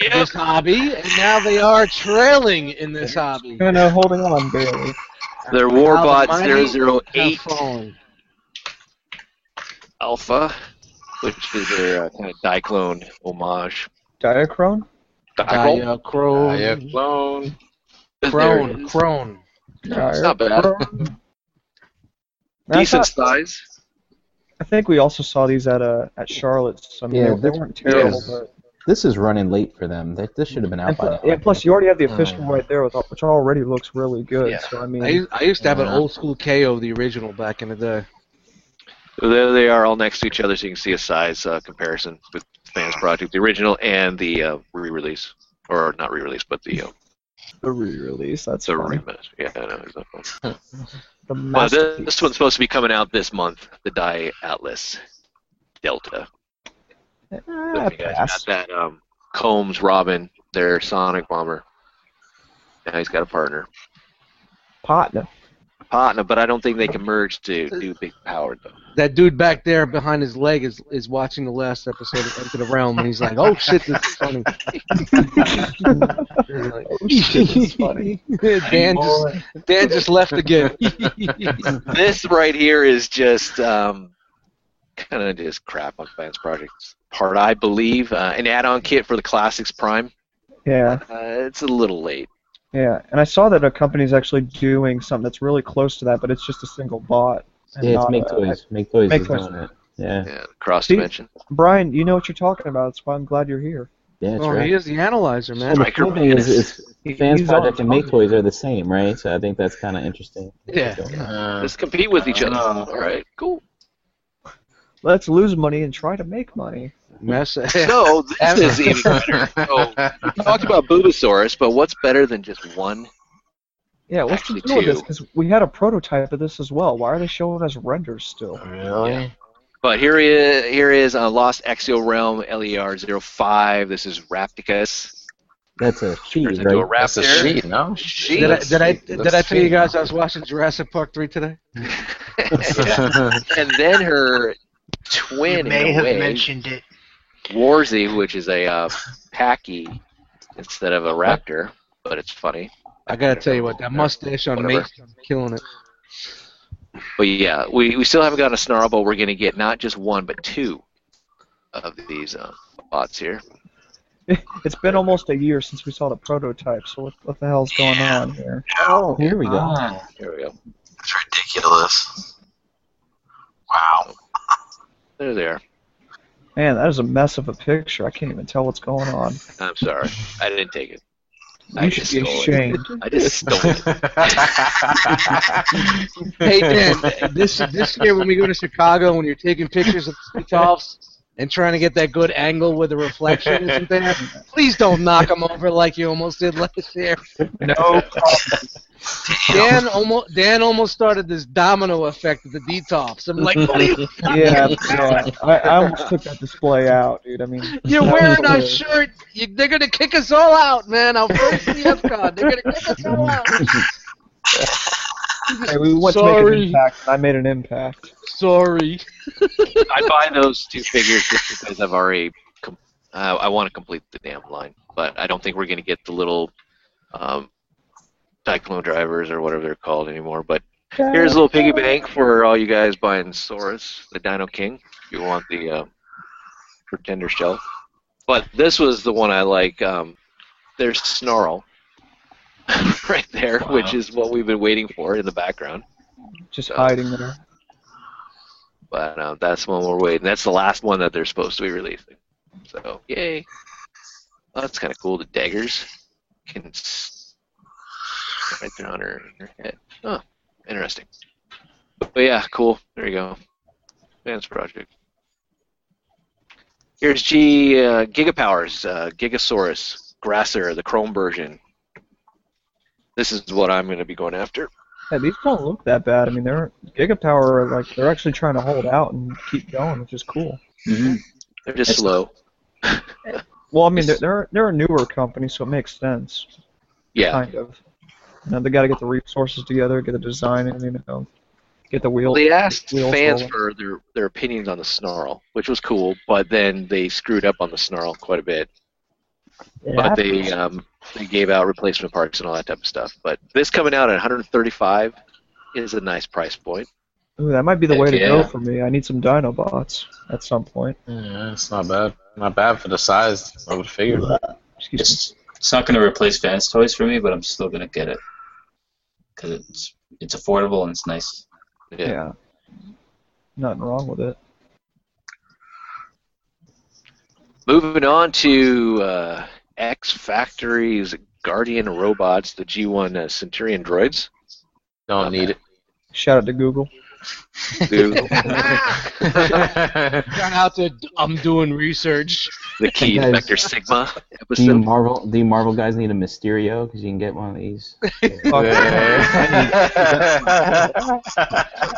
Speaker 4: this hobby, and now they are trailing in this hobby.
Speaker 1: Kind of holding on, barely.
Speaker 2: Their
Speaker 4: How the
Speaker 2: Warbot
Speaker 4: mighty have
Speaker 2: 008
Speaker 4: fallen.
Speaker 2: Alpha, which is their uh, kind of Diclone homage.
Speaker 1: Diachrone?
Speaker 2: Diclone?
Speaker 4: Dia Crone.
Speaker 10: clone.
Speaker 2: There it
Speaker 4: Crone.
Speaker 2: is.
Speaker 4: Crone.
Speaker 2: It's not bad.
Speaker 1: Now, I
Speaker 2: Decent
Speaker 1: thought-
Speaker 2: size.
Speaker 1: I think we also saw these at uh, at Charlotte's. I mean, they,
Speaker 3: Yeah,
Speaker 1: they
Speaker 3: this-
Speaker 1: weren't terrible.
Speaker 3: yes.
Speaker 1: But,
Speaker 3: This is running late for them. They, this should have been out
Speaker 1: and
Speaker 3: by
Speaker 1: plus,
Speaker 3: now.
Speaker 1: yeah, plus you already have the official
Speaker 3: Uh.
Speaker 1: right there, with, all- which already looks really good.
Speaker 2: Yeah.
Speaker 1: So I
Speaker 4: I,
Speaker 1: mean,
Speaker 4: used- I used to have an
Speaker 3: Yeah.
Speaker 4: old school KO, the original, back in the day.
Speaker 2: So there they are, all next to each other, so you can see a size uh, comparison with Fans Project, the original and the uh, re-release, or not re-release, but the uh,
Speaker 1: the re-release. That's
Speaker 2: the
Speaker 1: funny.
Speaker 2: remaster. Yeah, I know. Exactly.
Speaker 1: the
Speaker 2: Well,
Speaker 1: masterpiece.
Speaker 2: this, this one's supposed to be coming out this month, the Die Atlas Delta.
Speaker 1: Ah,
Speaker 2: If you guys
Speaker 1: pass.
Speaker 2: Got that um, Combs Robin, their Sonic Bomber. Now he's got a partner.
Speaker 1: Partner.
Speaker 2: Partner, but I don't think they can merge to do Big Power though.
Speaker 4: That dude back there behind his leg is, is watching the last episode of Enter the Realm, and he's like, oh shit, this is funny.
Speaker 1: Oh,
Speaker 2: Oh,
Speaker 4: Dan, just, Dan just left again.
Speaker 2: this right here is just um, kind of just crap on fans projects part i believe uh, an add-on kit for the classics prime
Speaker 1: Yeah,
Speaker 2: uh, it's a little late
Speaker 1: yeah. And I saw that a company's actually doing something that's really close to that, but it's just a single bot. and
Speaker 3: Yeah, it's
Speaker 1: not
Speaker 3: Make
Speaker 1: a-
Speaker 3: Toys. uh, Make Toys
Speaker 1: Make
Speaker 3: is
Speaker 1: Toys.
Speaker 3: doing it. Yeah,
Speaker 2: yeah, cross
Speaker 1: See?
Speaker 2: dimension
Speaker 1: Brian, you know what you're talking about. That's why I'm glad you're here.
Speaker 3: yeah, that's
Speaker 4: Oh,
Speaker 3: right.
Speaker 4: he is the analyzer, man.
Speaker 3: And the
Speaker 2: Micro
Speaker 3: cool thing is, is Fans
Speaker 1: He's on
Speaker 3: Project and Make Toys are the same, right? So I think that's kind of interesting.
Speaker 4: Yeah.
Speaker 10: Uh,
Speaker 2: let's compete with each other
Speaker 6: Uh,
Speaker 2: all right cool
Speaker 1: Let's lose money and try to make money.
Speaker 4: Mess.
Speaker 2: no this is even better so, we talked about Bulbasaurus, but what's better than just one
Speaker 1: Yeah, what's
Speaker 2: Actually,
Speaker 1: the deal with this?
Speaker 2: two.
Speaker 1: Because we had a prototype of this as well. Why are they showing us renders still?
Speaker 10: Really?
Speaker 2: Yeah. but here is here is uh, lost exio realm E ler 05 this is rapticus
Speaker 3: That's a
Speaker 2: turns
Speaker 3: cheat,
Speaker 2: into a
Speaker 3: right?
Speaker 10: That's
Speaker 2: raptor
Speaker 10: a sheet, no?
Speaker 2: Sheet.
Speaker 4: Did I, did I did I
Speaker 10: That's
Speaker 4: tell you
Speaker 10: cheap.
Speaker 4: guys I was watching Jurassic Park three today?
Speaker 2: and then her twin
Speaker 8: You may
Speaker 2: in a
Speaker 8: have
Speaker 2: way,
Speaker 8: mentioned it.
Speaker 2: Warzy, which is a uh, packy instead of a raptor, but it's funny.
Speaker 4: I gotta tell you what that mustache on me
Speaker 2: Whatever.
Speaker 4: killing it.
Speaker 2: But yeah, we, we still haven't got a snarl, but we're gonna get not just one but two of these uh, bots here.
Speaker 1: It's been almost a year since we saw the prototype, so what, what the hell's going on here?
Speaker 3: Oh, here we go.
Speaker 2: Here we go.
Speaker 6: It's ridiculous. Wow.
Speaker 2: There they are.
Speaker 1: Man, that is a mess of a picture. I can't even tell what's going on.
Speaker 2: I'm sorry, I didn't take it. I
Speaker 1: You
Speaker 2: just
Speaker 1: should be
Speaker 2: stole it.
Speaker 1: ashamed.
Speaker 2: I just stole it.
Speaker 4: Hey Dan, this this year when we go to Chicago, when you're taking pictures of Spitovs and trying to get that good angle where the reflection isn't there, please don't knock them over like you almost did last year.
Speaker 1: No.
Speaker 4: Dan almost Dan almost started this domino effect of the Detops. I'm like, what are you?
Speaker 1: yeah, yeah. I, I almost took that display out, dude. I mean,
Speaker 4: You're
Speaker 1: that
Speaker 4: wearing
Speaker 1: was
Speaker 4: our
Speaker 1: a-
Speaker 4: shirt. You, they're gonna kick us all out, man. Our first CF card. They're gonna kick us all out.
Speaker 1: Hey, we went to make an
Speaker 4: Sorry.
Speaker 1: impact. and I made an impact.
Speaker 4: Sorry.
Speaker 2: I buy those two figures just because I've already. Com- uh, I want to complete the damn line, but I don't think we're going to get the little um, cyclone drivers or whatever they're called anymore. But here's a little piggy bank for all you guys buying Saurus, the Dino King. If you want the uh, pretender shell, but this was the one I like. Um, there's Snarl right there, which is what we've been waiting for in the background.
Speaker 1: Just
Speaker 2: So-
Speaker 1: hiding there.
Speaker 2: But uh, that's the one we're waiting. That's the last one that they're supposed to be releasing. So yay! Well, that's kind of cool. The daggers can s- right there on her, her head. Oh, interesting. But yeah, cool. There you go. Advanced project. Here's G uh, Gigapowers, uh, Gigasaurus, Grasser, the Chrome version. This is what I'm going to be going after.
Speaker 1: Yeah, these don't look that bad. I mean, they're Gigapower. Like they're actually trying to hold out and keep going, which is cool.
Speaker 2: They're just
Speaker 9: It's-
Speaker 2: slow.
Speaker 1: Well, I mean, they're they're, they're a newer company, so it makes sense,
Speaker 2: Yeah.
Speaker 1: kind of. You know, they got to get the resources together, get the design, and you know, get the wheel.
Speaker 2: Well, they asked
Speaker 1: wheels
Speaker 2: fans
Speaker 1: rolling.
Speaker 2: for their, their opinions on the snarl, which was cool, but then they screwed up on the snarl quite a bit.
Speaker 1: Yeah.
Speaker 2: But they um, they gave out replacement parts and all that type of stuff. But this coming out at 135 is a nice price point.
Speaker 1: Ooh, that might be the way to
Speaker 10: Heck
Speaker 1: go
Speaker 10: yeah.
Speaker 1: for me. I need some Dinobots at some point.
Speaker 10: Yeah, it's not bad. Not bad for the size. I would figure.
Speaker 1: Excuse me.
Speaker 9: It's, it's not going to replace Vans toys for me, but I'm still going to get it because it's it's affordable and it's nice.
Speaker 1: Yeah. Nothing wrong with it.
Speaker 2: Moving on to uh, X Factory's Guardian robots, the G1 uh, Centurion droids.
Speaker 10: Don't need it.
Speaker 1: Shout out to Google.
Speaker 2: Who-
Speaker 4: Shout out to I'm doing research.
Speaker 2: the key
Speaker 3: Guys.
Speaker 2: Vector Sigma
Speaker 3: The
Speaker 2: episode.
Speaker 3: Marvel, the Marvel guys need a Mysterio because you can get one of these.
Speaker 1: Fuck.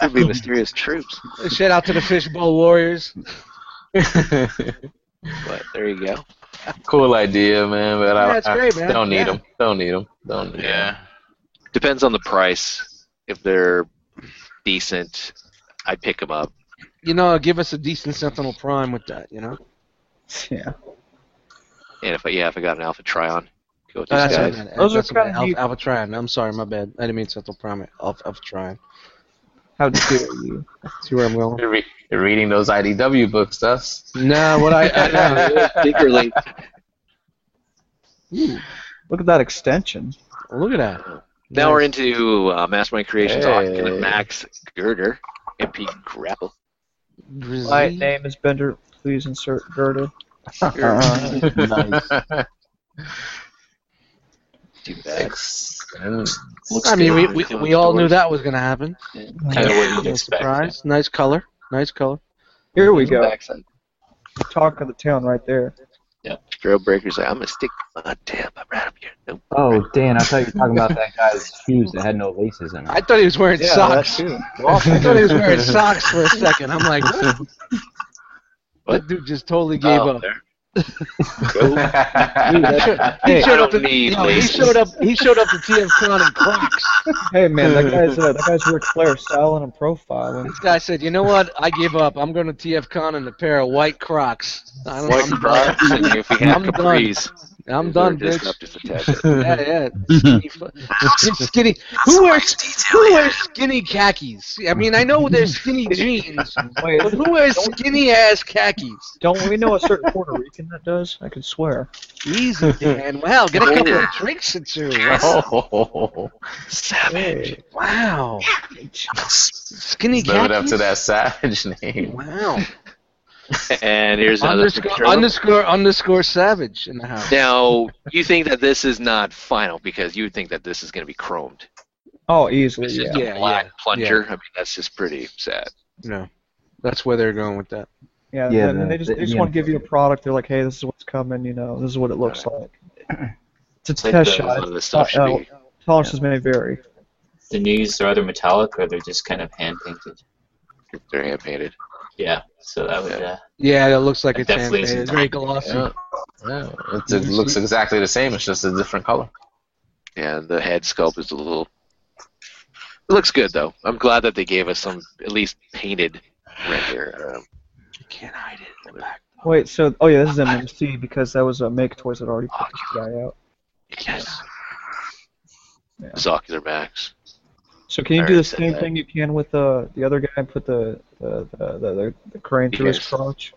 Speaker 2: Could be mysterious troops.
Speaker 4: Shout out to the Fishbowl Warriors.
Speaker 2: But there you go.
Speaker 10: cool idea, man. But
Speaker 4: Yeah,
Speaker 10: I,
Speaker 4: it's
Speaker 10: I-
Speaker 4: great, man.
Speaker 10: don't need
Speaker 4: Yeah.
Speaker 10: them. Don't need them. Don't need 'em.
Speaker 8: Yeah.
Speaker 2: Depends on the price. If they're decent, I pick them up.
Speaker 4: You know, give us a decent Sentinel Prime with that. You know.
Speaker 1: yeah.
Speaker 2: And if I, yeah, if I got an Alpha Trion, go with
Speaker 4: Oh,
Speaker 2: these
Speaker 4: that's
Speaker 2: guys.
Speaker 4: what I meant.
Speaker 1: Those are
Speaker 4: That's what I meant.
Speaker 1: kinda neat.
Speaker 4: Alpha, Alpha Trion. I'm sorry, my bad. I didn't mean Sentinel Prime. Alpha, Alpha Trion.
Speaker 1: How dare you?
Speaker 4: See where I'm going?
Speaker 10: You're, re- you're reading those IDW books, that's
Speaker 4: No, what I, I know.
Speaker 2: Secretly,
Speaker 1: Look at that extension.
Speaker 4: Look at that.
Speaker 2: now we're into uh, Mastermind Creations
Speaker 10: Hey.
Speaker 2: Octoline Max Girder MP Grapple.
Speaker 1: My
Speaker 4: Grizzly.
Speaker 1: name is Bender. Please insert Gerda.
Speaker 3: nice.
Speaker 2: Too bad.
Speaker 10: and
Speaker 9: Looks
Speaker 4: I mean, we,
Speaker 9: good.
Speaker 4: we, we all knew that was going to happen.
Speaker 9: kind of what you'd
Speaker 4: No
Speaker 9: expect.
Speaker 4: surprise. Nice color. Nice color.
Speaker 1: Here we go.
Speaker 2: Backside.
Speaker 1: Talk of the town right there.
Speaker 2: Trail Breaker's like, I'm gonna stick my tail up right up here. Nope.
Speaker 3: Oh, Dan, I thought you were talking about that guy's shoes that had no laces in
Speaker 4: I
Speaker 3: them.
Speaker 4: thought he was wearing socks.
Speaker 1: too.
Speaker 4: I thought he was wearing socks for a second. I'm like, what? That dude just totally gave
Speaker 2: Oh,
Speaker 4: up.
Speaker 2: there.
Speaker 4: He
Speaker 1: Hey,
Speaker 4: showed
Speaker 2: I
Speaker 4: up,
Speaker 2: don't
Speaker 4: to,
Speaker 2: need
Speaker 4: no, he
Speaker 2: laces.
Speaker 4: showed up. He showed up to TF Con in Crocs.
Speaker 1: hey, man, that guy's uh, that guy's Ric Flair styling and profiling.
Speaker 4: This guy said, "You know what? I give up. I'm going to TF Con in a pair of white Crocs. I don't,
Speaker 2: White
Speaker 4: I'm,
Speaker 2: Crocs, and if we have
Speaker 4: I'm done.
Speaker 2: capris,
Speaker 4: Done. I'm
Speaker 2: they're
Speaker 4: done,
Speaker 2: just
Speaker 4: bitch.
Speaker 2: up just a tad bit.
Speaker 4: Yeah, yeah. Skinny, fu- skin- skinny. Who wears who wears skinny khakis? I mean, I know they're skinny jeans,
Speaker 1: Wait,
Speaker 4: but who wears skinny ass khakis?
Speaker 1: don't we know a certain Puerto Rican that does? I could swear.
Speaker 4: Easy, Dan. Wow, get a couple of drinks at you.
Speaker 10: oh,
Speaker 2: Savage.
Speaker 4: Wow, skinny
Speaker 10: live it up
Speaker 4: khakis.
Speaker 10: to that savage name.
Speaker 4: Wow.
Speaker 2: And here's another
Speaker 4: Underscore,
Speaker 2: picture.
Speaker 4: underscore underscore savage in the house.
Speaker 2: Now, you think that this is not final because you would think that this is going to be chromed.
Speaker 1: Oh, easily,
Speaker 2: It's
Speaker 1: yeah.
Speaker 2: just
Speaker 4: Yeah,
Speaker 2: a black
Speaker 4: yeah,
Speaker 2: plunger. I mean, that's just pretty sad.
Speaker 4: No, that's where they're going with that.
Speaker 1: Yeah,
Speaker 3: Yeah,
Speaker 1: and
Speaker 3: the-
Speaker 1: they just,
Speaker 3: the
Speaker 1: they just
Speaker 3: Indian
Speaker 1: want to give you a product. They're like, hey, this is what's coming. You know, this is what it looks like. It's a
Speaker 2: Like
Speaker 1: test
Speaker 2: the-
Speaker 1: shot.
Speaker 2: the stuff should
Speaker 1: Uh,
Speaker 2: be-
Speaker 1: Tolerances may vary.
Speaker 9: The knees are either metallic or they're just kind of hand painted.
Speaker 2: They're hand painted.
Speaker 9: Yeah, so that would. Uh,
Speaker 4: Yeah, that looks
Speaker 9: It
Speaker 4: like it's hand
Speaker 9: definitely
Speaker 4: painted.
Speaker 9: isn't.
Speaker 4: Very glossy.
Speaker 10: Yeah. Yeah, it, it looks exactly the same. It's just a different color.
Speaker 2: And the head sculpt is a little It looks good though. I'm glad that they gave us some at least painted render. Um, you can't hide it in the back.
Speaker 1: Wait, so oh yeah, this is MMC because that was a Make Toys that already put this guy out.
Speaker 2: Yes.
Speaker 1: Yeah.
Speaker 2: It's Ocular Max.
Speaker 1: So can you
Speaker 2: Alright,
Speaker 1: do the
Speaker 2: so
Speaker 1: same
Speaker 2: that-
Speaker 1: thing you can with uh, the the other guy and put the the the, the, the, the crane through his
Speaker 2: Yes.
Speaker 1: crotch?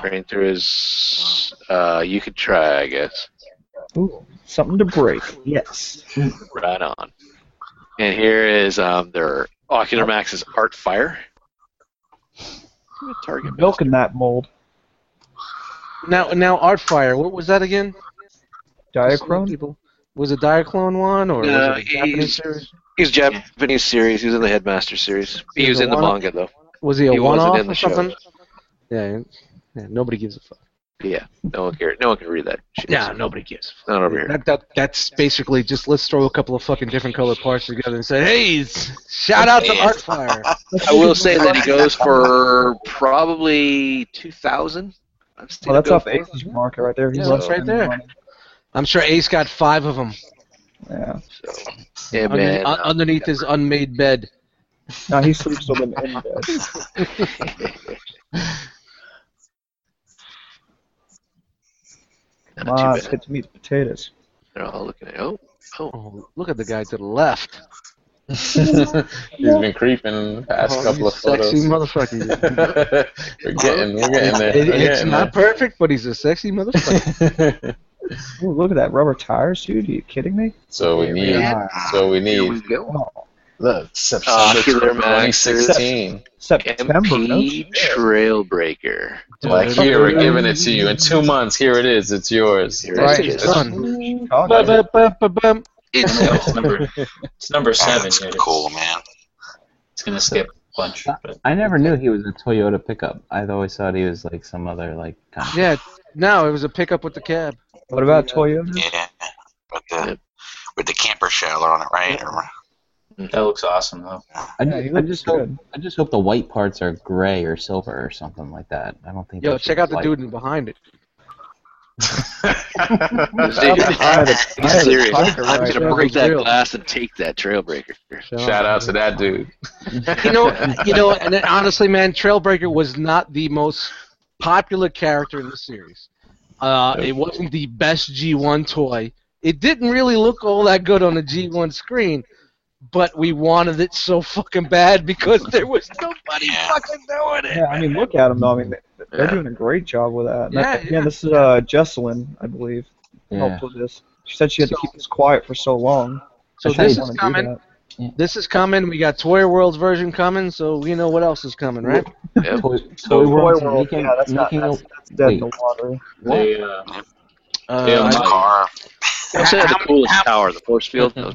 Speaker 2: Crane through his. Uh, you could try, I guess.
Speaker 1: Ooh, something to break. Yes.
Speaker 2: Right on. And here is um, their Ocular Max's Art Fire. Target.
Speaker 1: Milking that mold.
Speaker 4: Now, now, Artfire. What was that again?
Speaker 1: Diachrone.
Speaker 4: People. Was it Diaclone one or
Speaker 2: No,
Speaker 4: was it a
Speaker 2: he's-
Speaker 4: Japanese series?
Speaker 2: He's Japanese series. He was in the Headmaster series. He
Speaker 4: He's
Speaker 2: was
Speaker 4: a
Speaker 2: in the
Speaker 4: one-off?
Speaker 2: manga though.
Speaker 4: Was he a
Speaker 2: He
Speaker 4: one
Speaker 2: wasn't
Speaker 4: off
Speaker 2: in the
Speaker 4: or
Speaker 2: show.
Speaker 4: something? Yeah, yeah, nobody gives a fuck.
Speaker 2: Yeah, no one cared. No one can read that. shit.
Speaker 4: Yeah, nobody gives.
Speaker 2: not over here.
Speaker 4: That, that that's basically just let's throw a couple of fucking different colored parts together and say, hey, s- shout out to Artfire.
Speaker 2: I will say that he goes for probably two thousand.
Speaker 1: Well, that's off Ace's market right there. He's
Speaker 4: Yeah, that's
Speaker 1: left
Speaker 4: right there.
Speaker 1: money.
Speaker 4: I'm sure Ace got five of them
Speaker 1: Yeah.
Speaker 2: Yeah, man.
Speaker 4: underneath, underneath his unmade bed.
Speaker 1: No, he sleeps with him in bed.
Speaker 2: Not too
Speaker 1: Mom,
Speaker 2: bad.
Speaker 1: kids meat potatoes.
Speaker 2: They're all looking at. Oh, oh.
Speaker 4: Oh, look at the guy to the left.
Speaker 10: He's been creeping past
Speaker 4: Oh,
Speaker 10: couple
Speaker 4: you
Speaker 10: of photos.
Speaker 4: Sexy motherfucker.
Speaker 10: we're getting, we're getting there.
Speaker 4: It-
Speaker 10: We're
Speaker 4: it's
Speaker 10: getting
Speaker 4: not perfect, but he's a sexy motherfucker.
Speaker 10: there.
Speaker 1: Ooh, look at that rubber tires, dude. Are you kidding me? Oh,
Speaker 10: so we need. So we
Speaker 2: Here
Speaker 10: need.
Speaker 2: we go.
Speaker 10: Look,
Speaker 2: Uh,
Speaker 10: September
Speaker 2: Killer Max.
Speaker 10: 2016.
Speaker 1: September, no?
Speaker 2: MP Trailbreaker.
Speaker 10: Like here, we're giving it to you in two months. Here it is. It's yours.
Speaker 2: Here
Speaker 4: Right,
Speaker 2: it is.
Speaker 4: it's done.
Speaker 1: Chicago.
Speaker 4: Ba-ba-ba-ba-bum.
Speaker 2: It's
Speaker 9: No, it's number it's number
Speaker 6: Oh,
Speaker 9: seven.
Speaker 6: that's
Speaker 9: Here.
Speaker 6: cool, man.
Speaker 9: It's gonna skip a bunch. But
Speaker 3: I never knew he was a Toyota pickup. I always thought he was like some other like. Kind of-
Speaker 4: Yeah, no, it was a pickup with the cab.
Speaker 1: What about Toyota?
Speaker 6: Yeah. With the
Speaker 2: Yep.
Speaker 6: with the camper trailer on it, right? Or-
Speaker 9: that looks awesome though.
Speaker 1: Yeah,
Speaker 3: I just,
Speaker 1: he
Speaker 3: I
Speaker 1: looks
Speaker 3: just hope,
Speaker 1: good.
Speaker 3: I just hope the white parts are gray or silver or something like that. I don't think.
Speaker 4: Yo,
Speaker 3: that's
Speaker 4: check out the
Speaker 3: white.
Speaker 4: dude in behind it.
Speaker 2: He's serious. I'm
Speaker 1: right
Speaker 2: gonna
Speaker 1: now.
Speaker 2: break that
Speaker 4: Real.
Speaker 2: glass and take that Trailbreaker.
Speaker 10: Shout out to that dude.
Speaker 4: you know, you know, and then, honestly, man, Trailbreaker was not the most popular character in the series. Uh, it wasn't the best G1 toy. It didn't really look all that good on the G1 screen, but we wanted it so fucking bad because there was nobody
Speaker 6: Yeah.
Speaker 4: fucking doing it.
Speaker 1: Yeah, I mean, look at them though. I mean, they- they're
Speaker 2: Yeah.
Speaker 1: doing a great job with that. And that-
Speaker 4: Yeah,
Speaker 1: again,
Speaker 4: yeah.
Speaker 1: this is uh, Jesselyn, I believe,
Speaker 3: Yeah.
Speaker 1: helped with this. She said she had to
Speaker 4: So-
Speaker 1: keep this quiet for so long.
Speaker 4: So
Speaker 1: I didn't
Speaker 4: this
Speaker 1: wanna
Speaker 4: is
Speaker 1: do
Speaker 4: coming.
Speaker 1: that.
Speaker 4: This is coming. We got Toy World's version coming, so we know what else is coming, right?
Speaker 2: Yep.
Speaker 3: Toy,
Speaker 1: So
Speaker 3: Toy World's making,
Speaker 1: yeah, that's, not,
Speaker 3: making
Speaker 1: that's,
Speaker 3: a-
Speaker 1: that's dead in
Speaker 3: wait.
Speaker 1: the water.
Speaker 9: They, uh,
Speaker 4: Uh,
Speaker 6: It's a car.
Speaker 2: I said the coolest tower, the force field. That was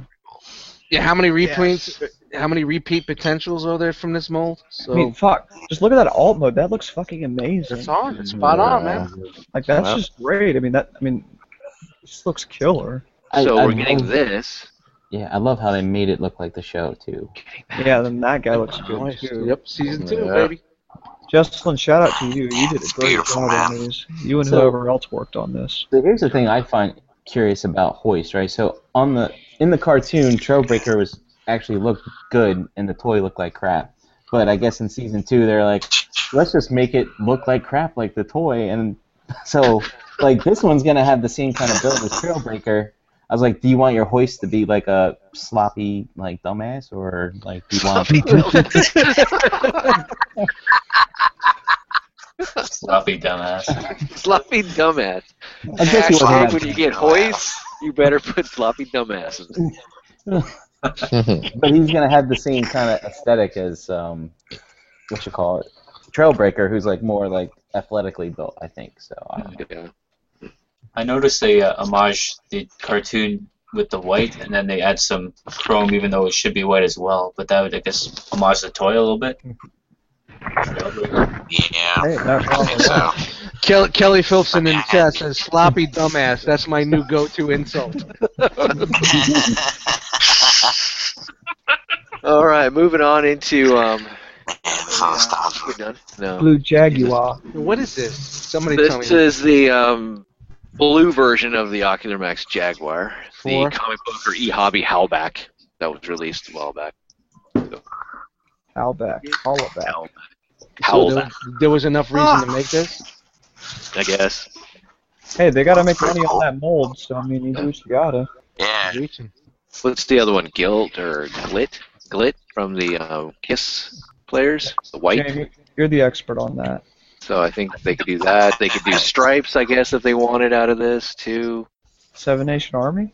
Speaker 4: yeah. How many reprints? How many repeat potentials are there from this mold? So
Speaker 1: I mean, fuck. Just look at that alt mode. That looks fucking amazing.
Speaker 4: it's on. It's spot on, man.
Speaker 1: Like that's
Speaker 2: Wow.
Speaker 1: just great. I mean that. I mean, this looks killer.
Speaker 3: I-
Speaker 2: so
Speaker 3: I
Speaker 2: we're getting
Speaker 3: love-
Speaker 2: this.
Speaker 3: Yeah, I love how they made it look like the show too.
Speaker 1: Yeah, then that guy looks good
Speaker 4: Nice.
Speaker 1: too.
Speaker 4: Yep, season two,
Speaker 10: Yeah.
Speaker 4: baby.
Speaker 1: Justin, shout out to you. You did a great
Speaker 6: Beautiful,
Speaker 1: job on
Speaker 6: man.
Speaker 1: these. You and
Speaker 3: So-
Speaker 1: whoever else worked on this.
Speaker 3: So here's the thing I find curious about Hoist, right? So on the in the cartoon, Trailbreaker was actually looked good, and the toy looked like crap. But I guess in season two, they're like, let's just make it look like crap, like the toy, and so like this one's gonna have the same kind of build as Trailbreaker. I was like, do you want your Hoist to be like a sloppy, like dumbass, or like do you want?
Speaker 9: sloppy dumbass.
Speaker 2: sloppy dumbass.
Speaker 3: I guess he wasn't
Speaker 2: Hashtag
Speaker 3: that
Speaker 2: when you get hoist, you better put sloppy dumbasses.
Speaker 3: but he's gonna have the same kind of aesthetic as um, what you call it, Trailbreaker, who's like more like athletically built, I think. So I don't know.
Speaker 2: Yeah.
Speaker 9: I noticed they uh, homage the cartoon with the white, and then they add some chrome, even though it should be white as well. But that would, I guess, homage the toy a little bit.
Speaker 6: Yeah.
Speaker 1: Hey, not
Speaker 6: I
Speaker 1: wrong
Speaker 6: think
Speaker 1: with that.
Speaker 6: so.
Speaker 4: Kelly, Kelly Phillips in the chat says sloppy dumbass. That's my new go-to insult.
Speaker 2: All right, moving on into um.
Speaker 6: Man, so nostalgic.
Speaker 2: We're done. No.
Speaker 1: Blue Jaguar.
Speaker 4: What is this? Somebody tell me.
Speaker 2: This is the um, blue version of the Ocular Max Jaguar,
Speaker 4: Four.
Speaker 2: the comic book or e-hobby Howback that was released a while back.
Speaker 1: Howlback. Hollaback.
Speaker 2: Hell,
Speaker 4: So
Speaker 2: Howlback,
Speaker 4: there, there was enough reason to make this.
Speaker 2: I guess.
Speaker 1: Hey, they gotta make money on that mold, so I mean, you do what you gotta.
Speaker 6: Yeah,
Speaker 2: What's the other one? Guilt or Glit? Glit from the uh, Kiss players, the white.
Speaker 1: Jamie, you're the expert on that.
Speaker 2: So I think they could do that. They could do stripes, I guess, if they wanted out of this too.
Speaker 1: Seven Nation Army?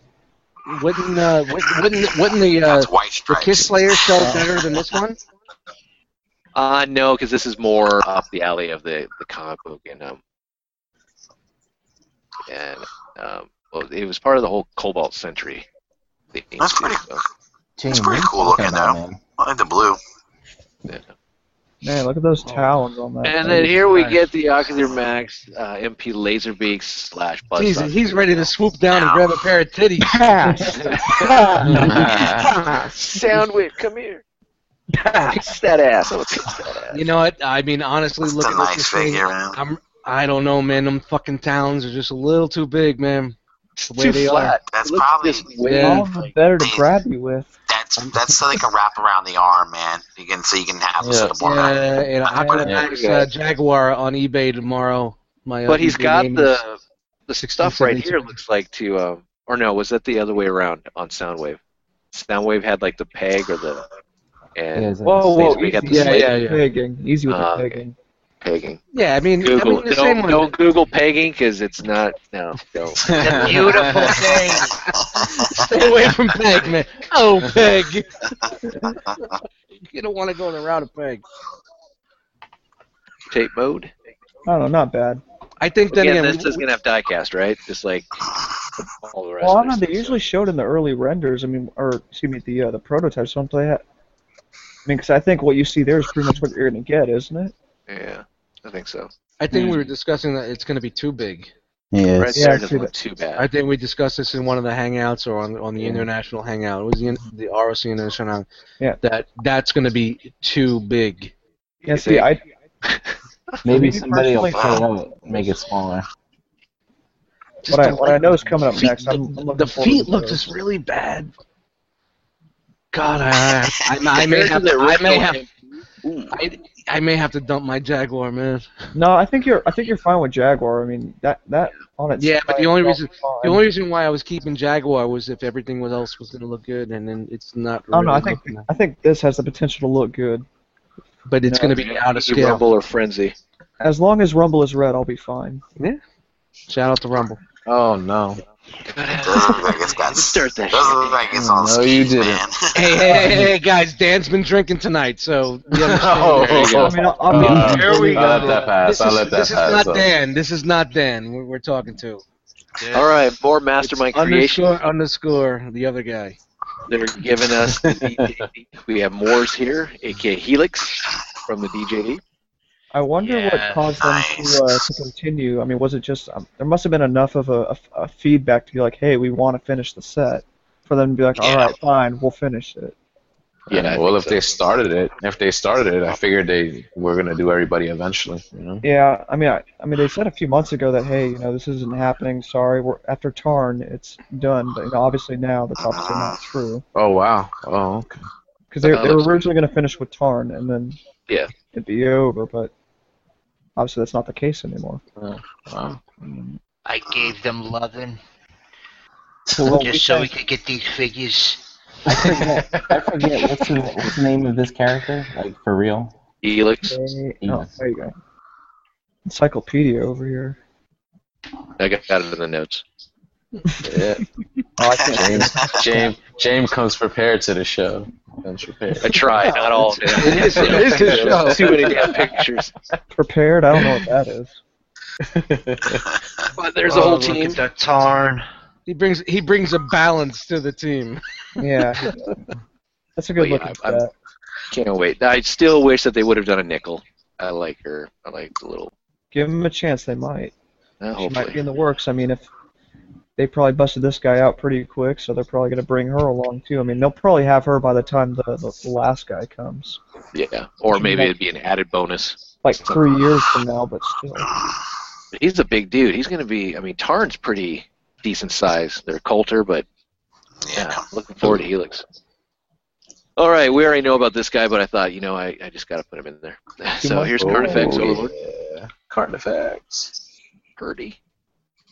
Speaker 4: Wouldn't uh, wouldn't wouldn't, wouldn't the uh,
Speaker 6: that's white
Speaker 4: the
Speaker 6: stripes.
Speaker 4: Kiss Slayer sell better than this one?
Speaker 2: Uh no, because this is more up the alley of the, the comic book and um and um well, it was part of the whole Cobalt Century. thing,
Speaker 6: That's
Speaker 2: too,
Speaker 6: pretty-
Speaker 2: so,
Speaker 3: It's
Speaker 6: pretty cool looking, though. I like the blue.
Speaker 2: yeah.
Speaker 1: Man, look at those talons on that.
Speaker 2: And
Speaker 1: thing.
Speaker 2: then here we get the Ocular Max uh, MP Laserbeak slash
Speaker 4: He's,
Speaker 2: Buzzsaw.
Speaker 4: he's ready to swoop down and grab a pair of titties.
Speaker 10: Oh,
Speaker 4: Ah.
Speaker 2: Soundwave, Ah, come here. Piss that ass. I'm gonna piss that ass.
Speaker 4: you know what? I mean, honestly,
Speaker 6: It's
Speaker 4: look
Speaker 6: a
Speaker 4: at
Speaker 6: nice
Speaker 4: this thing.
Speaker 6: figure, man.
Speaker 4: I'm I don't know, man. Them fucking towns are just a little too big, man.
Speaker 2: It's
Speaker 4: the way they
Speaker 2: too
Speaker 4: are.
Speaker 2: flat.
Speaker 6: That's
Speaker 2: Look at
Speaker 6: probably
Speaker 2: this wave.
Speaker 4: Yeah.
Speaker 1: All of them better to grab you with.
Speaker 6: that's that's something can wrap around the arm, man. You can so you can have this at the bar.
Speaker 4: Yeah, and I have an
Speaker 10: Yeah.
Speaker 4: Axe, uh, Jaguar on eBay tomorrow. My uh,
Speaker 2: But he's
Speaker 4: eBay
Speaker 2: got
Speaker 4: name is-
Speaker 2: the the
Speaker 4: 16,
Speaker 2: stuff right
Speaker 4: 17.
Speaker 2: here. Looks like to um, or no, was that the other way around on Soundwave? Soundwave had like the peg or the and
Speaker 3: Yeah, is that-
Speaker 1: Whoa, whoa,
Speaker 2: Laserbeak had the
Speaker 1: easy
Speaker 4: yeah,
Speaker 2: slit
Speaker 1: with
Speaker 4: yeah,
Speaker 1: the
Speaker 4: yeah.
Speaker 1: Pegging. Easy with
Speaker 2: Ah,
Speaker 1: the
Speaker 2: okay.
Speaker 1: pegging.
Speaker 2: pegging.
Speaker 4: yeah. I mean, I
Speaker 2: Google
Speaker 4: mean the same
Speaker 2: don't,
Speaker 4: one.
Speaker 2: don't Google pegging because it's not no don't. It's a beautiful thing.
Speaker 4: Stay away from Peg, man. Oh, Peg. you don't want to go the route of Peg.
Speaker 2: Tape mode.
Speaker 1: I don't know, not bad.
Speaker 4: I think then
Speaker 2: Again,
Speaker 4: again,
Speaker 2: this
Speaker 4: we-
Speaker 2: is gonna have diecast, right? Just like all the rest.
Speaker 1: Well, I
Speaker 2: of
Speaker 1: don't know.
Speaker 2: their
Speaker 1: They
Speaker 2: stuff,
Speaker 1: usually showed in the early renders. I mean, or excuse me, the uh, the prototypes. Don't they? Have, I mean, because I think what you see there is pretty much what you're gonna get, isn't it?
Speaker 2: so- Yeah, I think so.
Speaker 4: I think
Speaker 2: Hmm.
Speaker 4: we were discussing that it's going to be too big.
Speaker 7: Yeah.
Speaker 2: Red
Speaker 7: it's-
Speaker 1: Yeah, I
Speaker 2: Star
Speaker 1: see
Speaker 2: doesn't look too bad.
Speaker 4: I think we discussed this in one of the hangouts or on on the international hangout. It was the the ROC international.
Speaker 1: Yeah.
Speaker 4: That that's going to be too big.
Speaker 1: Yeah. See,
Speaker 2: think?
Speaker 1: I
Speaker 3: Maybe
Speaker 1: Me
Speaker 3: somebody will cut
Speaker 1: personally-
Speaker 3: it out, and make it smaller.
Speaker 1: what I what I know is coming up
Speaker 4: Feet-
Speaker 1: next. I'm, I'm
Speaker 4: the,
Speaker 1: looking
Speaker 4: the
Speaker 1: forward
Speaker 4: feet
Speaker 1: to
Speaker 4: look
Speaker 1: it.
Speaker 4: just really bad. God, I I, I, I may have
Speaker 2: Compared
Speaker 4: to,
Speaker 2: to the
Speaker 4: I may
Speaker 2: original
Speaker 4: have
Speaker 2: Ooh.
Speaker 4: I, I may have to dump my Jaguar, man.
Speaker 1: No, I think you're I think you're fine with Jaguar. I mean, that that on its
Speaker 4: Yeah, but
Speaker 1: side
Speaker 4: the only
Speaker 1: is
Speaker 4: reason-
Speaker 1: fine.
Speaker 4: The only reason why I was keeping Jaguar was if everything was- else was going to look good, and then it's not.
Speaker 1: I don't know. Oh, I
Speaker 4: really
Speaker 1: think
Speaker 4: looking that-
Speaker 1: I think this has the potential to look good.
Speaker 4: but it's
Speaker 1: no,
Speaker 4: going to be out of scale.
Speaker 2: Rumble or frenzy.
Speaker 1: As long as Rumble is red, I'll be fine.
Speaker 4: Shout out to Rumble.
Speaker 10: Oh no.
Speaker 6: Doesn't look like it's got.
Speaker 2: Start that.
Speaker 6: Doesn't look like it's on
Speaker 10: No, you
Speaker 6: skis,
Speaker 10: didn't.
Speaker 6: man.
Speaker 4: hey, hey, hey, hey, guys! Dan's been drinking tonight, so we understand.
Speaker 10: Oh.
Speaker 1: I mean, I'll, I'll be
Speaker 10: Uh,
Speaker 8: Here we
Speaker 10: I let that
Speaker 8: go.
Speaker 10: pass.
Speaker 4: This
Speaker 10: I
Speaker 4: is,
Speaker 10: let that
Speaker 4: this is
Speaker 10: pass.
Speaker 4: not
Speaker 10: uh,
Speaker 4: Dan. This is not Dan. We're, we're talking to.
Speaker 2: All right, more mastermind creation.
Speaker 4: Underscore underscore the other guy.
Speaker 2: They're giving us the DJD. We have Moores here, aka Helix from the DJD.
Speaker 1: I wonder
Speaker 8: Yeah,
Speaker 1: what caused them to, uh, to continue. I mean, was it just um, there must have been enough of a, a- a feedback to be like, hey, we want to finish the set, for them to be like, all
Speaker 6: Yeah.
Speaker 1: right, fine, we'll finish it.
Speaker 2: Yeah, I
Speaker 10: well,
Speaker 2: think
Speaker 10: if
Speaker 2: so.
Speaker 10: they started it, if they started it, I figured they were gonna do everybody eventually. You know.
Speaker 1: Yeah, I mean, I, I mean, they said a few months ago that hey, you know, this isn't happening. Sorry, we're after Tarn, it's done. But you know, obviously now that's obviously not true
Speaker 10: Oh wow. Oh. Okay.
Speaker 1: because they, they were originally going to finish with Tarn and then
Speaker 2: Yeah.
Speaker 1: it'd be over. But obviously that's not the case anymore.
Speaker 10: Wow.
Speaker 8: I gave them loving
Speaker 3: So what,
Speaker 8: just so we could get these figures.
Speaker 3: I forget. I forget what's the, what's the name of this character? Like for real?
Speaker 2: Helix.
Speaker 1: Oh, there you go. Encyclopedia over here.
Speaker 2: I got it in the notes.
Speaker 10: Yeah.
Speaker 3: Oh, I can't read.
Speaker 10: James. James comes prepared to the show. Comes prepared.
Speaker 2: I tried, not all of them.
Speaker 4: It is, it is his show.
Speaker 2: Too many damn pictures.
Speaker 1: Prepared? I don't know what that is.
Speaker 2: But there's a whole team.
Speaker 8: Oh, The Tarn.
Speaker 4: He brings he brings a balance to the team.
Speaker 1: Yeah. That's a good
Speaker 2: Well, yeah,
Speaker 1: look at
Speaker 2: I'm-
Speaker 1: that.
Speaker 2: Can't wait. I still wish that they would have done a nickel. I like her. I like the little.
Speaker 1: Give them a chance. They might.
Speaker 2: Uh,
Speaker 1: She might be
Speaker 2: hopefully.
Speaker 1: in the works. I mean, if they probably busted this guy out pretty quick, so they're probably going to bring her along too. I mean, they'll probably have her by the time the, the last guy comes.
Speaker 2: Yeah. Or
Speaker 1: She
Speaker 2: maybe
Speaker 1: might-
Speaker 2: it'd be an added bonus.
Speaker 1: Like three years from now, but still.
Speaker 2: But he's a big dude. He's going to be. I mean, Tarn's pretty decent size. They're Coulter, but
Speaker 6: Yeah.
Speaker 2: yeah, looking forward to Helix. All right, we already know about this guy, but I thought, you know, I, I just got to put him in there. So here's Carnifex Overlord.
Speaker 10: Oh, yeah. Card effects.
Speaker 2: Purdy.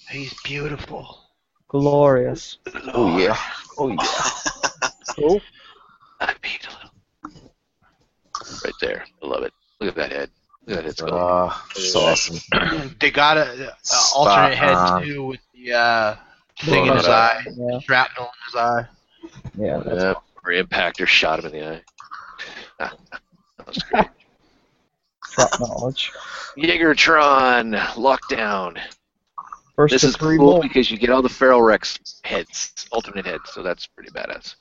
Speaker 8: He's beautiful.
Speaker 1: Glorious.
Speaker 10: Oh yeah. Oh yeah.
Speaker 2: I peed a little. Right there. I love it. Look at that head. Look at that head skull.
Speaker 10: Uh, it's awesome.
Speaker 8: they got a, a
Speaker 10: Spot
Speaker 8: alternate head
Speaker 10: on.
Speaker 8: too with the uh, thing in his eye,
Speaker 1: Yeah.
Speaker 8: shrapnel in his eye.
Speaker 3: Yeah, that's
Speaker 2: Yep. Or impactor shot him in the eye. Ah, that was great.
Speaker 1: Drop knowledge.
Speaker 2: Jaegertron lockdown.
Speaker 1: First
Speaker 2: This
Speaker 1: to
Speaker 2: is
Speaker 1: three
Speaker 2: cool
Speaker 1: more.
Speaker 2: because you get all the Feral Rex heads, ultimate heads, so that's pretty badass.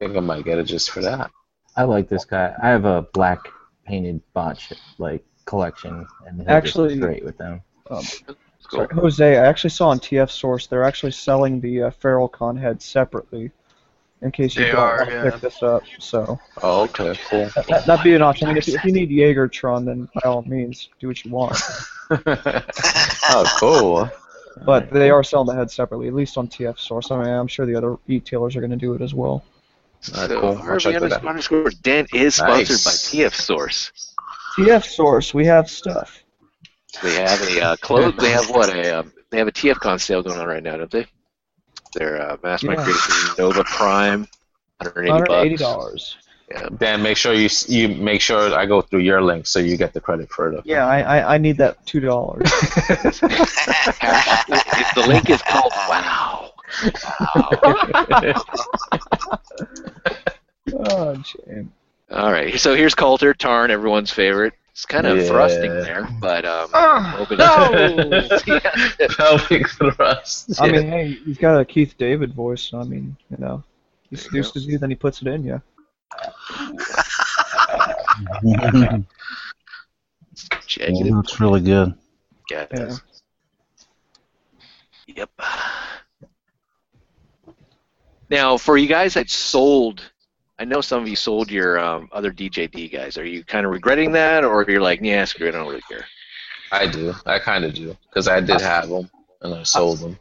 Speaker 10: I think I might get it just for that.
Speaker 3: I like this guy. I have a black painted botch like collection, and he'll
Speaker 1: Actually-
Speaker 3: just be great with them.
Speaker 2: It's cool.
Speaker 1: Sorry, Jose, I actually saw on TF Source they're actually selling the uh, Feral Con head separately, in case you
Speaker 8: They
Speaker 1: don't
Speaker 8: are,
Speaker 1: want to
Speaker 8: yeah.
Speaker 1: pick this up. So
Speaker 10: Oh, okay, cool.
Speaker 1: that, that, that'd be an option. I mean, if, you- if you need Jaegertron, then by all means do what you want.
Speaker 10: oh, cool.
Speaker 1: But they are selling the head separately, at least on TF Source. I mean, I'm sure the other retailers are going to do it as well.
Speaker 10: Alright,
Speaker 2: So,
Speaker 10: cool. I'll
Speaker 2: Harvey
Speaker 10: check that
Speaker 2: unders-
Speaker 10: out.
Speaker 2: underscore Dent is sponsored
Speaker 10: Nice.
Speaker 2: by TF Source.
Speaker 1: TF Source, we have stuff.
Speaker 2: They have a uh, clothes. They have what a um, they have a TFCon sale going on right now, don't they? Their uh, Mass
Speaker 1: Yeah.
Speaker 2: Migration Nova Prime, 180
Speaker 1: 180
Speaker 2: bucks.
Speaker 1: dollars.
Speaker 10: Dan, make sure you s- you make sure I go through your link so you get the credit for it. okay?
Speaker 1: Yeah, I, I, I need that two dollars.
Speaker 2: If the link is called Wow. Wow.
Speaker 1: oh, Jim.
Speaker 2: All right. So here's Coulter Tarn, everyone's favorite. It's kind of
Speaker 10: Yeah.
Speaker 2: thrusting there, but um, hoping-
Speaker 10: Pelvic thrust.
Speaker 1: I mean, hey, he's got a Keith David voice. So, I mean, you know, he
Speaker 2: There you go.
Speaker 1: seduces you, then he puts it in you.
Speaker 2: Jagged
Speaker 7: It looks really good.
Speaker 2: Gat-
Speaker 1: Yeah.
Speaker 2: Yep. Now, for you guys that sold, I know some of you sold your um, other DJD guys. Are you kind of regretting that, or you're like, yeah, screw it, I don't really care?
Speaker 10: I do. I kind of do because I did have them and I sold them.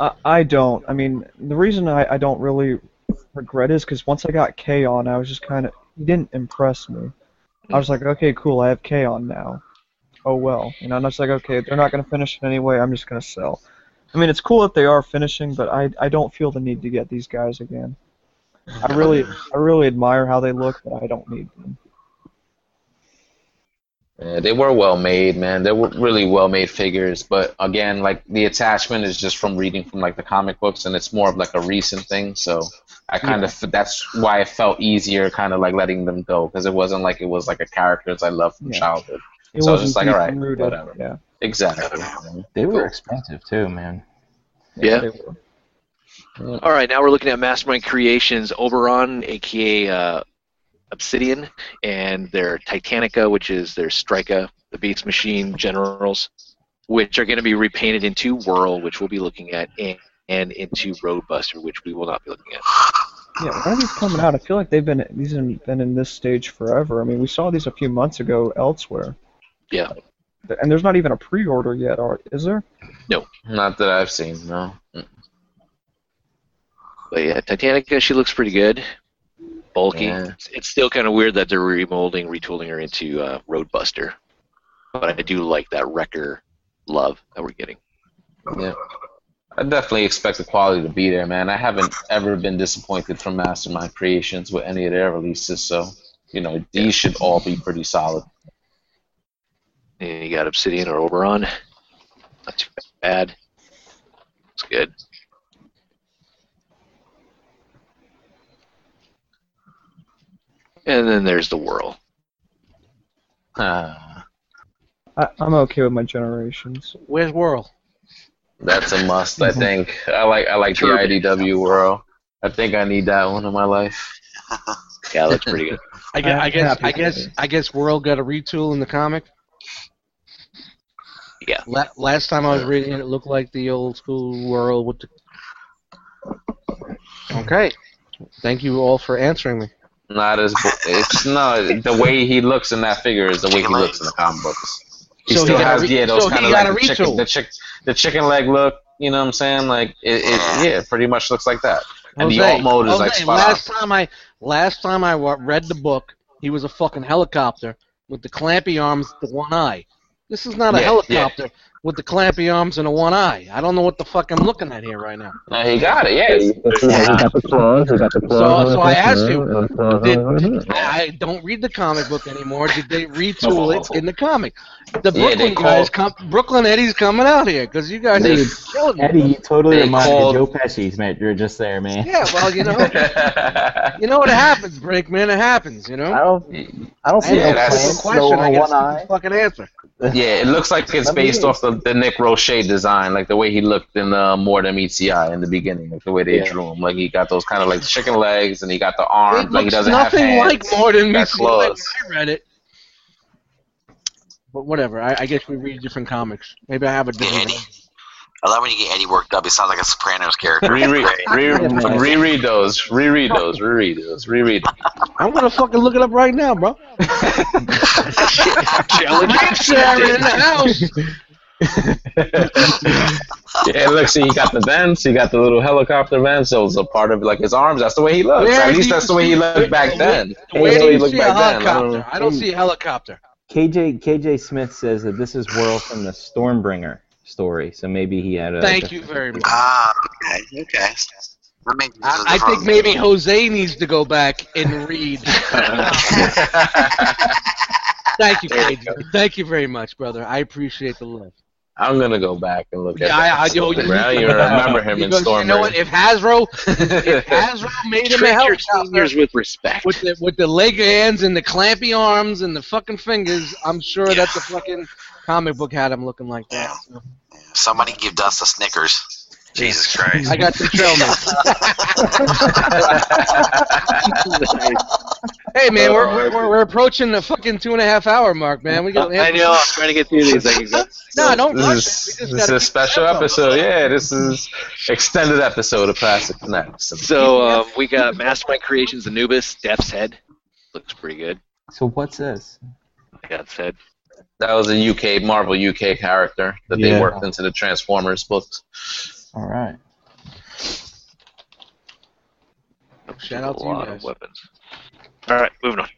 Speaker 1: I, I don't. I mean, the reason I, I don't really regret is because once I got K on, I was just kind of he didn't impress me. I was like, okay, cool, I have K on now. Oh well, you know. And I was like, okay, they're not gonna finish it anyway. I'm just gonna sell. I mean, it's cool that they are finishing, but I I don't feel the need to get these guys again. I really I really admire how they look, but I don't need them.
Speaker 10: Yeah, they were well made, man. They were really well made figures, but again, like the attachment is just from reading from like the comic books, and it's more of like a recent thing. So I kind of that's why it felt easier, kind of like letting them go, because it wasn't like it was like a characters I loved from
Speaker 1: Yeah.
Speaker 10: childhood.
Speaker 1: It
Speaker 10: So I was
Speaker 1: wasn't
Speaker 10: just like, all right,
Speaker 1: deep-rooted,
Speaker 10: whatever.
Speaker 1: Yeah.
Speaker 10: Exactly.
Speaker 3: They were expensive too, man.
Speaker 2: Yeah.
Speaker 1: they were.
Speaker 2: All right, now we're looking at Mastermind Creations Oberon, aka uh, Obsidian, and their Titanica, which is their Strika, the Beats Machine Generals, which are going to be repainted into Whirl, which we'll be looking at, and, and into Roadbuster, which we will not be looking at.
Speaker 1: Yeah, when are these coming out? I feel like they've been these have been in this stage forever. I mean, we saw these a few months ago elsewhere.
Speaker 2: Yeah.
Speaker 1: Th- And there's not even a pre-order yet, are is there?
Speaker 10: Not that I've seen, no. Mm.
Speaker 2: But yeah, Titanica, she looks pretty good. Bulky.
Speaker 10: Yeah.
Speaker 2: It's- It's still kind of weird that they're remolding, retooling her into uh, Roadbuster. But I do like that Wrecker love that we're getting.
Speaker 10: Yeah. I definitely expect the quality to be there, man. I haven't ever been disappointed from Mastermind Creations with any of their releases, so you know these should all be pretty solid.
Speaker 2: And you got Obsidian or Oberon. Not too bad. It's good. And then there's the Whirl.
Speaker 10: Ah,
Speaker 1: I, I'm okay with my generations.
Speaker 4: Where's Whirl?
Speaker 10: That's a must,
Speaker 4: Mm-hmm.
Speaker 10: I think. I like I like the
Speaker 2: Turbine.
Speaker 10: IDW world. I think I need that one in my life.
Speaker 2: Yeah, that's pretty good.
Speaker 4: I guess I
Speaker 1: I'm
Speaker 4: guess
Speaker 1: happy
Speaker 4: I
Speaker 1: with
Speaker 4: guess I guess Whirl got a retool in the comic.
Speaker 2: Yeah.
Speaker 4: La- last time I was reading it, it looked like the old school Whirl with the. Okay. Thank you all for answering me.
Speaker 10: Not as bo- it's no the way he looks in that figure is the way he looks in the comic books. He
Speaker 4: So he
Speaker 10: still
Speaker 4: got a
Speaker 10: has
Speaker 4: re-
Speaker 10: yeah those
Speaker 4: so he
Speaker 10: kind of
Speaker 4: got a
Speaker 10: like the chicken,
Speaker 4: retool.
Speaker 10: the, chick, the chicken leg look. You know what I'm saying? Like it, it yeah, pretty much looks like that. And the
Speaker 4: Jose,
Speaker 10: alt mode is like
Speaker 4: Jose,
Speaker 10: spot
Speaker 4: last time I last time I wa- read the book, he was a fucking helicopter with the clampy arms, the one eye. This is not a
Speaker 10: Yeah,
Speaker 4: helicopter with the clampy arms and the one eye. I don't know what the fuck I'm looking at here right now.
Speaker 10: on. No, he got it. Yes.
Speaker 11: got the claws. He got the claws.
Speaker 4: So- so I asked you,
Speaker 10: Uh,
Speaker 11: you.
Speaker 4: I, I don't read the comic book anymore. Did they retool it in the comic? The
Speaker 10: Yeah, they
Speaker 4: Brooklyn guys, come, Brooklyn Eddie's coming out here because you guys
Speaker 10: They-
Speaker 4: are killing me.
Speaker 11: Eddie, you totally
Speaker 10: They
Speaker 11: reminded
Speaker 10: called-
Speaker 11: Joe Pesci's, man. You're just there, man.
Speaker 4: Yeah, well, you know, you know what happens, Brinkman. It happens, you know.
Speaker 11: I don't, I don't see
Speaker 10: Yeah,
Speaker 11: no
Speaker 10: that's-
Speaker 11: plants,
Speaker 4: question.
Speaker 11: no
Speaker 4: I get a
Speaker 11: one eye.
Speaker 4: stupid fucking answer.
Speaker 10: yeah, it looks like it's
Speaker 11: Let me
Speaker 10: based
Speaker 11: in.
Speaker 10: off the, the Nick Roche design, like the way he looked in uh, More Than Meets the Eye in the beginning, like the way they
Speaker 11: Yeah.
Speaker 10: drew him. Like he got those kind of like chicken legs, and he got the arms.
Speaker 4: it
Speaker 10: like he
Speaker 4: looks
Speaker 10: doesn't
Speaker 4: nothing
Speaker 10: have hands.
Speaker 4: like more than
Speaker 10: That's
Speaker 4: meets the eye when
Speaker 10: close.
Speaker 4: I read it. But whatever. I, I guess we read different comics. Maybe I have a different.
Speaker 6: Eddie. I love when you get Eddie worked up. He sounds like a Sopranos character.
Speaker 10: Reread, re-
Speaker 11: Yeah.
Speaker 10: reread those, reread those, reread those, reread.
Speaker 4: I'm gonna fucking look it up right now, bro.
Speaker 10: Challenge
Speaker 4: Sharon in the house.
Speaker 10: yeah, look, see, he got the vents, he got the little helicopter vents. So it was a part of like his arms. That's the way he looks.
Speaker 4: Where
Speaker 10: At
Speaker 4: do
Speaker 10: least
Speaker 4: you
Speaker 10: that's the way he
Speaker 4: see-
Speaker 10: looked back then.
Speaker 4: Where
Speaker 10: That's
Speaker 4: do
Speaker 10: the way he
Speaker 4: you
Speaker 10: looked
Speaker 4: see a
Speaker 10: back then. I don't
Speaker 4: helicopter?
Speaker 10: know.
Speaker 4: I don't see a helicopter.
Speaker 11: KJ KJ Smith says that this is Whirl from the Stormbringer story, so maybe he had a.
Speaker 4: Thank you very much.
Speaker 6: Ah, okay, okay. That makes-
Speaker 4: I, I think maybe Jose needs to go back and read. Thank you, KJ. Thank you very much, brother. I appreciate the love.
Speaker 10: I'm gonna go back and look at.
Speaker 4: Yeah, I- I-
Speaker 10: that.
Speaker 4: yo, you-
Speaker 10: I don't even remember him in
Speaker 4: Because you
Speaker 10: Storm.
Speaker 4: know what? If Hasbro, if Hasbro made him a
Speaker 2: Treat your
Speaker 4: helicopter,
Speaker 2: seniors with respect.
Speaker 4: with the with the leg hands and the clampy arms and the fucking fingers. I'm sure
Speaker 6: Yeah.
Speaker 4: that's a fucking comic book hat. I'm looking like that. So.
Speaker 6: Somebody give Dust a Snickers. Jesus Christ.
Speaker 4: I got some trail mix. hey man, we're, we're we're- we're approaching the fucking two and a half hour mark, man. We got.
Speaker 2: I know. I'm trying to get through these. Like,
Speaker 4: No, don't rush.
Speaker 10: This
Speaker 4: it. We just
Speaker 10: is, this is
Speaker 4: gotta
Speaker 10: a
Speaker 4: keep
Speaker 10: special
Speaker 4: the tabs on.
Speaker 10: episode. Yeah, this is extended episode of Plastic Connects.
Speaker 2: so um, we got Mastermind Creations, Anubis, Death's Head. Looks pretty good.
Speaker 11: So what's this?
Speaker 2: Death's Head.
Speaker 10: That was a UK Marvel UK character that
Speaker 7: Yeah.
Speaker 10: they worked into the Transformers books.
Speaker 11: All right.
Speaker 4: Shout out to
Speaker 2: a
Speaker 4: you
Speaker 2: lot
Speaker 4: guys.
Speaker 2: of weapons. All right, moving on.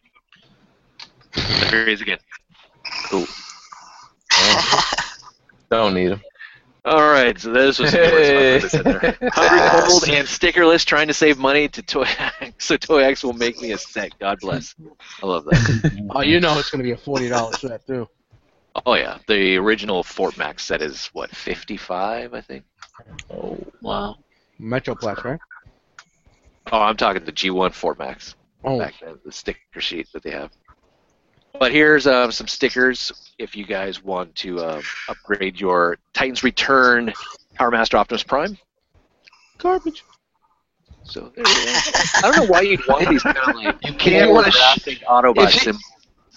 Speaker 2: There he is again. Cool.
Speaker 10: Don't need them.
Speaker 2: All right, so those was some more stuff I just had there. Hungry, cold, and stickerless, trying to save money to Toy so Toy Axe will make me a set. God bless. I love that.
Speaker 4: Oh, you know it's gonna be a forty dollar set too.
Speaker 2: Oh yeah, the original Fort Max set is what 55, I think.
Speaker 4: Metroplex, right?
Speaker 2: Oh, I'm talking the G1 Fort Max.
Speaker 4: Oh,
Speaker 2: back then, the sticker sheet that they have. But here's um, some stickers if you guys want to um, upgrade your Titans Return Power Master Optimus Prime.
Speaker 4: garbage.
Speaker 2: So there you go. I don't know why you'd want these kind of like
Speaker 4: You
Speaker 2: can't
Speaker 4: want to.
Speaker 2: Autobot
Speaker 4: If you-
Speaker 2: symbols.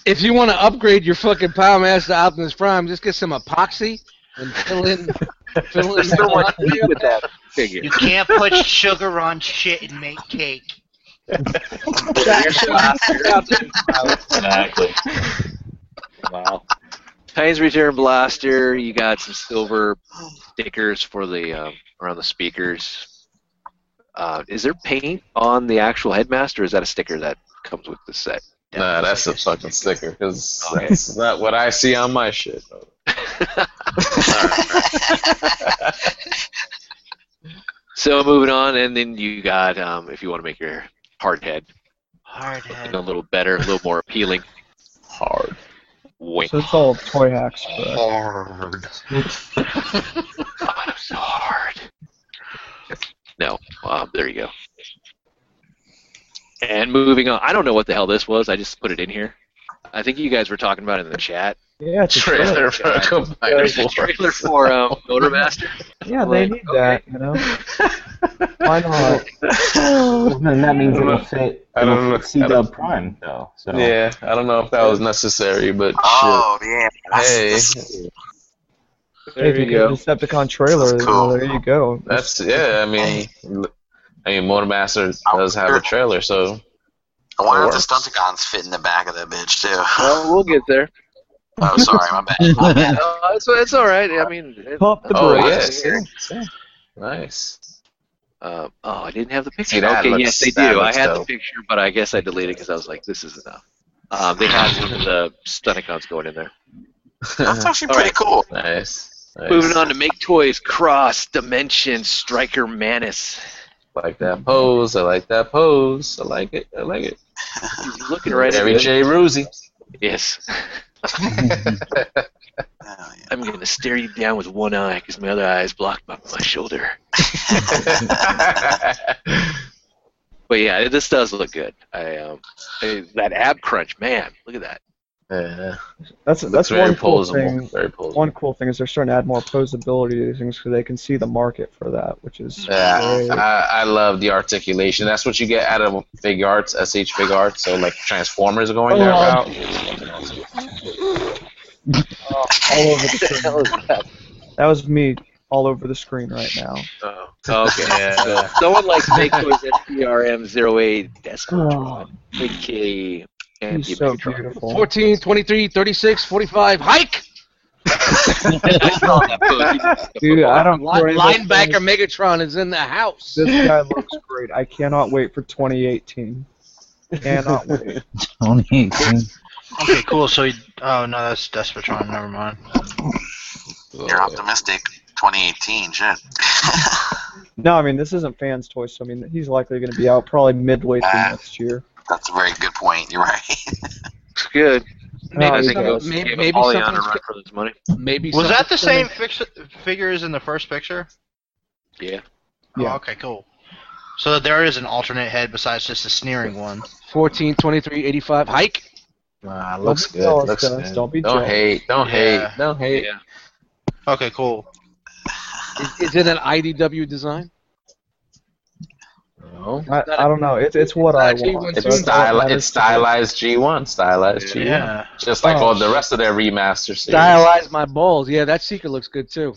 Speaker 4: if you want to upgrade your fucking Power Master Optimus Prime, just get some epoxy and fill in. fill in.
Speaker 2: There's no one with that figure.
Speaker 8: You can't put sugar on shit and make cake.
Speaker 9: Exactly.
Speaker 2: Wow. Titans Return Blaster. You got some silver stickers for the um, around the speakers. Uh, is there paint on the actual headmaster? Or is that a sticker that comes with the set?
Speaker 10: Nah, that's a fucking sticker because
Speaker 6: Oh,
Speaker 10: that's not what I see on my shit.
Speaker 2: So moving on, and then you got um, if you want to make your hard head
Speaker 8: Hard head.
Speaker 2: a little better, a little more appealing.
Speaker 10: Hard.
Speaker 2: Wink.
Speaker 1: So it's all toy hacks, but
Speaker 8: Hard.
Speaker 2: I'm so hard. No, um, there you go. And moving on, I don't know what the hell this was. I just put it in here. I think you guys were talking about it in the chat.
Speaker 1: yeah, it's a toy.
Speaker 10: Trailer for a combiner
Speaker 2: There's a trailer for um, Motor Master.
Speaker 1: yeah, they
Speaker 2: Like,
Speaker 1: need that, you know. Why not?
Speaker 11: Well, then that means it'll fit.
Speaker 10: I don't know.
Speaker 11: It'll fit C
Speaker 10: I don't-
Speaker 11: Dub Prime though. So
Speaker 10: Yeah, I don't know if that was necessary, but shit.
Speaker 6: Oh, yeah. That's,
Speaker 10: Hey,
Speaker 6: that's-
Speaker 1: If you get a Decepticon trailer,
Speaker 6: That's
Speaker 1: you know,
Speaker 6: cool.
Speaker 1: there you go.
Speaker 10: that's yeah. I mean, I mean, Motor Master does have a trailer, so
Speaker 6: I wonder if
Speaker 10: It
Speaker 6: the
Speaker 10: works.
Speaker 6: Stunticons fit in the back of that bitch, too.
Speaker 2: Well, we'll get there.
Speaker 6: Oh, sorry, my bad.
Speaker 2: Uh, it's, it's all right. I mean, it-
Speaker 1: Pump the
Speaker 10: Oh
Speaker 1: brakes.
Speaker 10: yes, nice.
Speaker 2: Uh, oh, I didn't have the picture.
Speaker 10: See, that
Speaker 2: okay,
Speaker 10: looks-
Speaker 2: yes, they
Speaker 10: that
Speaker 2: do. I
Speaker 10: looks
Speaker 2: had the
Speaker 10: dope.
Speaker 2: picture, but I guess I deleted because I was like, this is enough. Um, they had one of the Stunicons going in there.
Speaker 6: That's actually
Speaker 2: All
Speaker 6: pretty
Speaker 2: right.
Speaker 6: cool.
Speaker 10: Nice. nice.
Speaker 2: Moving on to Make Toys Cross Dimension Striker Manus.
Speaker 10: I like that pose. I like that pose. I like it. I like it.
Speaker 2: He's looking right at
Speaker 10: Mary
Speaker 2: me.
Speaker 10: J. Rosy.
Speaker 2: Yes. I'm going to stare you down with one eye because my other eye is blocked by my shoulder. But yeah, this does look good. I, um, I- that ab crunch, man, look at that.
Speaker 10: yeah.
Speaker 1: That's that's
Speaker 10: very
Speaker 1: one cool
Speaker 10: posable.
Speaker 1: thing.
Speaker 10: Very posable.
Speaker 1: One cool thing is they're starting to add more posability to these things because they can see the market for that, which is
Speaker 10: Yeah,
Speaker 1: great.
Speaker 10: I, I love the articulation. That's what you get out of Fig Arts, SH Fig Arts. So like Transformers are going that
Speaker 1: Oh.
Speaker 10: route.
Speaker 1: all over the screen. That was me all over the screen right now.
Speaker 2: Oh, okay.
Speaker 10: Yeah.
Speaker 2: Someone likes Make Toys SPRM08 Desktron. AKA
Speaker 1: Oh. He's so
Speaker 2: Ampumatron.
Speaker 1: beautiful.
Speaker 4: 14, 23, 36, 45, hike!
Speaker 1: Dude, I don't
Speaker 4: Line,
Speaker 1: care anything.
Speaker 4: linebacker Megatron is in the house.
Speaker 1: This guy looks great. I cannot wait for 2018. Cannot wait.
Speaker 7: Tony.
Speaker 8: Okay, cool. So, you- oh no, that's Despotron. Never mind.
Speaker 6: You're optimistic. 2018, shit.
Speaker 1: No, I mean this isn't fans' toy, so I mean he's likely going to be out probably midway through
Speaker 6: Ah.
Speaker 1: next year.
Speaker 6: That's a very good point. You're right.
Speaker 2: Looks good.
Speaker 1: No,
Speaker 2: I
Speaker 1: Oh, he's
Speaker 2: think
Speaker 1: not.
Speaker 2: it was
Speaker 4: Maybe-
Speaker 2: maybe,
Speaker 4: maybe
Speaker 2: maybe Polygon a
Speaker 4: something's-
Speaker 2: run for this money.
Speaker 4: Maybe
Speaker 8: Was that the same
Speaker 4: something's
Speaker 8: fix- figure as in the first picture?
Speaker 2: Yeah.
Speaker 1: Yeah.
Speaker 8: Oh, okay, cool. So there is an alternate head besides just the sneering one.
Speaker 4: coming. 14, 23, 85, hike!
Speaker 10: Nah, looks
Speaker 1: be
Speaker 10: good.
Speaker 1: jealous,
Speaker 10: Looks
Speaker 1: Dennis,
Speaker 10: good.
Speaker 1: don't be jealous.
Speaker 10: hate. Don't
Speaker 8: Yeah.
Speaker 10: hate. Don't hate.
Speaker 2: Yeah.
Speaker 8: Okay, cool.
Speaker 4: Is, is it an IDW design?
Speaker 10: No.
Speaker 1: I, I don't know. It's it's what I
Speaker 4: Actually,
Speaker 1: want.
Speaker 4: it's
Speaker 1: so
Speaker 10: It's,
Speaker 1: that's all
Speaker 10: styli-
Speaker 1: that
Speaker 10: it's
Speaker 1: is.
Speaker 10: stylized G1. Stylized G1.
Speaker 8: Yeah.
Speaker 10: Just like
Speaker 1: Oh,
Speaker 10: all the rest of their remaster series.
Speaker 4: Stylize my balls. Yeah, that Seeker looks good too.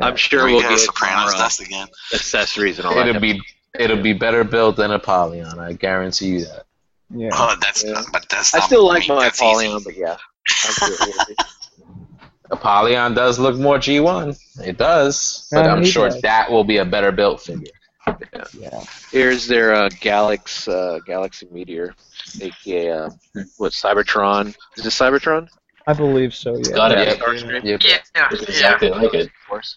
Speaker 2: I'm sure
Speaker 6: we
Speaker 2: we'll
Speaker 6: got
Speaker 2: get
Speaker 6: Sopranos
Speaker 2: more, uh,
Speaker 6: dust again.
Speaker 2: accessories and all that.
Speaker 10: it'll be it'll be better built than Apollyon. I guarantee you that.
Speaker 1: Yeah.
Speaker 6: Oh, that's
Speaker 2: Yeah.
Speaker 6: but that's.
Speaker 2: I
Speaker 6: not-
Speaker 2: still like
Speaker 6: mean,
Speaker 2: my
Speaker 6: that's easy.
Speaker 2: Apollyon, but yeah. I'm sure it will be.
Speaker 10: Apollyon does look more G1. It does, but
Speaker 1: Yeah,
Speaker 10: I'm
Speaker 1: Um, he
Speaker 10: sure
Speaker 1: does.
Speaker 10: that will be a better built figure.
Speaker 2: Here's their uh, Galax, uh, Galaxy Meteor, aka uh, what Cybertron? Is it Cybertron?
Speaker 1: I believe so. Yeah.
Speaker 9: Got it.
Speaker 10: Yep. Yep.
Speaker 9: It's exactly like it.
Speaker 2: Of course.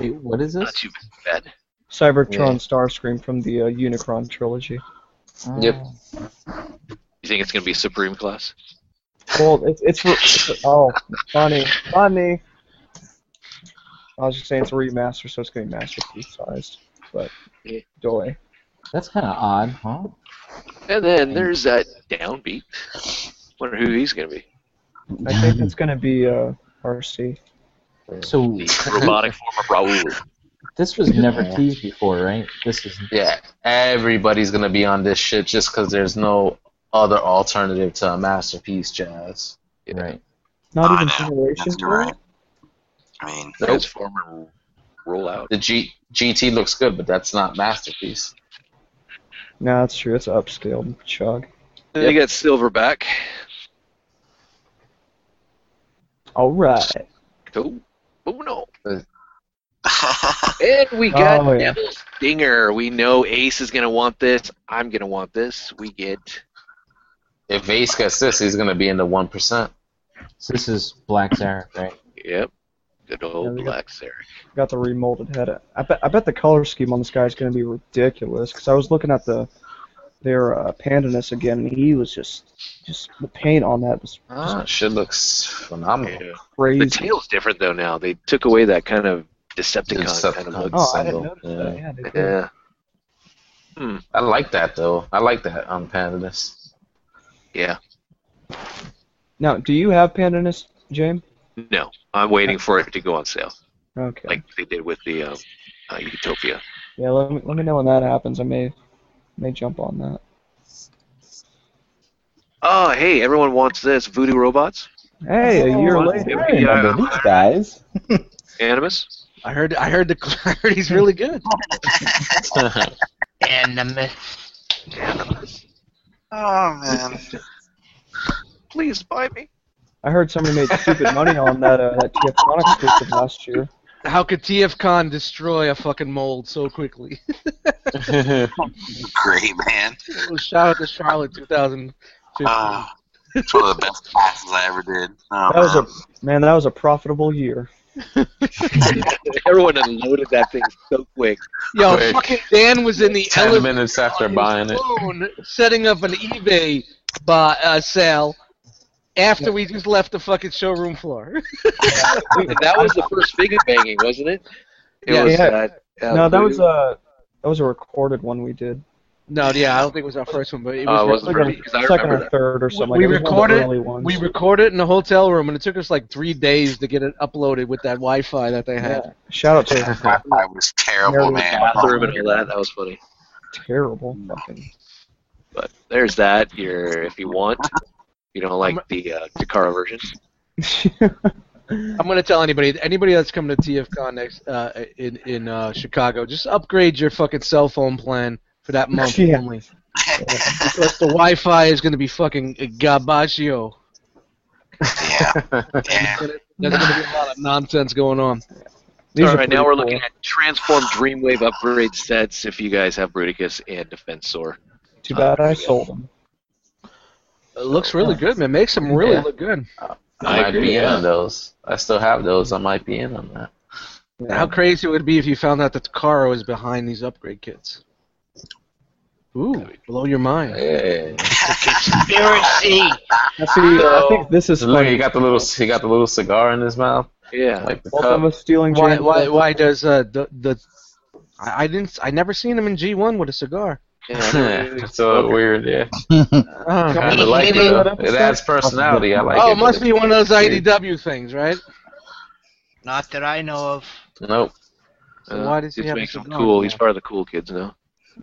Speaker 11: Wait, what is
Speaker 2: Not
Speaker 11: this?
Speaker 2: too bad.
Speaker 1: Cybertron Starscream from the uh, Unicron trilogy.
Speaker 10: Yep.
Speaker 2: You think it's gonna be Supreme class?
Speaker 1: Well, it's it's, re- it's oh funny funny. I was just saying it's a remaster, so it's going to be masterpiece sized, but doy.
Speaker 11: That's kind of odd, huh?
Speaker 2: And then there's that downbeat. Wonder who he's gonna be.
Speaker 1: I think it's going to be uh, RC.
Speaker 11: So
Speaker 2: The robotic form of Raul.
Speaker 11: this was never teased before, right? This is
Speaker 10: Yeah, everybody's gonna be on this shit just 'cause there's no other alternative to a masterpiece, Jazz.
Speaker 11: right.
Speaker 1: Not
Speaker 6: Oh, I
Speaker 1: even
Speaker 6: know.
Speaker 1: generation.
Speaker 6: That's- You're right. I mean,
Speaker 2: Transformer rollout.
Speaker 10: The G- GT looks good, but that's not masterpiece.
Speaker 1: No, that's true. It's upscaled chug.
Speaker 2: Then they got Silverback.
Speaker 1: All right.
Speaker 2: Cool. Oh no.
Speaker 6: I
Speaker 2: And we got
Speaker 1: Oh, yeah.
Speaker 2: Neville Stinger. We know Ace is gonna want this. I'm gonna want this. We get
Speaker 10: If Ace gets this, he's gonna be in the one percent.
Speaker 11: So this is Black Zarek, right?
Speaker 2: yep. Good old
Speaker 1: Yeah, we got-
Speaker 2: Black Sarah.
Speaker 1: Got the remolded head. I bet, I bet the color scheme on this guy is going to be ridiculous because I was looking at the their uh, pandanus again, and he was just just the paint on that was
Speaker 10: Ah, shit looks
Speaker 1: Oh,
Speaker 10: phenomenal.
Speaker 2: Yeah. The
Speaker 1: crazy.
Speaker 2: tail's different though now. They took away that kind of Decepticon, kind of look.
Speaker 10: Decepticon.
Speaker 1: oh, I didn't
Speaker 10: single,
Speaker 1: notice that. Yeah, they did.
Speaker 2: Yeah.
Speaker 10: I like that though. I like that on Pandanus.
Speaker 2: Yeah.
Speaker 1: Now, do you have pandanus, James?
Speaker 2: No. I'm waiting for it to go on sale,
Speaker 1: Okay.
Speaker 2: like they did with the um, uh, Utopia.
Speaker 1: yeah, let me, let me know when that happens. I may may jump on that.
Speaker 2: Oh, hey, everyone wants this Voodoo Robots,
Speaker 1: Hey, a year
Speaker 11: Oh,
Speaker 1: later.
Speaker 11: I
Speaker 10: uh,
Speaker 11: remember these guys.
Speaker 2: Animus.
Speaker 4: I heard. I heard the. I heard he's really good.
Speaker 8: And the myth.
Speaker 6: oh man.
Speaker 2: Please buy me.
Speaker 1: I heard somebody made stupid money on that uh, that TF Con exclusive last year.
Speaker 4: How could TF Con destroy a fucking mold so quickly?
Speaker 6: Great man.
Speaker 4: Well, shout out to Charlotte 2015.
Speaker 8: Ah,
Speaker 6: Uh, it's one of the best classes I ever did. Oh,
Speaker 1: That was
Speaker 6: man.
Speaker 1: a man. That was a profitable year.
Speaker 2: Everyone unloaded that thing so quick.
Speaker 4: Yo,
Speaker 10: Quick.
Speaker 4: fucking Dan was in the
Speaker 10: Ten
Speaker 4: elevator
Speaker 10: minutes after buying it.
Speaker 4: alone, setting up an eBay buy, uh, sale after we just left the fucking showroom floor.
Speaker 2: And that was the first figure banging, wasn't it?
Speaker 4: Yeah.
Speaker 2: was,
Speaker 1: Yeah.
Speaker 2: uh, uh,
Speaker 1: no, that was
Speaker 2: voodoo.
Speaker 1: a that was a recorded one we did.
Speaker 4: No, yeah, I don't think it was our first one, but it
Speaker 2: Oh, it
Speaker 4: was.
Speaker 2: wasn't
Speaker 1: Second,
Speaker 2: Kirby, 'cause I
Speaker 1: second
Speaker 2: remember
Speaker 1: or
Speaker 2: that.
Speaker 1: third or something.
Speaker 4: We
Speaker 1: like that. It was one of the
Speaker 4: recorded-
Speaker 1: early ones.
Speaker 4: we recorded it in the hotel room, and it took us like three days to get it uploaded with that Wi-Fi that they had.
Speaker 1: Yeah. Shout out to
Speaker 6: I, I was terrible,
Speaker 1: Nearly
Speaker 6: man.
Speaker 2: bathroom and all that. That was funny.
Speaker 1: terrible fucking.
Speaker 2: But there's that. Your if you want, you don't like the uh, Takara version.
Speaker 4: I'm gonna tell anybody, anybody that's coming to TFCon next uh, in in uh, Chicago, just upgrade your fucking cell phone plan for that month
Speaker 1: Yeah.
Speaker 4: only. because the Wi-Fi is gonna be fucking gabaggio.
Speaker 6: Yeah. yeah.
Speaker 4: There's gonna be a lot of nonsense going on.
Speaker 1: These
Speaker 2: all
Speaker 1: are
Speaker 2: right, now
Speaker 1: pretty
Speaker 2: we're
Speaker 1: cool.
Speaker 2: looking at Transform Dreamwave upgrade sets. If you guys have Bruticus and Defensor,
Speaker 1: Too bad I sold them.
Speaker 4: It looks really good, man. Makes them really
Speaker 10: Yeah.
Speaker 4: look good.
Speaker 10: I might
Speaker 9: agree,
Speaker 10: be in
Speaker 9: yeah.
Speaker 10: on those. I still have those. I might be in on that.
Speaker 4: How crazy would it be if you found out that Takaro is behind these upgrade kits? Ooh, blow your mind.
Speaker 10: Yeah.
Speaker 8: Conspiracy.
Speaker 1: Now, see, I think this is
Speaker 10: Look, he
Speaker 1: funny.
Speaker 10: got the little he got the little cigar in his mouth.
Speaker 2: yeah,
Speaker 10: Like the
Speaker 1: Both of
Speaker 10: cup.
Speaker 1: us stealing
Speaker 4: Why?
Speaker 1: James
Speaker 4: Why?
Speaker 1: Bond.
Speaker 4: Why does uh, the the I, I didn't. I never seen him in G1 with a cigar.
Speaker 2: yeah, I don't really-
Speaker 10: It's so weird, yeah.
Speaker 4: Oh,
Speaker 10: Kind of like it.
Speaker 1: Remember that
Speaker 10: though. It
Speaker 1: episode?
Speaker 10: adds personality. I like
Speaker 4: oh,
Speaker 10: it.
Speaker 4: it must be one of those IDW things, right?
Speaker 8: Not that I know of.
Speaker 10: Nope.
Speaker 4: So
Speaker 2: Uh,
Speaker 4: why does he
Speaker 2: just
Speaker 4: have a
Speaker 2: makes him
Speaker 4: cigar?
Speaker 2: cool. He's
Speaker 4: Yeah.
Speaker 2: part of the cool kids now.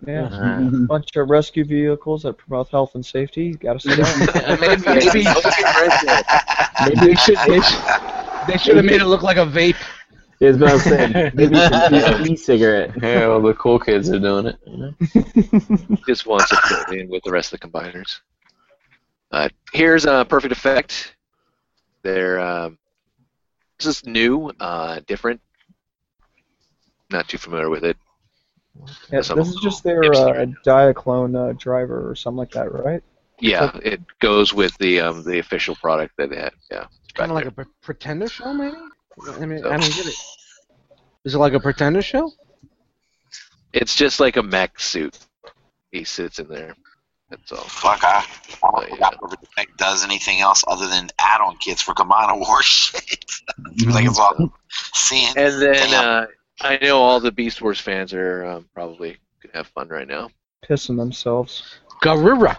Speaker 1: Yeah,
Speaker 10: Uh,
Speaker 11: Mm-hmm.
Speaker 1: bunch of rescue vehicles that promote health and safety. You gotta sit down.
Speaker 4: maybe maybe, maybe they should they should, they should have made it look like a vape.
Speaker 11: Is what I'm saying. Maybe you can use an e-cigarette.
Speaker 10: yeah, well, the cool kids are doing it. You know?
Speaker 2: Just wants to fit in with the rest of the combiners. Uh, here's uh, Perfect Effect. They're um, this is new, uh, different. Not too familiar with it.
Speaker 1: Yeah,
Speaker 2: Some
Speaker 1: this is just their uh,
Speaker 2: hipster.
Speaker 1: Diaclone uh, driver or something like that, right?
Speaker 2: Yeah, it goes with the um, the official product that they had. Yeah,
Speaker 4: Kind of
Speaker 2: back
Speaker 4: like a pre- pretender show, maybe. I mean, I don't get it. Is it like a pretender show?
Speaker 2: there. it's just like a mech suit. He sits in there. That's all.
Speaker 6: Fuck, I, I don't think I've ever think does anything else other than add-on kits for Kamana War shit. like it's
Speaker 1: Mm-hmm.
Speaker 6: all seeing.
Speaker 2: And then
Speaker 6: Damn.
Speaker 2: uh, I know all the Beast Wars fans are um, probably gonna have fun right now.
Speaker 1: Pissing themselves.
Speaker 4: Gorilla,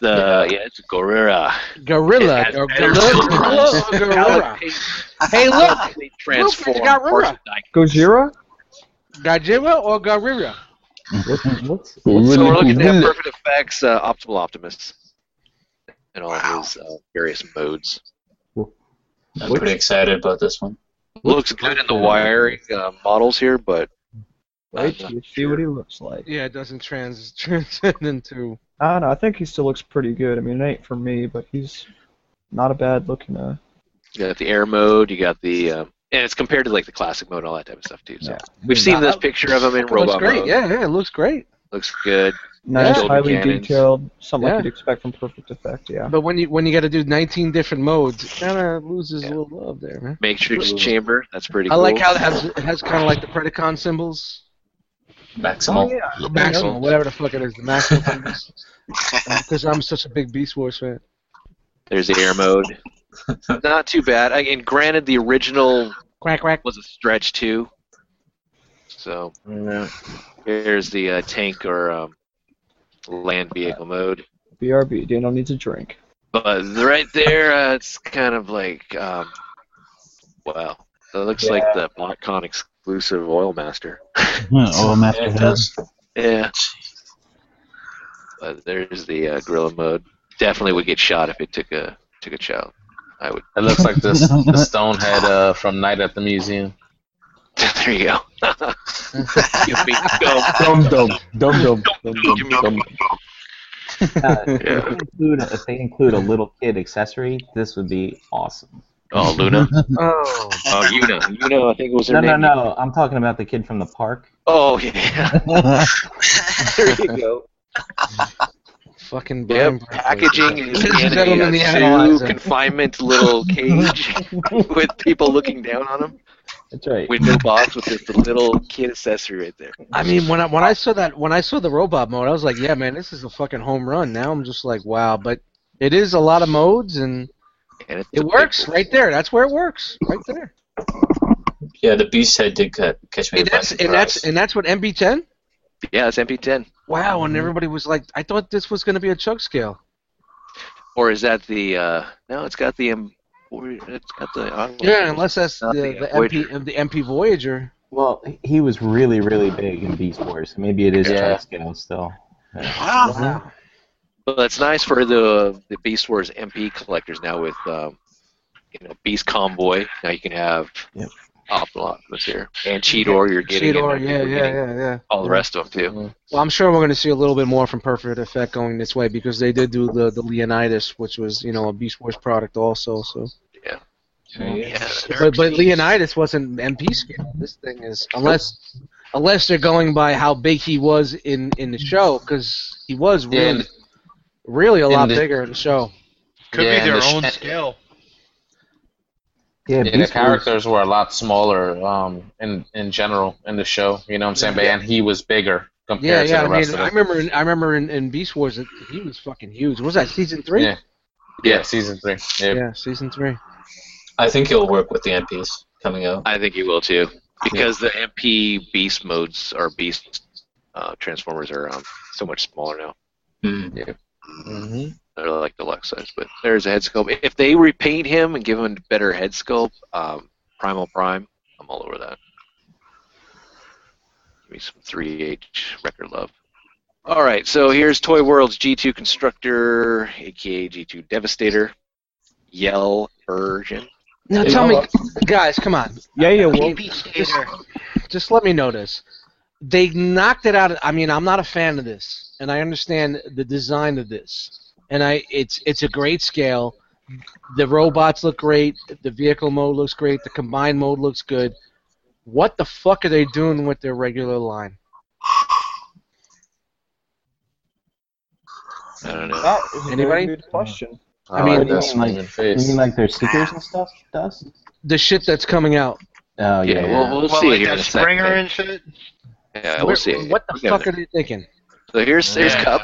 Speaker 2: The yeah, it's Gorilla.
Speaker 4: gorilla,
Speaker 2: Yeah,
Speaker 4: Gor-
Speaker 5: that's-
Speaker 4: gorilla, gorilla. Hey, look,
Speaker 2: They transform
Speaker 4: got Rura.
Speaker 2: horse dyke.
Speaker 1: Gojira?
Speaker 4: Gajira or gorilla?
Speaker 2: So we're looking at Perfect Effects, uh, Optimal Optimus, and all his uh, various modes.
Speaker 9: I'm pretty excited about this one.
Speaker 2: Looks good in the wiring uh, models here, but
Speaker 1: Wait
Speaker 2: Uh,
Speaker 1: till you see what he looks like.
Speaker 4: Yeah, it doesn't trans transcend into.
Speaker 1: I don't know. I think he still looks pretty good. I mean, it ain't for me, but he's not a bad looking. Uh,
Speaker 2: you got the air mode, you got the, um, and it's compared to like the classic mode and all that type of stuff too. So
Speaker 1: Yeah.
Speaker 2: we've seen this picture of him in
Speaker 4: It looks
Speaker 2: robot
Speaker 4: great.
Speaker 2: mode.
Speaker 4: Yeah, yeah, it looks great.
Speaker 2: Looks good.
Speaker 1: nice,
Speaker 2: Golden
Speaker 1: highly
Speaker 2: cannons.
Speaker 1: detailed, something
Speaker 4: Yeah.
Speaker 1: like you'd expect from Perfect Effect. Yeah.
Speaker 4: But when you when you got to do 19 different modes, it kind of loses
Speaker 2: Yeah.
Speaker 4: a little love there, man.
Speaker 2: Matrix
Speaker 10: Ooh.
Speaker 2: chamber, that's pretty.
Speaker 4: I
Speaker 2: cool.
Speaker 4: like how it has it has kind of like the Predacon symbols.
Speaker 11: Oh,
Speaker 10: Maximal.
Speaker 4: The Maximum, whatever the fuck it is, the maximum symbols. Because I'm such a big Beast Wars fan.
Speaker 2: There's the air mode. Not too bad. I, and granted, the original
Speaker 4: Quack quack.
Speaker 2: was a stretch too. So
Speaker 10: No.
Speaker 2: here's the uh, tank or um, land vehicle mode.
Speaker 1: BRB. Daniel needs a drink.
Speaker 2: But right there, uh, it's kind of like, um, wow, that looks like the BotCon exclusive Oil Master.
Speaker 7: oh, Master
Speaker 9: Yeah, it
Speaker 7: Head.
Speaker 9: does.
Speaker 2: Yeah. But there's the uh, gorilla mode. Definitely would get shot if it took a took a child. I would.
Speaker 10: It looks like this the stone head uh, from Night at the Museum.
Speaker 2: there you go. Give me- go.
Speaker 11: Dum dum dum dum.
Speaker 6: Dum, dum, dum.
Speaker 11: Uh, if, they include, if they include a little kid accessory, this would be awesome.
Speaker 10: Oh, Luna. oh. Oh, Yuna. Yuna, I think was her
Speaker 11: No, no,
Speaker 10: name.
Speaker 11: no. I'm talking about the kid from the park.
Speaker 2: Oh yeah. there you go. Yep,
Speaker 4: Fucking Brian
Speaker 2: packaging is
Speaker 4: Ladies and
Speaker 2: in
Speaker 4: gentlemen, the
Speaker 2: a zoo
Speaker 4: analyzer.
Speaker 2: confinement little cage with people looking down on him.
Speaker 11: That's right.
Speaker 2: Window box with this little kid accessory right there.
Speaker 4: I mean, when I when I saw that when I saw the robot mode, I was like, yeah, man, this is a fucking home run. Now I'm just like, wow, but it is a lot of modes and
Speaker 2: And it's
Speaker 4: it works right there. That's where it works, right there.
Speaker 9: Yeah, the beast head did cut, catch me
Speaker 4: And
Speaker 9: by
Speaker 4: that's
Speaker 9: surprise.
Speaker 4: and that's and that's what MB10.
Speaker 2: Yeah, it's MP10.
Speaker 4: Wow,
Speaker 2: Mm-hmm.
Speaker 4: and everybody was like, I thought this was gonna be a chug scale.
Speaker 2: Or is that the? uh No, it's got the. Um, it's got the. envelope.
Speaker 4: Yeah, unless that's the,
Speaker 2: Not the,
Speaker 4: the
Speaker 2: uh, Voyager.
Speaker 4: MP the MP Voyager.
Speaker 11: Well, he- he was really, really big in Beast Wars. Maybe it is
Speaker 10: Yeah.
Speaker 11: yeah. scale still.
Speaker 6: Wow.
Speaker 4: Wow.
Speaker 2: Well, that's nice for the the Beast Wars MP collectors now with, um, you know, Beast Convoy. Now you can have
Speaker 11: Yep.
Speaker 2: Optimus here and Cheetor. You're getting and
Speaker 4: Cheetor,
Speaker 2: I think
Speaker 4: yeah,
Speaker 2: we're
Speaker 4: yeah,
Speaker 2: getting
Speaker 4: yeah, yeah.
Speaker 2: All the rest of them too.
Speaker 4: Well, I'm sure we're going to see a little bit more from Perfect Effect going this way because they did do the, the Leonidas, which was you know a Beast Wars product also. So,
Speaker 2: Yeah.
Speaker 4: but but Leonidas wasn't MP scale. This thing is unless unless they're going by how big he was in in the show because he was
Speaker 10: Yeah,
Speaker 4: really
Speaker 10: and-
Speaker 4: really a
Speaker 10: and
Speaker 4: lot
Speaker 10: the-
Speaker 4: bigger in the show.
Speaker 8: Could
Speaker 10: Yeah,
Speaker 8: be their
Speaker 10: and the
Speaker 8: own
Speaker 10: sh-
Speaker 8: scale.
Speaker 11: Yeah,
Speaker 10: Yeah, the
Speaker 11: Beast Wars.
Speaker 10: characters were a lot smaller um, in in general in the show. You know what I'm saying? But and he was bigger
Speaker 4: Yeah,
Speaker 10: compared
Speaker 4: yeah.
Speaker 10: to
Speaker 4: I
Speaker 10: the rest
Speaker 4: mean, I
Speaker 10: of them.
Speaker 4: remember in, I remember in, in Beast Wars it, he was fucking huge. Was that season three?
Speaker 10: Yeah. Yeah, season three. Yeah.
Speaker 4: yeah, season three.
Speaker 9: I think he'll work with the MPs coming out.
Speaker 2: I think you will too, because the MP Beast modes or Beast uh, Transformers are um, so much smaller now.
Speaker 9: Mm.
Speaker 10: hmm
Speaker 2: They're like deluxe size, but there's a head sculpt. If they repaint him and give him a better head sculpt, um, Primal Prime, I'm all over that. Give me some 3H record love. All right, so here's Toy World's G2 Constructor, aka G2 Devastator, Yell version.
Speaker 4: Now
Speaker 9: Hey,
Speaker 4: tell me,
Speaker 9: how
Speaker 4: guys, come on.
Speaker 1: Yeah, yeah, well,
Speaker 4: just, just let me know this. They knocked it out. I mean, I'm not a fan of this, and I understand the design of this, and I it's it's a great scale. The robots look great. The vehicle mode looks great. The combined mode looks good. What the fuck are they doing with their regular line?
Speaker 2: I don't know.
Speaker 1: that is a very
Speaker 4: Anybody?
Speaker 1: good question.
Speaker 10: I,
Speaker 4: mean,
Speaker 10: like
Speaker 11: you
Speaker 10: this
Speaker 11: mean, like-
Speaker 10: human
Speaker 11: You
Speaker 10: face.
Speaker 11: mean like their stickers and stuff, Dust?
Speaker 4: The shit that's coming out.
Speaker 11: Oh, yeah.
Speaker 2: Yeah, we'll, we'll
Speaker 8: Well,
Speaker 2: see
Speaker 8: like
Speaker 2: here in
Speaker 8: that
Speaker 2: a second.
Speaker 8: Springer and shit.
Speaker 2: Yeah,
Speaker 4: Where-
Speaker 2: Uh, we'll see.
Speaker 4: What the
Speaker 2: Yeah,
Speaker 4: fuck are they thinking?
Speaker 2: So here's here's
Speaker 8: Yeah.
Speaker 2: Cup.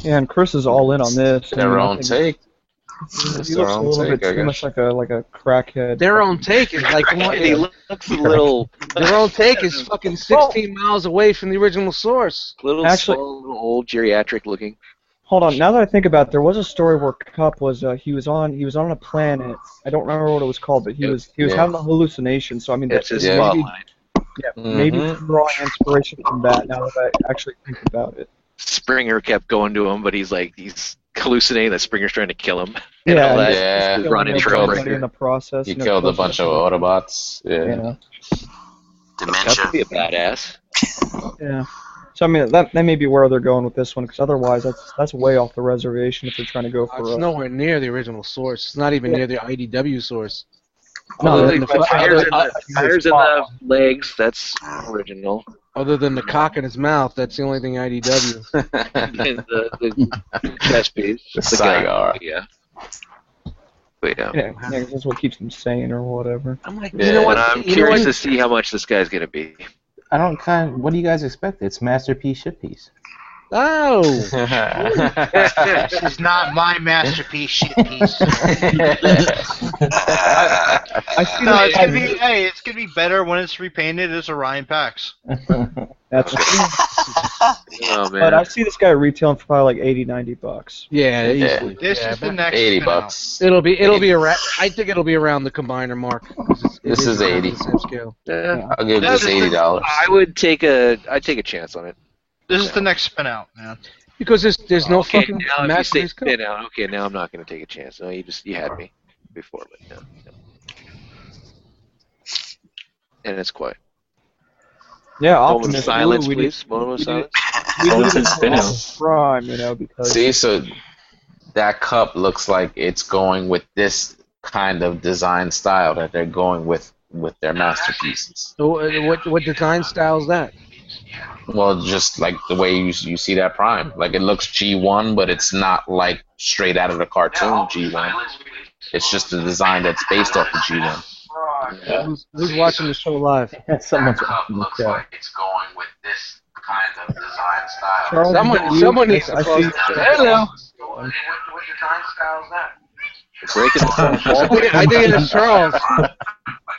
Speaker 1: Yeah, and Chris is all in on this. and
Speaker 10: Their
Speaker 1: I
Speaker 10: own
Speaker 1: think
Speaker 10: take.
Speaker 1: He
Speaker 10: their
Speaker 1: looks a
Speaker 10: own
Speaker 1: little
Speaker 10: take,
Speaker 1: bit
Speaker 10: I
Speaker 1: too much like a like a crackhead.
Speaker 4: Their own take is like
Speaker 2: And he looks a little
Speaker 4: their own take is fucking 16 miles away from the original source.
Speaker 2: little
Speaker 1: Actually-
Speaker 2: small, little old geriatric looking.
Speaker 1: Hold on. Now that I think about it, there was a story where Cup was uh, he was on he was on a planet. I don't remember what it was called, but he
Speaker 10: Yeah.
Speaker 1: was he was
Speaker 10: Yeah.
Speaker 1: having a hallucination. So I mean,
Speaker 2: It's
Speaker 1: that's
Speaker 2: his
Speaker 10: Yeah.
Speaker 2: spotlight.
Speaker 1: maybe
Speaker 10: Mhm.
Speaker 1: drawing inspiration from that. Now that I actually think about it.
Speaker 2: Springer kept going to him, but he's like he's hallucinating that Springer's trying to kill him. And
Speaker 1: Yeah,
Speaker 2: all that.
Speaker 10: Yeah.
Speaker 2: Just running
Speaker 1: Killing
Speaker 2: trailbreaker.
Speaker 1: everybody in the process.
Speaker 10: He
Speaker 1: you know,
Speaker 10: killed a
Speaker 1: killing
Speaker 10: bunch of Autobots. Yeah.
Speaker 1: everybody.
Speaker 2: That
Speaker 6: Dementia.
Speaker 2: could be a badass.
Speaker 1: Yeah, yeah. So I mean, that, that may be where they're going with this one, because otherwise, that's that's way off the reservation if they're trying to go for.
Speaker 4: Uh, It's
Speaker 1: a-
Speaker 4: nowhere near the original source. It's not even near the IDW source.
Speaker 1: No,
Speaker 4: other,
Speaker 1: they're
Speaker 4: than
Speaker 1: gonna
Speaker 4: the,
Speaker 1: fuck-
Speaker 4: other,
Speaker 2: Fires in the, fires in the legs. That's original.
Speaker 4: other than the cock in his mouth, that's the only thing IDW.
Speaker 2: And the, the chest piece.
Speaker 10: The
Speaker 2: gun.
Speaker 10: Sigar.
Speaker 2: Yeah. But yeah.
Speaker 1: Yeah, yeah, 'cause that's what keeps them sane or whatever.
Speaker 4: I'm like,
Speaker 10: Yeah,
Speaker 4: you know what?
Speaker 2: But I'm
Speaker 4: you know
Speaker 2: curious
Speaker 4: what?
Speaker 2: to see how much this guy's gonna be.
Speaker 11: I don't kind of, What do you guys expect? It's masterpiece shit piece.
Speaker 4: Oh,
Speaker 8: This is not my masterpiece shit piece.
Speaker 1: I see
Speaker 8: no,
Speaker 1: that.
Speaker 8: it's gonna be hey, it's gonna be better when it's repainted as Orion Pax.
Speaker 1: That's
Speaker 2: Oh man.
Speaker 1: But I see this guy retailing for probably like 80, 90 bucks.
Speaker 4: yeah,
Speaker 10: Yeah.
Speaker 4: easily.
Speaker 8: This
Speaker 4: Yeah,
Speaker 8: is the
Speaker 4: but
Speaker 8: next.
Speaker 10: Eighty
Speaker 8: spin-off.
Speaker 10: bucks.
Speaker 4: It'll be it'll be around. I think it'll be around the combiner mark. 'cause it's- it
Speaker 10: This is
Speaker 4: around
Speaker 10: 80.
Speaker 4: the same scale.
Speaker 2: Yeah.
Speaker 10: I'll give
Speaker 8: That
Speaker 10: this
Speaker 8: is-
Speaker 10: eighty dollars.
Speaker 2: I would take a I'd take a chance on it.
Speaker 8: This is the next spin out, man.
Speaker 4: Because there's there's no
Speaker 2: okay,
Speaker 4: fucking
Speaker 2: now if you say
Speaker 4: masterpiece. co-
Speaker 2: spin out, okay, now I'm not gonna take a chance. No, you just you had me before, but no. no. And it's quiet.
Speaker 1: Yeah,
Speaker 2: Moment of
Speaker 1: Optimus.
Speaker 2: silence,
Speaker 1: Ooh, we
Speaker 2: please. Moment of
Speaker 1: we
Speaker 2: silence.
Speaker 1: did-
Speaker 9: We live in Spino.
Speaker 1: prime, you know, because
Speaker 10: See, so that cup looks like it's going with this kind of design style that they're going with with their masterpieces.
Speaker 4: So uh, what what design style is that?
Speaker 10: Well, just like the way you you see that prime, like it looks G1, but it's not like straight out of the cartoon G1. It's just a design that's based off the G1.
Speaker 4: Who's, who's watching the show live?
Speaker 11: Someone's
Speaker 10: it's going with this kind of design style.
Speaker 1: Charles,
Speaker 4: Someone
Speaker 1: you-
Speaker 4: someone needs to
Speaker 1: I
Speaker 4: close.
Speaker 1: see-
Speaker 4: Hello.
Speaker 2: Breaking the fourth wall.
Speaker 4: I think it- I think it is Charles.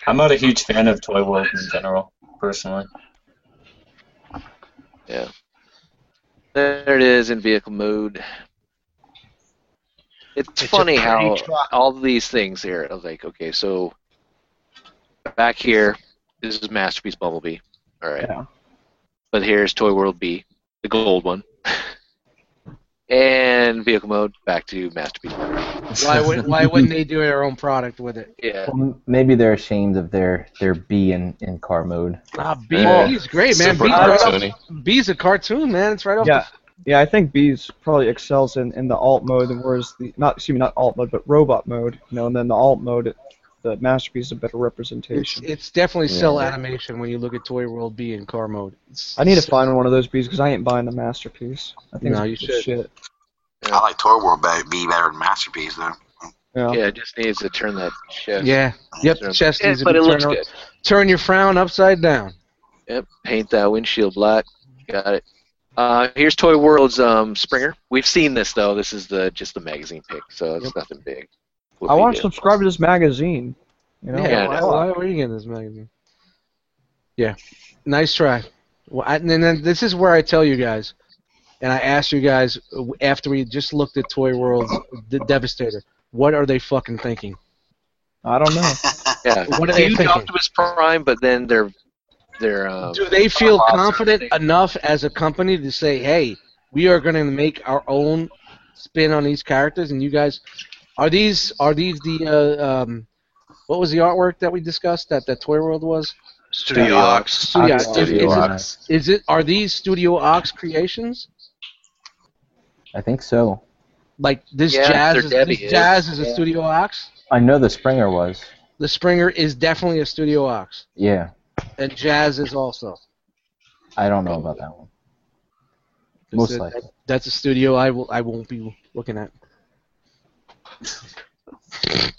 Speaker 9: I'm not a huge fan of Toy World in general, personally.
Speaker 2: There it is in vehicle mode. It's,
Speaker 8: It's a
Speaker 2: funny
Speaker 8: pretty
Speaker 2: how
Speaker 8: truck.
Speaker 2: all these things here. I was like, okay, so back here, this is Masterpiece Bumblebee. All right.
Speaker 11: Yeah.
Speaker 2: But here's Toy World B, the gold one. and vehicle mode, back to Masterpiece.
Speaker 4: Why would why wouldn't they do their own product with it?
Speaker 2: Yeah.
Speaker 11: Well, m- maybe they're ashamed of their their B in, in car mode.
Speaker 4: Ah, B,
Speaker 10: Yeah.
Speaker 4: B's great, man.
Speaker 10: Super
Speaker 4: B's, right off-
Speaker 10: cartoony.
Speaker 4: B's a cartoon, man. It's right off.
Speaker 1: Yeah, yeah. I think Bees probably excels in, in the alt mode, and whereas the not excuse me, not alt mode, but robot mode. You know, and then the alt mode, the masterpiece is a better
Speaker 4: The, it's,
Speaker 1: representation.
Speaker 4: it's definitely
Speaker 10: Yeah.
Speaker 4: cell animation when you look at Toy World B in car mode. It's-
Speaker 1: I need to
Speaker 4: it's-
Speaker 1: find one of those bees because I ain't buying the masterpiece. I think
Speaker 4: No,
Speaker 1: it's
Speaker 4: you
Speaker 1: piece of
Speaker 4: should.
Speaker 1: shit.
Speaker 6: I like Toy World be- be better than Masterpiece though.
Speaker 1: Yeah.
Speaker 2: Yeah, it just needs to turn that chest.
Speaker 4: Yeah. Yep. The chest
Speaker 2: Yeah,
Speaker 4: needs to
Speaker 2: but
Speaker 4: be
Speaker 2: it
Speaker 4: turned
Speaker 2: looks
Speaker 4: up-
Speaker 2: good.
Speaker 4: Turn your frown upside down.
Speaker 2: Yep, paint that windshield black. Got it. Uh, here's Toy World's um, Springer. We've seen this though. This is the just the magazine pick, so it's
Speaker 1: Yep.
Speaker 2: nothing big.
Speaker 1: I want to subscribe to this magazine. You know,
Speaker 4: yeah,
Speaker 1: why-
Speaker 4: why,
Speaker 1: why-
Speaker 4: why were you getting this magazine? Yeah, nice try. Well, I, and then this is where I tell you guys, and I ask you guys uh, after we just looked at Toy World's the Devastator. What are they fucking thinking?
Speaker 1: I don't know.
Speaker 2: Yeah,
Speaker 4: What are they
Speaker 2: huge
Speaker 4: thinking?
Speaker 2: Optimus Prime, but then they're they're um,
Speaker 4: Do they feel
Speaker 2: Awesome.
Speaker 4: confident enough as a company to say, "Hey, we are going to make our own spin on these characters"? And you guys, are these are these the uh, um, what was the artwork that we discussed that that Toy World was?
Speaker 5: Studio Ox.
Speaker 4: Studio
Speaker 11: Ox
Speaker 4: Ox.
Speaker 11: Studio
Speaker 4: Is it-
Speaker 11: Ox.
Speaker 4: Is it are these Studio Ox creations?
Speaker 11: I think so.
Speaker 4: Like this
Speaker 2: Yeah,
Speaker 4: jazz
Speaker 2: they're
Speaker 4: is,
Speaker 2: Debbie
Speaker 4: this
Speaker 2: is.
Speaker 4: jazz is a Studio Ox.
Speaker 11: I know the Springer was.
Speaker 4: The Springer is definitely a Studio Ox,
Speaker 11: Yeah,
Speaker 4: and Jazz is also.
Speaker 11: I don't know about that one. Most
Speaker 4: That's a-
Speaker 11: likely.
Speaker 4: That's a studio I will I won't be looking at.
Speaker 10: It's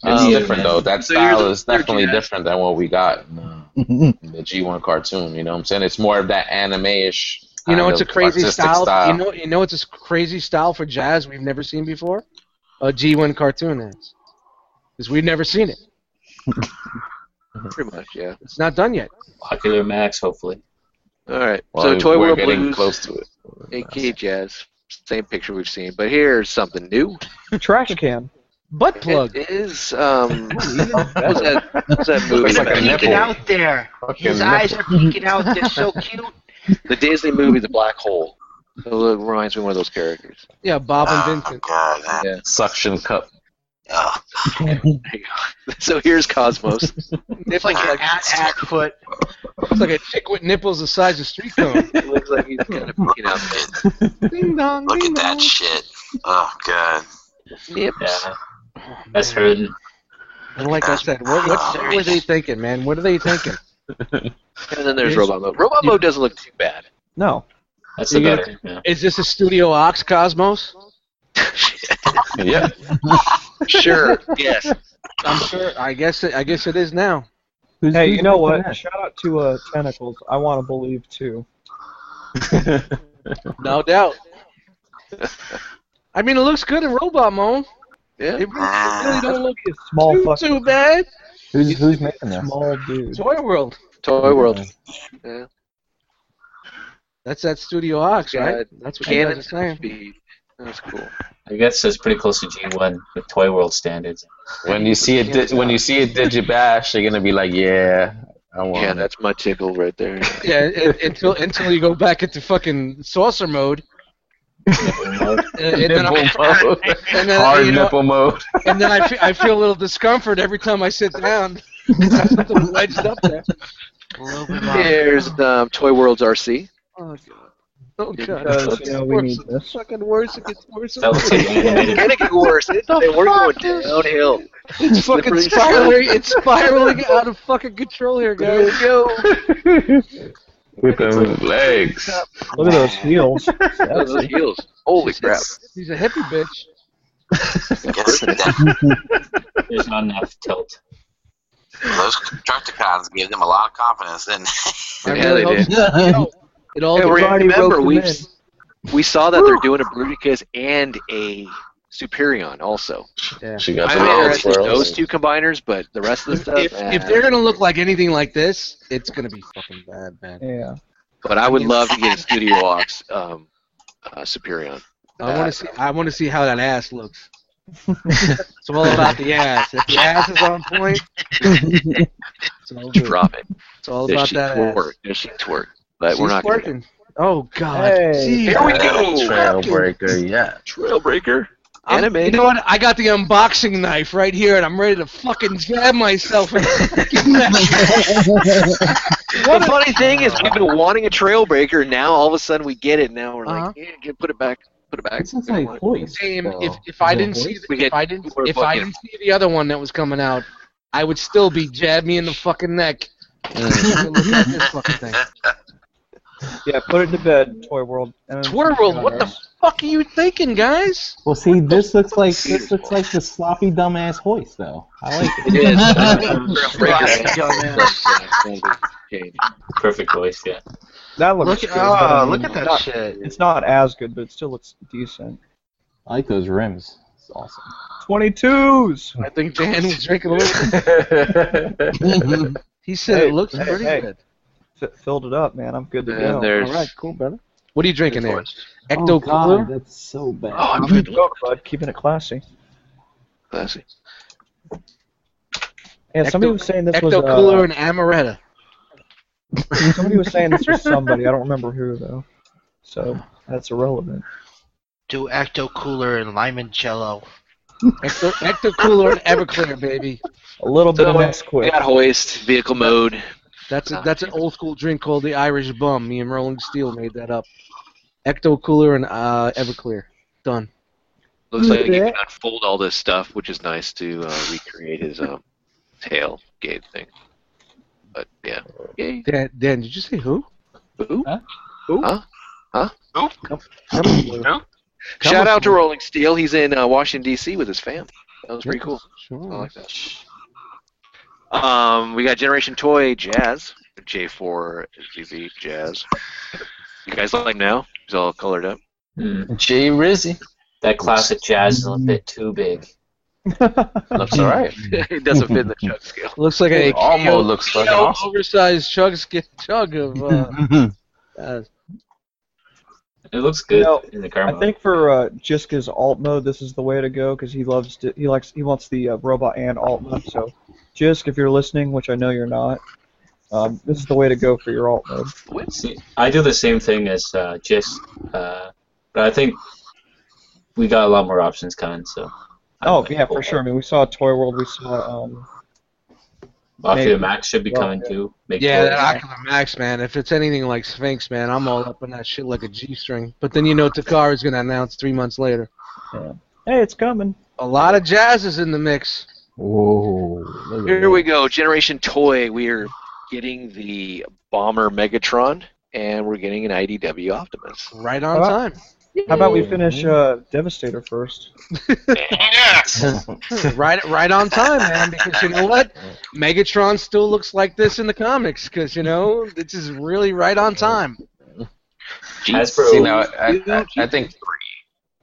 Speaker 9: Um,
Speaker 10: different though. That
Speaker 5: so you're
Speaker 10: style
Speaker 5: the-
Speaker 10: is definitely
Speaker 5: you're-
Speaker 10: different than what we got in uh,
Speaker 9: Mm-hmm.
Speaker 10: the G1 cartoon. You know what I'm saying? It's more of that anime-ish.
Speaker 4: You know,
Speaker 10: kind
Speaker 4: it's a
Speaker 10: of
Speaker 4: crazy
Speaker 10: artistic
Speaker 4: style. You know, you know, it's a s- crazy style for jazz we've never seen before. A G1 cartoon is, because we've never seen it.
Speaker 2: pretty much yeah.
Speaker 4: It's not done yet.
Speaker 9: Ocular Max, hopefully.
Speaker 2: All right,
Speaker 10: Well,
Speaker 2: so Toy
Speaker 10: we're
Speaker 2: World
Speaker 10: getting
Speaker 2: Blues,
Speaker 10: close to it.
Speaker 2: aka Jazz, same picture we've seen, but here's something new.
Speaker 1: Trash can.
Speaker 4: Butt plug.
Speaker 2: It is um, what was that? What was that movie?
Speaker 10: Looks like a nipple.
Speaker 8: there.
Speaker 10: Fucking
Speaker 8: are peeking out. They're so cute.
Speaker 2: the Disney movie, The Black Hole. It look- reminds me of one of those characters.
Speaker 4: Yeah, Bob
Speaker 6: Oh,
Speaker 4: and Vincent.
Speaker 6: God, that- oh,
Speaker 10: nipple. Suction cup.
Speaker 6: ugh.
Speaker 2: So here's Cosmos.
Speaker 8: It's like an act foot.
Speaker 4: It's like a chick with nipples the size of street cone.
Speaker 2: It looks like he's kind of peeking out
Speaker 6: Look
Speaker 4: ding dong.
Speaker 6: at
Speaker 4: ding
Speaker 6: that
Speaker 4: dong.
Speaker 6: shit. Oh god.
Speaker 2: the nips.
Speaker 9: Yeah. That's hurting.
Speaker 4: And like I said, what, what, what were they thinking, man? What are they thinking?
Speaker 2: And then there's
Speaker 4: Here's-
Speaker 2: Robot Mode. Robot
Speaker 4: you-
Speaker 2: Mode doesn't look too bad.
Speaker 1: No.
Speaker 9: That's the
Speaker 4: You
Speaker 9: better. Yeah.
Speaker 4: Is this a Studio Ox Cosmos?
Speaker 10: Yeah.
Speaker 2: Sure. yes.
Speaker 4: I'm sure. I guess. It, I guess it is now.
Speaker 11: Who's-
Speaker 1: Hey,
Speaker 11: who's
Speaker 1: you know
Speaker 11: making
Speaker 1: what?
Speaker 11: that?
Speaker 1: Shout out to uh, Tentacles. I want to believe too.
Speaker 4: No doubt. I mean, it looks good in robot mode.
Speaker 2: Yeah.
Speaker 4: It really, it
Speaker 10: Ah.
Speaker 4: really don't look
Speaker 1: He's a small
Speaker 4: too,
Speaker 1: fucking
Speaker 4: too bad.
Speaker 11: Who's who's making this?
Speaker 1: small dude.
Speaker 4: Toy World.
Speaker 2: Toy World. Yeah.
Speaker 4: That's that Studio Ox, right? That's what you guys
Speaker 2: Cannon
Speaker 4: are saying.
Speaker 2: speed. That's cool.
Speaker 9: I guess it's pretty close to G1 with Toy World standards.
Speaker 10: When you see it, di- when you see it, digibash, you're gonna be like, yeah, I want
Speaker 2: Yeah,
Speaker 10: it.
Speaker 2: that's my tickle right there.
Speaker 4: Yeah, it, until until you go back into fucking saucer mode. and, and then
Speaker 10: Nipple
Speaker 4: I'm-
Speaker 10: mode.
Speaker 4: and then,
Speaker 10: Hard
Speaker 4: you know,
Speaker 10: nipple mode.
Speaker 4: and then I, fe- I feel a little discomfort every time I sit down. Something wedged up there.
Speaker 2: Here's um, Toy World's RC.
Speaker 4: Oh, God. Oh god.
Speaker 1: Because, you know, we need
Speaker 4: It
Speaker 1: this.
Speaker 4: gets fucking worse. It gets worse.
Speaker 9: That looks like
Speaker 2: It's
Speaker 9: animated.
Speaker 2: gonna get worse. It's,
Speaker 4: The
Speaker 2: they were going
Speaker 4: fuck, dude?
Speaker 2: downhill.
Speaker 4: It's fucking
Speaker 2: Slippery
Speaker 4: spiraling. It's spiraling out of fucking control here, guys.
Speaker 10: With those legs.
Speaker 1: Look at those heels.
Speaker 2: Those are heels. Holy crap.
Speaker 4: He's a hippie bitch.
Speaker 6: Yes, that-
Speaker 9: There's not enough tilt.
Speaker 6: those Constructicons gave them a lot of confidence, didn't
Speaker 4: I
Speaker 2: Yeah, they
Speaker 4: really hope
Speaker 2: did.
Speaker 4: so. It all
Speaker 2: Yeah,
Speaker 4: depends.
Speaker 1: already
Speaker 2: remember,
Speaker 1: roped
Speaker 2: we
Speaker 1: them in.
Speaker 2: we saw that they're doing a Bruticus and a Superion also.
Speaker 10: She got
Speaker 2: I'm
Speaker 10: the little
Speaker 2: interested in
Speaker 10: twirls.
Speaker 2: those two combiners, but the rest of the stuff.
Speaker 4: if, if
Speaker 2: eh.
Speaker 4: they're gonna look like anything like this, it's gonna be fucking bad, man.
Speaker 1: Yeah.
Speaker 2: but I would love to get a Studio Ox um, uh, Superion.
Speaker 4: I want to see. I want to see how that ass looks. it's all about the ass. If the ass is on point, it's all, good.
Speaker 2: Drop it.
Speaker 4: It's all
Speaker 2: Does
Speaker 4: about
Speaker 2: she
Speaker 4: that
Speaker 2: twerk?
Speaker 4: ass.
Speaker 2: Does she twerk? But
Speaker 4: She's
Speaker 2: we're not gonna-
Speaker 4: twerking. Oh God!
Speaker 1: Hey.
Speaker 4: Jeez.
Speaker 2: Here we go.
Speaker 10: Trailbreaker, yeah.
Speaker 2: Trailbreaker.
Speaker 4: I'm-
Speaker 2: Anime.
Speaker 4: You know what? I got the unboxing knife right here, and I'm ready to fucking jab myself. In
Speaker 2: the funny thing is, we've been wanting a Trailbreaker. Now all of a sudden we get it. Now we're
Speaker 4: Uh-huh.
Speaker 2: like, yeah, get, put it back. Put it back.
Speaker 11: That sounds
Speaker 2: We don't
Speaker 11: like
Speaker 2: want it.
Speaker 11: voice.
Speaker 4: Same.
Speaker 11: though.
Speaker 4: If, if
Speaker 11: Is
Speaker 4: I
Speaker 11: it
Speaker 4: didn't
Speaker 11: voice?
Speaker 4: see
Speaker 2: Oh. We
Speaker 4: the, if
Speaker 2: get-
Speaker 4: I didn't
Speaker 2: we're
Speaker 4: if I
Speaker 2: fucking-
Speaker 4: didn't see the other one that was coming out, I would still be jab me in the fucking neck. Look
Speaker 2: Mm.
Speaker 4: at this fucking thing.
Speaker 1: Yeah, put it to bed, Toy World. And
Speaker 4: Twirl, what the fuck are you thinking, guys?
Speaker 11: Well, see, this looks like this looks like the sloppy dumbass hoist, though. I like it.
Speaker 2: It is. Trailbreaker. Okay.
Speaker 9: Perfect voice, yeah.
Speaker 1: That looks
Speaker 8: Look,
Speaker 1: good. but I
Speaker 8: uh,
Speaker 1: mean,
Speaker 8: look at that
Speaker 1: not-
Speaker 8: shit.
Speaker 1: It's not as good, but it still looks decent.
Speaker 11: I like those rims. It's awesome.
Speaker 1: 22s!
Speaker 4: I think Dan was drinking a little. He said
Speaker 1: Hey,
Speaker 4: it looks
Speaker 1: hey,
Speaker 4: pretty
Speaker 1: hey.
Speaker 4: good.
Speaker 1: F- filled it up, man. I'm good to
Speaker 2: And
Speaker 1: go.
Speaker 2: there's.
Speaker 4: All right, cool, brother. What are you drinking there?
Speaker 11: oh
Speaker 4: Ecto
Speaker 11: god,
Speaker 4: Cooler.
Speaker 11: that's so bad.
Speaker 2: Oh, I'm
Speaker 1: I'm good
Speaker 2: good.
Speaker 1: to go, bud. Keeping it classy.
Speaker 2: Classy.
Speaker 1: Yeah, somebody
Speaker 4: Ecto-
Speaker 1: was saying this was
Speaker 4: Ecto Cooler
Speaker 1: uh,
Speaker 4: and Amaretta.
Speaker 1: somebody was saying this was somebody. I don't remember who though. So that's irrelevant.
Speaker 8: Do Ecto Cooler and Limoncello.
Speaker 4: Ecto, Ecto Cooler and Everclear, baby.
Speaker 1: A little bit of
Speaker 2: We
Speaker 1: Nesquik.
Speaker 2: got hoist, vehicle mode.
Speaker 4: That's a, that's an old school drink called the Irish Bum. Me and Rolling Steel made that up. Ecto Cooler and uh, Everclear. Done.
Speaker 2: Looks like you can unfold all this stuff, which is nice to uh, recreate his um, tail gate thing. But yeah. Yay.
Speaker 4: Dan, Dan did you say who?
Speaker 2: Ooh.
Speaker 11: Huh?
Speaker 2: Ooh. Huh?
Speaker 4: Come-
Speaker 2: Shout out to Rolling Steel. He's in uh, Washington D.C. with his fam. That was pretty cool. I
Speaker 4: Sure.
Speaker 2: like that. Oh, Um, we got Generation Toy Jazz, J4ZZ Jazz. You guys like him now? He's all colored up.
Speaker 9: Hmm.
Speaker 10: J Rizzy.
Speaker 9: That classic jazz is a little bit too big.
Speaker 10: Looks alright.
Speaker 2: it doesn't fit in the chug scale.
Speaker 4: Looks like a
Speaker 10: Almo looks fucking
Speaker 4: KO
Speaker 10: awesome.
Speaker 4: oversized chug sk- chug of uh, uh,
Speaker 9: It looks good
Speaker 1: You know,
Speaker 9: in the
Speaker 1: I
Speaker 9: caramel.
Speaker 1: think for uh, Jiska's alt mode, this is the way to go because he loves to, he likes he wants the uh, robot and alt mode. So, Jisk, if you're listening, which I know you're not, um, this is the way to go for your alt mode.
Speaker 9: See, I do the same thing as uh, just, uh, but I think we got a lot more options coming. So. I
Speaker 1: Oh
Speaker 9: like
Speaker 1: yeah,
Speaker 9: the
Speaker 1: for
Speaker 9: whole-
Speaker 1: sure. I mean, we saw Toy World, we saw um,
Speaker 9: Mafia
Speaker 1: Maybe.
Speaker 9: Max should be
Speaker 1: Well,
Speaker 9: coming too. Make
Speaker 4: Yeah,
Speaker 9: sure-
Speaker 4: that Oculus Max, man. If it's anything like Sphinx, man, I'm all up in that shit like a G-string. But then you know Takar is going to announce three months later.
Speaker 1: hey, it's coming.
Speaker 4: A lot of jazz is in the mix.
Speaker 11: Whoa. look at
Speaker 2: Here
Speaker 11: that.
Speaker 2: we go. Generation Toy. We are getting the Bomber Megatron, and we're getting an IDW Optimus.
Speaker 4: Right on
Speaker 1: Well,
Speaker 4: time.
Speaker 1: How about we finish uh, Devastator first?
Speaker 5: Yeah.
Speaker 4: right right on time, man, because you know what? Megatron still looks like this in the comics because, you know, this is really right on time.
Speaker 9: As for
Speaker 10: See, now, I, I, I think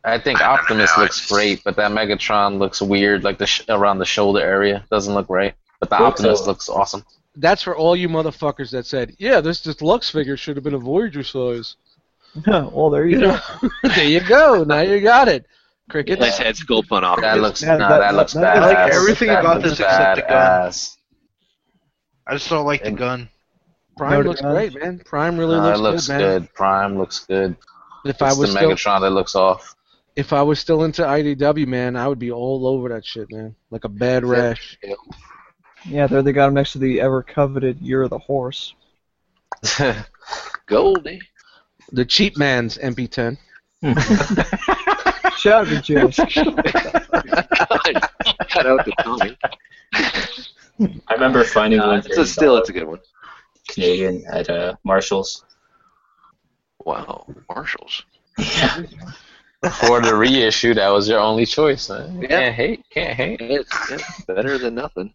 Speaker 10: I think Optimus looks great, but that Megatron looks weird, like the sh- around the shoulder area doesn't look right. But the
Speaker 9: Looks
Speaker 10: Optimus
Speaker 9: old.
Speaker 10: looks awesome.
Speaker 4: That's for all you motherfuckers that said, yeah, this deluxe figure should have been a Voyager size.
Speaker 1: well, there you
Speaker 4: You
Speaker 1: go.
Speaker 4: know, there you go. Now you got it. Crickets.
Speaker 2: Nice head sculpt on Optimus.
Speaker 10: That looks
Speaker 1: that-
Speaker 10: nah,
Speaker 1: that-
Speaker 10: that, looks
Speaker 1: that- I
Speaker 10: bad.
Speaker 1: like
Speaker 8: everything about this except the gun. I just don't like the
Speaker 10: And-
Speaker 8: gun.
Speaker 4: Prime
Speaker 1: Noted
Speaker 4: looks
Speaker 1: on.
Speaker 4: great, man. Prime really
Speaker 10: Nah, it
Speaker 4: looks,
Speaker 10: looks
Speaker 4: good, man.
Speaker 10: good, Prime looks good.
Speaker 4: If I
Speaker 10: It's the
Speaker 4: was still,
Speaker 10: Megatron that looks off.
Speaker 4: if I was still into IDW, man, I would be all over that shit, man. Like a bad rash.
Speaker 1: Yeah, there they got him next to the ever coveted "You're the Horse."
Speaker 2: Goldie.
Speaker 4: The cheap man's MP10.
Speaker 1: Shout out to Jewish.
Speaker 2: Shout out to Tommy.
Speaker 9: I remember finding
Speaker 2: Nah,
Speaker 9: one.
Speaker 2: it's
Speaker 9: for
Speaker 2: a- still, it's a good one.
Speaker 9: Canadian at uh, Marshalls.
Speaker 2: Wow, Marshalls.
Speaker 9: Yeah.
Speaker 10: For the reissue, that was your only choice. Huh? You
Speaker 2: Yeah.
Speaker 10: Can't hate. Can't hate.
Speaker 2: It's, it's better than nothing.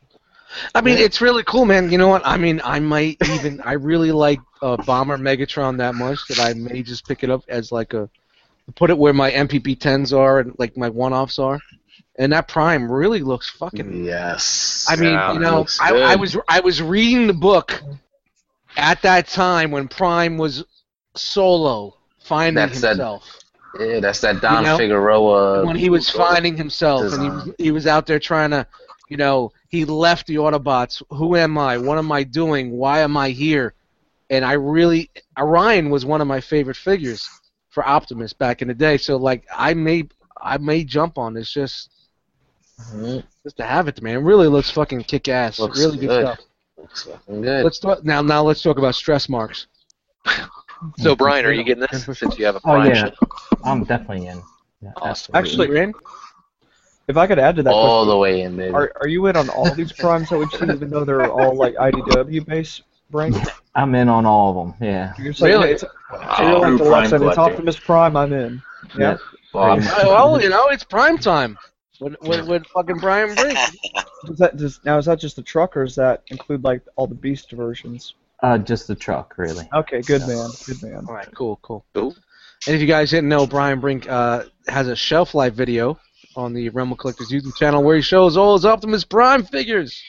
Speaker 4: I mean, it's really cool, man. You know what? I mean, I might even. I really like uh, Bomber Megatron that much that I may just pick it up as like a. Put it where my MPP10s are and like my one offs are. And that Prime really looks fucking.
Speaker 10: Yes.
Speaker 4: I mean,
Speaker 10: Mm, Yeah,
Speaker 4: you know,
Speaker 10: looks
Speaker 4: I,
Speaker 10: good.
Speaker 4: I was I was reading the book at that time when Prime was solo finding
Speaker 10: That's that
Speaker 4: himself.
Speaker 10: Yeah, that's that Don
Speaker 4: know,
Speaker 10: Figueroa.
Speaker 4: when he was finding himself and he
Speaker 10: Uh, design.
Speaker 4: was, he was out there trying to you know he left the autobots who am i what am i doing why am i here and i really orion was one of my favorite figures for optimus back in the day so like i may i may jump on this just just to have it man it really looks fucking kick-ass
Speaker 10: Looks
Speaker 4: really good,
Speaker 10: good.
Speaker 4: stuff
Speaker 10: Looks fucking good.
Speaker 4: let's talk now now let's talk about stress marks
Speaker 2: So, Brian, are you getting this since you have a
Speaker 11: Oh
Speaker 2: prime?
Speaker 11: yeah, I'm definitely in. Yeah,
Speaker 2: Oh.
Speaker 10: Awesome.
Speaker 1: Actually,
Speaker 4: You're in?
Speaker 1: If I could add to that
Speaker 10: all
Speaker 1: question,
Speaker 10: the way in, baby.
Speaker 1: are, are you in on all these primes that we've seen, even though they're all like IDW based brains?
Speaker 11: I'm in on all of them. Yeah.
Speaker 1: You're just like,
Speaker 4: Really?
Speaker 1: It's, you're like
Speaker 9: True prime
Speaker 1: the last time, it's
Speaker 9: collector.
Speaker 1: Optimus Prime, I'm in. Yeah.
Speaker 9: Bob.
Speaker 4: well you know it's prime time when, when, when fucking brian brings
Speaker 1: Does that does, now is that just the truck, or does that include like all the beast versions?
Speaker 11: Uh, just the truck, really.
Speaker 1: Okay, good man, good man.
Speaker 4: All right, cool, cool.
Speaker 2: Cool.
Speaker 4: And if you guys didn't know, Brian Brink uh, has a shelf life video on the Realm of Collectors YouTube channel where he shows all his Optimus Prime figures.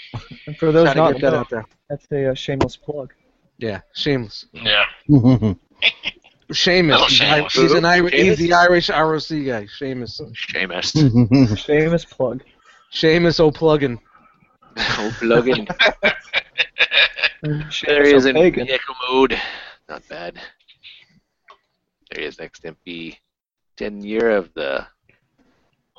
Speaker 1: And for
Speaker 4: Try
Speaker 1: those
Speaker 4: to
Speaker 1: not,
Speaker 4: get that out there.
Speaker 1: that's a uh, shameless plug.
Speaker 4: Yeah, shameless.
Speaker 5: Yeah.
Speaker 4: Seamus.
Speaker 5: Hello,
Speaker 4: He's, I-
Speaker 5: Seamus.
Speaker 4: he's an Irish.
Speaker 2: Seamus?
Speaker 4: He's the Irish ROC guy. Seamus.
Speaker 2: Seamus.
Speaker 1: Shameless plug.
Speaker 4: Seamus O'Plugin.
Speaker 2: Oh, plug in. There he
Speaker 1: Shameless
Speaker 2: is in
Speaker 1: O'Pagan.
Speaker 2: vehicle mode. Not bad. There he is next MP. Ten year of the.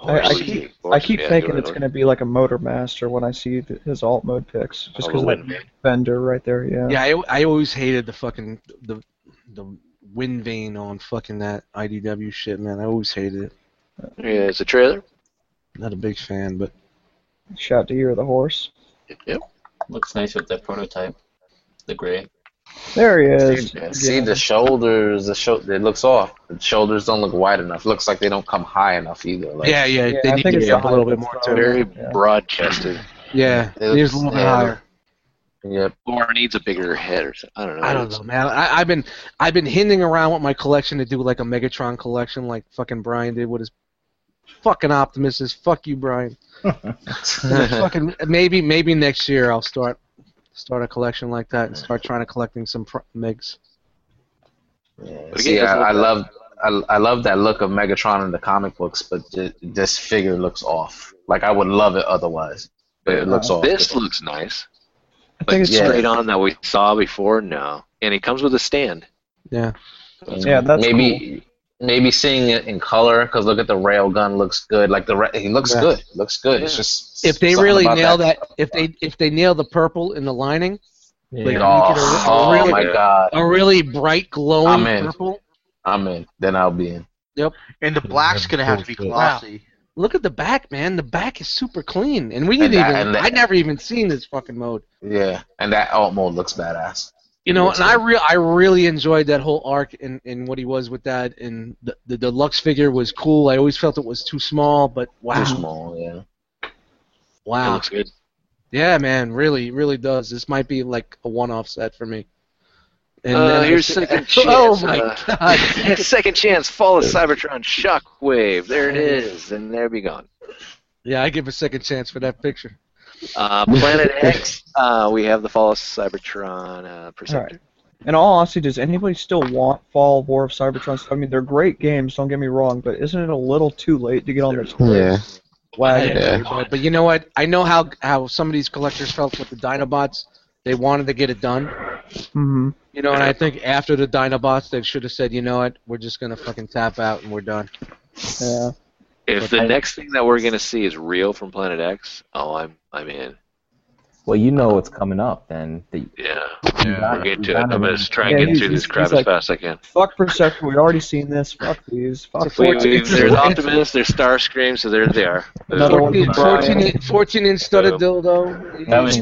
Speaker 1: I- I
Speaker 2: horse.
Speaker 1: keep-
Speaker 2: Horse,
Speaker 1: I keep
Speaker 2: yeah,
Speaker 1: thinking
Speaker 2: go
Speaker 1: it's
Speaker 2: ahead.
Speaker 1: going to be like a Motor Master when I see th- his alt mode picks, just
Speaker 2: Oh,
Speaker 1: because
Speaker 2: the
Speaker 1: that
Speaker 2: wind vane.
Speaker 1: bender right there. Yeah.
Speaker 4: Yeah, I, I always hated the fucking the the wind vane on fucking that IDW shit, man. I always hated it.
Speaker 2: There is a trailer.
Speaker 4: Not a big fan, but
Speaker 1: Shout to hear the horse.
Speaker 2: Yep.
Speaker 9: Looks nice with that prototype. The gray.
Speaker 1: There he is.
Speaker 2: Yeah.
Speaker 10: See the shoulders. The sho- It looks off. The shoulders don't look wide enough. Looks like they don't come high enough either. Like,
Speaker 4: yeah, yeah,
Speaker 1: yeah,
Speaker 4: they
Speaker 1: I
Speaker 4: need
Speaker 1: think
Speaker 4: to
Speaker 1: it's
Speaker 4: get up
Speaker 1: the
Speaker 4: a little
Speaker 1: height
Speaker 4: bit
Speaker 1: that's
Speaker 4: more
Speaker 1: not-
Speaker 4: too.
Speaker 2: Very
Speaker 1: Yeah.
Speaker 2: broad chested.
Speaker 4: Yeah,
Speaker 10: It
Speaker 4: it is
Speaker 10: looks-
Speaker 4: a little bit
Speaker 10: yeah, it
Speaker 4: higher.
Speaker 10: Yep.
Speaker 2: Or needs a bigger head or something. I don't know.
Speaker 4: I don't know, man. I, I've been I've been hinting around with my collection to do like a Megatron collection, like fucking Brian did with his fucking Optimus. Is fuck you, Brian. fucking maybe maybe next year I'll start start a collection like that and start trying to collecting some pro- Megs.
Speaker 10: Yeah.
Speaker 2: But
Speaker 10: See,
Speaker 2: again, it doesn't
Speaker 10: I, I
Speaker 2: look
Speaker 10: love. I, I love that look of Megatron in the comic books, but th- this figure looks off. Like I would love it otherwise, but it looks off.
Speaker 2: This looks nice.
Speaker 1: I
Speaker 2: But
Speaker 1: think it's
Speaker 10: yeah.
Speaker 2: straight on that we saw before, no. And he comes with a stand.
Speaker 4: Yeah,
Speaker 1: yeah. That's cool.
Speaker 10: maybe maybe seeing it in color because look at the rail gun looks good. Like the ra- he looks
Speaker 4: Yeah.
Speaker 10: good, looks good. It's
Speaker 2: Yeah.
Speaker 10: just
Speaker 4: if they
Speaker 10: something
Speaker 4: really
Speaker 10: about
Speaker 4: nail that, if they if they nail the purple in the lining,
Speaker 11: Yeah.
Speaker 10: Oh, oh
Speaker 4: really-
Speaker 10: my god,
Speaker 4: a really bright glowing
Speaker 10: I'm in.
Speaker 4: purple.
Speaker 10: I'm in. Then I'll be in.
Speaker 8: And the black's gonna have to be glossy.
Speaker 4: Look at the back, man. The back is super clean, and we didn't
Speaker 10: And that-
Speaker 4: even.
Speaker 10: and that-
Speaker 4: I never even seen this fucking mode.
Speaker 10: Yeah, and that alt mode looks badass.
Speaker 4: You know,
Speaker 10: It's
Speaker 4: and I
Speaker 10: good.
Speaker 4: re- I really enjoyed that whole arc and, and what he was with that, and the, the deluxe figure was cool. I always felt it was too small, but wow,
Speaker 10: Too small, yeah.
Speaker 2: It
Speaker 4: wow,
Speaker 2: looks good.
Speaker 4: yeah, man, really, really does. This might be like a one-off set for me.
Speaker 2: Uh,
Speaker 4: then-
Speaker 2: here's second
Speaker 4: Oh
Speaker 2: chance,
Speaker 4: my
Speaker 2: uh,
Speaker 4: god!
Speaker 2: Second chance, Fall of Cybertron, Shockwave. There it is, and there be gone.
Speaker 4: Yeah, I give a second chance for that picture.
Speaker 2: Uh, Planet X. Uh, we have the Fall of Cybertron uh, Perceptor.
Speaker 1: In all honesty, does anybody still want Fall War of Cybertron? I mean, they're great games. Don't get me wrong, but isn't it a little too late to get on this
Speaker 10: Yeah.
Speaker 1: wagon?
Speaker 10: Yeah.
Speaker 4: But, but you know what? I know how how some of these collectors felt with the Dinobots. They wanted to get it done.
Speaker 1: hmm
Speaker 4: You know, and I think after the Dinobots, they should have said, you know what, we're just gonna fucking tap out and we're done.
Speaker 1: Yeah.
Speaker 2: If the next thing that we're gonna see is real from Planet X, oh, I'm I'm in.
Speaker 3: Well, you know what's coming up then. The,
Speaker 2: Yeah.
Speaker 3: You got
Speaker 2: We'll
Speaker 3: it.
Speaker 2: get
Speaker 3: You
Speaker 2: to it.
Speaker 3: got
Speaker 2: I'm
Speaker 3: it.
Speaker 2: going to try
Speaker 1: Yeah,
Speaker 2: and get
Speaker 1: he's-
Speaker 2: through this
Speaker 1: he's-
Speaker 2: crap
Speaker 1: he's
Speaker 2: as
Speaker 1: like-
Speaker 2: fast as I can.
Speaker 1: Fuck Perceptor, we've already seen this. Fuck these. Fuck
Speaker 2: Wait,
Speaker 1: Fortune.
Speaker 2: wait, there's Optimus, there's Starscream, so there they are. There's
Speaker 1: Another one
Speaker 2: Brian.
Speaker 4: 14, 14, 14 inch studded dildo.
Speaker 2: That was-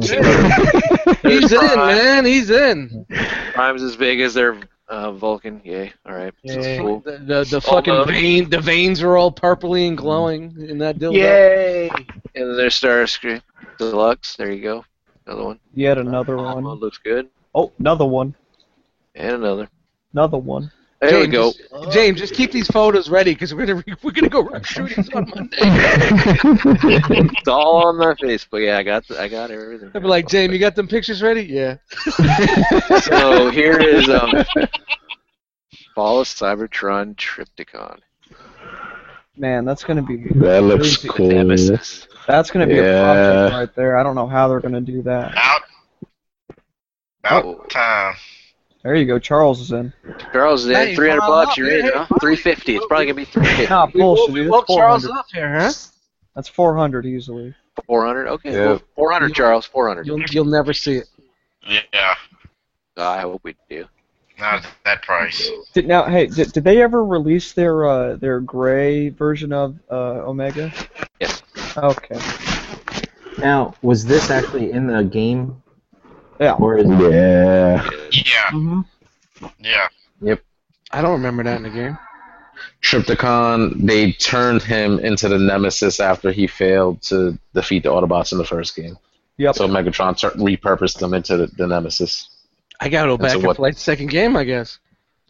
Speaker 4: He's in, man. He's in.
Speaker 2: Prime's as big as their uh, Vulcan. Yay. All right.
Speaker 4: The,
Speaker 2: Cool.
Speaker 4: the, the
Speaker 2: All
Speaker 4: fucking
Speaker 2: those.
Speaker 4: vein, the veins are all purpley and glowing in that dildo.
Speaker 2: Yay! And there's Starscream Deluxe. There you go. Another one.
Speaker 1: Yet another one.
Speaker 2: One looks good.
Speaker 1: Oh, another one.
Speaker 2: And another.
Speaker 1: Another one.
Speaker 2: There we
Speaker 4: James,
Speaker 2: go.
Speaker 4: just- James, just keep these photos ready because we're gonna we're gonna go rock shootings on Monday.
Speaker 2: It's all on my Facebook. Yeah, I got the, I got everything.
Speaker 4: They'll be like, James, you got them pictures ready? Yeah.
Speaker 2: So here is um, Fall of Cybertron Triptychon.
Speaker 1: Man, that's gonna be
Speaker 12: That looks cool.
Speaker 1: that's gonna be a
Speaker 12: Yeah.
Speaker 1: project right there. I don't know how they're gonna do that.
Speaker 5: Out. Oh. About time.
Speaker 1: There you go. Charles is in.
Speaker 2: Charles is
Speaker 1: Hey,
Speaker 2: in. 300
Speaker 1: follow
Speaker 2: bucks. You're in, huh? 350. It's probably going to be 350.
Speaker 1: Nah, bullshit. dude, That's 400.
Speaker 4: up here, huh?
Speaker 1: That's 400 easily.
Speaker 2: 400? Okay.
Speaker 1: Yeah.
Speaker 2: well, 400, Charles. 400.
Speaker 4: You'll you'll never see it.
Speaker 5: Yeah.
Speaker 2: Uh, I hope we do.
Speaker 5: Not at that price.
Speaker 1: Did, now, hey, did, did they ever release their uh, their gray version of uh, Omega?
Speaker 2: Yes.
Speaker 1: Okay.
Speaker 3: Now, was this actually in the game?
Speaker 1: Yeah.
Speaker 3: Or is
Speaker 12: yeah.
Speaker 5: Yeah. Mm-hmm. Yeah.
Speaker 10: Yep.
Speaker 4: I don't remember that in the game.
Speaker 10: Triptychon, they turned him into the Nemesis after he failed to defeat the Autobots in the first game.
Speaker 1: Yep.
Speaker 10: So Megatron tur- repurposed him into the, the Nemesis.
Speaker 4: I gotta go
Speaker 10: And
Speaker 4: back
Speaker 10: so
Speaker 4: and,
Speaker 10: what-
Speaker 4: play the second game, I guess.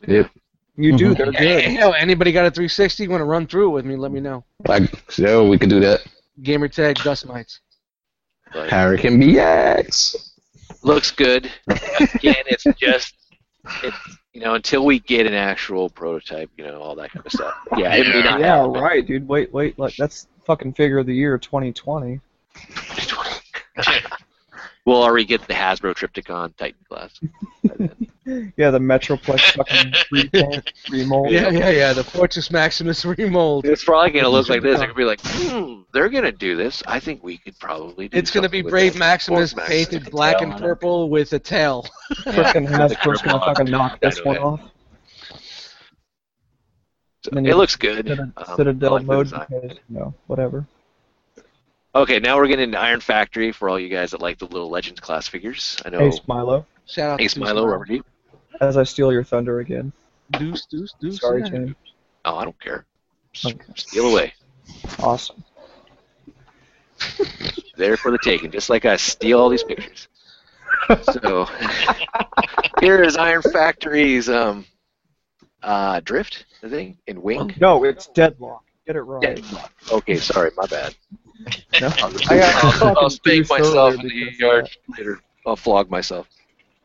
Speaker 10: Yep.
Speaker 1: You
Speaker 2: Mm-hmm.
Speaker 1: do.
Speaker 4: They're good. Hell, anybody got a 360? Want to run through it with me? Let me know.
Speaker 10: Like, yo, we could do that.
Speaker 4: Gamer tag dust mites.
Speaker 10: Harry can be X.
Speaker 2: Looks good. Again, it's just, it's, you know, until we get an actual prototype, you know, all that kind of stuff. Yeah, it may not
Speaker 1: Yeah,
Speaker 2: happen.
Speaker 1: right, dude. Wait, wait. Like that's fucking figure of the year 2020.
Speaker 2: We'll already get the Hasbro Triptychon Titan class.
Speaker 1: Yeah, the Metroplex fucking repaint, remold.
Speaker 4: Yeah, yeah, yeah. The Fortress Maximus remold.
Speaker 2: It's probably going to look like this. They're going to be like, hmm, they're going to do this. I think we could probably do
Speaker 4: It's gonna be
Speaker 2: something with
Speaker 4: Brave
Speaker 2: that.
Speaker 4: Maximus
Speaker 2: Or Max-
Speaker 4: painted black and purple with a tail.
Speaker 1: Frickin' Hasbro's gonna fucking knock this one off. Then you-
Speaker 2: It looks good.
Speaker 1: Citadel,
Speaker 2: Um,
Speaker 1: Citadel
Speaker 2: I like the
Speaker 1: mode
Speaker 2: design.
Speaker 1: because you know whatever.
Speaker 2: Okay, now we're getting into Iron Factory for all you guys that like the little Legends class figures. I know
Speaker 1: Ace Milo,
Speaker 4: Shout out
Speaker 2: Ace
Speaker 4: to
Speaker 2: Milo, Robert E. Deep.
Speaker 1: as I steal your thunder again.
Speaker 4: Deuce, Deuce, Deuce.
Speaker 1: Sorry,
Speaker 4: yeah.
Speaker 1: James.
Speaker 2: Oh, I don't care. S-
Speaker 1: Okay.
Speaker 2: Steal away.
Speaker 1: Awesome.
Speaker 2: There for the taking, just like I steal all these pictures. So here is Iron Factory's um, uh, Drift, I think, and Wing.
Speaker 1: No, it's deadlock. Get it wrong.
Speaker 2: Deadlock. Okay, sorry, my bad.
Speaker 1: No,
Speaker 2: I
Speaker 1: I got
Speaker 2: will
Speaker 1: fucking
Speaker 2: I'll spank
Speaker 1: Deuce
Speaker 2: myself
Speaker 1: earlier
Speaker 2: in the
Speaker 1: because
Speaker 2: yard later. I'll flog myself.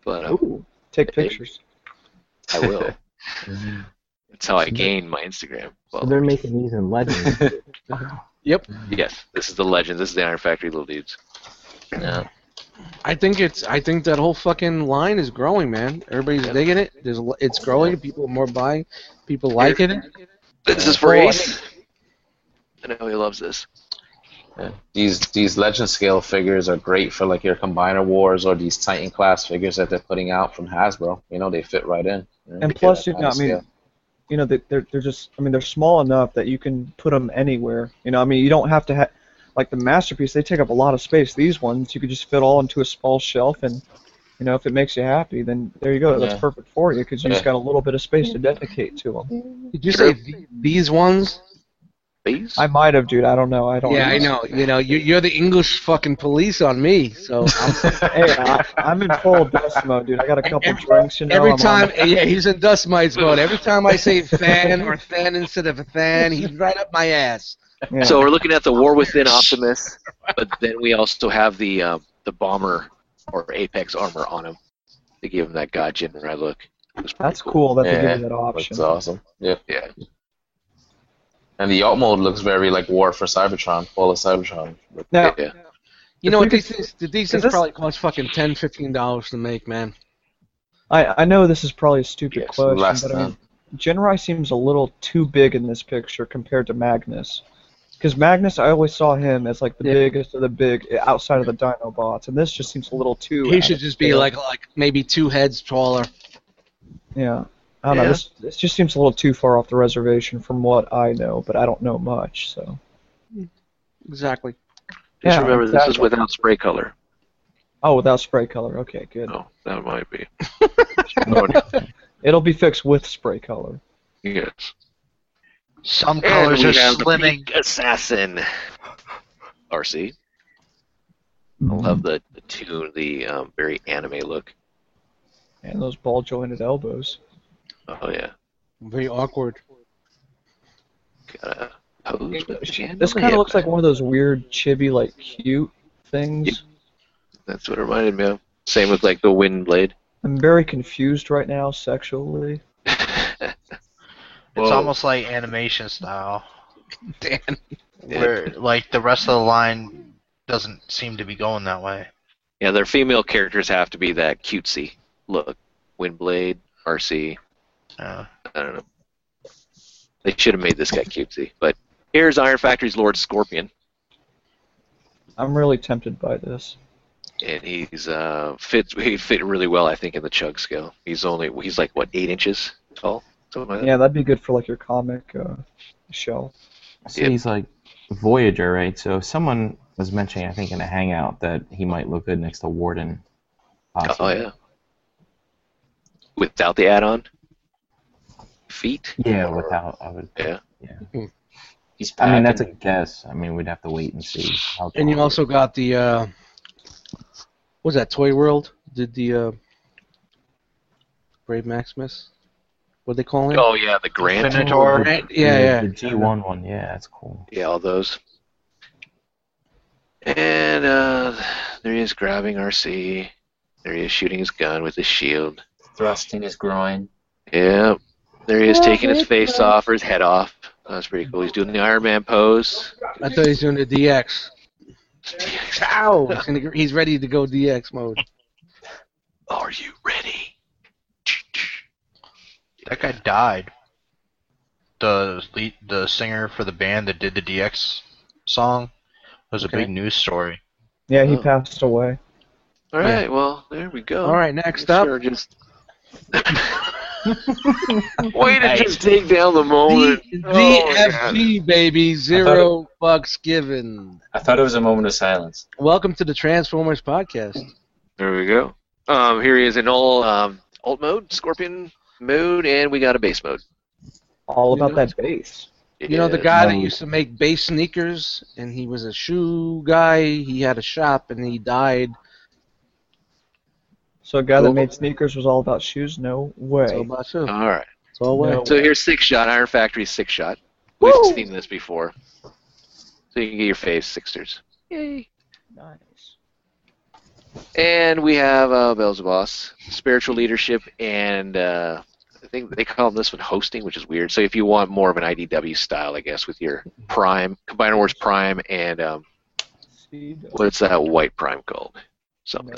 Speaker 2: But uh,
Speaker 1: Ooh, take pictures.
Speaker 2: I will. That's how I gain my Instagram.
Speaker 3: So
Speaker 2: Well,
Speaker 3: they're making these in Legends.
Speaker 4: Yep.
Speaker 2: yes, this is the legend. This is the Iron Factory little dudes. Yeah.
Speaker 4: I think it's. I think that whole fucking line is growing, man. Everybody's digging it. There's. a lo- It's growing. People are more buying. People liking it.
Speaker 2: This is for
Speaker 4: Oh, I
Speaker 2: Ace. I know he loves this.
Speaker 10: These these legend scale figures are great for like your combiner wars or these Titan class figures that they're putting out from Hasbro. You know they fit right in.
Speaker 1: And plus, you know, I mean, you know, they- they're they're just. I mean, they're small enough that you can put them anywhere. You know, I mean, you don't have to have like the masterpiece. They take up a lot of space. These ones, you could just fit all into a small shelf, and you know, if it makes you happy, then there you go.
Speaker 10: Yeah.
Speaker 1: That's perfect for you because you just
Speaker 10: Yeah.
Speaker 1: got a little bit of space to dedicate to them.
Speaker 4: Did you say th- these ones?
Speaker 2: These?
Speaker 1: I might have, dude. I don't know. I don't.
Speaker 4: Yeah, I know. You know, you, you're the English fucking police on me. So I'm,
Speaker 1: hey, I, I'm in full dust mode, dude. I got a couple drinks, you know.
Speaker 4: every
Speaker 1: I'm on
Speaker 4: time, yeah, he's in dust mites mode. Every time I say fan or than instead of than, he's right up my ass.
Speaker 1: Yeah.
Speaker 2: So we're looking at the War Within Optimus, but then we also have the uh, the bomber or Apex armor on him. They gave him that God Jinrai look. It was pretty
Speaker 1: That's cool that they
Speaker 10: Yeah,
Speaker 1: give you that
Speaker 10: That's
Speaker 1: option.
Speaker 10: awesome. Yeah.
Speaker 2: Yeah.
Speaker 10: And the alt mode looks very like War for Cybertron, Fall of Cybertron.
Speaker 1: Now,
Speaker 2: Yeah.
Speaker 4: You
Speaker 1: If
Speaker 4: know
Speaker 1: we
Speaker 4: what?
Speaker 1: could-
Speaker 4: These things, these
Speaker 1: is
Speaker 4: things
Speaker 1: this-
Speaker 4: probably cost fucking ten, fifteen dollars to make, man.
Speaker 1: I, I know this is probably a stupid
Speaker 10: Yes,
Speaker 1: question,
Speaker 10: less
Speaker 1: but I mean,
Speaker 10: than.
Speaker 1: Genrai seems a little too big in this picture compared to Magnus. Because Magnus, I always saw him as like the biggest of the big outside of the Dinobots, and this just seems a little too. out
Speaker 4: He
Speaker 1: of
Speaker 4: should just be
Speaker 1: scale.
Speaker 4: like like maybe two heads taller.
Speaker 1: Yeah. I don't know.
Speaker 4: Yeah.
Speaker 1: This, this just seems a little too far off the reservation from what I know, but I don't know much, so.
Speaker 4: Exactly.
Speaker 2: Just
Speaker 1: Yeah,
Speaker 2: remember this is
Speaker 1: exactly.
Speaker 2: without spray color.
Speaker 1: Oh, without spray color. Okay, good.
Speaker 2: Oh, that might be.
Speaker 1: It'll be fixed with spray color.
Speaker 2: Yes.
Speaker 8: Some
Speaker 2: And
Speaker 8: colors
Speaker 2: we
Speaker 8: are
Speaker 2: have the
Speaker 8: slimming.
Speaker 2: Pink Assassin. RC. I
Speaker 1: Mm-hmm.
Speaker 2: love the, the tune, the um, very anime look.
Speaker 1: And those ball jointed elbows.
Speaker 2: Oh yeah.
Speaker 4: Very awkward.
Speaker 2: Gotta pose with the hand
Speaker 1: This
Speaker 2: on the
Speaker 1: kind of
Speaker 2: hip.
Speaker 1: looks like one of those weird chibi, like cute things.
Speaker 2: That's what it reminded me of. Same with like the wind blade.
Speaker 1: I'm very confused right now sexually.
Speaker 8: It's
Speaker 1: Whoa.
Speaker 8: almost like animation style.
Speaker 4: Dan.
Speaker 8: Where like the rest of the line doesn't seem to be going that way.
Speaker 2: Yeah, their female characters have to be that cutesy look. Wind blade, RC.
Speaker 8: Uh,
Speaker 2: I don't know. They should have made this guy cutesy. But here's Iron Factory's Lord Scorpion.
Speaker 1: I'm really tempted by this.
Speaker 2: and he's uh fits he fit really well I think in the chug scale. He's only he's like what eight inches tall. Something like that.
Speaker 1: Yeah, that'd be good for like your comic uh, shell.
Speaker 11: So he's like Voyager, right? So someone was mentioning, I think, in a hangout that he might look good next to Warden.
Speaker 2: Oh yeah. Without the add-on feet.
Speaker 11: Yeah, without I would.
Speaker 2: Yeah.
Speaker 4: Hmm.
Speaker 11: Yeah.
Speaker 9: He's
Speaker 11: I mean, that's a
Speaker 4: packing.
Speaker 11: guess. I mean, we'd have to wait and see. How
Speaker 4: And you also got the uh, what was that Toy World? Did the uh, Brave Maximus? What they call him?
Speaker 2: Oh yeah, the Grand
Speaker 4: Infinitor. Right, yeah, yeah.
Speaker 11: The G one one, yeah, that's cool.
Speaker 2: Yeah, all those. And uh, there he is grabbing RC. There he is shooting his gun with his shield.
Speaker 9: Thrusting his groin.
Speaker 2: Yeah. There he is taking his face off or his head off. That's pretty cool. He's doing the Iron Man pose.
Speaker 4: I thought he was doing the DX. Ow! He's gonna- He's ready to go DX mode.
Speaker 2: Are you ready?
Speaker 8: That guy died. The lead, the singer for the band that did the DX song was a big news story.
Speaker 1: Yeah,
Speaker 4: Oh.
Speaker 1: he passed away.
Speaker 2: All right, well, there we go.
Speaker 4: All right, next up.
Speaker 2: Sure, just... Way to just take down the moment.
Speaker 4: DFG, baby. Zero bucks given.
Speaker 9: I thought it was a moment of silence.
Speaker 4: Welcome to the Transformers podcast.
Speaker 2: There we go. Um, here he is in all um, alt mode, scorpion mode, and we got a base mode.
Speaker 1: All about that bass.
Speaker 4: You know the guy that
Speaker 1: Mode.
Speaker 4: used to make base sneakers, and he was a shoe guy. He had a shop, and he died.
Speaker 1: So a guy that
Speaker 4: Cool.
Speaker 1: made sneakers was all about shoes? No way.
Speaker 4: All about shoes.
Speaker 2: All right.
Speaker 4: All
Speaker 1: way.
Speaker 2: So here's six shot, Iron Factory six shot. We've seen this before. So you can get your phase sixers. Yay.
Speaker 1: Nice.
Speaker 2: And we have uh, Beelzebos, spiritual leadership, and uh, I think they call this one hosting, which is weird. So if you want more of an IDW style, I guess, with your Prime, Combiner Wars Prime, and um, what's that white Prime called? Something.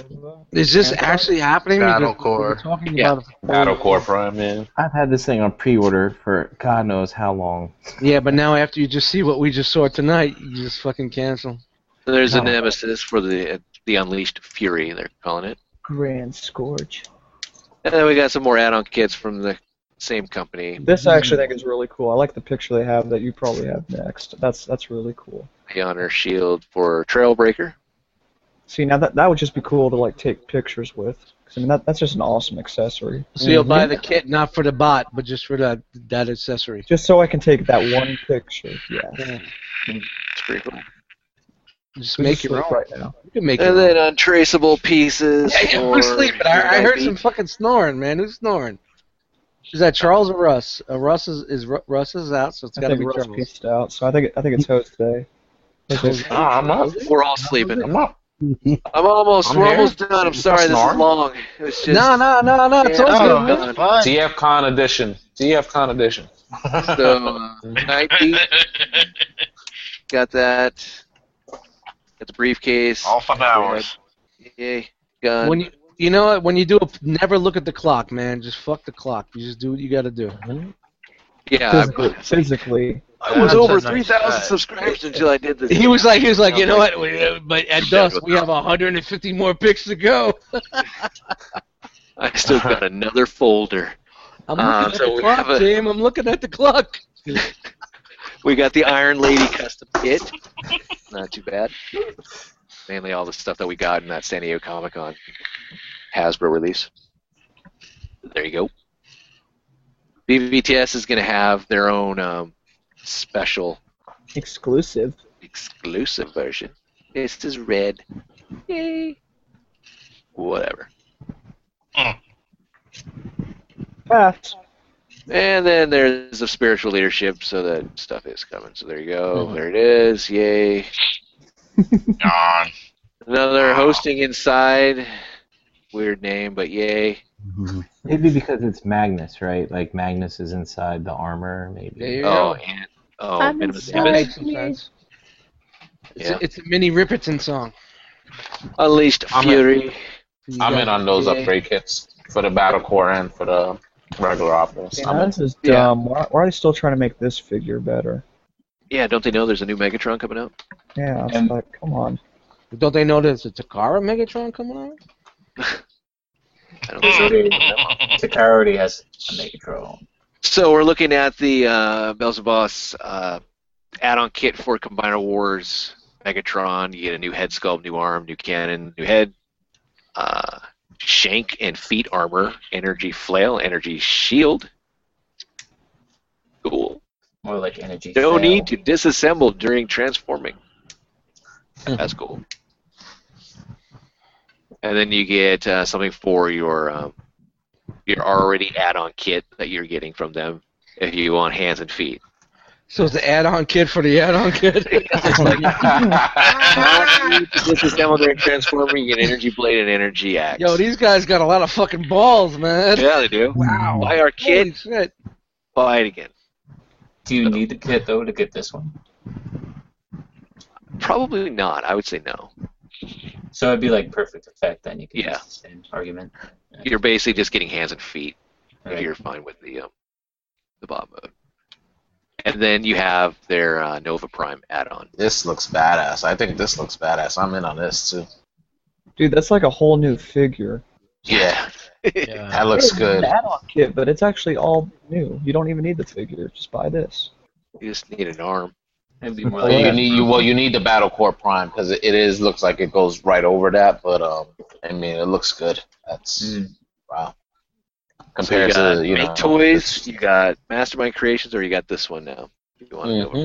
Speaker 4: Is this actually happening?
Speaker 10: Battle
Speaker 4: Because we were
Speaker 10: Core.
Speaker 4: Talking
Speaker 2: Yeah.
Speaker 4: about it.
Speaker 10: Battlecore Prime, yeah.
Speaker 11: I've had this thing on pre-order for God knows how long.
Speaker 4: Yeah, but now after you just see what we just saw tonight, you just fucking cancel.
Speaker 2: There's a
Speaker 4: No.
Speaker 2: nemesis for the the Unleashed Fury, they're calling it.
Speaker 1: Grand Scourge.
Speaker 2: And then we got some more add-on kits from the same
Speaker 4: Mm-hmm.
Speaker 2: company.
Speaker 1: This I actually think is really cool. I like the picture they have that you probably have next. That's that's really cool.
Speaker 2: Honor Shield for Trailbreaker.
Speaker 1: See, now that that would just be cool to like take pictures with. 'Cause, I mean, that, that's just an awesome accessory. Mhm.
Speaker 4: So you'll
Speaker 1: Mm-hmm.
Speaker 4: buy the kit not for the bot, but just for that that accessory.
Speaker 1: just so I can take that one picture. Yeah.
Speaker 4: Yeah.
Speaker 2: It's pretty cool.
Speaker 4: Just
Speaker 1: We
Speaker 4: make
Speaker 1: just
Speaker 4: your
Speaker 1: look
Speaker 4: own.
Speaker 1: right now.
Speaker 4: You can make
Speaker 2: and
Speaker 4: your own.
Speaker 2: then untraceable pieces.
Speaker 4: Yeah, yeah,
Speaker 2: for
Speaker 4: who's sleeping? I, I heard some
Speaker 2: VIP.
Speaker 4: fucking snoring, man. Who's snoring? Is that Charles or Russ? Uh, Russ is, is Ru- Russ is out, so it's
Speaker 1: I
Speaker 4: got to
Speaker 1: think
Speaker 4: be
Speaker 1: Russ
Speaker 4: Charles.
Speaker 1: pieced out, so I think I think it's Hose today. Jose-
Speaker 4: Oh,
Speaker 10: Nah, I'm up.
Speaker 2: We're all sleeping.
Speaker 10: I'm up.
Speaker 2: I'm almost.
Speaker 10: I'm
Speaker 2: we're
Speaker 10: here.
Speaker 2: almost done. I'm sorry. This is
Speaker 10: Snarl?
Speaker 2: long. It was just.
Speaker 4: No, no, no, no. It's
Speaker 8: Oh,
Speaker 2: Yeah, Oh,
Speaker 4: all
Speaker 2: I'm
Speaker 4: good.
Speaker 2: done.
Speaker 10: DF Con edition. DF Con edition.
Speaker 2: So uh, Nike got that. Got the briefcase.
Speaker 5: All five hours.
Speaker 2: Yay. Gun.
Speaker 4: Oh. When you you know what? When you do a never look at the clock, man. Just fuck the clock. You just do what you got to do.
Speaker 2: yeah.
Speaker 1: Physically, physically,
Speaker 2: I was over
Speaker 4: nice
Speaker 2: 3,000
Speaker 4: guy.
Speaker 2: subscribers until I did this.
Speaker 4: He was like, he was like, you know what?
Speaker 2: I'm
Speaker 4: we- uh, But at dusk, we have 150 more picks to go.
Speaker 2: I still got another folder.
Speaker 4: I'm looking
Speaker 2: Um,
Speaker 4: at
Speaker 2: so
Speaker 4: the
Speaker 2: we
Speaker 4: clock,
Speaker 2: have a,
Speaker 4: Jim. I'm looking at the clock.
Speaker 2: we got the Iron Lady custom kit. Not too bad. Mainly all the stuff that we got in that San Diego Comic Con Hasbro release. There you go. BBTS is going to have their own um, special
Speaker 1: Exclusive.
Speaker 2: exclusive version. This is red. Yay. Whatever.
Speaker 1: Pass.
Speaker 2: And then there's the spiritual leadership, so that stuff is coming. So there you go.
Speaker 4: Mm-hmm.
Speaker 2: There it is. Yay.
Speaker 6: Yawn.
Speaker 2: Another hosting inside. Weird name, but yay.
Speaker 3: It'd be because it's Magnus, right? Like Magnus is inside the armor, maybe.
Speaker 4: There you
Speaker 2: oh,
Speaker 4: go.
Speaker 2: and oh,
Speaker 4: I'm
Speaker 2: Minimum
Speaker 4: inside
Speaker 2: Damage.
Speaker 4: Makes some sense. It's,
Speaker 2: Yeah.
Speaker 4: a, it's a mini Ripperton song.
Speaker 2: Unleashed
Speaker 10: I'm in.
Speaker 2: Fury.
Speaker 10: I'm in on those
Speaker 4: Yeah.
Speaker 10: upgrade kits for the battle core and for the regular operas.
Speaker 1: Yeah,
Speaker 10: I'm in.
Speaker 1: this is dumb. Why, why are they still trying to make this figure better?
Speaker 2: Yeah, don't they know there's a new Megatron coming out?
Speaker 1: Yeah, it's
Speaker 4: And-
Speaker 1: like, come on.
Speaker 4: Don't they know there's a Takara Megatron coming out?
Speaker 2: I don't know.
Speaker 13: Takara already has a Megatron.
Speaker 2: So we're looking at the uh, Beelzebub's uh, add-on kit for Combiner Wars Megatron. You get a new head sculpt, new arm, new cannon, new head, uh, shank and feet armor, energy flail, energy shield. Cool.
Speaker 13: More like energy.
Speaker 2: No
Speaker 13: fail.
Speaker 2: need to disassemble during transforming.
Speaker 13: Hmm.
Speaker 2: That's cool. And then you get uh, something for your um, your already add-on kit that you're getting from them if you want hands and feet.
Speaker 4: So it's the add-on kid for the add-on kid.
Speaker 2: disassemble during transforming. You get energy blade and energy axe.
Speaker 4: Yo, these guys got a lot of fucking balls, man.
Speaker 2: yeah, they do.
Speaker 4: Wow.
Speaker 2: Buy our
Speaker 4: Holy
Speaker 2: kit.
Speaker 4: shit.
Speaker 2: Buy it again.
Speaker 13: Do you need the kit though to get this one?
Speaker 2: Probably not. I would say no.
Speaker 13: So it'd be like perfect effect then. You could
Speaker 2: Yeah.
Speaker 13: use the same argument.
Speaker 2: You're basically just getting hands and feet if
Speaker 13: Right.
Speaker 2: you're fine with the um, the bot mode. And then you have their uh, Nova Prime add-on.
Speaker 10: This looks badass. I think this looks badass. I'm in on this too.
Speaker 1: Dude, that's like a whole new figure.
Speaker 10: Yeah,
Speaker 2: Yeah.
Speaker 10: that looks good.
Speaker 1: It's an add-on kit, but it's actually all new. You don't even need the figure. Just buy this.
Speaker 2: You just need an arm.
Speaker 13: It'd be more
Speaker 10: Well, you need you well you need the battle core prime because it, it is looks like it goes right over that, but um, I mean it looks good. That's wow. Compared
Speaker 2: Mm. so you got
Speaker 10: to you know
Speaker 2: Make Toys, you got Mastermind Creations, or you got this one now. You want Nova
Speaker 4: Mm-hmm.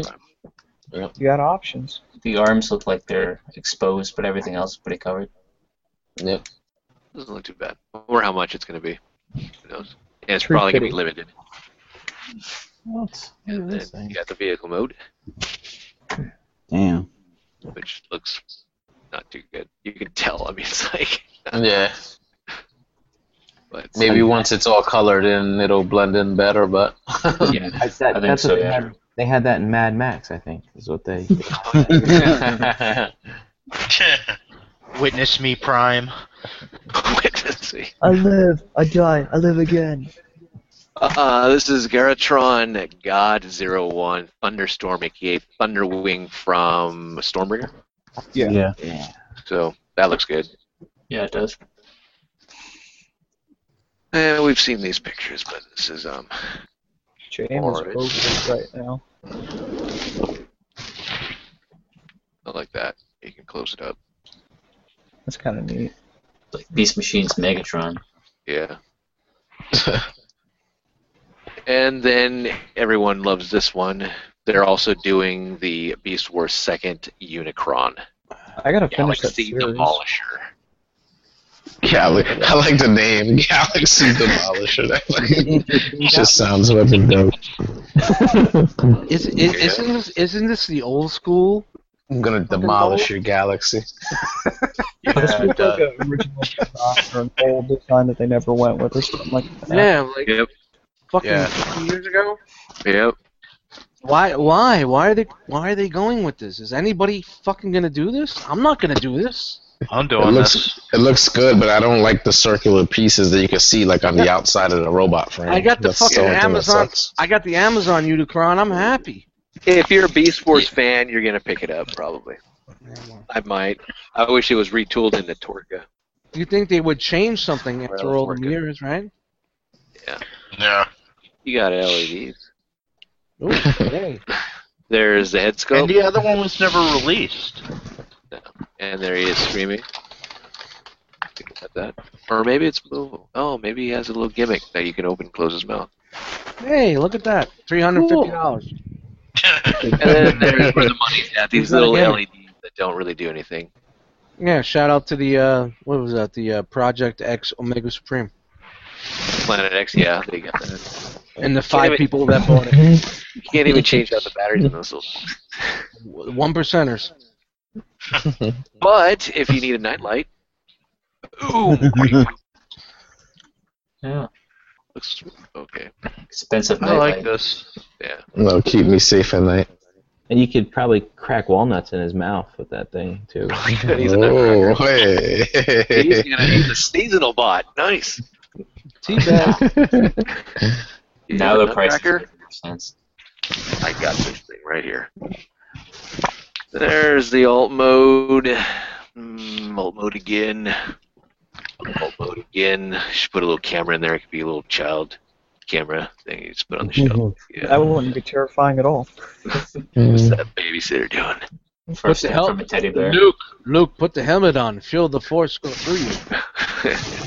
Speaker 13: Mhm.
Speaker 2: Prime.
Speaker 1: You got options.
Speaker 13: The arms look like they're exposed, but everything else is pretty covered.
Speaker 10: Yep.
Speaker 2: Doesn't look too bad. Or how much it's going to be. Who knows? And it's
Speaker 1: True
Speaker 2: probably going to be
Speaker 1: pity.
Speaker 2: limited. And then you got the vehicle mode,
Speaker 14: Damn.
Speaker 2: which looks not too good. You can tell. I mean, it's like.
Speaker 10: yeah
Speaker 2: But
Speaker 10: maybe once it's all colored in it'll blend in better, but
Speaker 13: yeah,
Speaker 10: I,
Speaker 3: That- that's what they, had, they had that in Mad Max, I think, is what they.
Speaker 8: Witness me, Prime.
Speaker 2: Witness me.
Speaker 1: I live. I die. I live again.
Speaker 2: Uh, this is Garatron God Zero One Thunderstorm, aka Thunderwing from Stormbringer.
Speaker 1: Yeah.
Speaker 14: Yeah.
Speaker 2: So that looks good.
Speaker 13: Yeah, it does.
Speaker 2: Eh, we've seen these pictures, but this is um.
Speaker 1: James is
Speaker 2: Alright.
Speaker 1: over this right now.
Speaker 2: I like that. You can close it up.
Speaker 1: That's kind of neat.
Speaker 13: Like Beast Machine's Megatron.
Speaker 2: Yeah. and then everyone loves this one. They're also doing the Beast Wars second Unicron
Speaker 1: I gotta finish that
Speaker 2: Galaxy
Speaker 1: series.
Speaker 2: Demolisher.
Speaker 14: Gal- I like the name Galaxy Demolisher. That fucking- just sounds fucking dope.
Speaker 4: Is, is, isn't, this, isn't this the old school?
Speaker 14: I'm gonna demolish your galaxy.
Speaker 1: This
Speaker 10: Yeah,
Speaker 1: was
Speaker 10: it
Speaker 1: like
Speaker 10: does.
Speaker 1: an original design or an old design that they never went with or something like that.
Speaker 4: Yeah, like
Speaker 2: Yep.
Speaker 4: fucking
Speaker 10: Yeah.
Speaker 4: 50 years ago.
Speaker 2: Yep.
Speaker 4: Why? Why? Why are they? Why are they going with this? Is anybody fucking gonna do this? I'm not gonna do this.
Speaker 8: I'm
Speaker 14: It
Speaker 8: doing this.
Speaker 14: looks it looks good, but I don't like the circular pieces that you can see like on the outside of the robot frame.
Speaker 4: I got the
Speaker 14: That's the
Speaker 4: fucking
Speaker 14: only thing that
Speaker 4: Amazon.
Speaker 14: sucks.
Speaker 4: I got the Amazon Unicron. I'm happy.
Speaker 2: If you're a Beast Force fan, you're gonna pick it up probably. I might. I wish it was retooled into Torga.
Speaker 4: You think they would change something after
Speaker 2: Well,
Speaker 4: all the years, right?
Speaker 8: Yeah.
Speaker 2: You got E LEDs.
Speaker 4: Ooh, hey.
Speaker 2: There's the head sculpt,
Speaker 8: And the other one was never released.
Speaker 2: and there he is screaming. Got that. Or maybe it's movable. Oh, maybe he has a little gimmick that you can open and close his mouth.
Speaker 4: Hey, look at that. Three hundred fifty dollars.
Speaker 2: And then there's where the money's at. These
Speaker 4: Is that a
Speaker 2: little
Speaker 4: gimmick?
Speaker 2: LEDs that don't really do anything.
Speaker 4: Yeah, shout out to the uh, what was that? The uh, Project X Omega Supreme
Speaker 2: Planet X, yeah, they got that.
Speaker 4: and the five
Speaker 2: Anyway.
Speaker 4: people that bought it.
Speaker 2: You can't even change out the batteries in those little
Speaker 4: One percenters.
Speaker 2: But if you need a nightlight, ooh,
Speaker 5: Yeah.
Speaker 2: looks okay.
Speaker 5: Expensive
Speaker 15: I like
Speaker 5: nightlight.
Speaker 15: this.
Speaker 2: Yeah.
Speaker 10: No, keep me safe at night.
Speaker 3: And you could probably crack walnuts in his mouth with that thing too.
Speaker 2: He's a
Speaker 10: Oh, hey.
Speaker 2: He's gonna he's a seasonal bot. Nice.
Speaker 4: Too bad.
Speaker 2: You
Speaker 5: Now
Speaker 2: have a
Speaker 5: the price is
Speaker 2: nutcracker?
Speaker 5: making sense.
Speaker 2: I got this thing right here. There's the alt mode. Mm, alt mode again. Alt mode again. Should put a little camera in there. It could be a little child camera thing you just put on the shelf. Yeah.
Speaker 1: That wouldn't be terrifying at all.
Speaker 14: Mm-hmm.
Speaker 2: What's that babysitter doing?
Speaker 4: Put
Speaker 5: First
Speaker 4: the
Speaker 5: hit
Speaker 4: hel-
Speaker 5: from a teddy bear.
Speaker 4: Luke, Luke, put the helmet on. Feel the force go through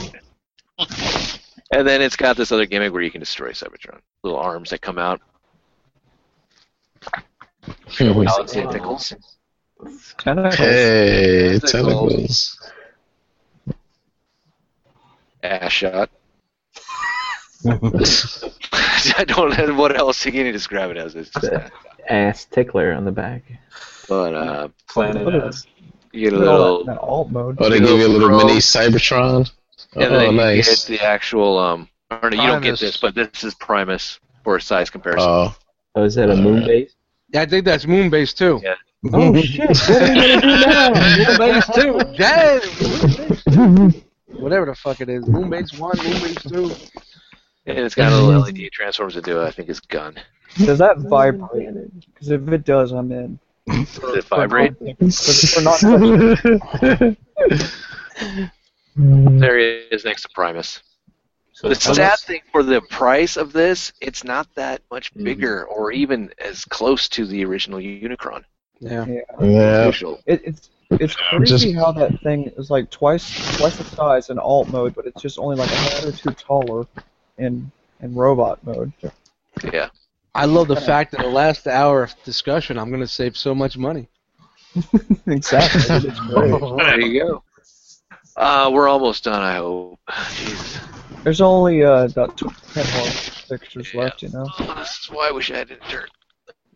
Speaker 4: you.
Speaker 2: and then it's got this other gimmick where you can destroy Cybertron. Little arms that come out.
Speaker 10: Oh,
Speaker 5: Alex hit the
Speaker 2: Tentacles.
Speaker 10: Hey, tentacles.
Speaker 2: Tentacles. Ass shot.
Speaker 14: Oh,
Speaker 2: I don't know what else you can describe it as. It's just that.
Speaker 3: Ass tickler on the back.
Speaker 2: But uh,
Speaker 5: Planet as.
Speaker 2: you get a
Speaker 1: Look at all that,
Speaker 2: little.
Speaker 1: that alt mode.
Speaker 10: Oh, they give you a little mini Cybertron.
Speaker 2: And
Speaker 10: oh,
Speaker 2: then you
Speaker 10: nice.
Speaker 2: get the actual. Um, or no, you don't get
Speaker 15: Primus.
Speaker 2: this, but this is Primus for a size comparison.
Speaker 10: Oh.
Speaker 3: Oh, is that a moon base?
Speaker 4: Yeah, I think that's Moonbase too.
Speaker 2: Yeah.
Speaker 3: Oh shit! What are we gonna do now?
Speaker 4: Moonbase two. Yeah. Moonbase. Whatever the fuck it is. Moonbase one. Moonbase two.
Speaker 2: And it's got a little E LED. It transforms into, I think, his gun.
Speaker 1: Does that vibrate? Because if it does, I'm in.
Speaker 2: Does it vibrate?
Speaker 1: We're not-
Speaker 2: There he is next to Primus.
Speaker 5: So
Speaker 2: The
Speaker 5: it's almost-
Speaker 2: sad thing for the price of this, it's not that much
Speaker 10: Mm-hmm.
Speaker 2: bigger or even as close to the original Unicron.
Speaker 4: Yeah.
Speaker 10: Yeah.
Speaker 2: Visual.
Speaker 1: It, it's it's
Speaker 10: Yeah,
Speaker 1: crazy
Speaker 10: just-
Speaker 1: how that thing is like twice twice the size in alt mode, but it's just only like a head or two taller in in robot mode.
Speaker 2: Yeah.
Speaker 4: I love the fact that the last hour of discussion, I'm gonna save so much money.
Speaker 1: exactly. It's great.
Speaker 2: There you go. Uh, we're almost done, I hope. Jeez.
Speaker 1: There's only uh, about tw- ten more pictures left, you know.
Speaker 2: Oh, this is why I wish I had an intern.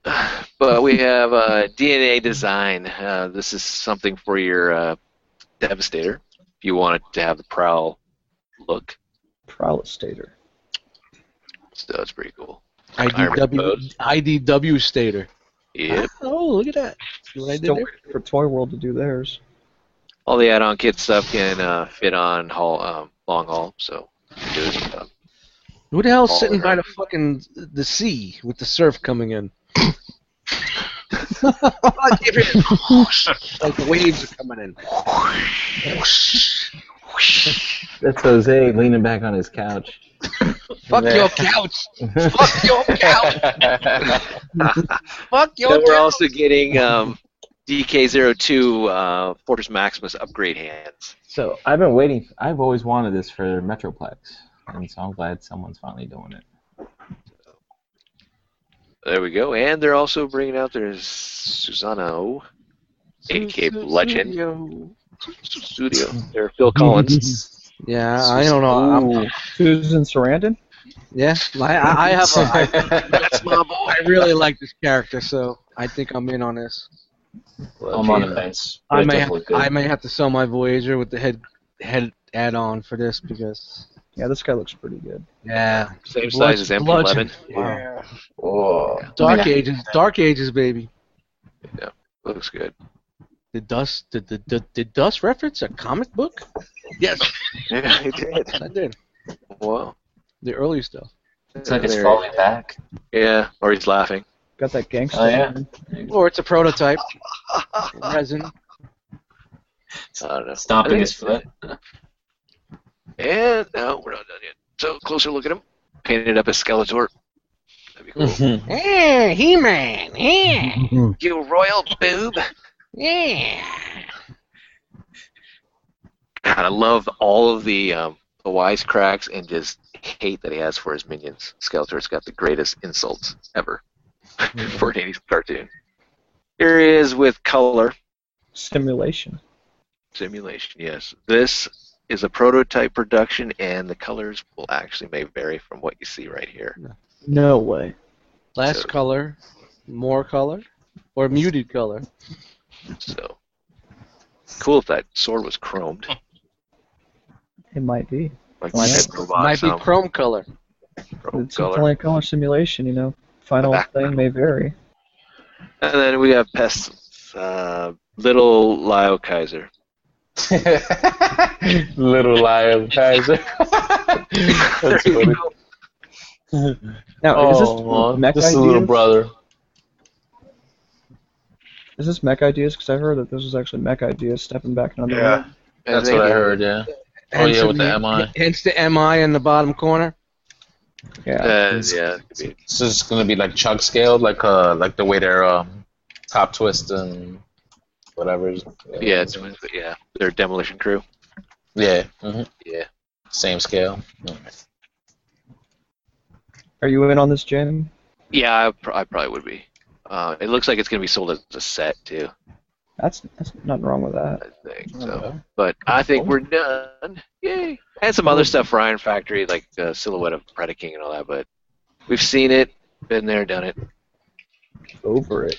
Speaker 2: But we have uh, DNA design. Uh, this is something for your uh, Devastator. If you want it to have the prowl look,
Speaker 1: Prowlestator.
Speaker 2: so it's pretty cool. Iron
Speaker 4: IDW IDW stater.
Speaker 2: Yep.
Speaker 4: Oh, look at that. See what I did
Speaker 1: Still
Speaker 4: there?
Speaker 1: waiting for Toy World to do theirs.
Speaker 2: all the add-on kit stuff can uh, fit on haul, um, long haul, so do it. Um,
Speaker 4: Who the hell's
Speaker 2: All
Speaker 4: sitting by
Speaker 2: around.
Speaker 4: the fucking the sea with the surf coming in? like the waves are coming in.
Speaker 3: That's Jose leaning back on his couch.
Speaker 4: Fuck your couch. Fuck your couch. Fuck your
Speaker 2: then we're
Speaker 4: couch.
Speaker 2: also getting um, DK02 uh, Fortress Maximus upgrade hands.
Speaker 3: So I've been waiting. I've always wanted this for Metroplex, and so I'm glad someone's finally doing it.
Speaker 2: There we go. And they're also bringing out their Susano, aka Legend Studio. They're Phil Collins.
Speaker 4: Yeah, I don't know. I'm,
Speaker 1: Susan Sarandon.
Speaker 4: yeah, I, I I have a. I, that's my boy. I really like this character, so I think I'm in on this.
Speaker 5: I'm on the fence. but
Speaker 4: I
Speaker 5: it
Speaker 4: may
Speaker 5: does
Speaker 4: have,
Speaker 5: look good.
Speaker 4: I may have to sell my Voyager with the head head add on for this because
Speaker 1: Yeah, this guy looks pretty good.
Speaker 4: yeah,
Speaker 2: Same size as MP11.
Speaker 4: Wow.
Speaker 16: Oh.
Speaker 4: Dark Ages, Dark Ages, baby.
Speaker 2: Looks good.
Speaker 4: Did Dust did, did, did, did Dust reference a comic book? Yes,
Speaker 2: Yeah, I did.
Speaker 4: I did.
Speaker 2: Wow.
Speaker 4: The early stuff.
Speaker 5: It's like it's
Speaker 2: There-
Speaker 5: falling back.
Speaker 2: Yeah, or he's laughing.
Speaker 1: Got that gangster.
Speaker 17: Oh, yeah. Or it's a prototype. Resin.
Speaker 9: Stomping his foot.
Speaker 2: And no, we're not done yet. So closer look at him. Painted up as Skeletor.
Speaker 4: Eh,
Speaker 17: Yeah, He-Man. Yeah.
Speaker 2: You royal boob.
Speaker 17: Yeah.
Speaker 2: God, I love all of the um, the wisecracks and just hate that he has for his minions. Skeletor's got the greatest insults ever for an 80s cartoon. Here he is with color
Speaker 1: Simulation.
Speaker 2: simulation. Yes, this is a prototype production, and the colors will actually may vary from what you see right here.
Speaker 1: No way.
Speaker 17: Less color, more color, or muted color.
Speaker 2: So cool if that sword was chromed.
Speaker 1: It might be.
Speaker 2: Like
Speaker 1: Why
Speaker 2: said,
Speaker 1: not?
Speaker 2: robot,
Speaker 17: Might be
Speaker 2: um,
Speaker 17: chrome color.
Speaker 2: Oh,
Speaker 1: It's something like color simulation, you know. Final thing may vary.
Speaker 2: And then we have pests. Uh, little Lyle Kaiser.
Speaker 10: Little liar, Kaiser. That's funny.
Speaker 1: Now,
Speaker 10: Oh,
Speaker 1: is this
Speaker 10: Aw,
Speaker 1: mech
Speaker 10: just a little
Speaker 1: ideas?
Speaker 10: brother.
Speaker 1: Is this mech ideas? Because I heard that this was actually mech ideas stepping back another
Speaker 10: Yeah.
Speaker 1: way.
Speaker 10: That's what I heard. Yeah. Oh
Speaker 17: Hence
Speaker 10: yeah, with the
Speaker 17: the-
Speaker 10: MI.
Speaker 17: Hence the MI in the bottom corner.
Speaker 2: Uh, yeah.
Speaker 10: So it's gonna be like chug scale, like uh, like the way they're um, top twist and whatever. is-
Speaker 2: Yeah, it's with, yeah, their demolition crew.
Speaker 10: Yeah. hmm
Speaker 2: Yeah.
Speaker 10: Same scale.
Speaker 1: Are you in on this, Jamie?
Speaker 2: Yeah, I, pr- I probably would be. Uh, it looks like it's gonna be sold as a set too.
Speaker 1: That's, that's nothing wrong with that.
Speaker 2: I think so. But
Speaker 3: Oh,
Speaker 2: I think we're done. Yay! And some other stuff for Iron Factory, like the silhouette of Predaking and all that. But we've seen it, been there, done it.
Speaker 3: Over it.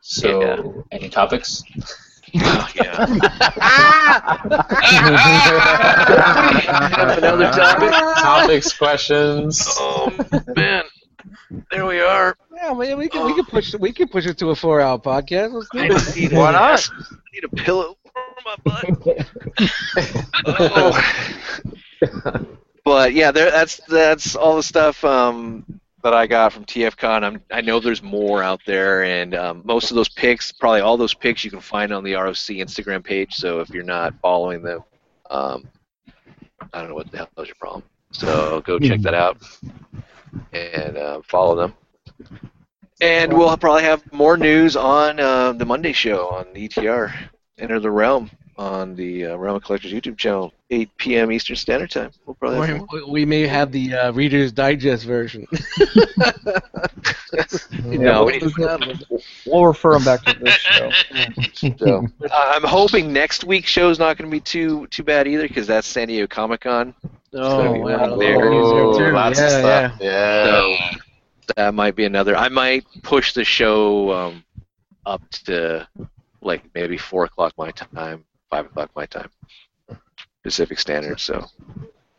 Speaker 9: So, any topics?
Speaker 2: Oh,
Speaker 10: Another
Speaker 2: topic.
Speaker 10: Topics, questions.
Speaker 2: Man, there we are.
Speaker 17: Yeah, we, we can we can push we can push it to a four hour podcast. Let's do it.
Speaker 2: Why not? I need a pillow for my butt. Oh. But yeah, there, that's that's all the stuff um, that I got from TFCon. I'm, I know there's more out there, and um, most of those pics, probably all those pics, you can find on the ROC Instagram page. So if you're not following them, um, I don't know what the hell is your problem. So go check that out and uh, follow them. And we'll probably have more news on uh, the Monday show on ETR, Enter the Realm, on the uh, Realm of Collectors YouTube channel, 8 p.m. Eastern Standard Time. We'll probably have more.
Speaker 17: Or we may have the uh, Reader's Digest version.
Speaker 2: No, we need-
Speaker 1: we'll, we'll refer them back to this show.
Speaker 2: So, I- I'm hoping next week's show's not going to be too too bad either, because that's San Diego Comic Con.
Speaker 17: Oh, wow.
Speaker 10: Oh, lots of
Speaker 17: Yeah,
Speaker 10: stuff. Yeah.
Speaker 2: So that might be another. I might push the show um, up to like maybe four o'clock my time, five o'clock my time, Pacific Standard. So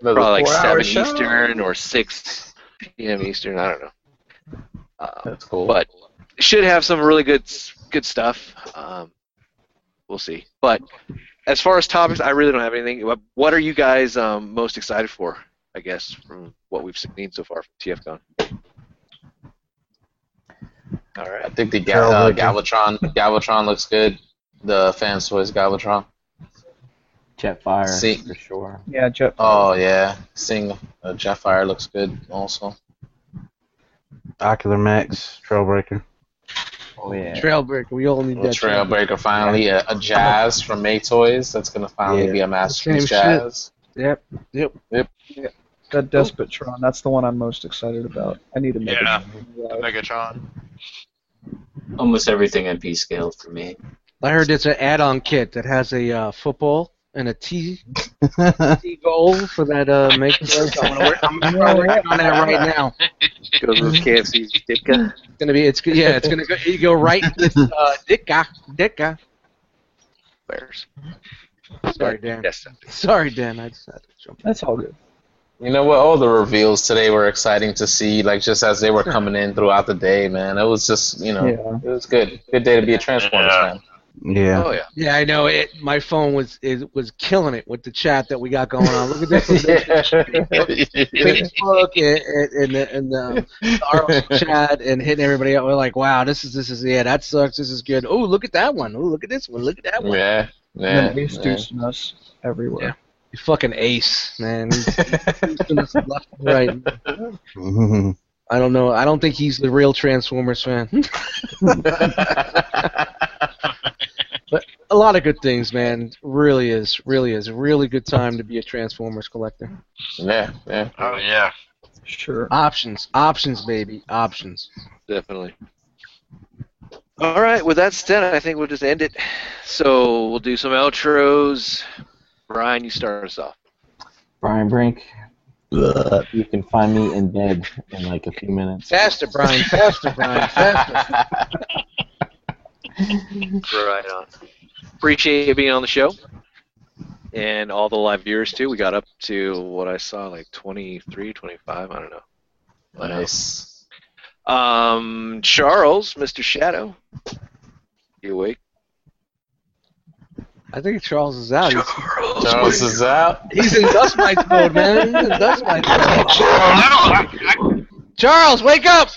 Speaker 10: Another
Speaker 2: probably like seven
Speaker 10: four-hour show.
Speaker 2: Eastern or six p.m. Eastern. I don't know. Uh,
Speaker 10: That's cool.
Speaker 2: But should have some really good good stuff. Um, we'll see. But as far as topics, I really don't have anything. What- What are you guys um, most excited for? I guess from what we've seen so far from TFCon. All right.
Speaker 10: I think the Gal- uh, Galvatron, Galvatron looks good. The fans' toys Galvatron.
Speaker 3: Jetfire,
Speaker 10: See-
Speaker 3: for sure.
Speaker 1: Yeah, Jeff.
Speaker 10: Oh yeah, seeing uh, Jetfire looks good also.
Speaker 7: Ocular Max, Trailbreaker.
Speaker 3: Oh yeah.
Speaker 17: Trailbreaker. We all need
Speaker 10: Well,
Speaker 17: that.
Speaker 10: Trailbreaker finally a, a Jazz from May Toys. That's gonna finally
Speaker 3: Yeah.
Speaker 10: be a
Speaker 17: Same
Speaker 10: masterpiece
Speaker 17: shit.
Speaker 10: Jazz.
Speaker 17: Yep. Yep.
Speaker 1: That Despotron, that's the one I'm most excited about. I need to make
Speaker 5: Yeah.
Speaker 1: it.
Speaker 5: The Megatron.
Speaker 9: Almost everything MP scale for me.
Speaker 17: I heard it's an add-on kit that has a uh, football and a T T goal for that uh, make. I'm gonna work- I'm gonna work on that right now.
Speaker 2: Goes with KFC's Ditka.
Speaker 17: It's gonna be. It's yeah. It's gonna go. You go right with uh, Dicka. Dicka.
Speaker 2: Players.
Speaker 17: Sorry, Dan.
Speaker 2: Yes.
Speaker 17: Sorry, Dan. I just had to jump.
Speaker 1: That's all good.
Speaker 10: You know what? All the reveals today were exciting to see. Like just as they were coming in throughout the day, man. It was just you know, it was good. Good day to be a Transformers
Speaker 5: Yeah.
Speaker 10: fan.
Speaker 18: Yeah.
Speaker 4: yeah. Yeah, I know. It. My phone was it was killing it with the chat that we got going on. Look at this. Facebook and, and, and the, and the, the RL chat and hitting everybody up. We're like, wow, this is this is yeah, that sucks. This is good. Oh, look at that one. Oh, look at this one. Look at that one.
Speaker 10: Yeah. Yeah.
Speaker 1: and then Ace deucing us everywhere.
Speaker 4: You fucking ace, man. He's- he's doing us left and right. I don't know. I don't think he's the real Transformers fan. but a lot of good things, man. Really is, really is, a really good time to be a Transformers collector.
Speaker 10: Yeah, yeah.
Speaker 5: Oh yeah.
Speaker 1: Sure.
Speaker 4: Uh, Options, options, baby, options.
Speaker 2: Definitely. All right, with that said, I think we'll just end it. So we'll do some outros. Brian, you start us off.
Speaker 3: Brian Brink. You can find me in bed in like a few minutes.
Speaker 4: Faster, Brian. Faster, Brian. Faster.
Speaker 2: Right on. Appreciate you being on the show. And all the live viewers, too. We got up to what I saw, like 23, 25, I don't know. uh,
Speaker 10: Nice.
Speaker 2: Um, Charles, Mr. Shadow. You awake?
Speaker 4: I think Charles is out. He's,
Speaker 10: Charles is out.
Speaker 4: he's in dust mite mode, man. He's in dust mite
Speaker 5: Oh,
Speaker 4: mode. Charles, wake up!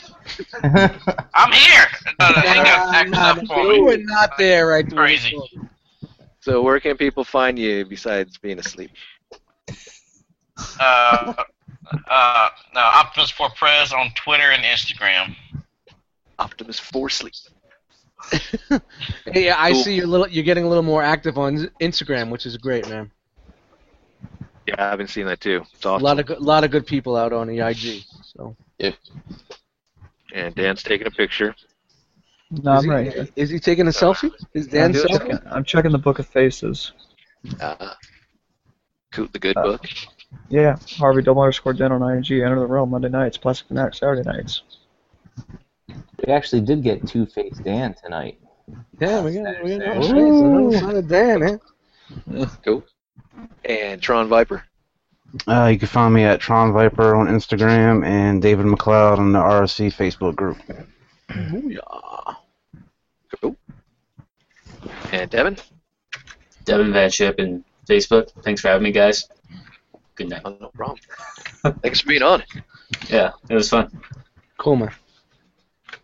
Speaker 5: I'm here. No, no, Uh, hang up, act up for
Speaker 4: Ah, You were
Speaker 5: me.
Speaker 4: not there, right? there.
Speaker 5: Crazy.
Speaker 2: So where can people find you besides being asleep?
Speaker 5: Uh, uh, no, Optimus for Prez on Twitter and Instagram.
Speaker 2: Optimus for sleep.
Speaker 4: Hey, I
Speaker 2: Cool.
Speaker 4: see you're little. You're getting a little more active on Instagram, which is great, man.
Speaker 2: Yeah, I've been seeing that too. It's
Speaker 4: A
Speaker 2: awesome.
Speaker 4: lot of good, lot of good people out on the IG. So
Speaker 2: And Dan's taking a picture.
Speaker 1: No,
Speaker 4: is,
Speaker 1: I'm
Speaker 4: he,
Speaker 1: right here.
Speaker 4: is he taking a selfie? Is Dan
Speaker 1: I'm
Speaker 4: selfie?
Speaker 1: checking, I'm checking the book of faces.
Speaker 2: Uh, cool, the good
Speaker 1: Uh,
Speaker 2: book.
Speaker 1: Yeah, Harvey double underscore den on ING. Enter the realm Monday nights. Plastic Fanatic Saturday nights.
Speaker 3: We actually did get Two Face Dan tonight.
Speaker 4: Yeah, we got we got another face,
Speaker 3: Ooh.
Speaker 4: another side of Dan, eh?
Speaker 2: Cool. And Tron Viper.
Speaker 18: Uh, you can find me at Tron Viper on Instagram and David McLeod on the RSC Facebook group.
Speaker 4: Booyah.
Speaker 2: Cool. And Devin
Speaker 19: Devin Van Ship and Facebook. Thanks for having me, guys. Good night.
Speaker 2: Oh, no problem. Thanks for being on.
Speaker 19: Yeah, it was fun.
Speaker 4: Cool man.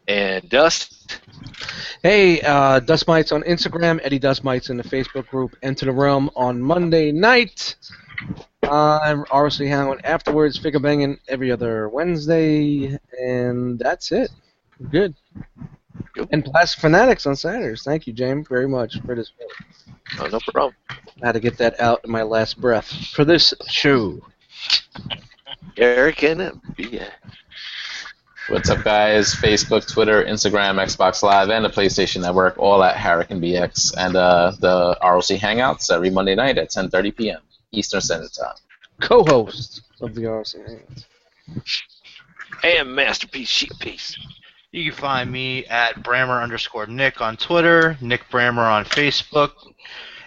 Speaker 2: And Dust.
Speaker 4: Hey, uh, Dust Mites on Instagram, Eddie Dust Mites in the Facebook group, Enter the Realm on Monday night. I'm RSC Hangout afterwards, Figure Banging every other Wednesday, and that's it. Good.
Speaker 2: Cool.
Speaker 4: And Plastic Fanatics on Saturdays. Thank you, James, very much for this.
Speaker 2: Oh, no problem.
Speaker 4: I had to get that out in my last breath for this show.
Speaker 2: Eric and yeah.
Speaker 10: What's up, guys? Facebook, Twitter, Instagram, Xbox Live, and the PlayStation Network, all at Harrican BX, and uh, the ROC Hangouts every Monday night at 10:30 p.m. Eastern Standard Time.
Speaker 4: Co-host of the RSC Hangouts.
Speaker 2: And Masterpiece Sheet Piece.
Speaker 8: You can find me at Brammer underscore Nick on Twitter, Nick Brammer on Facebook,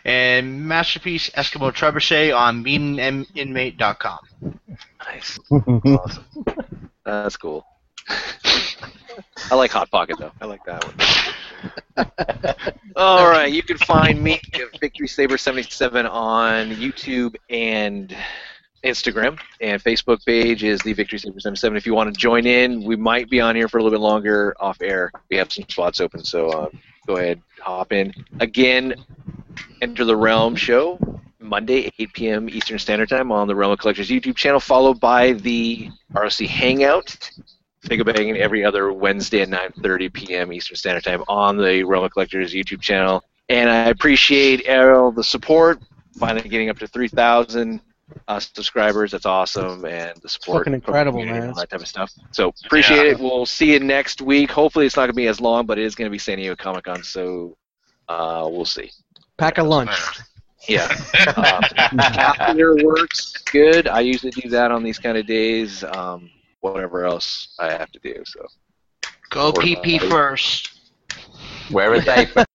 Speaker 8: and Masterpiece Eskimo Trebuchet on meetinginmate.com.
Speaker 2: Nice. That's cool. I like Hot Pocket though. I like that one. All right, you can find me at Victory Saber seventy seven on YouTube and Instagram and Facebook page is the Victory Saber seventy seven. If you want to join in, we might be on here for a little bit longer off air. We have some spots open, so uh, go ahead, hop in. Again, Enter the Realm show Monday, 8 p.m. Eastern Standard Time on the Realm of Collectors YouTube channel, followed by the ROC Hangout. Figure banging every other Wednesday at 9:30 p.m. Eastern Standard Time on the Realm of Collectors YouTube channel. And I appreciate all the support. Finally getting up to 3,000 uh, subscribers. That's awesome, and the support. from
Speaker 4: Fucking
Speaker 2: the
Speaker 4: incredible,
Speaker 2: community and
Speaker 4: man.
Speaker 2: All that type of stuff. So appreciate it. We'll see you next week. Hopefully it's not gonna be as long, but it is gonna be San Diego Comic Con, so uh, we'll see.
Speaker 4: Pack a lunch.
Speaker 2: Yeah. Um, calendar works good. I usually do that on these kind of days. Um, whatever else I have to do. So
Speaker 8: Go PP first.
Speaker 10: Wear a diaper.